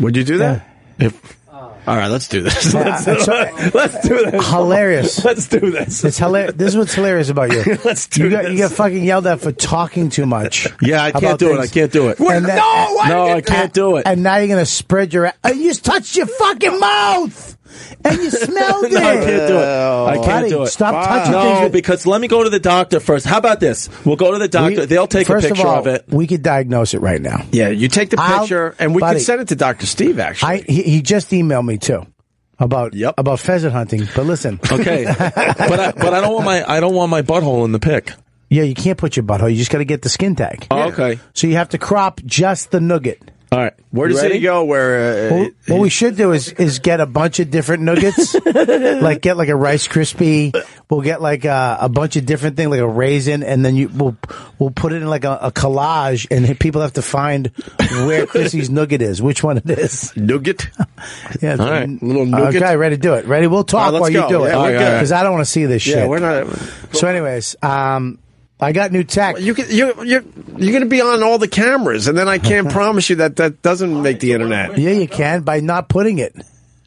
[SPEAKER 2] Would you do that?
[SPEAKER 4] If
[SPEAKER 2] All right, let's do this.
[SPEAKER 3] Yeah,
[SPEAKER 2] Let's,
[SPEAKER 3] it's all right.
[SPEAKER 2] let's do this.
[SPEAKER 3] Hilarious.
[SPEAKER 2] Let's do this.
[SPEAKER 3] It's hilarious. This is what's hilarious about you.
[SPEAKER 2] Let's do
[SPEAKER 3] You got,
[SPEAKER 2] this.
[SPEAKER 3] you got fucking yelled at for talking too much.
[SPEAKER 4] Yeah, I can't
[SPEAKER 3] about
[SPEAKER 4] do it. I
[SPEAKER 3] things.
[SPEAKER 4] can't do it.
[SPEAKER 2] We're-
[SPEAKER 3] and that-
[SPEAKER 2] no, why
[SPEAKER 4] No,
[SPEAKER 2] did you
[SPEAKER 4] I can't do it.
[SPEAKER 3] And now you're gonna spread your. a- You just touched your fucking mouth, and you smelled it.
[SPEAKER 4] No, I can't do it. I can't
[SPEAKER 3] Buddy,
[SPEAKER 4] do it.
[SPEAKER 3] stop touching things.
[SPEAKER 4] No,
[SPEAKER 3] with-
[SPEAKER 4] because let me go to the doctor first. How about this? We'll go to the doctor.
[SPEAKER 3] We-
[SPEAKER 4] They'll take a
[SPEAKER 3] first
[SPEAKER 4] picture
[SPEAKER 3] of, all,
[SPEAKER 4] of it.
[SPEAKER 3] We could diagnose it right now.
[SPEAKER 2] Yeah, you take the
[SPEAKER 3] I'll-
[SPEAKER 2] picture, and we
[SPEAKER 3] buddy.
[SPEAKER 2] can send it to Doctor Steve. Actually,
[SPEAKER 3] I he, he just emailed me too about
[SPEAKER 2] Yep.
[SPEAKER 3] about pheasant hunting. But listen,
[SPEAKER 4] Okay, but I, but I don't want my I don't want my butthole in the pic.
[SPEAKER 3] yeah, you can't put your butthole. You just got to get the skin tag.
[SPEAKER 4] Oh, okay,
[SPEAKER 3] So you have to crop just the nugget.
[SPEAKER 4] all right.
[SPEAKER 2] where does
[SPEAKER 4] ready?
[SPEAKER 2] it go? Where uh,
[SPEAKER 3] What, what we should do is is get a bunch of different nuggets, like get like a Rice Krispie. We'll get like a, a bunch of different things, like a raisin, and then you we'll we'll put it in like a, a collage, and then people have to find where Chrissy's nugget is, which one it is.
[SPEAKER 2] nugget?
[SPEAKER 3] Yeah,
[SPEAKER 4] All right.
[SPEAKER 2] Little nugget.
[SPEAKER 3] Okay, ready to do it. Ready? We'll talk
[SPEAKER 2] All right,
[SPEAKER 3] while
[SPEAKER 2] let's
[SPEAKER 3] you
[SPEAKER 2] go.
[SPEAKER 3] do it
[SPEAKER 2] Yeah, we're good.
[SPEAKER 3] because I don't want to see this
[SPEAKER 2] Yeah,
[SPEAKER 3] shit.
[SPEAKER 2] we're not.
[SPEAKER 3] So, anyways, um, I got new tech.
[SPEAKER 2] You can, you you you're going to be on all the cameras, and then I can't promise you that that doesn't make the internet.
[SPEAKER 3] yeah, you can by not putting it.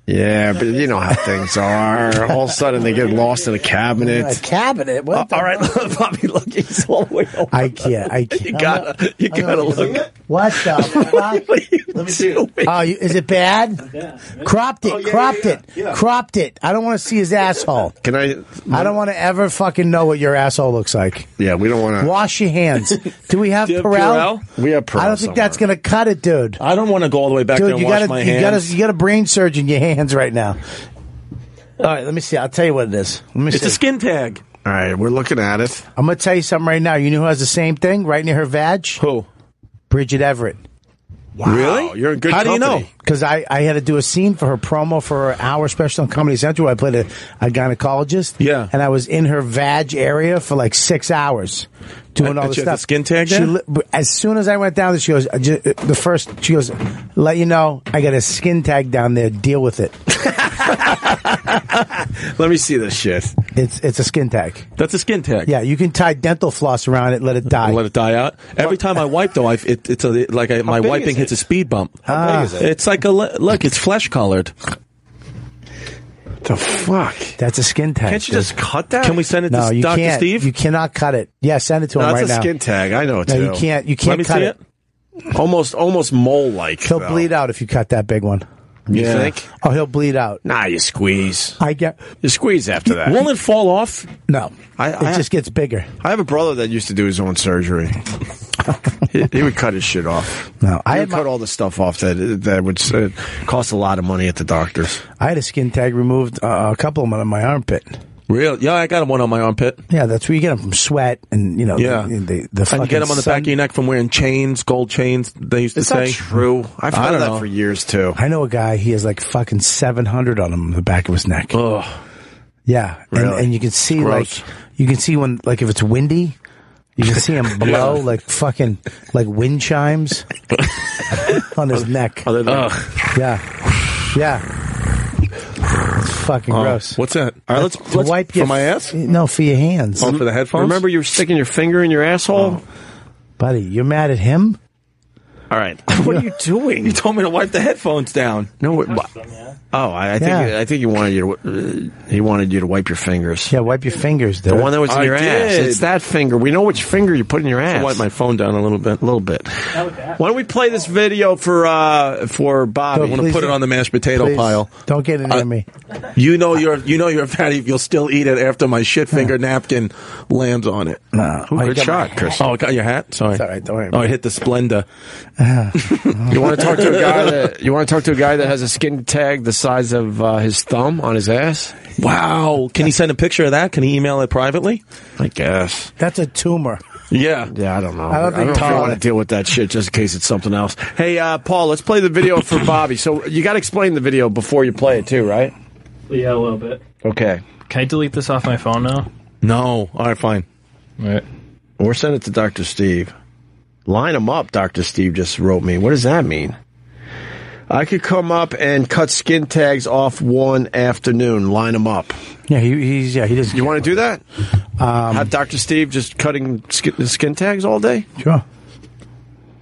[SPEAKER 2] Yeah, but you know how things are. All of a sudden, they get lost in a
[SPEAKER 3] A
[SPEAKER 2] cabinet.
[SPEAKER 3] cabinet. What the-
[SPEAKER 2] all right, Bobby, look, he's all the way over.
[SPEAKER 3] I can't. I can't.
[SPEAKER 2] You gotta, you gotta look.
[SPEAKER 3] What the fuck? Oh, you, is it bad? Cropped
[SPEAKER 4] Oh,
[SPEAKER 3] it, cropped it, cropped it. I don't want to see his asshole.
[SPEAKER 2] Can I?
[SPEAKER 3] I don't want to ever fucking know what your asshole looks like.
[SPEAKER 2] Yeah, we don't want to.
[SPEAKER 3] Wash your hands. Do we have
[SPEAKER 4] Do you have
[SPEAKER 3] Perel?
[SPEAKER 4] Perel?
[SPEAKER 2] We have Perel
[SPEAKER 3] I don't think that's
[SPEAKER 2] somewhere.
[SPEAKER 3] gonna cut it, dude.
[SPEAKER 4] I don't want to go all the way back there
[SPEAKER 3] Dude,
[SPEAKER 4] and
[SPEAKER 3] you
[SPEAKER 4] wash
[SPEAKER 3] got
[SPEAKER 4] my
[SPEAKER 3] to you got to
[SPEAKER 4] hands.
[SPEAKER 3] you got a brain surge in your hands right now. All right, let me see. I'll tell you what it is. Let me
[SPEAKER 4] it's
[SPEAKER 3] see.
[SPEAKER 4] a skin tag.
[SPEAKER 2] All right, we're looking at it.
[SPEAKER 3] I'm gonna tell you something right now. You know who has the same thing right near her vag?
[SPEAKER 4] Who?
[SPEAKER 3] Bridget Everett.
[SPEAKER 2] Wow,
[SPEAKER 4] Really?
[SPEAKER 2] You're in good.
[SPEAKER 4] How do you
[SPEAKER 2] company.
[SPEAKER 4] know?
[SPEAKER 3] because I, I had to do a scene for her promo for her hour special on Comedy Central. I played a, a gynecologist.
[SPEAKER 4] Yeah.
[SPEAKER 3] And I was in her vag area for like six hours doing
[SPEAKER 4] And-
[SPEAKER 3] all
[SPEAKER 4] and
[SPEAKER 3] this
[SPEAKER 4] she had
[SPEAKER 3] stuff.
[SPEAKER 4] the skin tag
[SPEAKER 3] She
[SPEAKER 4] then?
[SPEAKER 3] li- but as soon as I went down there, she goes, I ju- uh, the first, she goes, let you know, I got a skin tag down there. Deal with it.
[SPEAKER 2] Let me see this shit.
[SPEAKER 3] It's, it's a skin tag.
[SPEAKER 4] That's a skin tag.
[SPEAKER 3] Yeah. You can tie dental floss around it, let it die.
[SPEAKER 4] I let it die out. Every time I wipe, though, I, it, it's a, like I, my
[SPEAKER 2] big
[SPEAKER 4] wiping
[SPEAKER 2] is
[SPEAKER 4] hits
[SPEAKER 2] it?
[SPEAKER 4] a speed bump. Ah.
[SPEAKER 2] How big is it?
[SPEAKER 4] It's like a le- look. It's flesh colored.
[SPEAKER 2] The fuck?
[SPEAKER 3] That's a skin tag.
[SPEAKER 2] Can't you
[SPEAKER 3] dude.
[SPEAKER 2] just cut that?
[SPEAKER 4] Can we send it
[SPEAKER 3] no,
[SPEAKER 4] to
[SPEAKER 3] you
[SPEAKER 4] Doctor
[SPEAKER 3] can't.
[SPEAKER 4] Steve?
[SPEAKER 3] You cannot cut it. Yeah, send it to
[SPEAKER 2] No,
[SPEAKER 3] him
[SPEAKER 2] that's
[SPEAKER 3] right
[SPEAKER 2] a
[SPEAKER 3] now.
[SPEAKER 2] skin tag. I know it
[SPEAKER 3] no,
[SPEAKER 2] too.
[SPEAKER 3] you can't. You
[SPEAKER 4] Let
[SPEAKER 3] can't
[SPEAKER 4] me
[SPEAKER 3] cut
[SPEAKER 4] see
[SPEAKER 3] it.
[SPEAKER 4] it.
[SPEAKER 2] Almost, almost mole like.
[SPEAKER 3] He'll bleed out if you cut that big one.
[SPEAKER 2] You
[SPEAKER 4] Yeah.
[SPEAKER 2] think?
[SPEAKER 3] Oh, he'll bleed out.
[SPEAKER 2] Nah, you squeeze.
[SPEAKER 3] I get
[SPEAKER 2] You squeeze after that.
[SPEAKER 4] Won't it fall off?
[SPEAKER 3] no.
[SPEAKER 2] I- I-
[SPEAKER 3] it just gets bigger.
[SPEAKER 2] I have a brother that used to do his own surgery. he, he would cut his shit off.
[SPEAKER 3] No, I
[SPEAKER 2] I
[SPEAKER 3] had
[SPEAKER 2] would
[SPEAKER 3] my,
[SPEAKER 2] cut all the stuff off that that would uh, cost a lot of money at the doctors.
[SPEAKER 3] I had a skin tag removed uh, a couple of them out of my armpit.
[SPEAKER 4] Real? Yeah, I got one on my armpit.
[SPEAKER 3] Yeah, that's where you get them from sweat and you know
[SPEAKER 4] Yeah,
[SPEAKER 3] the the, the
[SPEAKER 4] and you get them on the back of your neck from wearing chains, gold chains. They used
[SPEAKER 2] It's
[SPEAKER 4] to
[SPEAKER 2] not
[SPEAKER 4] say.
[SPEAKER 2] true. I've
[SPEAKER 4] I
[SPEAKER 2] heard
[SPEAKER 4] don't
[SPEAKER 2] that
[SPEAKER 4] know.
[SPEAKER 2] for years too.
[SPEAKER 3] I know a guy. He has like fucking seven hundred on him on the back of his neck.
[SPEAKER 4] Ugh.
[SPEAKER 3] yeah, and,
[SPEAKER 2] Really?
[SPEAKER 3] and you can see
[SPEAKER 4] Oh, Gross.
[SPEAKER 3] like you can see when like if it's windy, you can see him blow like fucking like wind chimes on his neck.
[SPEAKER 2] Other than-
[SPEAKER 4] Ugh.
[SPEAKER 3] Yeah, yeah. It's fucking
[SPEAKER 4] Uh,
[SPEAKER 3] gross.
[SPEAKER 4] What's that? All right, let's,
[SPEAKER 3] to
[SPEAKER 4] let's
[SPEAKER 3] wipe
[SPEAKER 4] for
[SPEAKER 3] your
[SPEAKER 4] my ass.
[SPEAKER 3] No, for your hands,
[SPEAKER 4] Oh, for the headphones.
[SPEAKER 2] remember you were sticking your finger in your asshole.
[SPEAKER 3] buddy. You're mad at him.
[SPEAKER 2] All right, what are you
[SPEAKER 4] you
[SPEAKER 2] doing?
[SPEAKER 4] told me to wipe the headphones down.
[SPEAKER 2] No, what, oh, I, I think
[SPEAKER 3] Yeah.
[SPEAKER 2] I think he wanted you to uh, he wanted you to wipe your fingers.
[SPEAKER 3] Yeah, wipe your fingers, dude.
[SPEAKER 2] The one that was in
[SPEAKER 4] I
[SPEAKER 2] your ass.
[SPEAKER 4] did.
[SPEAKER 2] It's that finger. We know which finger you put in your ass.
[SPEAKER 4] I wipe my phone down a little bit.
[SPEAKER 2] a little bit. Why don't we play this video for uh for Bobby?
[SPEAKER 3] Oh,
[SPEAKER 4] I want to
[SPEAKER 3] Please
[SPEAKER 4] put it
[SPEAKER 3] don't-
[SPEAKER 4] on the mashed potato
[SPEAKER 3] Please,
[SPEAKER 4] pile.
[SPEAKER 3] Don't get it
[SPEAKER 4] I-
[SPEAKER 3] near me.
[SPEAKER 4] You know you're you know you're fatty. If you'll still eat it after my shit finger napkin lands on it.
[SPEAKER 3] No. Oh, you
[SPEAKER 2] Good
[SPEAKER 3] got
[SPEAKER 2] shot,
[SPEAKER 3] my-
[SPEAKER 2] Chris.
[SPEAKER 4] Oh, I got your hat. Sorry.
[SPEAKER 3] all right, don't worry
[SPEAKER 4] Oh,
[SPEAKER 3] about
[SPEAKER 4] I hit the Splenda.
[SPEAKER 2] You want to talk to a guy that you want to talk to a guy that has a skin tag the size of uh, his thumb on his ass?
[SPEAKER 4] Wow. Can you send a picture of that? Can you email it privately?
[SPEAKER 2] I guess.
[SPEAKER 3] That's a tumor.
[SPEAKER 4] Yeah.
[SPEAKER 2] Yeah, I don't know.
[SPEAKER 3] I don't think Tom-
[SPEAKER 2] want to deal with that shit just in case it's something else. Hey, uh, Paul, let's play the video for Bobby. So you got to explain the video before you play it too, right?
[SPEAKER 10] Yeah, a little bit.
[SPEAKER 2] Okay.
[SPEAKER 10] Can I delete this off my phone now?
[SPEAKER 4] No. All right, fine.
[SPEAKER 10] All right.
[SPEAKER 2] Or send it to Dr. Steve. Line him up, Dr. Steve just wrote me. What does that mean? I could come up and cut skin tags off one afternoon. Line them up.
[SPEAKER 3] Yeah, he, he's yeah he doesn't.
[SPEAKER 2] You want to do that? Um, Have Dr. Steve just cutting skin, skin tags all day?
[SPEAKER 3] Sure.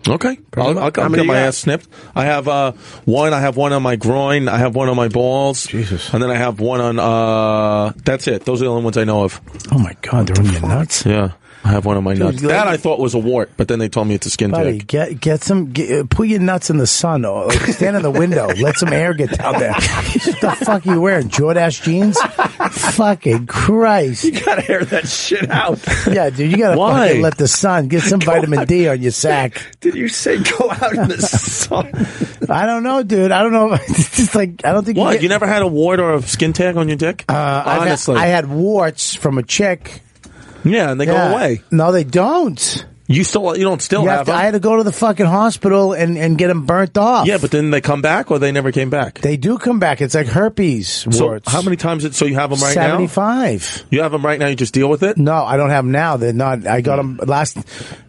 [SPEAKER 4] Okay,
[SPEAKER 2] Pretty
[SPEAKER 4] I'll,
[SPEAKER 2] much.
[SPEAKER 4] I'll, I'll
[SPEAKER 2] How many
[SPEAKER 4] get
[SPEAKER 2] you
[SPEAKER 4] my
[SPEAKER 2] got?
[SPEAKER 4] ass snipped. I have uh, one. I have one on my groin. I have one on my balls. Jesus. And then I have one on. Uh, that's it. Those are the only ones I know of.
[SPEAKER 3] Oh my god, they're on your nuts.
[SPEAKER 4] Yeah, I have one on my nuts.
[SPEAKER 3] like-
[SPEAKER 4] that I thought was a wart, but then they told me it's a skin
[SPEAKER 3] Buddy,
[SPEAKER 4] tag.
[SPEAKER 3] get get some. Get, uh, put your nuts in the sun or like, stand in the window. let some air get down there. what the fuck are you wearing? Jordache jeans? fucking Christ!
[SPEAKER 2] gotta air that shit out.
[SPEAKER 3] Yeah, dude, you gotta
[SPEAKER 2] Why?
[SPEAKER 3] fucking let the sun get some vitamin D on your sack.
[SPEAKER 2] Did you say go out in the sun?
[SPEAKER 3] I don't know, dude. I don't know. It's just like I don't think.
[SPEAKER 4] What?
[SPEAKER 3] get-
[SPEAKER 4] You never had a wart or a skin tag on your dick?
[SPEAKER 3] Uh, I've had-
[SPEAKER 4] Honestly,
[SPEAKER 3] I had warts from a chick.
[SPEAKER 4] yeah, and they
[SPEAKER 3] Yeah.
[SPEAKER 4] go away.
[SPEAKER 3] No, they don't.
[SPEAKER 4] You still, you don't still
[SPEAKER 3] You
[SPEAKER 4] have,
[SPEAKER 3] have to,
[SPEAKER 4] them?
[SPEAKER 3] I had to go to the fucking hospital and, and get them burnt off.
[SPEAKER 4] yeah, but then they come back, or they never came back.
[SPEAKER 3] they do come back. It's like herpes
[SPEAKER 4] So
[SPEAKER 3] warts.
[SPEAKER 4] how many times? Did, so you have them right now?
[SPEAKER 3] 75.
[SPEAKER 4] You have them right now. You just deal with it.
[SPEAKER 3] No, I don't have them now. They're not. I got them last.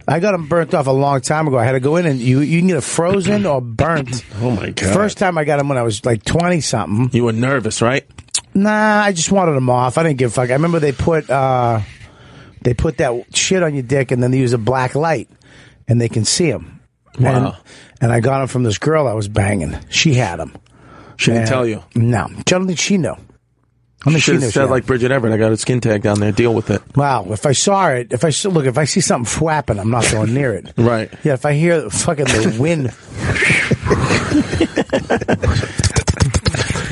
[SPEAKER 3] I got them burnt off a long time ago. I had to go in and you you can get it frozen or burnt.
[SPEAKER 2] Oh my god!
[SPEAKER 3] First time I got them when I was like twenty something.
[SPEAKER 4] You were nervous, right?
[SPEAKER 3] Nah, I just wanted them off. I didn't give a fuck. I remember they put uh, they put that shit on your dick, and then they use a black light, and they can see them.
[SPEAKER 4] Wow.
[SPEAKER 3] And, and I got them from this girl I was banging. She had them.
[SPEAKER 4] She didn't tell you.
[SPEAKER 3] No, I don't think she knew. I don't think she
[SPEAKER 4] Should
[SPEAKER 3] knew.
[SPEAKER 4] have
[SPEAKER 3] she had
[SPEAKER 4] said
[SPEAKER 3] 'em.
[SPEAKER 4] like Bridget Everett. I got a skin tag down there. Deal with it.
[SPEAKER 3] Wow, if I saw it, if I s- look, if I see something flapping, I'm not going near it.
[SPEAKER 4] Right.
[SPEAKER 3] Yeah, if I hear fucking the wind,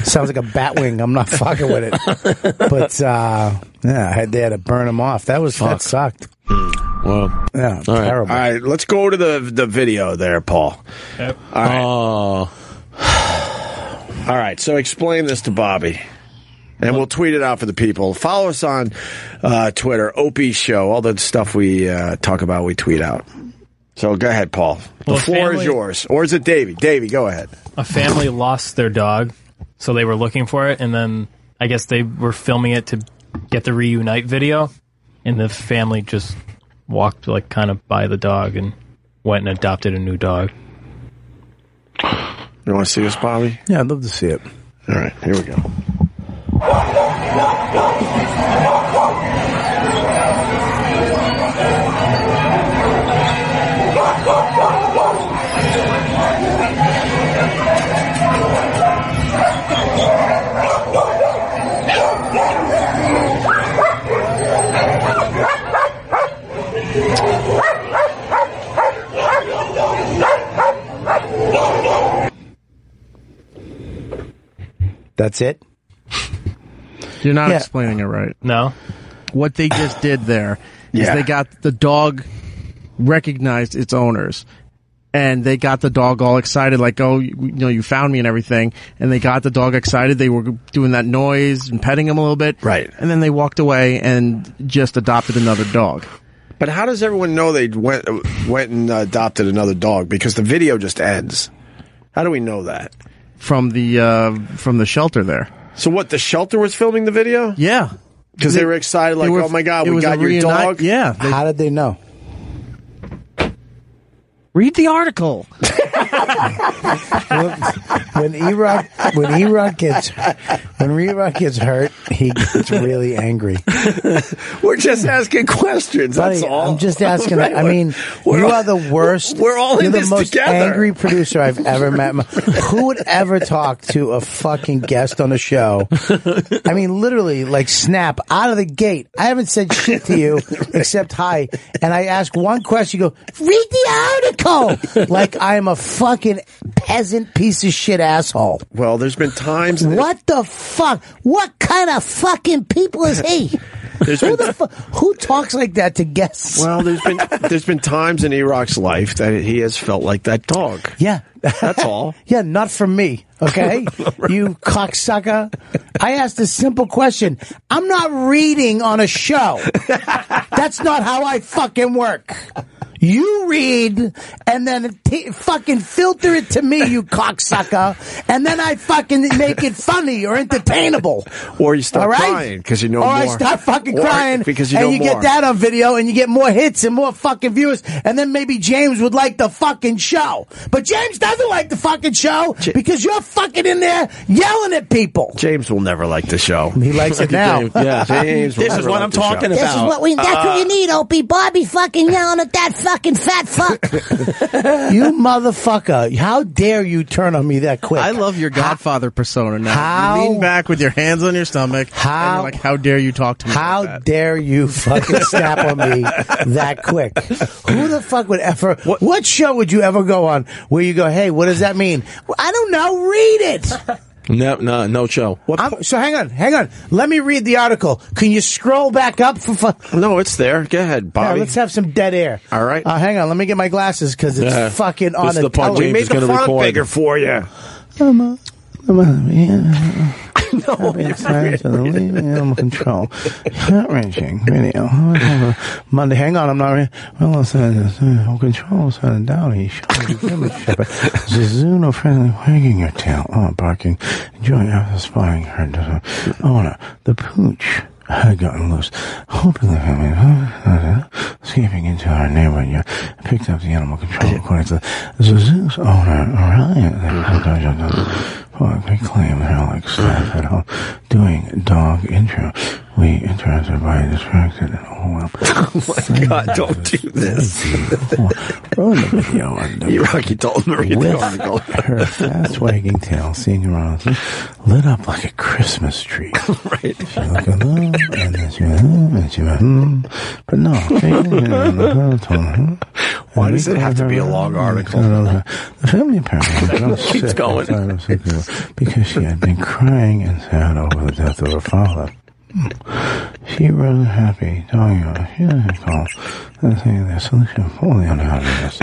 [SPEAKER 3] sounds like a bat wing. I'm not fucking with it. But uh, yeah, I had they had to burn them off. That was that sucked.
[SPEAKER 4] Well.
[SPEAKER 3] Yeah,
[SPEAKER 4] right.
[SPEAKER 3] terrible.
[SPEAKER 2] All right, let's go to the the video there, Paul.
[SPEAKER 4] Oh.
[SPEAKER 2] All right, so explain this to Bobby. And we'll tweet it out for the people. Follow us on uh, Twitter, Opie Show. All the stuff we uh, talk about, we tweet out. So go ahead, Paul. The
[SPEAKER 10] Well,
[SPEAKER 2] floor is
[SPEAKER 10] family-
[SPEAKER 2] yours. Or is it Davey? Davey, go ahead.
[SPEAKER 10] A family lost their dog, so they were looking for it, and then I guess they were filming it to get the reunite video, and the family just walked like kind of by the dog and went and adopted a new dog.
[SPEAKER 2] You want to see us, Bobby?
[SPEAKER 3] Yeah, I'd love to see it.
[SPEAKER 2] All right, here we go.
[SPEAKER 3] That's it.
[SPEAKER 5] You're not
[SPEAKER 3] Yeah.
[SPEAKER 5] explaining it right.
[SPEAKER 10] No,
[SPEAKER 5] What they just did there is
[SPEAKER 2] Yeah.
[SPEAKER 5] they got the dog recognized its owners. And they got the dog all excited, like, oh, you, you know, you found me and everything. And they got the dog excited. They were doing that noise and petting him a little bit.
[SPEAKER 2] Right.
[SPEAKER 5] And then they walked away and just adopted another dog.
[SPEAKER 2] But how does everyone know they went went and adopted another dog? Because the video just ends. How do we know that?
[SPEAKER 5] from the uh, from the shelter there.
[SPEAKER 2] So what? The shelter was filming the video
[SPEAKER 5] Yeah,
[SPEAKER 2] because they were excited, like, "Oh my god, we got your dog!"
[SPEAKER 5] Yeah, they-
[SPEAKER 3] How did they know?
[SPEAKER 5] read the article.
[SPEAKER 3] When- when Erod when Erod gets when Erod gets hurt, he gets really angry.
[SPEAKER 2] We're just asking questions. That's
[SPEAKER 3] Buddy,
[SPEAKER 2] all.
[SPEAKER 3] I'm just asking.
[SPEAKER 2] Right,
[SPEAKER 3] I
[SPEAKER 2] we're-
[SPEAKER 3] mean,
[SPEAKER 2] we're
[SPEAKER 3] you
[SPEAKER 2] all-
[SPEAKER 3] are the worst.
[SPEAKER 2] We're all in
[SPEAKER 3] You're the
[SPEAKER 2] this
[SPEAKER 3] most
[SPEAKER 2] together.
[SPEAKER 3] angry producer I've ever met. Who would ever talk to a fucking guest on a show? I mean, literally, like snap out of the gate. I haven't said shit to you except hi, and I ask one question. You go read the article like I'm a fucking peasant piece of shit asshole.
[SPEAKER 2] Well, there's been times.
[SPEAKER 3] What the fuck? What kind of fucking people is he?
[SPEAKER 2] There's
[SPEAKER 3] Who
[SPEAKER 2] been,
[SPEAKER 3] the fu- who talks like that to guests?
[SPEAKER 2] well, there's been there's been times in Eroc's life that he has felt like that dog.
[SPEAKER 3] Yeah.
[SPEAKER 2] That's all.
[SPEAKER 3] yeah, not from me. Okay? you cocksucker. I asked a simple question. I'm not reading on a show. That's not how I fucking work. You read and then t- fucking filter it to me, you cocksucker, and then I fucking make it funny or entertainable.
[SPEAKER 2] Or you start
[SPEAKER 3] All right?
[SPEAKER 2] crying because you know
[SPEAKER 3] or
[SPEAKER 2] more.
[SPEAKER 3] I start fucking
[SPEAKER 2] Or
[SPEAKER 3] crying
[SPEAKER 2] because you
[SPEAKER 3] and
[SPEAKER 2] know
[SPEAKER 3] you
[SPEAKER 2] more.
[SPEAKER 3] get that on video and you get more hits and more fucking viewers and then maybe James would like the fucking show. But James doesn't like the fucking show because you're fucking in there yelling at people.
[SPEAKER 2] James will never like the show.
[SPEAKER 3] He likes it now.
[SPEAKER 2] Yeah, James. will
[SPEAKER 4] This is
[SPEAKER 2] never
[SPEAKER 4] what
[SPEAKER 2] like
[SPEAKER 4] I'm
[SPEAKER 2] the show.
[SPEAKER 4] talking about.
[SPEAKER 3] Uh,
[SPEAKER 11] This is what we. That's what you need, Opie. Bobby fucking yelling at that fucking fat fuck.
[SPEAKER 3] you motherfucker! How dare you turn on me that quick?
[SPEAKER 5] I love your Godfather persona now.
[SPEAKER 3] How-
[SPEAKER 5] you lean back with your hands on your stomach. How? And you're like, how dare you talk to me?
[SPEAKER 3] How dare you fucking snap on me that quick? Who the fuck would ever? What, show would you ever go on where you go, hey, what does that mean? Well, I don't know. Read it.
[SPEAKER 4] No, no, no show.
[SPEAKER 3] I'm- so hang on, hang on. Let me read the article. Can you scroll back up for fun?
[SPEAKER 2] No, it's there. Go ahead,
[SPEAKER 3] Bobby. let's have some dead air. All right. Uh, hang on. Let me get my glasses because it's
[SPEAKER 2] Yeah.
[SPEAKER 3] fucking
[SPEAKER 2] This
[SPEAKER 3] on
[SPEAKER 2] is
[SPEAKER 3] the.
[SPEAKER 2] the part
[SPEAKER 3] tele-
[SPEAKER 2] James is gonna record. for you.
[SPEAKER 3] I'm a- I'm a- yeah. I've been signed to the lead animal control. Heart wrenching Oh, video. Monday. Hang on, I'm not. Re- well, it's uh, uh, animal control is uh, down. He showed the human shepherd. Zuzuno friendly wagging her tail. Oh, barking. Joy after spying her. to the Owner. The pooch had gotten loose. Hoping the family uh, uh, escaping into our neighborhood yard, picked up the animal control according to the zoo's owner, Orion. Well, we claim Alex staff at home doing dog intro. We interrupted by distracted and overwhelmed. Oh my
[SPEAKER 2] God, Uh, don't do this.
[SPEAKER 3] Ruin the video and the-
[SPEAKER 2] You Rocky told him to read the
[SPEAKER 3] With
[SPEAKER 2] article.
[SPEAKER 3] Her fast wagging tail, seeing around, lit up like a Christmas tree. right. She looked at them, and then she went, hmm, and she went, hmm. But no.
[SPEAKER 2] Why does it have to be a long article?
[SPEAKER 3] The family apparently
[SPEAKER 2] Keeps going.
[SPEAKER 3] because she had been crying and sad over the death of her father. She was happy, telling her she doesn't call and saying the solution for the unhappiness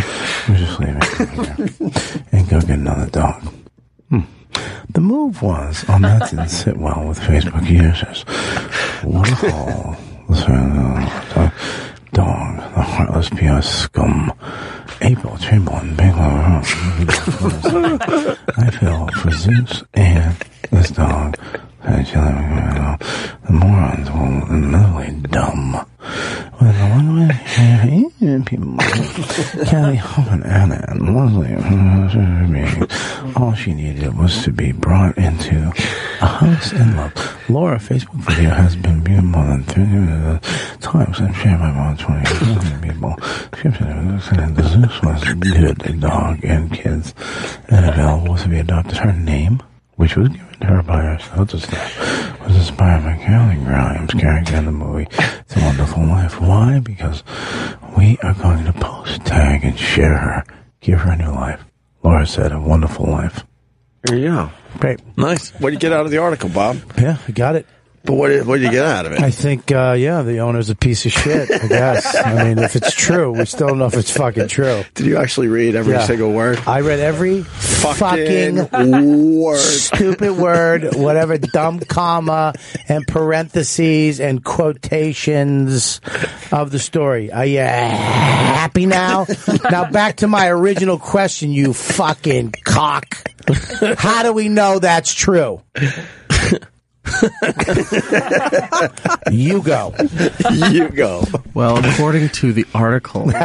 [SPEAKER 3] was just leaving her and go get another dog. Hmm. The move was, on that didn't sit well with Facebook users. What a haul. This, uh, Dog, the heartless PR scum. April Chamberlain, Bangalore. I feel for Zeus and this dog. And she let me go. The morons were literally dumb. Well, the one with people, Kelly Hoffman, Anna, and Leslie, uh, being- all she needed was to be brought into a house and loved. Laura Facebook video has been viewed more than 30 times and shared by more than 20,000 people. She said the Zeus was good dog and kids and available to be adopted. Her name? which was given to her by her social staff, was inspired by Carolyn Grimes' character in the movie It's a Wonderful Life. Why? Because we are going to post, tag, and share her. Give her a new life. Laura said, a wonderful life.
[SPEAKER 2] There you go.
[SPEAKER 3] Great.
[SPEAKER 2] Nice. What did you get out of the article, Bob?
[SPEAKER 3] Yeah, I got it.
[SPEAKER 2] But what did, what did you get out of it?
[SPEAKER 3] I think, uh, yeah, the owner's a piece of shit, I guess. I mean, if it's true, we still don't know if it's fucking true.
[SPEAKER 2] Did you actually read every
[SPEAKER 3] Yeah.
[SPEAKER 2] single word?
[SPEAKER 3] I read every
[SPEAKER 2] Fucking
[SPEAKER 3] fucking
[SPEAKER 2] word.
[SPEAKER 3] stupid word, whatever dumb comma and parentheses and quotations of the story. Are you happy now? now back to my original question, you fucking cock. How do we know that's true? you go.
[SPEAKER 2] you go.
[SPEAKER 5] Well, according to the article,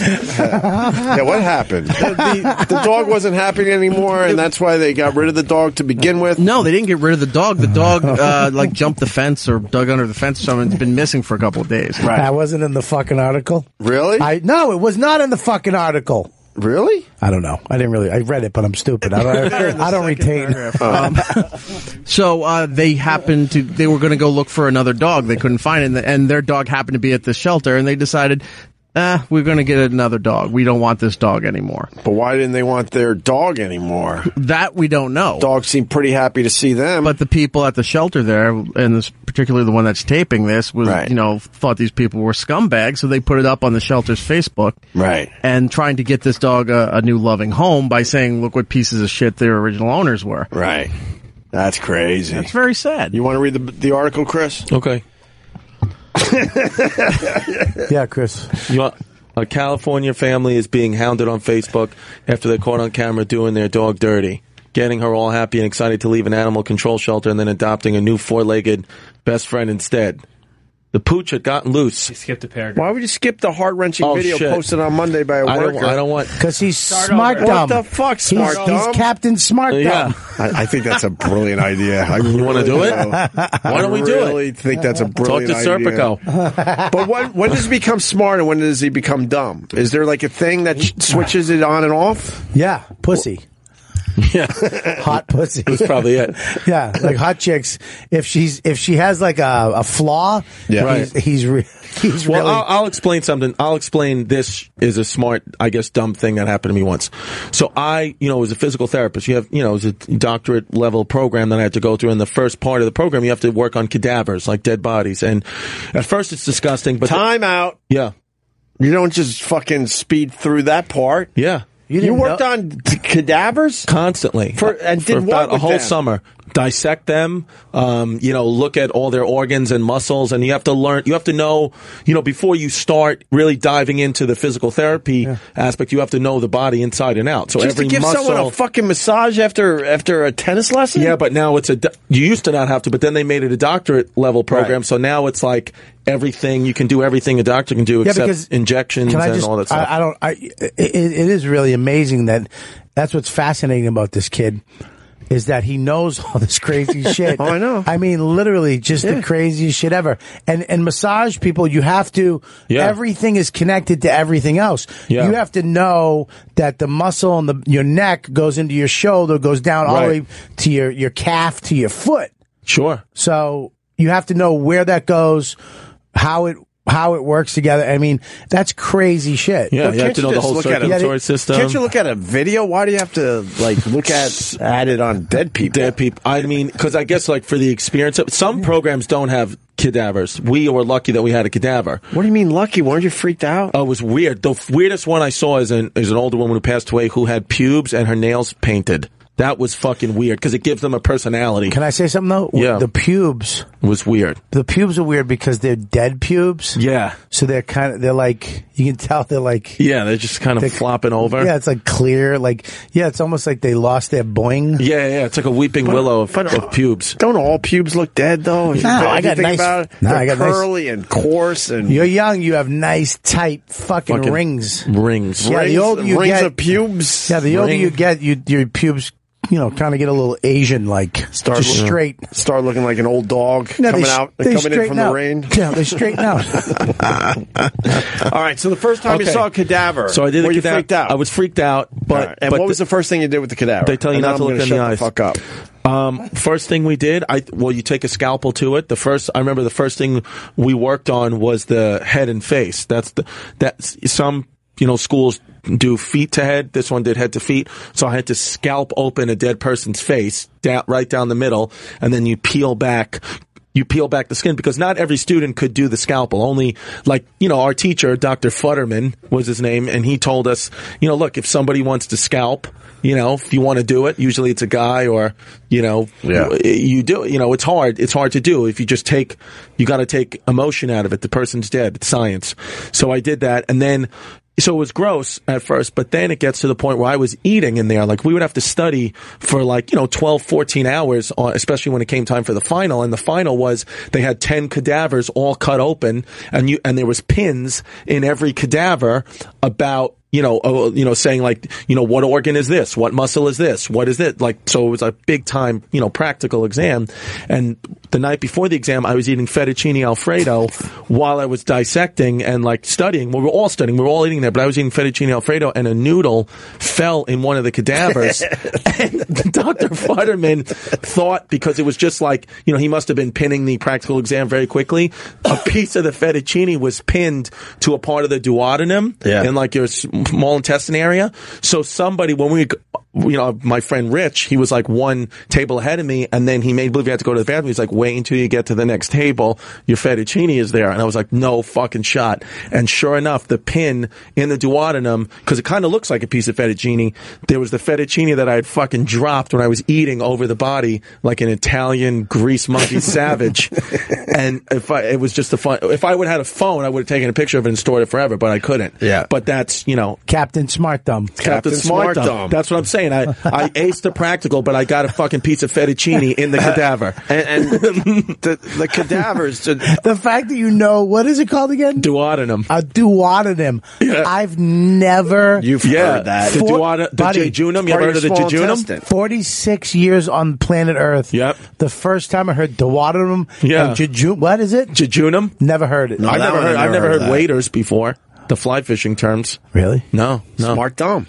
[SPEAKER 2] yeah, what happened? The, the- the dog wasn't happy anymore, and that's why they got rid of the dog to begin with.
[SPEAKER 5] no, they didn't get rid of the dog. The dog uh, like jumped the fence or dug under the fence or something. It's been missing for a couple of days.
[SPEAKER 3] I wasn't in the fucking article.
[SPEAKER 2] Really?
[SPEAKER 3] I no, it was not in the fucking article.
[SPEAKER 2] Really?
[SPEAKER 3] I don't know. I didn't really. I read it, but I'm stupid. I don't. I don't retain.
[SPEAKER 5] Um, so uh, they happened to they were going to go look for another dog. They couldn't find it, and, and their dog happened to be at the shelter, and they decided. Uh, we're going to get another dog. We don't want this dog anymore.
[SPEAKER 2] But why didn't they want their dog anymore?
[SPEAKER 5] That we don't know.
[SPEAKER 2] Dogs seemed pretty happy to see them.
[SPEAKER 5] But the people at the shelter there, and this, particularly the one that's taping this, was you know thought these people were scumbags, so they put it up on the shelter's Facebook,
[SPEAKER 2] Right.
[SPEAKER 5] and trying to get this dog a, a new loving home by saying, "Look what pieces of shit their original owners were."
[SPEAKER 2] Right. That's crazy.
[SPEAKER 5] That's very sad.
[SPEAKER 2] You want to read the, the article, Chris?
[SPEAKER 4] Okay.
[SPEAKER 3] Yeah, Chris.
[SPEAKER 4] You want, a California family is being hounded on Facebook after they're caught on camera doing their dog dirty, getting her all happy and excited to leave an animal control shelter and then adopting a new four legged best friend instead. The pooch had gotten loose. He
[SPEAKER 10] skipped a paragraph.
[SPEAKER 2] Why would you skip the heart wrenching
[SPEAKER 4] Oh,
[SPEAKER 2] video
[SPEAKER 4] shit.
[SPEAKER 2] posted on Monday by a
[SPEAKER 4] I
[SPEAKER 2] worker?
[SPEAKER 4] don't- I don't want-
[SPEAKER 3] Because he's smart
[SPEAKER 2] over.
[SPEAKER 3] dumb.
[SPEAKER 2] What the fuck,
[SPEAKER 3] He's-
[SPEAKER 2] smart
[SPEAKER 3] he's,
[SPEAKER 2] dumb?
[SPEAKER 3] Captain Smart Dumb.
[SPEAKER 2] Yeah. I, I think that's a brilliant idea. I you
[SPEAKER 4] want to do it? Why don't we do it?
[SPEAKER 2] I really think that's a brilliant
[SPEAKER 4] Talk to
[SPEAKER 2] idea.
[SPEAKER 4] Serpico.
[SPEAKER 2] but when, when does he become smart and when does he become dumb? Is there like a thing that sh- switches it on and off?
[SPEAKER 3] Yeah, pussy.
[SPEAKER 4] Yeah,
[SPEAKER 3] hot pussy.
[SPEAKER 4] That's probably it.
[SPEAKER 3] yeah, like hot chicks. If she's if she has like a, a flaw,
[SPEAKER 4] Yeah.
[SPEAKER 3] he's he's, re- he's
[SPEAKER 4] Well,
[SPEAKER 3] really
[SPEAKER 4] I'll, I'll explain something. I'll explain this is a smart, I guess, dumb thing that happened to me once. So I, you know, was a physical therapist. You have, you know, it was a doctorate level program that I had to go through. In the first part of the program, you have to work on cadavers, like dead bodies. And at first, it's disgusting, but
[SPEAKER 2] Time out.
[SPEAKER 4] yeah,
[SPEAKER 2] You don't just fucking speed through that part.
[SPEAKER 4] yeah,
[SPEAKER 2] You,
[SPEAKER 3] didn't
[SPEAKER 2] worked
[SPEAKER 3] know-
[SPEAKER 2] on d- cadavers?
[SPEAKER 4] constantly
[SPEAKER 2] For- and
[SPEAKER 4] For
[SPEAKER 2] did what
[SPEAKER 4] about a
[SPEAKER 2] with
[SPEAKER 4] whole
[SPEAKER 2] them?
[SPEAKER 4] summer. Dissect them, um, you know, look at all their organs and muscles, and you have to learn. You have to know, you know, before you start really diving into the physical therapy aspect, you have to know the body inside and out. So
[SPEAKER 2] Just
[SPEAKER 4] every
[SPEAKER 2] to give
[SPEAKER 4] muscle,
[SPEAKER 2] someone a fucking massage after after a tennis lesson?
[SPEAKER 4] yeah, but now it's a. do- You used to not have to, but then they made it a doctorate level program.
[SPEAKER 2] Right.
[SPEAKER 4] So now it's like everything you can do, everything a doctor can do,
[SPEAKER 3] yeah
[SPEAKER 4] except
[SPEAKER 3] because
[SPEAKER 4] injections
[SPEAKER 3] can I
[SPEAKER 4] and
[SPEAKER 3] just-
[SPEAKER 4] all that stuff.
[SPEAKER 3] I, I don't. I it, it it is really amazing that that's what's fascinating about this kid is that he knows all this crazy shit.
[SPEAKER 2] Oh, I know.
[SPEAKER 3] I mean, literally just the craziest shit ever. And and massage people, you have to.
[SPEAKER 4] Yeah.
[SPEAKER 3] Everything is connected to everything else.
[SPEAKER 4] Yeah.
[SPEAKER 3] You have to know that the muscle in the your neck goes into your shoulder, goes down all the
[SPEAKER 4] Right.
[SPEAKER 3] way to your your calf to your foot.
[SPEAKER 4] sure.
[SPEAKER 3] So you have to know where that goes, how it how it works together. I mean, that's crazy shit.
[SPEAKER 4] Yeah,
[SPEAKER 2] Well,
[SPEAKER 4] you have
[SPEAKER 2] can't
[SPEAKER 4] to
[SPEAKER 2] you
[SPEAKER 4] know the
[SPEAKER 2] just
[SPEAKER 4] whole
[SPEAKER 2] look at it?
[SPEAKER 4] circulatory system.
[SPEAKER 2] Can't you look at a video? Why do you have to like look at at it on dead people?
[SPEAKER 4] Dead people. I mean, because I guess like for the experience, of, some programs don't have cadavers. We were lucky that we had a cadaver.
[SPEAKER 2] What do you mean lucky? Weren't you freaked out?
[SPEAKER 4] Oh, it was weird. The f- weirdest one I saw is an is an older woman who passed away who had pubes and her nails painted. That was fucking weird because it gives them a personality.
[SPEAKER 3] Can I say something though?
[SPEAKER 4] Yeah.
[SPEAKER 3] The pubes,
[SPEAKER 4] It was weird.
[SPEAKER 3] the pubes are weird because they're dead pubes.
[SPEAKER 4] Yeah,
[SPEAKER 3] So they're kind of they're like you can tell they're like
[SPEAKER 4] yeah. They're just kind of
[SPEAKER 3] They-
[SPEAKER 4] flopping over.
[SPEAKER 3] yeah it's like clear like yeah it's almost like they lost their boing.
[SPEAKER 4] yeah, yeah. It's like a weeping willow of,
[SPEAKER 2] but-
[SPEAKER 4] of pubes.
[SPEAKER 2] Don't all pubes look dead though? No,
[SPEAKER 3] I got nice-
[SPEAKER 2] About it,
[SPEAKER 3] no,
[SPEAKER 2] They're
[SPEAKER 3] I got nice-
[SPEAKER 2] curly and coarse and
[SPEAKER 3] You're young, you have nice tight fucking,
[SPEAKER 4] Fucking
[SPEAKER 3] rings.
[SPEAKER 4] Rings.
[SPEAKER 3] Yeah,
[SPEAKER 2] rings,
[SPEAKER 3] the older you
[SPEAKER 2] rings
[SPEAKER 3] get-
[SPEAKER 2] of pubes.
[SPEAKER 3] Yeah, the older
[SPEAKER 4] Ring.
[SPEAKER 3] you get, you your pubes you know kind of get a little Asian like
[SPEAKER 2] Start
[SPEAKER 3] just
[SPEAKER 2] looking-
[SPEAKER 3] straight.
[SPEAKER 2] Start looking like an old dog
[SPEAKER 3] No,
[SPEAKER 2] coming
[SPEAKER 3] they,
[SPEAKER 2] out,
[SPEAKER 3] they
[SPEAKER 2] coming in
[SPEAKER 3] straighten
[SPEAKER 2] from
[SPEAKER 3] out.
[SPEAKER 2] the rain.
[SPEAKER 3] Yeah, they straighten out.
[SPEAKER 2] All right. So the first time you
[SPEAKER 4] Okay.
[SPEAKER 2] saw a cadaver,
[SPEAKER 4] So I did.
[SPEAKER 2] were
[SPEAKER 4] the
[SPEAKER 2] you
[SPEAKER 4] cadaver-
[SPEAKER 2] freaked out?
[SPEAKER 4] I was freaked out,
[SPEAKER 2] All
[SPEAKER 4] but
[SPEAKER 2] right, And
[SPEAKER 4] but
[SPEAKER 2] what was the first thing you did with the cadaver?
[SPEAKER 4] They tell you
[SPEAKER 2] And then
[SPEAKER 4] not to
[SPEAKER 2] I'm
[SPEAKER 4] look
[SPEAKER 2] gonna
[SPEAKER 4] in
[SPEAKER 2] shut
[SPEAKER 4] the eyes.
[SPEAKER 2] Fuck up.
[SPEAKER 4] Um, first thing we did, I well, you take a scalpel to it. The first, I remember the first thing we worked on was the head and face. That's the that's some you know schools do feet to head. This one did head to feet. So I had to scalp open a dead person's face down, right down the middle, and then you peel back. You peel back the skin because not every student could do the scalpel. Only like, you know, our teacher, Dr. Futterman was his name, and he told us, you know, look, if somebody wants to scalp, you know, if you want to do it, usually it's a guy or, you know,
[SPEAKER 2] Yeah.
[SPEAKER 4] you do you know it's hard it's hard to do if you just take you got to take emotion out of it the person's dead it's science so i did that and then so it was gross at first but then it gets to the point where i was eating in there like we would have to study for like you know 12 14 hours on, especially when it came time for the final and the final was they had 10 cadavers all cut open and you and there was pins in every cadaver about you know, oh, you know, saying like, you know, what organ is this? What muscle is this? What is it? Like, so it was a big time, you know, practical exam. And the night before the exam, I was eating fettuccine alfredo while I was dissecting and like studying. Well, we were all studying. We were all eating there, but I was eating fettuccine alfredo and a noodle fell in one of the cadavers. and Dr. Futterman thought because it was just like, you know, he must have been pinning the practical exam very quickly. A piece of the fettuccine was pinned to a part of the duodenum
[SPEAKER 2] Yeah.
[SPEAKER 4] and like your small intestine area. So somebody, when we, you know, my friend Rich, he was like one table ahead of me, and then he made believe he had to go to the bathroom. He's like, wait until you get to the next table. Your fettuccine is there, and I was like, no fucking shot. And sure enough, the pin in the duodenum, because it kind of looks like a piece of fettuccine. There was the fettuccine that I had fucking dropped when I was eating over the body, like an Italian grease monkey savage. And if I, it was just a fun. If I would have had a phone, I would have taken a picture of it and stored it forever, but I couldn't.
[SPEAKER 2] Yeah.
[SPEAKER 4] But that's you know
[SPEAKER 3] Captain Smart Thumb.
[SPEAKER 4] Captain,
[SPEAKER 2] Captain Smart
[SPEAKER 4] Smart, Dumb.
[SPEAKER 2] Dumb.
[SPEAKER 4] That's what I'm saying. saying. I, I aced the practical, but I got a fucking piece of fettuccine in the cadaver.
[SPEAKER 2] and, the, the cadavers.
[SPEAKER 3] the fact that you know what is it called again?
[SPEAKER 4] Duodenum.
[SPEAKER 3] A duodenum. I've never.
[SPEAKER 2] You've heard that.
[SPEAKER 4] The,
[SPEAKER 3] Four-
[SPEAKER 4] duodenum, the
[SPEAKER 3] buddy,
[SPEAKER 4] jejunum. You ever heard of the jejunum?
[SPEAKER 3] Forty-six years on planet Earth.
[SPEAKER 4] Yep.
[SPEAKER 3] The first time I heard duodenum.
[SPEAKER 4] Yeah.
[SPEAKER 3] And jeju- what is it?
[SPEAKER 4] Jejunum?
[SPEAKER 3] Never heard it.
[SPEAKER 2] that
[SPEAKER 4] I've never
[SPEAKER 2] one I
[SPEAKER 4] heard. I've
[SPEAKER 2] never
[SPEAKER 4] never
[SPEAKER 2] heard
[SPEAKER 4] heard
[SPEAKER 2] that.
[SPEAKER 4] waiters before. The fly fishing terms.
[SPEAKER 3] Really?
[SPEAKER 4] No, no,
[SPEAKER 2] Smart dumb.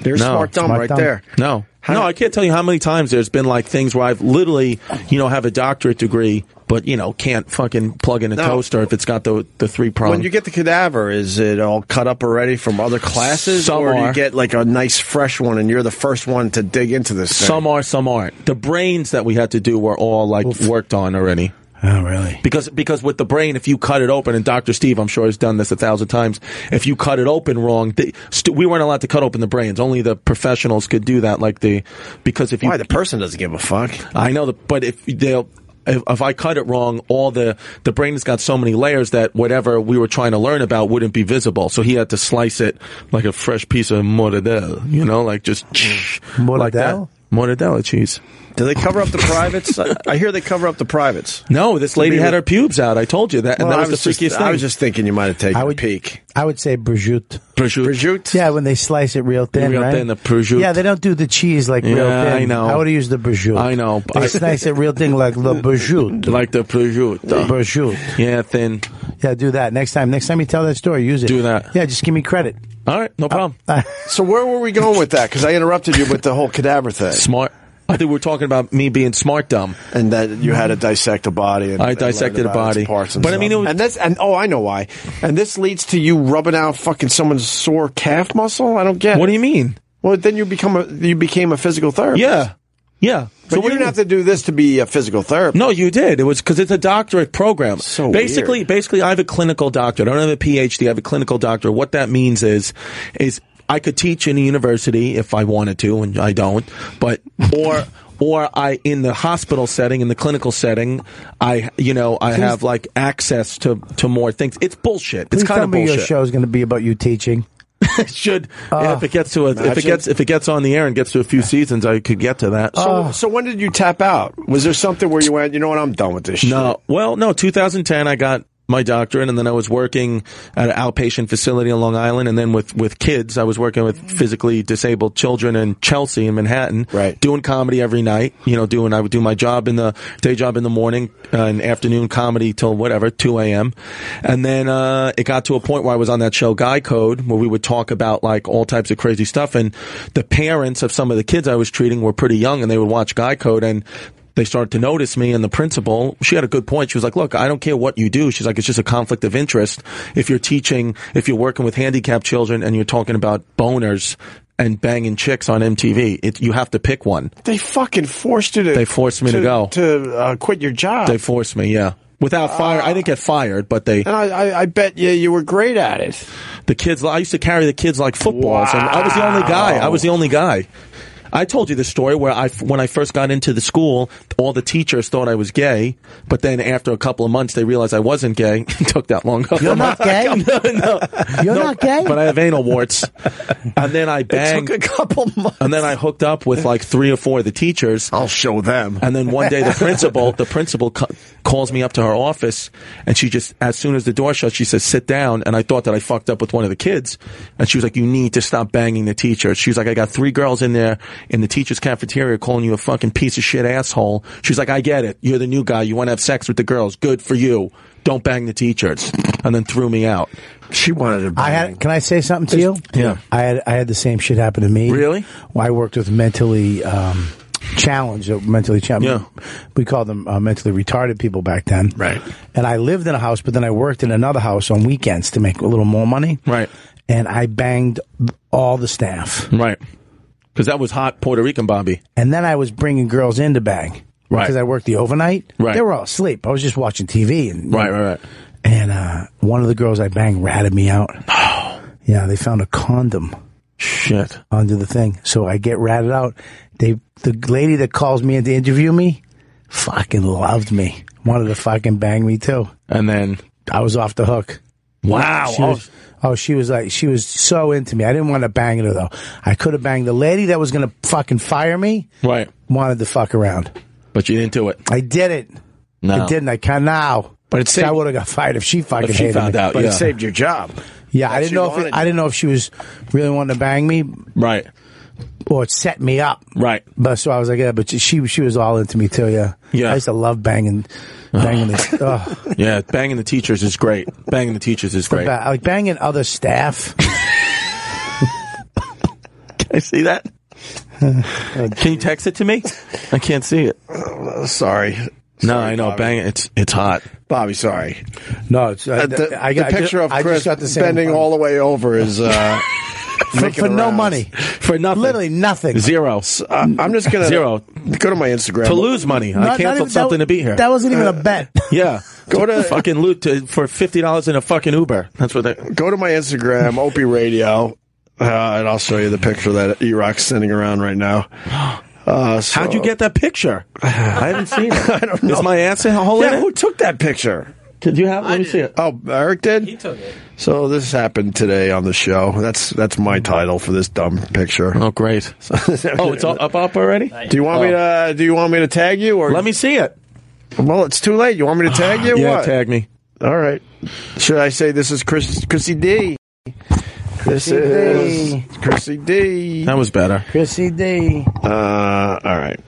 [SPEAKER 2] There's
[SPEAKER 4] No.
[SPEAKER 2] smart dumb
[SPEAKER 3] Smart
[SPEAKER 2] right
[SPEAKER 3] dumb.
[SPEAKER 2] there.
[SPEAKER 4] no, no. I can't tell you how many times there's been like things where I've literally, you know, have a doctorate degree, but you know, can't fucking plug in a
[SPEAKER 2] No.
[SPEAKER 4] toaster if it's got the the three prong.
[SPEAKER 2] When you get the cadaver, is it all cut up already from other classes,
[SPEAKER 4] Some
[SPEAKER 2] or do
[SPEAKER 4] are.
[SPEAKER 2] you get like a nice fresh one, and you're the first one to dig into this? Thing?
[SPEAKER 4] some are, some aren't. The brains that we had to do were all like worked on already.
[SPEAKER 3] Oh, really?
[SPEAKER 4] Because because with the brain, if you cut it open, and Doctor Steve, I'm sure has done this a thousand times. If you cut it open wrong, they, st- we weren't allowed to cut open the brains. Only the professionals could do that. Like the because if you
[SPEAKER 2] Why the person doesn't give a fuck?
[SPEAKER 4] I know, the, but if they'll. If, if I cut it wrong, all the the brain has got so many layers that whatever we were trying to learn about wouldn't be visible. So he had to slice it like a fresh piece of mortadella, you know, like just
[SPEAKER 2] Mm.
[SPEAKER 4] like that
[SPEAKER 3] Mortadella?
[SPEAKER 4] mortadella cheese.
[SPEAKER 2] Do they cover up the privates? I, I hear they cover up the privates.
[SPEAKER 4] No, this lady had her pubes out. I told you that, and
[SPEAKER 2] Well,
[SPEAKER 4] that
[SPEAKER 2] I
[SPEAKER 4] was, the freakiest
[SPEAKER 2] just,
[SPEAKER 4] thing.
[SPEAKER 2] I was just thinking you might have taken
[SPEAKER 3] I
[SPEAKER 2] a
[SPEAKER 3] would-
[SPEAKER 2] peek.
[SPEAKER 3] I would say brajut.
[SPEAKER 2] Brigitte?
[SPEAKER 3] Yeah, when they slice it real thin,
[SPEAKER 4] Real
[SPEAKER 3] right?
[SPEAKER 4] thin, the prosciutto.
[SPEAKER 3] Yeah, they don't do the cheese like real
[SPEAKER 4] Yeah,
[SPEAKER 3] thin.
[SPEAKER 4] I know.
[SPEAKER 3] I would have used the brajut.
[SPEAKER 4] I know, but
[SPEAKER 3] They
[SPEAKER 4] I-
[SPEAKER 3] slice it real thin like the brajut.
[SPEAKER 4] like the prosciutto.
[SPEAKER 3] Brajut.
[SPEAKER 4] Yeah, thin.
[SPEAKER 3] Yeah, do that next time. Next time you tell that story, use it.
[SPEAKER 4] Do that.
[SPEAKER 3] Yeah, just give me credit.
[SPEAKER 4] All right,
[SPEAKER 2] Uh,
[SPEAKER 4] no problem.
[SPEAKER 2] So where were we going with that? Because I interrupted you with the whole cadaver thing,
[SPEAKER 4] smart. I think we we're talking about me being smart dumb.
[SPEAKER 2] and that you had to dissect a body. And,
[SPEAKER 4] I
[SPEAKER 2] and
[SPEAKER 4] dissected
[SPEAKER 2] learn
[SPEAKER 4] a
[SPEAKER 2] about its
[SPEAKER 4] body.
[SPEAKER 2] parts and
[SPEAKER 4] But I mean,
[SPEAKER 2] stuff.
[SPEAKER 4] it was-
[SPEAKER 2] and this and oh, I know why. And this leads to you rubbing out fucking someone's sore calf muscle. I don't get.
[SPEAKER 4] What do
[SPEAKER 2] it.
[SPEAKER 4] you mean?
[SPEAKER 2] Well, then you become a you became a physical therapist.
[SPEAKER 4] Yeah, yeah.
[SPEAKER 2] But
[SPEAKER 4] so
[SPEAKER 2] you
[SPEAKER 4] what do
[SPEAKER 2] didn't
[SPEAKER 4] you
[SPEAKER 2] have to do this to be a physical therapist.
[SPEAKER 4] No, you did. It was because it's a doctorate program.
[SPEAKER 2] So
[SPEAKER 4] basically,
[SPEAKER 2] weird.
[SPEAKER 4] basically, I have a clinical doctorate. I don't have a PhD. I have a clinical doctorate. What that means is, is I could teach in a university if I wanted to, and I don't. But or. Or I in the hospital setting, in the clinical setting, I you know I have like access to to more things. It's bullshit. It's
[SPEAKER 3] Please
[SPEAKER 4] kind
[SPEAKER 3] tell
[SPEAKER 4] of
[SPEAKER 3] me your
[SPEAKER 4] bullshit.
[SPEAKER 3] show Ah. is going to be about you teaching.
[SPEAKER 4] It should if it gets to a, if it gets if it gets on the air and gets to a few seasons, I could get to that.
[SPEAKER 2] So, so when did you tap out? Was there something where you went? You know what? I'm done with this. shit.
[SPEAKER 4] No, well, no. 2010, I got my doctorate, and then I was working at an outpatient facility on Long Island, and then with with kids, I was working with physically disabled children in Chelsea in Manhattan,
[SPEAKER 2] Right.
[SPEAKER 4] Doing comedy every night, you know. Doing I would do my job in the day job in the morning uh, and afternoon comedy till whatever 2 a.m. And then uh, it got to a point where I was on that show Guy Code, where we would talk about like all types of crazy stuff, and the parents of some of the kids I was treating were pretty young, and they would watch Guy Code and they started to notice me and the principal, she had a good point. She was like, look, I don't care what you do. She's like, it's just a conflict of interest. If you're teaching, if you're working with handicapped children and you're talking about boners and banging chicks on MTV, it, you have to pick one.
[SPEAKER 2] They fucking forced you to.
[SPEAKER 4] They forced me to go.
[SPEAKER 2] to uh, quit your job.
[SPEAKER 4] They forced me. Yeah. Without fire, I didn't get fired, but they,
[SPEAKER 2] and I, I, I bet you you were great at it.
[SPEAKER 4] the kids, I used to carry the kids like footballs and I was the only guy. I was the only guy. I told you the story where I, when I first got into the school, all the teachers thought I was gay, but then after a couple of months, they realized I wasn't gay. it took that long.
[SPEAKER 3] You're not gay.
[SPEAKER 4] no, no.
[SPEAKER 3] You're not gay.
[SPEAKER 4] But I have anal warts. And then I banged.
[SPEAKER 2] Took a couple months.
[SPEAKER 4] and then I hooked up with like three or four of the teachers.
[SPEAKER 2] I'll show them.
[SPEAKER 4] And then one day the principal, the principal ca- calls me up to her office and she just, as soon as the door shuts, she says, sit down. And I thought that I fucked up with one of the kids. And she was like, you need to stop banging the teacher. She was like, I got three girls in there in the teacher's cafeteria calling you a fucking piece of shit asshole. She's like, I get it. You're the new guy. You want to have sex with the girls. Good for you. Don't bang the teachers. And then threw me out.
[SPEAKER 2] She wanted to.
[SPEAKER 3] I had. Can I say something to you?
[SPEAKER 4] Yeah.
[SPEAKER 3] I had. I had the same shit happen to me.
[SPEAKER 4] Really?
[SPEAKER 3] Well, I worked with mentally um, challenged, uh, mentally challenged.
[SPEAKER 4] Yeah.
[SPEAKER 3] We called them uh, mentally retarded people back then.
[SPEAKER 4] Right.
[SPEAKER 3] And I lived in a house, but then I worked in another house on weekends to make a little more money.
[SPEAKER 4] Right.
[SPEAKER 3] And I banged all the staff,
[SPEAKER 4] Right. Cause that was hot Puerto Rican Bobby.
[SPEAKER 3] and then I was bringing girls in to bang.
[SPEAKER 4] Right.
[SPEAKER 3] Because I worked the overnight.
[SPEAKER 4] Right.
[SPEAKER 3] They were all asleep. I was just watching TV and
[SPEAKER 4] right.
[SPEAKER 3] And uh, one of the girls I banged ratted me out. Yeah, they found a condom
[SPEAKER 4] Shit.
[SPEAKER 3] under the thing. So I get ratted out. They the lady that calls me in to interview me fucking loved me. Wanted to fucking bang me too.
[SPEAKER 4] And then
[SPEAKER 3] I was off the hook.
[SPEAKER 2] Wow.
[SPEAKER 3] She was- oh, she was like, she was so into me. I didn't want to bang her though. I could have banged the lady that was going to fucking fire me.
[SPEAKER 4] Right.
[SPEAKER 3] Wanted to fuck around.
[SPEAKER 4] But you didn't do it.
[SPEAKER 3] I did it.
[SPEAKER 4] No.
[SPEAKER 3] I didn't. I can now. But it's I would have got fired if she fucking
[SPEAKER 2] she
[SPEAKER 3] hated
[SPEAKER 2] found
[SPEAKER 3] me.
[SPEAKER 2] out, But it yeah. saved your job.
[SPEAKER 3] Yeah, I
[SPEAKER 2] That
[SPEAKER 3] didn't
[SPEAKER 2] she
[SPEAKER 3] know if it,
[SPEAKER 2] wanted
[SPEAKER 3] I didn't know if she was really wanting to bang me,
[SPEAKER 4] right?
[SPEAKER 3] Or it set me up,
[SPEAKER 4] right?
[SPEAKER 3] But so I was like, yeah, but she she was all into me too. Yeah,
[SPEAKER 4] Yeah.
[SPEAKER 3] I used to love banging, banging this. Ugh.
[SPEAKER 4] Yeah, banging the teachers is great. Banging the teachers is great.
[SPEAKER 3] Ba- like banging other staff.
[SPEAKER 4] Can I see that? Can you text it to me? I can't see it.
[SPEAKER 2] sorry.
[SPEAKER 4] No, I know. Bang it. It's it's hot.
[SPEAKER 2] Bobby, sorry.
[SPEAKER 3] No, it's
[SPEAKER 2] Uh, the,
[SPEAKER 3] I,
[SPEAKER 2] the
[SPEAKER 3] I-
[SPEAKER 2] picture of
[SPEAKER 3] I just
[SPEAKER 2] Chris
[SPEAKER 3] got the same
[SPEAKER 2] bending
[SPEAKER 3] one.
[SPEAKER 2] all the way over is uh,
[SPEAKER 3] for, for no money,
[SPEAKER 4] for nothing,
[SPEAKER 3] literally nothing.
[SPEAKER 4] Zero.
[SPEAKER 2] Uh, I'm just gonna
[SPEAKER 4] Zero.
[SPEAKER 2] Go to my Instagram
[SPEAKER 4] To lose money,
[SPEAKER 3] Not-
[SPEAKER 4] I
[SPEAKER 3] not
[SPEAKER 4] canceled
[SPEAKER 3] even- that
[SPEAKER 4] something
[SPEAKER 3] wa-
[SPEAKER 4] to be here.
[SPEAKER 3] That wasn't even a bet.
[SPEAKER 4] yeah.
[SPEAKER 2] Go to-
[SPEAKER 4] fucking loot to, for fifty dollars in a fucking Uber. That's what. They,
[SPEAKER 2] Go to my Instagram, Opie Radio, uh, and I'll show you the picture that E Rock's sending around right now. Uh, so-
[SPEAKER 4] how'd you get that picture? I haven't seen it. I
[SPEAKER 2] don't
[SPEAKER 4] Is my asshole in
[SPEAKER 2] Yeah,
[SPEAKER 4] it?
[SPEAKER 2] who took that picture?
[SPEAKER 4] Did you have? Let me see it.
[SPEAKER 2] Oh, Eric did. He took it. So this happened today on the show. That's that's my title for this dumb picture.
[SPEAKER 4] Oh, great. Oh, it's all up up already.
[SPEAKER 2] Do you want me to? Do you want me to tag you or?
[SPEAKER 4] Let me see it.
[SPEAKER 2] Well, it's too late. You want me to tag you? or
[SPEAKER 4] Yeah,
[SPEAKER 2] what?
[SPEAKER 4] tag me.
[SPEAKER 2] All right. Should I say this is Chris Chrissy D? This is Chrissy D.
[SPEAKER 4] That was better.
[SPEAKER 3] Chrissy D.
[SPEAKER 2] Uh, all right.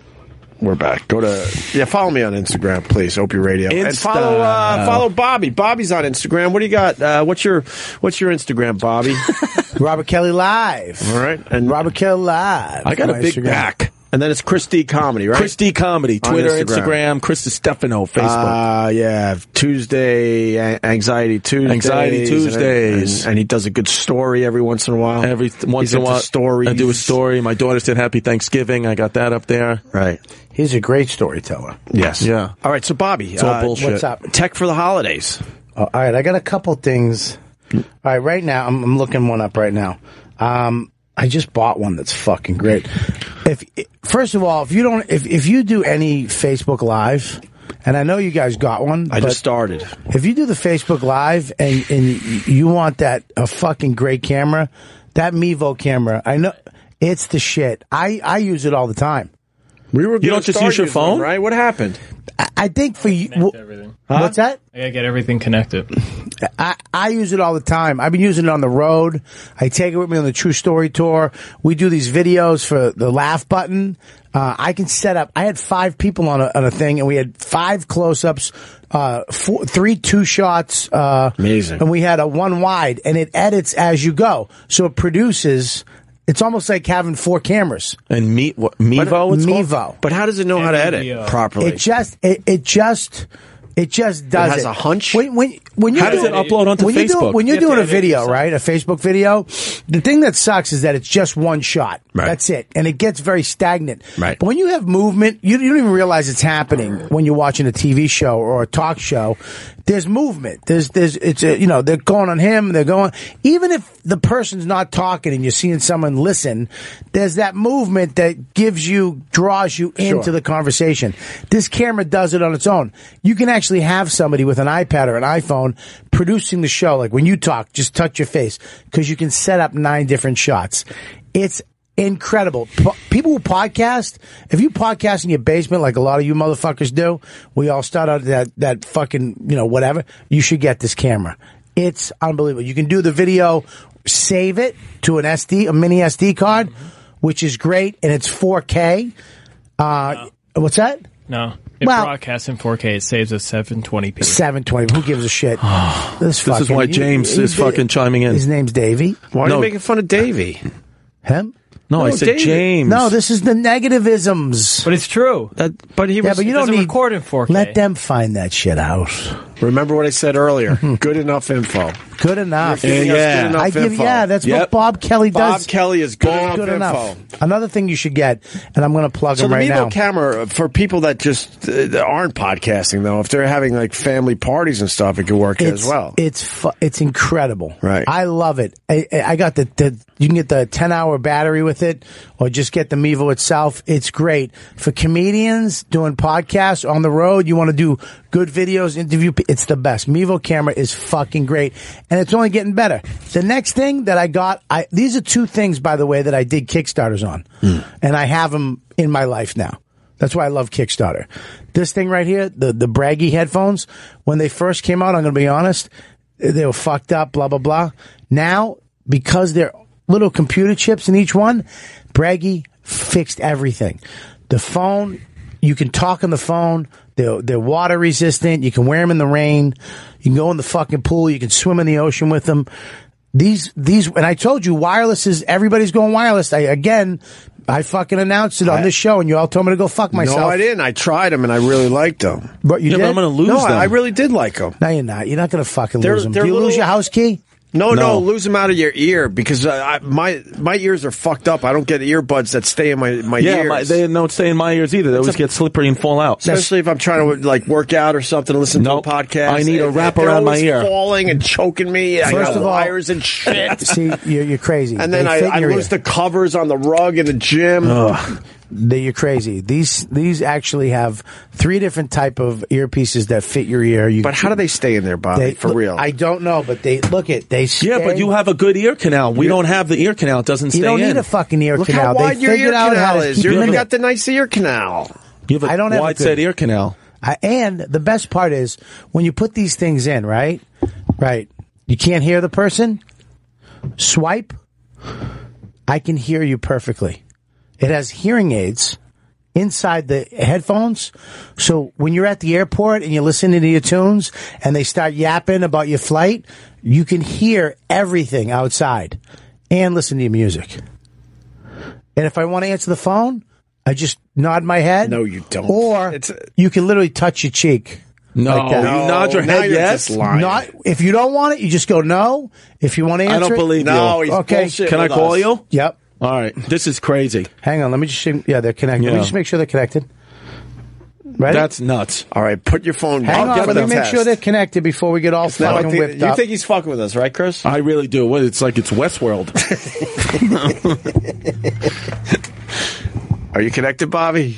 [SPEAKER 2] We're back. Go to yeah. Follow me on Instagram, please. Opie Radio and
[SPEAKER 4] Insta.
[SPEAKER 2] follow uh, follow Bobby. Bobby's on Instagram. What do you got? Uh, what's your what's your Instagram, Bobby?
[SPEAKER 3] Robert Kelly live.
[SPEAKER 2] All right, and
[SPEAKER 3] Robert Kelly live.
[SPEAKER 4] I got a
[SPEAKER 3] My
[SPEAKER 4] big
[SPEAKER 3] Instagram.
[SPEAKER 4] back.
[SPEAKER 2] and then it's Chris D comedy, right?
[SPEAKER 4] Christy Comedy,
[SPEAKER 2] On
[SPEAKER 4] Twitter,
[SPEAKER 2] Instagram.
[SPEAKER 4] Instagram, Chris Stefano, Facebook.
[SPEAKER 2] Uh, yeah, Tuesday, a- Anxiety Tuesdays.
[SPEAKER 4] Anxiety
[SPEAKER 2] and-
[SPEAKER 4] Tuesdays.
[SPEAKER 2] And, and he does a good story every once in a while.
[SPEAKER 4] Every th- once
[SPEAKER 2] He's
[SPEAKER 4] in a
[SPEAKER 2] into
[SPEAKER 4] while,
[SPEAKER 2] stories.
[SPEAKER 4] I do a story. My daughter said Happy Thanksgiving. I got that up there.
[SPEAKER 2] Right.
[SPEAKER 3] He's a great storyteller.
[SPEAKER 2] Yes.
[SPEAKER 4] Yeah.
[SPEAKER 2] All right, so Bobby. uh,
[SPEAKER 4] It's all bullshit.
[SPEAKER 3] what's up?
[SPEAKER 2] Tech for the holidays.
[SPEAKER 3] Oh, all right, I got a couple things. All right, right now I'm, I'm looking one up right now. Um, I just bought one that's fucking great. If first of all, if you don't, if if you do any Facebook Live, and I know you guys got one,
[SPEAKER 2] I
[SPEAKER 3] but
[SPEAKER 2] just started.
[SPEAKER 3] if you do the Facebook Live and and you want that a fucking great camera, that Mevo camera, I know it's the shit. I I use it all the time.
[SPEAKER 2] We were.
[SPEAKER 4] You don't
[SPEAKER 2] gonna
[SPEAKER 4] just
[SPEAKER 2] start
[SPEAKER 4] use your
[SPEAKER 2] using
[SPEAKER 4] phone?
[SPEAKER 2] one, right? What happened?
[SPEAKER 3] I, I think for you,
[SPEAKER 10] Connect everything.
[SPEAKER 3] what's that?
[SPEAKER 10] I gotta get everything connected.
[SPEAKER 3] I, I use it all the time. I've been using it on the road. I take it with me on the True Story tour. We do these videos for the laugh button. Uh, I can set up. I had five people on a, on a thing, and we had five close ups, uh, four, three two shots. Uh,
[SPEAKER 2] Amazing.
[SPEAKER 3] And we had a one wide, and it edits as you go, so it produces. It's almost like having four cameras.
[SPEAKER 4] And meet what Mevo. It's called?
[SPEAKER 3] Mevo.
[SPEAKER 2] But how does it know how to edit
[SPEAKER 10] Video.
[SPEAKER 2] properly?
[SPEAKER 3] It just it, it just it just does it.
[SPEAKER 2] has a hunch?
[SPEAKER 3] When when when you
[SPEAKER 4] How does
[SPEAKER 3] do-
[SPEAKER 4] it upload onto
[SPEAKER 3] when You do,
[SPEAKER 4] Facebook?
[SPEAKER 3] when you're
[SPEAKER 4] You have to
[SPEAKER 3] doing a
[SPEAKER 4] edit
[SPEAKER 3] video,
[SPEAKER 4] yourself.
[SPEAKER 3] right, a Facebook video, the thing that sucks is that it's just one shot.
[SPEAKER 2] Right.
[SPEAKER 3] That's it, and it gets very stagnant.
[SPEAKER 2] Right.
[SPEAKER 3] But when you have movement, you, you don't even realize it's happening when you're watching a TV show or a talk show. There's movement. There's there's it's a, you know they're going on him. They're going even if the person's not talking and you're seeing someone listen. There's that movement that gives you draws you into the conversation. This camera does it on its own. You can actually have somebody with an iPad or an iPhone producing the show. Like when you talk, just touch your face because you can set up nine different shots. It's incredible. Po- people who podcast, if you podcast in your basement like a lot of you motherfuckers do, we all start out that that fucking you know whatever. You should get this camera. It's unbelievable. You can do the video, save it to an SD, a mini SD card, which is great, and it's 4K. Uh, What's that?
[SPEAKER 10] No, it
[SPEAKER 3] Well-
[SPEAKER 10] broadcasts in 4K. It saves us 720p.
[SPEAKER 3] 720. Who gives a shit? this
[SPEAKER 4] This is
[SPEAKER 3] fucking-
[SPEAKER 4] why James
[SPEAKER 3] you-
[SPEAKER 4] is fucking chiming in.
[SPEAKER 3] His name's Davey.
[SPEAKER 2] Why are
[SPEAKER 4] No.
[SPEAKER 2] you making fun of Davey?
[SPEAKER 3] Him?
[SPEAKER 4] No, I
[SPEAKER 2] No,
[SPEAKER 4] said
[SPEAKER 2] David.
[SPEAKER 4] James.
[SPEAKER 3] No, this is the negativisms.
[SPEAKER 10] But it's true.
[SPEAKER 2] but he
[SPEAKER 3] Yeah,
[SPEAKER 2] was.
[SPEAKER 3] but you
[SPEAKER 10] it
[SPEAKER 3] don't
[SPEAKER 10] doesn't
[SPEAKER 3] need
[SPEAKER 10] record in 4K.
[SPEAKER 3] Let them find that shit out.
[SPEAKER 2] Remember what I said earlier. Good enough info.
[SPEAKER 3] Good enough.
[SPEAKER 2] Giving us
[SPEAKER 4] yeah.
[SPEAKER 2] good enough
[SPEAKER 3] I give
[SPEAKER 2] info.
[SPEAKER 3] yeah, that's what
[SPEAKER 4] Yep.
[SPEAKER 3] Bob Kelly
[SPEAKER 2] Bob
[SPEAKER 3] does.
[SPEAKER 2] Kelly is good, enough,
[SPEAKER 3] Good
[SPEAKER 2] info.
[SPEAKER 3] enough. Another thing you should get, and I'm going to plug
[SPEAKER 2] So
[SPEAKER 3] him
[SPEAKER 2] the
[SPEAKER 3] right
[SPEAKER 2] Mevo
[SPEAKER 3] now.
[SPEAKER 2] camera for people that just uh, that aren't podcasting though, if they're having like family parties and stuff, it could work
[SPEAKER 3] it's,
[SPEAKER 2] as well.
[SPEAKER 3] It's fu- it's incredible.
[SPEAKER 2] Right.
[SPEAKER 3] I love it. I, I I got the, the you can get the 10 hour battery with it, or just get the Mevo itself. It's great for comedians doing podcasts on the road. You want to do good videos, interview. p- It's the best. Mevo camera is fucking great, and it's only getting better. The next thing that I got, I these are two things by the way that I did Kickstarters on,
[SPEAKER 2] Hmm.
[SPEAKER 3] and I have them in my life now. That's why I love Kickstarter. This thing right here, the the braggy headphones, when they first came out, I'm going to be honest, they were fucked up, blah blah blah. Now because they're little computer chips in each one, braggy fixed everything. The phone, you can talk on the phone. They're, they're water resistant. You can wear them in the rain. You can go in the fucking pool. You can swim in the ocean with them. These, these, and I told you wireless is, everybody's going wireless. I, again, I fucking announced it on this show and you all told me to go fuck myself.
[SPEAKER 2] No, I didn't. I tried them and I really liked them.
[SPEAKER 3] But you Yeah, but did? I'm gonna lose
[SPEAKER 2] no, I-
[SPEAKER 3] them.
[SPEAKER 2] I really did like them.
[SPEAKER 3] No, you're not. You're not going to fucking
[SPEAKER 2] They're-
[SPEAKER 3] lose them.
[SPEAKER 2] they're
[SPEAKER 3] Do you lose
[SPEAKER 2] little-
[SPEAKER 3] your house key?
[SPEAKER 2] No, no, lose them out of your ear because uh, I, my my ears are fucked up. I don't get earbuds that stay in my my
[SPEAKER 4] yeah,
[SPEAKER 2] ears.
[SPEAKER 4] my, they don't stay in my ears either. They always get slippery and fall out.
[SPEAKER 2] Especially if I'm trying to like work out or something, listen to a podcast.
[SPEAKER 4] I need a
[SPEAKER 2] If- if
[SPEAKER 4] wrap
[SPEAKER 2] they're
[SPEAKER 4] around my
[SPEAKER 2] always
[SPEAKER 4] ear.
[SPEAKER 2] falling and choking me. I
[SPEAKER 3] First
[SPEAKER 2] got
[SPEAKER 3] of all-
[SPEAKER 2] wires and shit.
[SPEAKER 3] See, you're, you're crazy.
[SPEAKER 2] and then
[SPEAKER 3] They
[SPEAKER 2] I,
[SPEAKER 3] fit in
[SPEAKER 2] I
[SPEAKER 3] your
[SPEAKER 2] lose
[SPEAKER 3] ear.
[SPEAKER 2] the covers on the rug in the gym.
[SPEAKER 3] that you're crazy. These these actually have three different type of earpieces that fit your ear. You,
[SPEAKER 2] But how do they stay in there, Bobby?
[SPEAKER 3] They-
[SPEAKER 2] for real?
[SPEAKER 3] I don't know, but they look it. They stay,
[SPEAKER 4] Yeah, but you have a good ear canal. We don't have the ear canal. It doesn't stay
[SPEAKER 3] you don't
[SPEAKER 4] in.
[SPEAKER 3] need a fucking ear
[SPEAKER 2] Look
[SPEAKER 3] canal.
[SPEAKER 2] how wide
[SPEAKER 3] they
[SPEAKER 2] your ear
[SPEAKER 3] figured out how
[SPEAKER 2] canal
[SPEAKER 3] to
[SPEAKER 2] is.
[SPEAKER 3] keep
[SPEAKER 2] You're,
[SPEAKER 3] them
[SPEAKER 2] you
[SPEAKER 3] in
[SPEAKER 2] got the nice ear canal.
[SPEAKER 4] you have a
[SPEAKER 3] I don't have a
[SPEAKER 4] wide
[SPEAKER 3] good-
[SPEAKER 4] set ear canal.
[SPEAKER 3] I, and the best part is when you put these things in, right? Right. You can't hear the person. Swipe. I can hear you perfectly. It has hearing aids inside the headphones. So when you're at the airport and you're listening to your tunes and they start yapping about your flight, you can hear everything outside and listen to your music. And if I want to answer the phone, I just nod my head.
[SPEAKER 2] No, you don't.
[SPEAKER 3] Or
[SPEAKER 2] It's-
[SPEAKER 3] you can literally touch your cheek.
[SPEAKER 4] No,
[SPEAKER 3] Like that.
[SPEAKER 4] you nod your
[SPEAKER 2] now
[SPEAKER 4] head
[SPEAKER 2] you're
[SPEAKER 4] yes.
[SPEAKER 2] just lying.
[SPEAKER 3] Not if you don't want it, you just go no. If you want to answer,
[SPEAKER 4] I don't
[SPEAKER 3] it-
[SPEAKER 4] believe
[SPEAKER 2] no,
[SPEAKER 4] you.
[SPEAKER 2] he's
[SPEAKER 3] Okay.
[SPEAKER 2] bullshit
[SPEAKER 4] Can I
[SPEAKER 2] with
[SPEAKER 4] call
[SPEAKER 2] us.
[SPEAKER 4] you?
[SPEAKER 3] Yep.
[SPEAKER 4] All right, this is crazy.
[SPEAKER 3] Hang on. Let me just. Yeah, they're connected. Let
[SPEAKER 4] Yeah.
[SPEAKER 3] me just make sure they're connected. Right.
[SPEAKER 4] That's nuts.
[SPEAKER 2] All right, put your phone
[SPEAKER 3] Hang
[SPEAKER 2] down.
[SPEAKER 3] on.
[SPEAKER 2] I'll
[SPEAKER 3] Let
[SPEAKER 2] get
[SPEAKER 3] me
[SPEAKER 2] the
[SPEAKER 3] make
[SPEAKER 2] test.
[SPEAKER 3] sure they're connected before we get all
[SPEAKER 2] Now, I
[SPEAKER 3] fucking
[SPEAKER 2] think-
[SPEAKER 3] whipped
[SPEAKER 2] you
[SPEAKER 3] up.
[SPEAKER 2] think he's fucking with us, right, Chris?
[SPEAKER 4] I really do. What it's like? It's Westworld.
[SPEAKER 2] Are you connected, Bobby?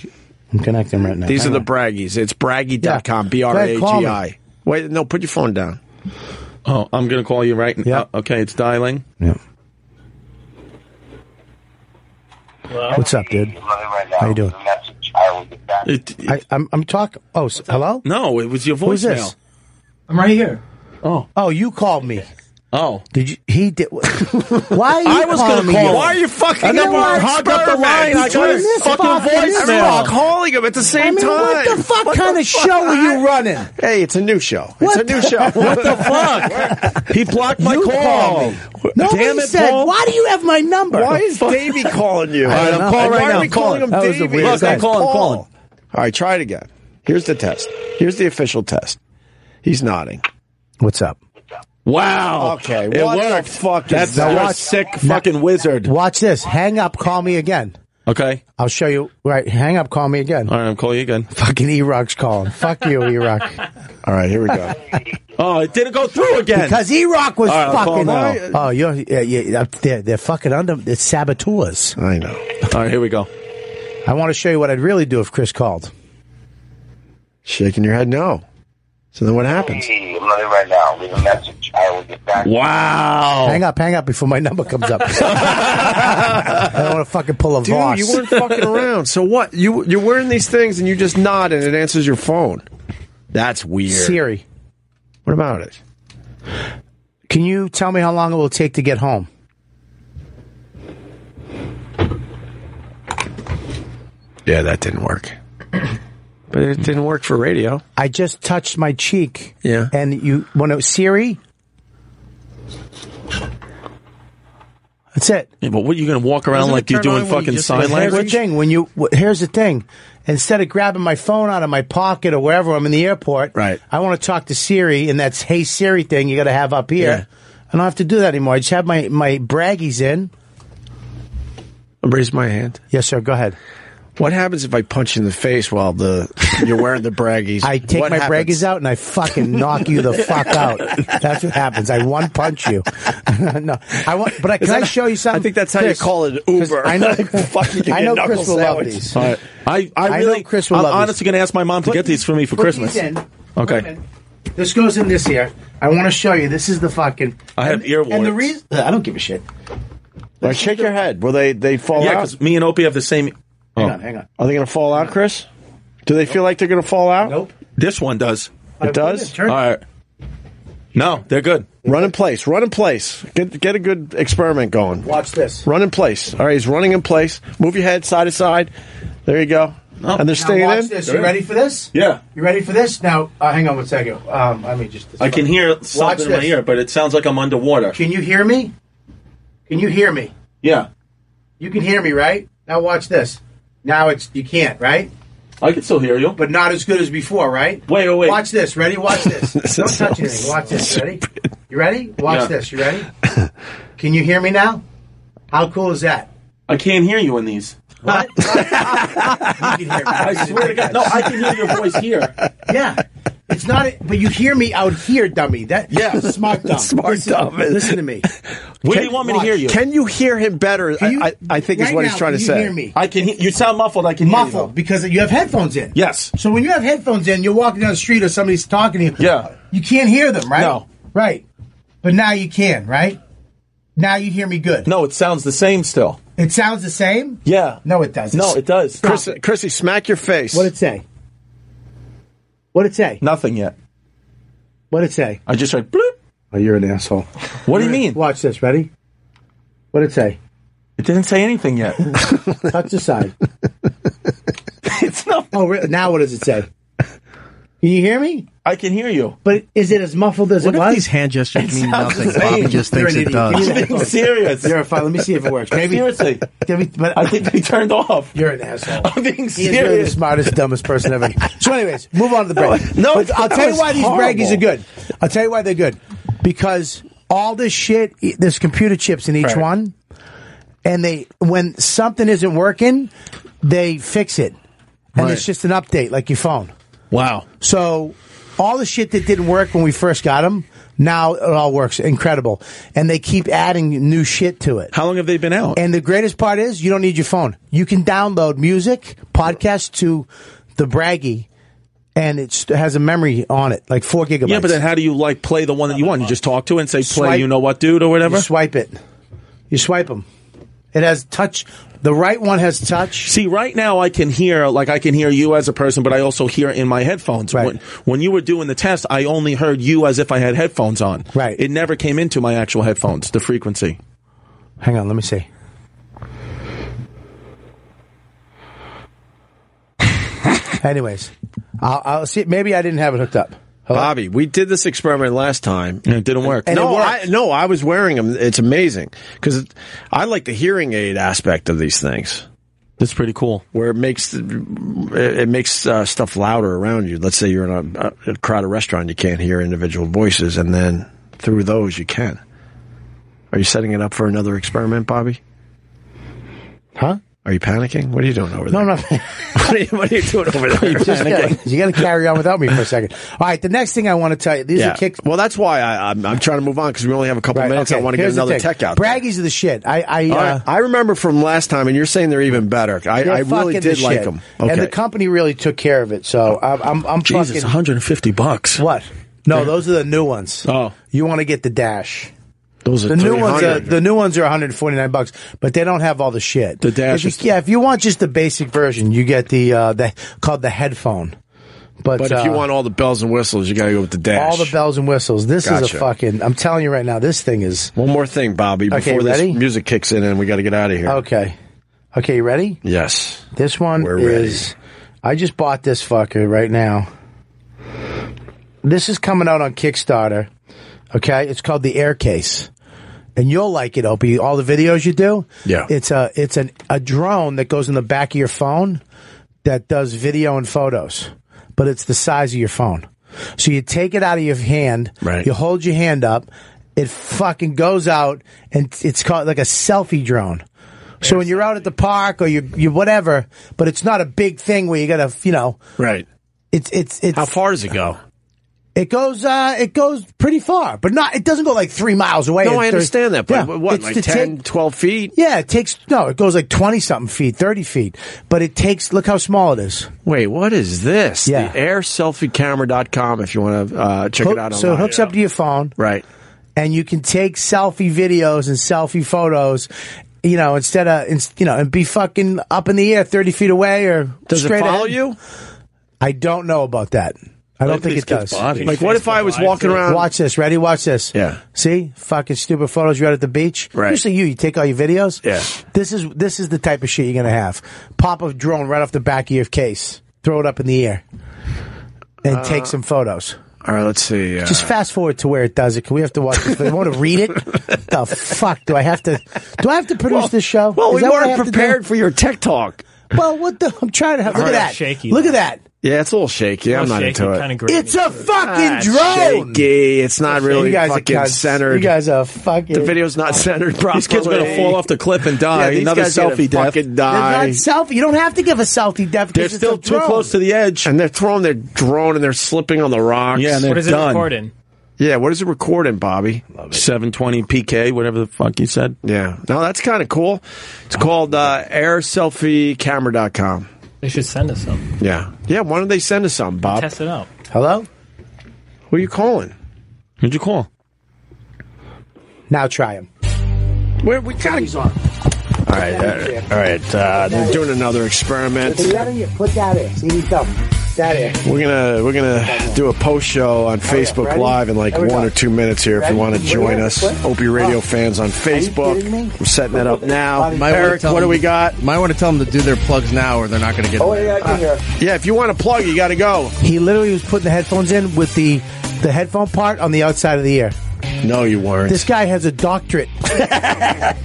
[SPEAKER 3] I'm connecting right now.
[SPEAKER 2] These
[SPEAKER 3] Hang
[SPEAKER 2] are the
[SPEAKER 3] on.
[SPEAKER 2] braggies. It's braggy.com,
[SPEAKER 3] Yeah.
[SPEAKER 2] B R A G
[SPEAKER 3] Go ahead,
[SPEAKER 2] I. Wait, no, put your phone down.
[SPEAKER 4] oh, I'm gonna call you right.
[SPEAKER 3] Yeah.
[SPEAKER 4] now. okay, it's dialing.
[SPEAKER 3] Yeah. What's up, dude? How you doing?
[SPEAKER 4] It,
[SPEAKER 3] I, I'm I'm talking. Oh, s- hello.
[SPEAKER 4] no, it was your
[SPEAKER 3] Who's
[SPEAKER 4] voicemail.
[SPEAKER 3] this?
[SPEAKER 10] I'm right here.
[SPEAKER 3] Oh, you called me.
[SPEAKER 4] Oh,
[SPEAKER 3] Did you? He did. Why are you
[SPEAKER 4] I was
[SPEAKER 3] calling
[SPEAKER 4] gonna
[SPEAKER 3] me?
[SPEAKER 4] call.
[SPEAKER 3] dude?
[SPEAKER 4] Why are you
[SPEAKER 2] fucking
[SPEAKER 3] You know what?
[SPEAKER 4] hung up the line. I got
[SPEAKER 3] Between
[SPEAKER 4] his
[SPEAKER 3] this
[SPEAKER 4] fucking
[SPEAKER 3] fucking
[SPEAKER 4] voicemail.
[SPEAKER 2] Everyone calling him at the same
[SPEAKER 3] I mean,
[SPEAKER 2] time.
[SPEAKER 3] what the fuck kind of show are you running?
[SPEAKER 2] Hey, it's a new show.
[SPEAKER 3] What
[SPEAKER 2] It's a new
[SPEAKER 3] the-
[SPEAKER 2] show.
[SPEAKER 4] What the fuck? he blocked my
[SPEAKER 3] You
[SPEAKER 4] call.
[SPEAKER 3] called me. Nobody
[SPEAKER 4] Damn it,
[SPEAKER 3] said.
[SPEAKER 4] Paul.
[SPEAKER 3] Why do you have my number?
[SPEAKER 2] Why is Davey calling you?
[SPEAKER 4] right, I'm calling
[SPEAKER 2] Why
[SPEAKER 4] right
[SPEAKER 2] are
[SPEAKER 4] now.
[SPEAKER 2] we
[SPEAKER 4] I'm
[SPEAKER 2] calling
[SPEAKER 4] calling.
[SPEAKER 2] him
[SPEAKER 3] That was a
[SPEAKER 2] Davey?
[SPEAKER 3] weird
[SPEAKER 2] His
[SPEAKER 3] Look, I'm
[SPEAKER 2] name's
[SPEAKER 4] calling,
[SPEAKER 2] Paul.
[SPEAKER 4] calling.
[SPEAKER 2] All right, try it again. Here's the test. Here's the official test. He's nodding.
[SPEAKER 3] What's up?
[SPEAKER 4] Wow.
[SPEAKER 2] Okay,
[SPEAKER 4] It
[SPEAKER 2] what the
[SPEAKER 4] worked.
[SPEAKER 2] fuck is
[SPEAKER 4] That's
[SPEAKER 2] that?
[SPEAKER 4] you're a
[SPEAKER 2] Watch-
[SPEAKER 4] sick fucking wizard.
[SPEAKER 3] Watch this. Hang up. Call me again.
[SPEAKER 4] Okay.
[SPEAKER 3] I'll show you. Right. Hang up. Call me again.
[SPEAKER 4] All right, I'm calling you again.
[SPEAKER 3] Fucking E-Rock's calling. Fuck you, E-Rock.
[SPEAKER 2] All right, here we go.
[SPEAKER 4] Oh, it didn't go through again.
[SPEAKER 3] Because E-Rock was
[SPEAKER 4] All right, I'll call
[SPEAKER 3] fucking.
[SPEAKER 4] now.
[SPEAKER 3] Oh, you're yeah, yeah, they're, they're fucking under. It's saboteurs.
[SPEAKER 2] I know.
[SPEAKER 4] All right, here we go.
[SPEAKER 3] I want to show you what I'd really do if Chris called.
[SPEAKER 2] Shaking your head no. So then what happens?
[SPEAKER 11] I'm not in right now. Leave a message. I will get back.
[SPEAKER 4] Wow.
[SPEAKER 3] Hang up. Hang up before my number comes up. I don't want to fucking pull a
[SPEAKER 2] Dude,
[SPEAKER 3] Voss.
[SPEAKER 2] you weren't fucking around. So what? You you're wearing these things and you just nod and it answers your phone. That's weird.
[SPEAKER 3] Siri.
[SPEAKER 2] What about it?
[SPEAKER 3] Can you tell me how long it will take to get home?
[SPEAKER 2] Yeah, that didn't work. But it didn't work for radio.
[SPEAKER 3] I just touched my cheek.
[SPEAKER 2] Yeah.
[SPEAKER 3] And you want to Siri? That's it.
[SPEAKER 4] Yeah, but what are you going to walk
[SPEAKER 5] Doesn't
[SPEAKER 4] around
[SPEAKER 5] it
[SPEAKER 4] like you're
[SPEAKER 5] turn on
[SPEAKER 4] doing
[SPEAKER 5] when you
[SPEAKER 4] fucking
[SPEAKER 5] just
[SPEAKER 4] sign
[SPEAKER 5] say,
[SPEAKER 3] Here's the
[SPEAKER 4] language?
[SPEAKER 3] thing. When you wh- here's the thing. Instead of grabbing my phone out of my pocket or wherever I'm in the airport,
[SPEAKER 2] Right.
[SPEAKER 3] I want to talk to Siri, and that's Hey Siri thing you got to have up here.
[SPEAKER 2] Yeah.
[SPEAKER 3] I don't have to do that anymore. I just have my my braggies in.
[SPEAKER 2] Raise my hand.
[SPEAKER 3] Yes, sir. Go ahead.
[SPEAKER 2] What happens if I punch you in the face while the you're wearing the braggies?
[SPEAKER 3] I take
[SPEAKER 2] What
[SPEAKER 3] my
[SPEAKER 2] happens?
[SPEAKER 3] braggies out and I fucking knock you the fuck out. That's what happens. I one punch you. no, I want. But I, can I show you something?
[SPEAKER 2] I think that's how you
[SPEAKER 3] Chris,
[SPEAKER 2] call it an
[SPEAKER 3] 'cause
[SPEAKER 2] Uber.
[SPEAKER 3] I know.
[SPEAKER 2] Fuck, you can
[SPEAKER 3] I
[SPEAKER 2] get
[SPEAKER 3] know
[SPEAKER 2] knuckle
[SPEAKER 3] Chris will love
[SPEAKER 2] sandwich.
[SPEAKER 3] these.
[SPEAKER 4] All right. I, I
[SPEAKER 3] I
[SPEAKER 4] really,
[SPEAKER 3] know Chris will
[SPEAKER 4] I'm
[SPEAKER 3] love these.
[SPEAKER 4] honestly going to ask my mom to get these for me for
[SPEAKER 3] Put
[SPEAKER 4] Christmas.
[SPEAKER 3] these in.
[SPEAKER 4] Okay.
[SPEAKER 3] This goes in this ear. I want to show you. This is the fucking.
[SPEAKER 4] I have earwards.
[SPEAKER 3] And the reason I don't give a shit.
[SPEAKER 2] Like, shake your head. Will they they fall
[SPEAKER 4] Yeah,
[SPEAKER 2] out?
[SPEAKER 4] because me and Opie have the same. oh,
[SPEAKER 2] Hang on, hang on. Are they going to fall out, Chris? Do they feel like they're going to fall out? Nope.
[SPEAKER 4] This one does.
[SPEAKER 2] It does.
[SPEAKER 4] All right. No, they're good.
[SPEAKER 2] Run in place. Run in place. Get get a good experiment going.
[SPEAKER 3] Watch this.
[SPEAKER 2] Run in place. All right, he's running in place. Move your head side to side. There you go. And they're staying
[SPEAKER 3] now watch
[SPEAKER 2] in.
[SPEAKER 3] This. You ready for this?
[SPEAKER 4] Yeah.
[SPEAKER 3] You ready for this? Now, uh, hang on one second. Um, let me just.
[SPEAKER 4] I can hear
[SPEAKER 3] Watch
[SPEAKER 4] something in my
[SPEAKER 3] this.
[SPEAKER 4] ear, but it sounds like I'm underwater.
[SPEAKER 3] Can you hear me? Can you hear me?
[SPEAKER 4] Yeah.
[SPEAKER 3] You can hear me, right? Now watch this. Now it's you can't, right?
[SPEAKER 4] I can still hear you,
[SPEAKER 3] but not as good as before, right?
[SPEAKER 4] Wait, wait, wait.
[SPEAKER 3] Watch this. Ready? Watch this. Don't touch anything. Watch this. Ready? You ready? Watch
[SPEAKER 4] Yeah.
[SPEAKER 3] this. You ready? Can you hear me now? How cool is that?
[SPEAKER 4] I can't hear you in these.
[SPEAKER 3] What? you can hear me.
[SPEAKER 4] I swear to God. No, I can hear your voice here.
[SPEAKER 3] Yeah. It's not, but you hear me out here, dummy. That
[SPEAKER 4] Yeah.
[SPEAKER 3] smart dumb,
[SPEAKER 2] Smart
[SPEAKER 3] listen,
[SPEAKER 2] dumb.
[SPEAKER 3] Listen to me.
[SPEAKER 4] Where do
[SPEAKER 2] Can-
[SPEAKER 4] you want me to hear you?
[SPEAKER 2] Can you hear him better? I- I, I think is
[SPEAKER 3] right
[SPEAKER 2] what
[SPEAKER 3] now,
[SPEAKER 2] he's trying
[SPEAKER 3] can
[SPEAKER 2] to
[SPEAKER 3] you
[SPEAKER 2] say.
[SPEAKER 3] hear me?
[SPEAKER 4] I can. He- you sound muffled. I can hear
[SPEAKER 3] Muffled
[SPEAKER 4] you.
[SPEAKER 3] because you have headphones in.
[SPEAKER 4] Yes.
[SPEAKER 3] So when you have headphones in, you're walking down the street or somebody's talking to you.
[SPEAKER 4] Yeah.
[SPEAKER 3] You can't hear them, right?
[SPEAKER 4] No.
[SPEAKER 3] Right. But now you can, right? Now you hear me good.
[SPEAKER 4] No, it sounds the same still.
[SPEAKER 3] It sounds the same?
[SPEAKER 4] Yeah.
[SPEAKER 3] No, it doesn't.
[SPEAKER 4] No, it does.
[SPEAKER 2] Chris, Chrissy, smack your face.
[SPEAKER 3] What'd it say? What'd it say?
[SPEAKER 4] Nothing yet.
[SPEAKER 3] What'd it say?
[SPEAKER 4] I just heard bloop.
[SPEAKER 3] Oh, you're an asshole.
[SPEAKER 4] What do you mean?
[SPEAKER 3] Watch this. Ready? What'd it say?
[SPEAKER 4] It didn't say anything yet.
[SPEAKER 3] Touch the side.
[SPEAKER 4] it's not.
[SPEAKER 3] Oh, really? now what does it say? Can you hear me?
[SPEAKER 4] I can hear you.
[SPEAKER 3] But is it as muffled as
[SPEAKER 5] What
[SPEAKER 3] it
[SPEAKER 5] if
[SPEAKER 3] was?
[SPEAKER 5] these hand gestures mean
[SPEAKER 4] sounds
[SPEAKER 5] nothing?
[SPEAKER 4] the same.
[SPEAKER 5] Bobby just
[SPEAKER 3] You're
[SPEAKER 5] thinks
[SPEAKER 3] an
[SPEAKER 5] it
[SPEAKER 3] idiot.
[SPEAKER 5] does.
[SPEAKER 3] Give me
[SPEAKER 4] I'm
[SPEAKER 3] the
[SPEAKER 4] being
[SPEAKER 3] headphones.
[SPEAKER 4] serious.
[SPEAKER 3] You're a fine. Let me see if it works. Maybe.
[SPEAKER 4] Seriously.
[SPEAKER 3] Give me- but
[SPEAKER 4] I think they turned off.
[SPEAKER 3] you're an asshole.
[SPEAKER 4] I'm being
[SPEAKER 3] He is really the
[SPEAKER 4] serious.
[SPEAKER 3] smartest, dumbest person ever. So, anyways, move on to the break.
[SPEAKER 4] No,
[SPEAKER 3] But I'll
[SPEAKER 4] that
[SPEAKER 3] tell you
[SPEAKER 4] was
[SPEAKER 3] why these
[SPEAKER 4] horrible.
[SPEAKER 3] braggies are good. I'll tell you why they're good because all this shit, e- there's computer chips in each
[SPEAKER 4] Right.
[SPEAKER 3] one, and they when something isn't working, they fix it, and
[SPEAKER 4] Right.
[SPEAKER 3] it's just an update like your phone.
[SPEAKER 4] Wow.
[SPEAKER 3] So all the shit that didn't work when we first got them, now it all works. Incredible, and they keep adding new shit to it.
[SPEAKER 4] How long have they been out?
[SPEAKER 3] And the greatest part is you don't need your phone. You can download music, podcasts to the Braggy, and it's, it has a memory on it, like four gigabytes.
[SPEAKER 4] yeah, but then how do you like play the one that you want? You just talk to it and say, "Play,
[SPEAKER 3] Swipe.
[SPEAKER 4] you know what, dude," or whatever.
[SPEAKER 3] you swipe it. You swipe them. It has touch. The right one has touch.
[SPEAKER 4] See, right now I can hear, like I can hear you as a person, but I also hear in my headphones.
[SPEAKER 3] Right.
[SPEAKER 4] When, when you were doing the test, I only heard you as if I had headphones on.
[SPEAKER 3] Right.
[SPEAKER 4] It never came into my actual headphones, the frequency.
[SPEAKER 3] Hang on, let me see. Anyways, I'll, I'll see. Maybe I didn't have it hooked up. Hello?
[SPEAKER 2] Bobby, we did this experiment last time.
[SPEAKER 4] And it didn't work.
[SPEAKER 3] And
[SPEAKER 2] no,
[SPEAKER 3] it
[SPEAKER 2] I,
[SPEAKER 3] worked.
[SPEAKER 2] no, I was wearing them. It's amazing because I like the hearing aid aspect of these things,
[SPEAKER 4] That's pretty cool.
[SPEAKER 2] where it makes the- it makes uh, stuff louder around you. Let's say you're in a, a crowded restaurant, you can't hear individual voices, and then through those you can. Are you setting it up for another experiment, Bobby?
[SPEAKER 3] Huh?
[SPEAKER 2] Are you panicking? What are you doing over there?
[SPEAKER 3] No, no.
[SPEAKER 2] what, are you, what are you doing over there?
[SPEAKER 3] Just gotta- you got to carry on without me for a second. All right, the next thing I want to tell you. These
[SPEAKER 2] Yeah.
[SPEAKER 3] are kicks.
[SPEAKER 2] Well, that's why I, I'm, I'm trying to move on because we only have a couple
[SPEAKER 3] Right,
[SPEAKER 2] minutes.
[SPEAKER 3] okay,
[SPEAKER 2] I want to get
[SPEAKER 3] here's the
[SPEAKER 2] another
[SPEAKER 3] thing.
[SPEAKER 2] tech out. there.
[SPEAKER 3] Braggies are the shit. I, I,
[SPEAKER 2] All right,
[SPEAKER 3] uh,
[SPEAKER 2] I remember from last time, and you're saying they're even better. I,
[SPEAKER 3] they're
[SPEAKER 2] I really
[SPEAKER 3] fucking
[SPEAKER 2] did
[SPEAKER 3] the
[SPEAKER 2] like
[SPEAKER 3] shit.
[SPEAKER 2] them. Okay. Oh.
[SPEAKER 3] And the company really took care of it. So I'm, I'm, I'm
[SPEAKER 4] Jesus,
[SPEAKER 3] fucking.
[SPEAKER 4] 150 bucks.
[SPEAKER 3] What? No, those are the new ones.
[SPEAKER 4] Oh.
[SPEAKER 3] you want to get the dash.
[SPEAKER 2] Those are
[SPEAKER 3] The new ones are
[SPEAKER 2] 300.
[SPEAKER 3] the new ones are 149 bucks, but they don't have all the shit.
[SPEAKER 4] The Dash
[SPEAKER 3] If
[SPEAKER 4] is-
[SPEAKER 3] you, yeah, if you want just the basic version, you get the uh, the called the headphone. But,
[SPEAKER 2] But if you
[SPEAKER 3] uh,
[SPEAKER 2] want all the bells and whistles, you got to go with the dash.
[SPEAKER 3] all the bells and whistles, this is a
[SPEAKER 2] Gotcha.
[SPEAKER 3] fucking. I'm telling you right now, this thing is
[SPEAKER 2] One more thing, Bobby, before
[SPEAKER 3] Okay,
[SPEAKER 2] this
[SPEAKER 3] ready?
[SPEAKER 2] music kicks in, and we got to get out of here.
[SPEAKER 3] okay. Okay, you ready?
[SPEAKER 2] Yes.
[SPEAKER 3] This one
[SPEAKER 2] We're ready.
[SPEAKER 3] is. I just bought this fucker right now. This is coming out on Kickstarter. Okay, it's called the Air Case, and you'll like it, Opie. All the videos you do.
[SPEAKER 2] Yeah.
[SPEAKER 3] It's a it's an a drone that goes in the back of your phone that does video and photos, but it's the size of your phone. So you take it out of your hand.
[SPEAKER 2] Right.
[SPEAKER 3] You hold your hand up. It fucking goes out, and it's called like a selfie drone. So when you're out at the park or you you whatever, but it's not a big thing where you gotta you know
[SPEAKER 2] Right.
[SPEAKER 3] it's it's it's
[SPEAKER 2] How far does it go?
[SPEAKER 3] It goes, uh, it goes pretty far, but not. It doesn't go like three miles away.
[SPEAKER 2] No, I
[SPEAKER 3] It- there's-
[SPEAKER 2] understand that, but
[SPEAKER 3] yeah,
[SPEAKER 2] what,
[SPEAKER 3] it's
[SPEAKER 2] like
[SPEAKER 3] to
[SPEAKER 2] 10, 12 feet?
[SPEAKER 3] Yeah, it takes no. It goes like twenty something feet, thirty feet, but it takes. Look how small it is.
[SPEAKER 2] Wait, what is this? Yeah. The airselfiecamera.com if you want to uh, check
[SPEAKER 3] Hook-
[SPEAKER 2] it out online.
[SPEAKER 3] So it hooks up to your phone,
[SPEAKER 2] right?
[SPEAKER 3] And you can take selfie videos and selfie photos. You know, instead of ins- you know, and be fucking up in the air, thirty feet away, or
[SPEAKER 2] Does it
[SPEAKER 3] straight
[SPEAKER 2] follow
[SPEAKER 3] ahead.
[SPEAKER 2] you?
[SPEAKER 3] I don't know about that. I don't think it does.
[SPEAKER 2] Like, what if I was walking around?
[SPEAKER 3] Watch this. Ready? Watch this.
[SPEAKER 2] Um, Yeah.
[SPEAKER 3] See, fucking stupid photos you're out at the beach.
[SPEAKER 2] Right.
[SPEAKER 3] Usually, you you take all your videos.
[SPEAKER 2] Yeah.
[SPEAKER 3] This is this is the type of shit you're gonna have. Pop a drone right off the back of your case. Throw it up in the air, and
[SPEAKER 2] Uh,
[SPEAKER 3] take some photos.
[SPEAKER 2] All right, let's see. Uh,
[SPEAKER 3] Just fast forward to where it does it. Can we have to watch this? They want to read it. the fuck do I have to? Do I have to produce this show?
[SPEAKER 2] well, we
[SPEAKER 3] Is that what I
[SPEAKER 2] weren't
[SPEAKER 3] have to do?
[SPEAKER 2] prepared for your tech talk.
[SPEAKER 3] Well, what the? I'm trying to have. Look
[SPEAKER 2] All
[SPEAKER 3] at
[SPEAKER 2] right.
[SPEAKER 3] that.
[SPEAKER 2] Shaky,
[SPEAKER 3] Look
[SPEAKER 2] though.
[SPEAKER 3] at that.
[SPEAKER 2] Yeah, it's a little shaky. I'm not into it.
[SPEAKER 3] It's a fucking
[SPEAKER 2] Ah,
[SPEAKER 3] drone.
[SPEAKER 2] Shaky. It's not really
[SPEAKER 3] you guys
[SPEAKER 2] fucking
[SPEAKER 3] are cunts.
[SPEAKER 2] centered.
[SPEAKER 3] You guys are fucking.
[SPEAKER 2] the video's not centered properly.
[SPEAKER 4] These kids are gonna fall off the cliff and die.
[SPEAKER 2] Yeah, these
[SPEAKER 4] Another
[SPEAKER 2] guys are gonna
[SPEAKER 4] selfie death.
[SPEAKER 2] Fucking
[SPEAKER 3] They're
[SPEAKER 2] die.
[SPEAKER 3] not selfie. You don't have to give a selfie death.
[SPEAKER 4] They're still too close to the edge.
[SPEAKER 2] And they're throwing their drone and they're slipping on the rocks.
[SPEAKER 4] Yeah, and they're What is it done. record in?
[SPEAKER 2] Yeah, what is it record in, Bobby?
[SPEAKER 4] 720 PK, whatever the fuck you said.
[SPEAKER 2] Yeah. No, that's kind of cool. It's called uh, airselfiecamera.com.
[SPEAKER 10] They should send us some.
[SPEAKER 2] Yeah. Yeah, why don't they send us some, Bob?
[SPEAKER 10] Test it out.
[SPEAKER 3] Hello.
[SPEAKER 2] Who are you calling?
[SPEAKER 4] Who'd you call?
[SPEAKER 3] Now try him.
[SPEAKER 2] Where we got he's on. All right. uh, all right. Uh, they're doing another experiment.
[SPEAKER 3] Put that in. See you come. That in.
[SPEAKER 2] We're gonna we're gonna do a post show
[SPEAKER 5] Oh,
[SPEAKER 2] on Facebook
[SPEAKER 3] ready?
[SPEAKER 2] Live in like
[SPEAKER 3] Here we
[SPEAKER 2] one
[SPEAKER 3] go.
[SPEAKER 2] or two minutes here. If you
[SPEAKER 3] Ready?
[SPEAKER 2] want to
[SPEAKER 3] Ready?
[SPEAKER 2] join us,
[SPEAKER 3] What?
[SPEAKER 2] Opie
[SPEAKER 5] Oh.
[SPEAKER 2] Radio fans on Facebook,
[SPEAKER 3] kidding me?
[SPEAKER 2] we're setting that up now.
[SPEAKER 5] Might wanna
[SPEAKER 2] Eric,
[SPEAKER 5] tell
[SPEAKER 2] what do
[SPEAKER 5] them-
[SPEAKER 2] we got? Uh,
[SPEAKER 5] Might want to tell them to do their plugs now, or they're not going to get. Oh, it.
[SPEAKER 3] I can hear.
[SPEAKER 2] Yeah, if you want to plug, you got to go.
[SPEAKER 3] He literally was putting the headphones in with the the headphone part on the outside of the ear.
[SPEAKER 2] No, you weren't.
[SPEAKER 3] This guy has a doctorate,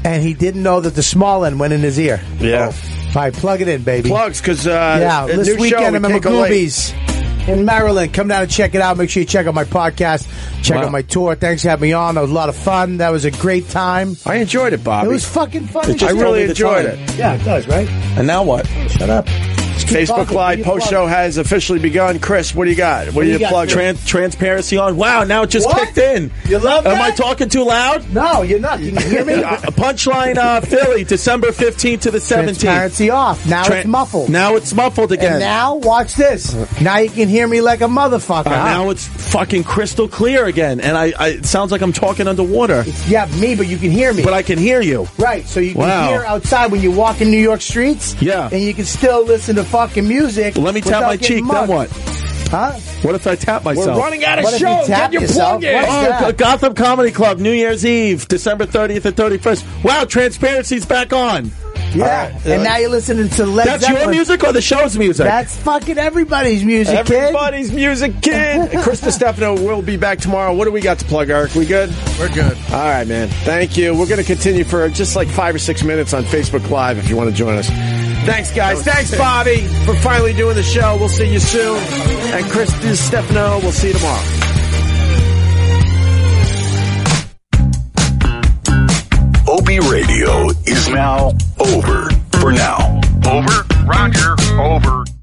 [SPEAKER 3] and he didn't know that the small end went in his ear.
[SPEAKER 2] yeah,
[SPEAKER 4] Oh,
[SPEAKER 3] All right, plug it in, baby.
[SPEAKER 2] plugs because uh,
[SPEAKER 3] yeah,
[SPEAKER 2] a
[SPEAKER 3] this
[SPEAKER 2] new show,
[SPEAKER 3] weekend
[SPEAKER 2] we
[SPEAKER 3] I'm at
[SPEAKER 2] can't go late.
[SPEAKER 3] McGoobies in Maryland. Come down and check it out. Make sure you check out my podcast. Check
[SPEAKER 2] Wow.
[SPEAKER 3] out my tour. Thanks for having me on. That was a lot of fun. That was a great time.
[SPEAKER 2] I enjoyed it, Bobby.
[SPEAKER 3] It was fucking fun. as
[SPEAKER 4] It just
[SPEAKER 2] I
[SPEAKER 3] shit.
[SPEAKER 4] told
[SPEAKER 2] really
[SPEAKER 4] me the
[SPEAKER 2] enjoyed
[SPEAKER 4] time.
[SPEAKER 2] it.
[SPEAKER 3] yeah, it does, right?
[SPEAKER 4] And now what?
[SPEAKER 3] Shut up.
[SPEAKER 2] Facebook
[SPEAKER 3] talking.
[SPEAKER 2] Live
[SPEAKER 3] What do you
[SPEAKER 2] post
[SPEAKER 3] plug?
[SPEAKER 2] show has officially begun. Chris, what do you got? What,
[SPEAKER 3] do
[SPEAKER 2] do
[SPEAKER 3] you
[SPEAKER 2] you
[SPEAKER 3] got,
[SPEAKER 2] plug?
[SPEAKER 3] Chris?
[SPEAKER 4] Tran- transparency on. Wow, now it just
[SPEAKER 3] What?
[SPEAKER 4] kicked in.
[SPEAKER 3] You love
[SPEAKER 4] Am
[SPEAKER 3] that?
[SPEAKER 4] I talking too loud?
[SPEAKER 3] No, you're not. Can you hear me?
[SPEAKER 4] Uh, punchline uh, Philly, December 15th to the 17th.
[SPEAKER 3] Transparency off. Now
[SPEAKER 4] Tran-
[SPEAKER 3] it's muffled.
[SPEAKER 4] Now it's muffled again.
[SPEAKER 3] and now watch this. Now you can hear me like a motherfucker.
[SPEAKER 4] Uh, now it's fucking crystal clear again, and I, I it sounds like I'm talking underwater,
[SPEAKER 3] yeah, me, but you can hear me.
[SPEAKER 4] but I can hear you.
[SPEAKER 3] right, so you can
[SPEAKER 4] Wow.
[SPEAKER 3] hear outside when you walk in New York streets.
[SPEAKER 4] Yeah.
[SPEAKER 3] and you can still listen to fucking music.
[SPEAKER 4] Let me tap
[SPEAKER 3] without
[SPEAKER 4] my
[SPEAKER 3] getting
[SPEAKER 4] cheek.
[SPEAKER 3] mugged.
[SPEAKER 4] Then what?
[SPEAKER 3] Huh?
[SPEAKER 4] What if I tap myself?
[SPEAKER 2] out
[SPEAKER 3] What if you tap yourself? What is
[SPEAKER 4] Oh,
[SPEAKER 3] that?
[SPEAKER 4] G- Gotham Comedy Club, New Year's Eve, December 30th and 31st. Wow, transparency's back on.
[SPEAKER 3] Yeah, and now you're listening to Led
[SPEAKER 4] That's
[SPEAKER 3] Zeppelin.
[SPEAKER 4] your music or the show's music?
[SPEAKER 3] That's fucking everybody's music, kid.
[SPEAKER 2] Everybody's music kid. Chris Stefano will be back tomorrow. What do we got to plug, Eric? We good?
[SPEAKER 5] We're good.
[SPEAKER 2] All right, man. Thank you. We're going to continue for just like five or six minutes on Facebook Live if you want to join us. Thanks, guys. Thanks, Bobby, for finally doing the show. We'll see you soon. And Chris Stefano, we'll see you tomorrow.
[SPEAKER 1] OB Radio is now over for now. Over. Roger. Over.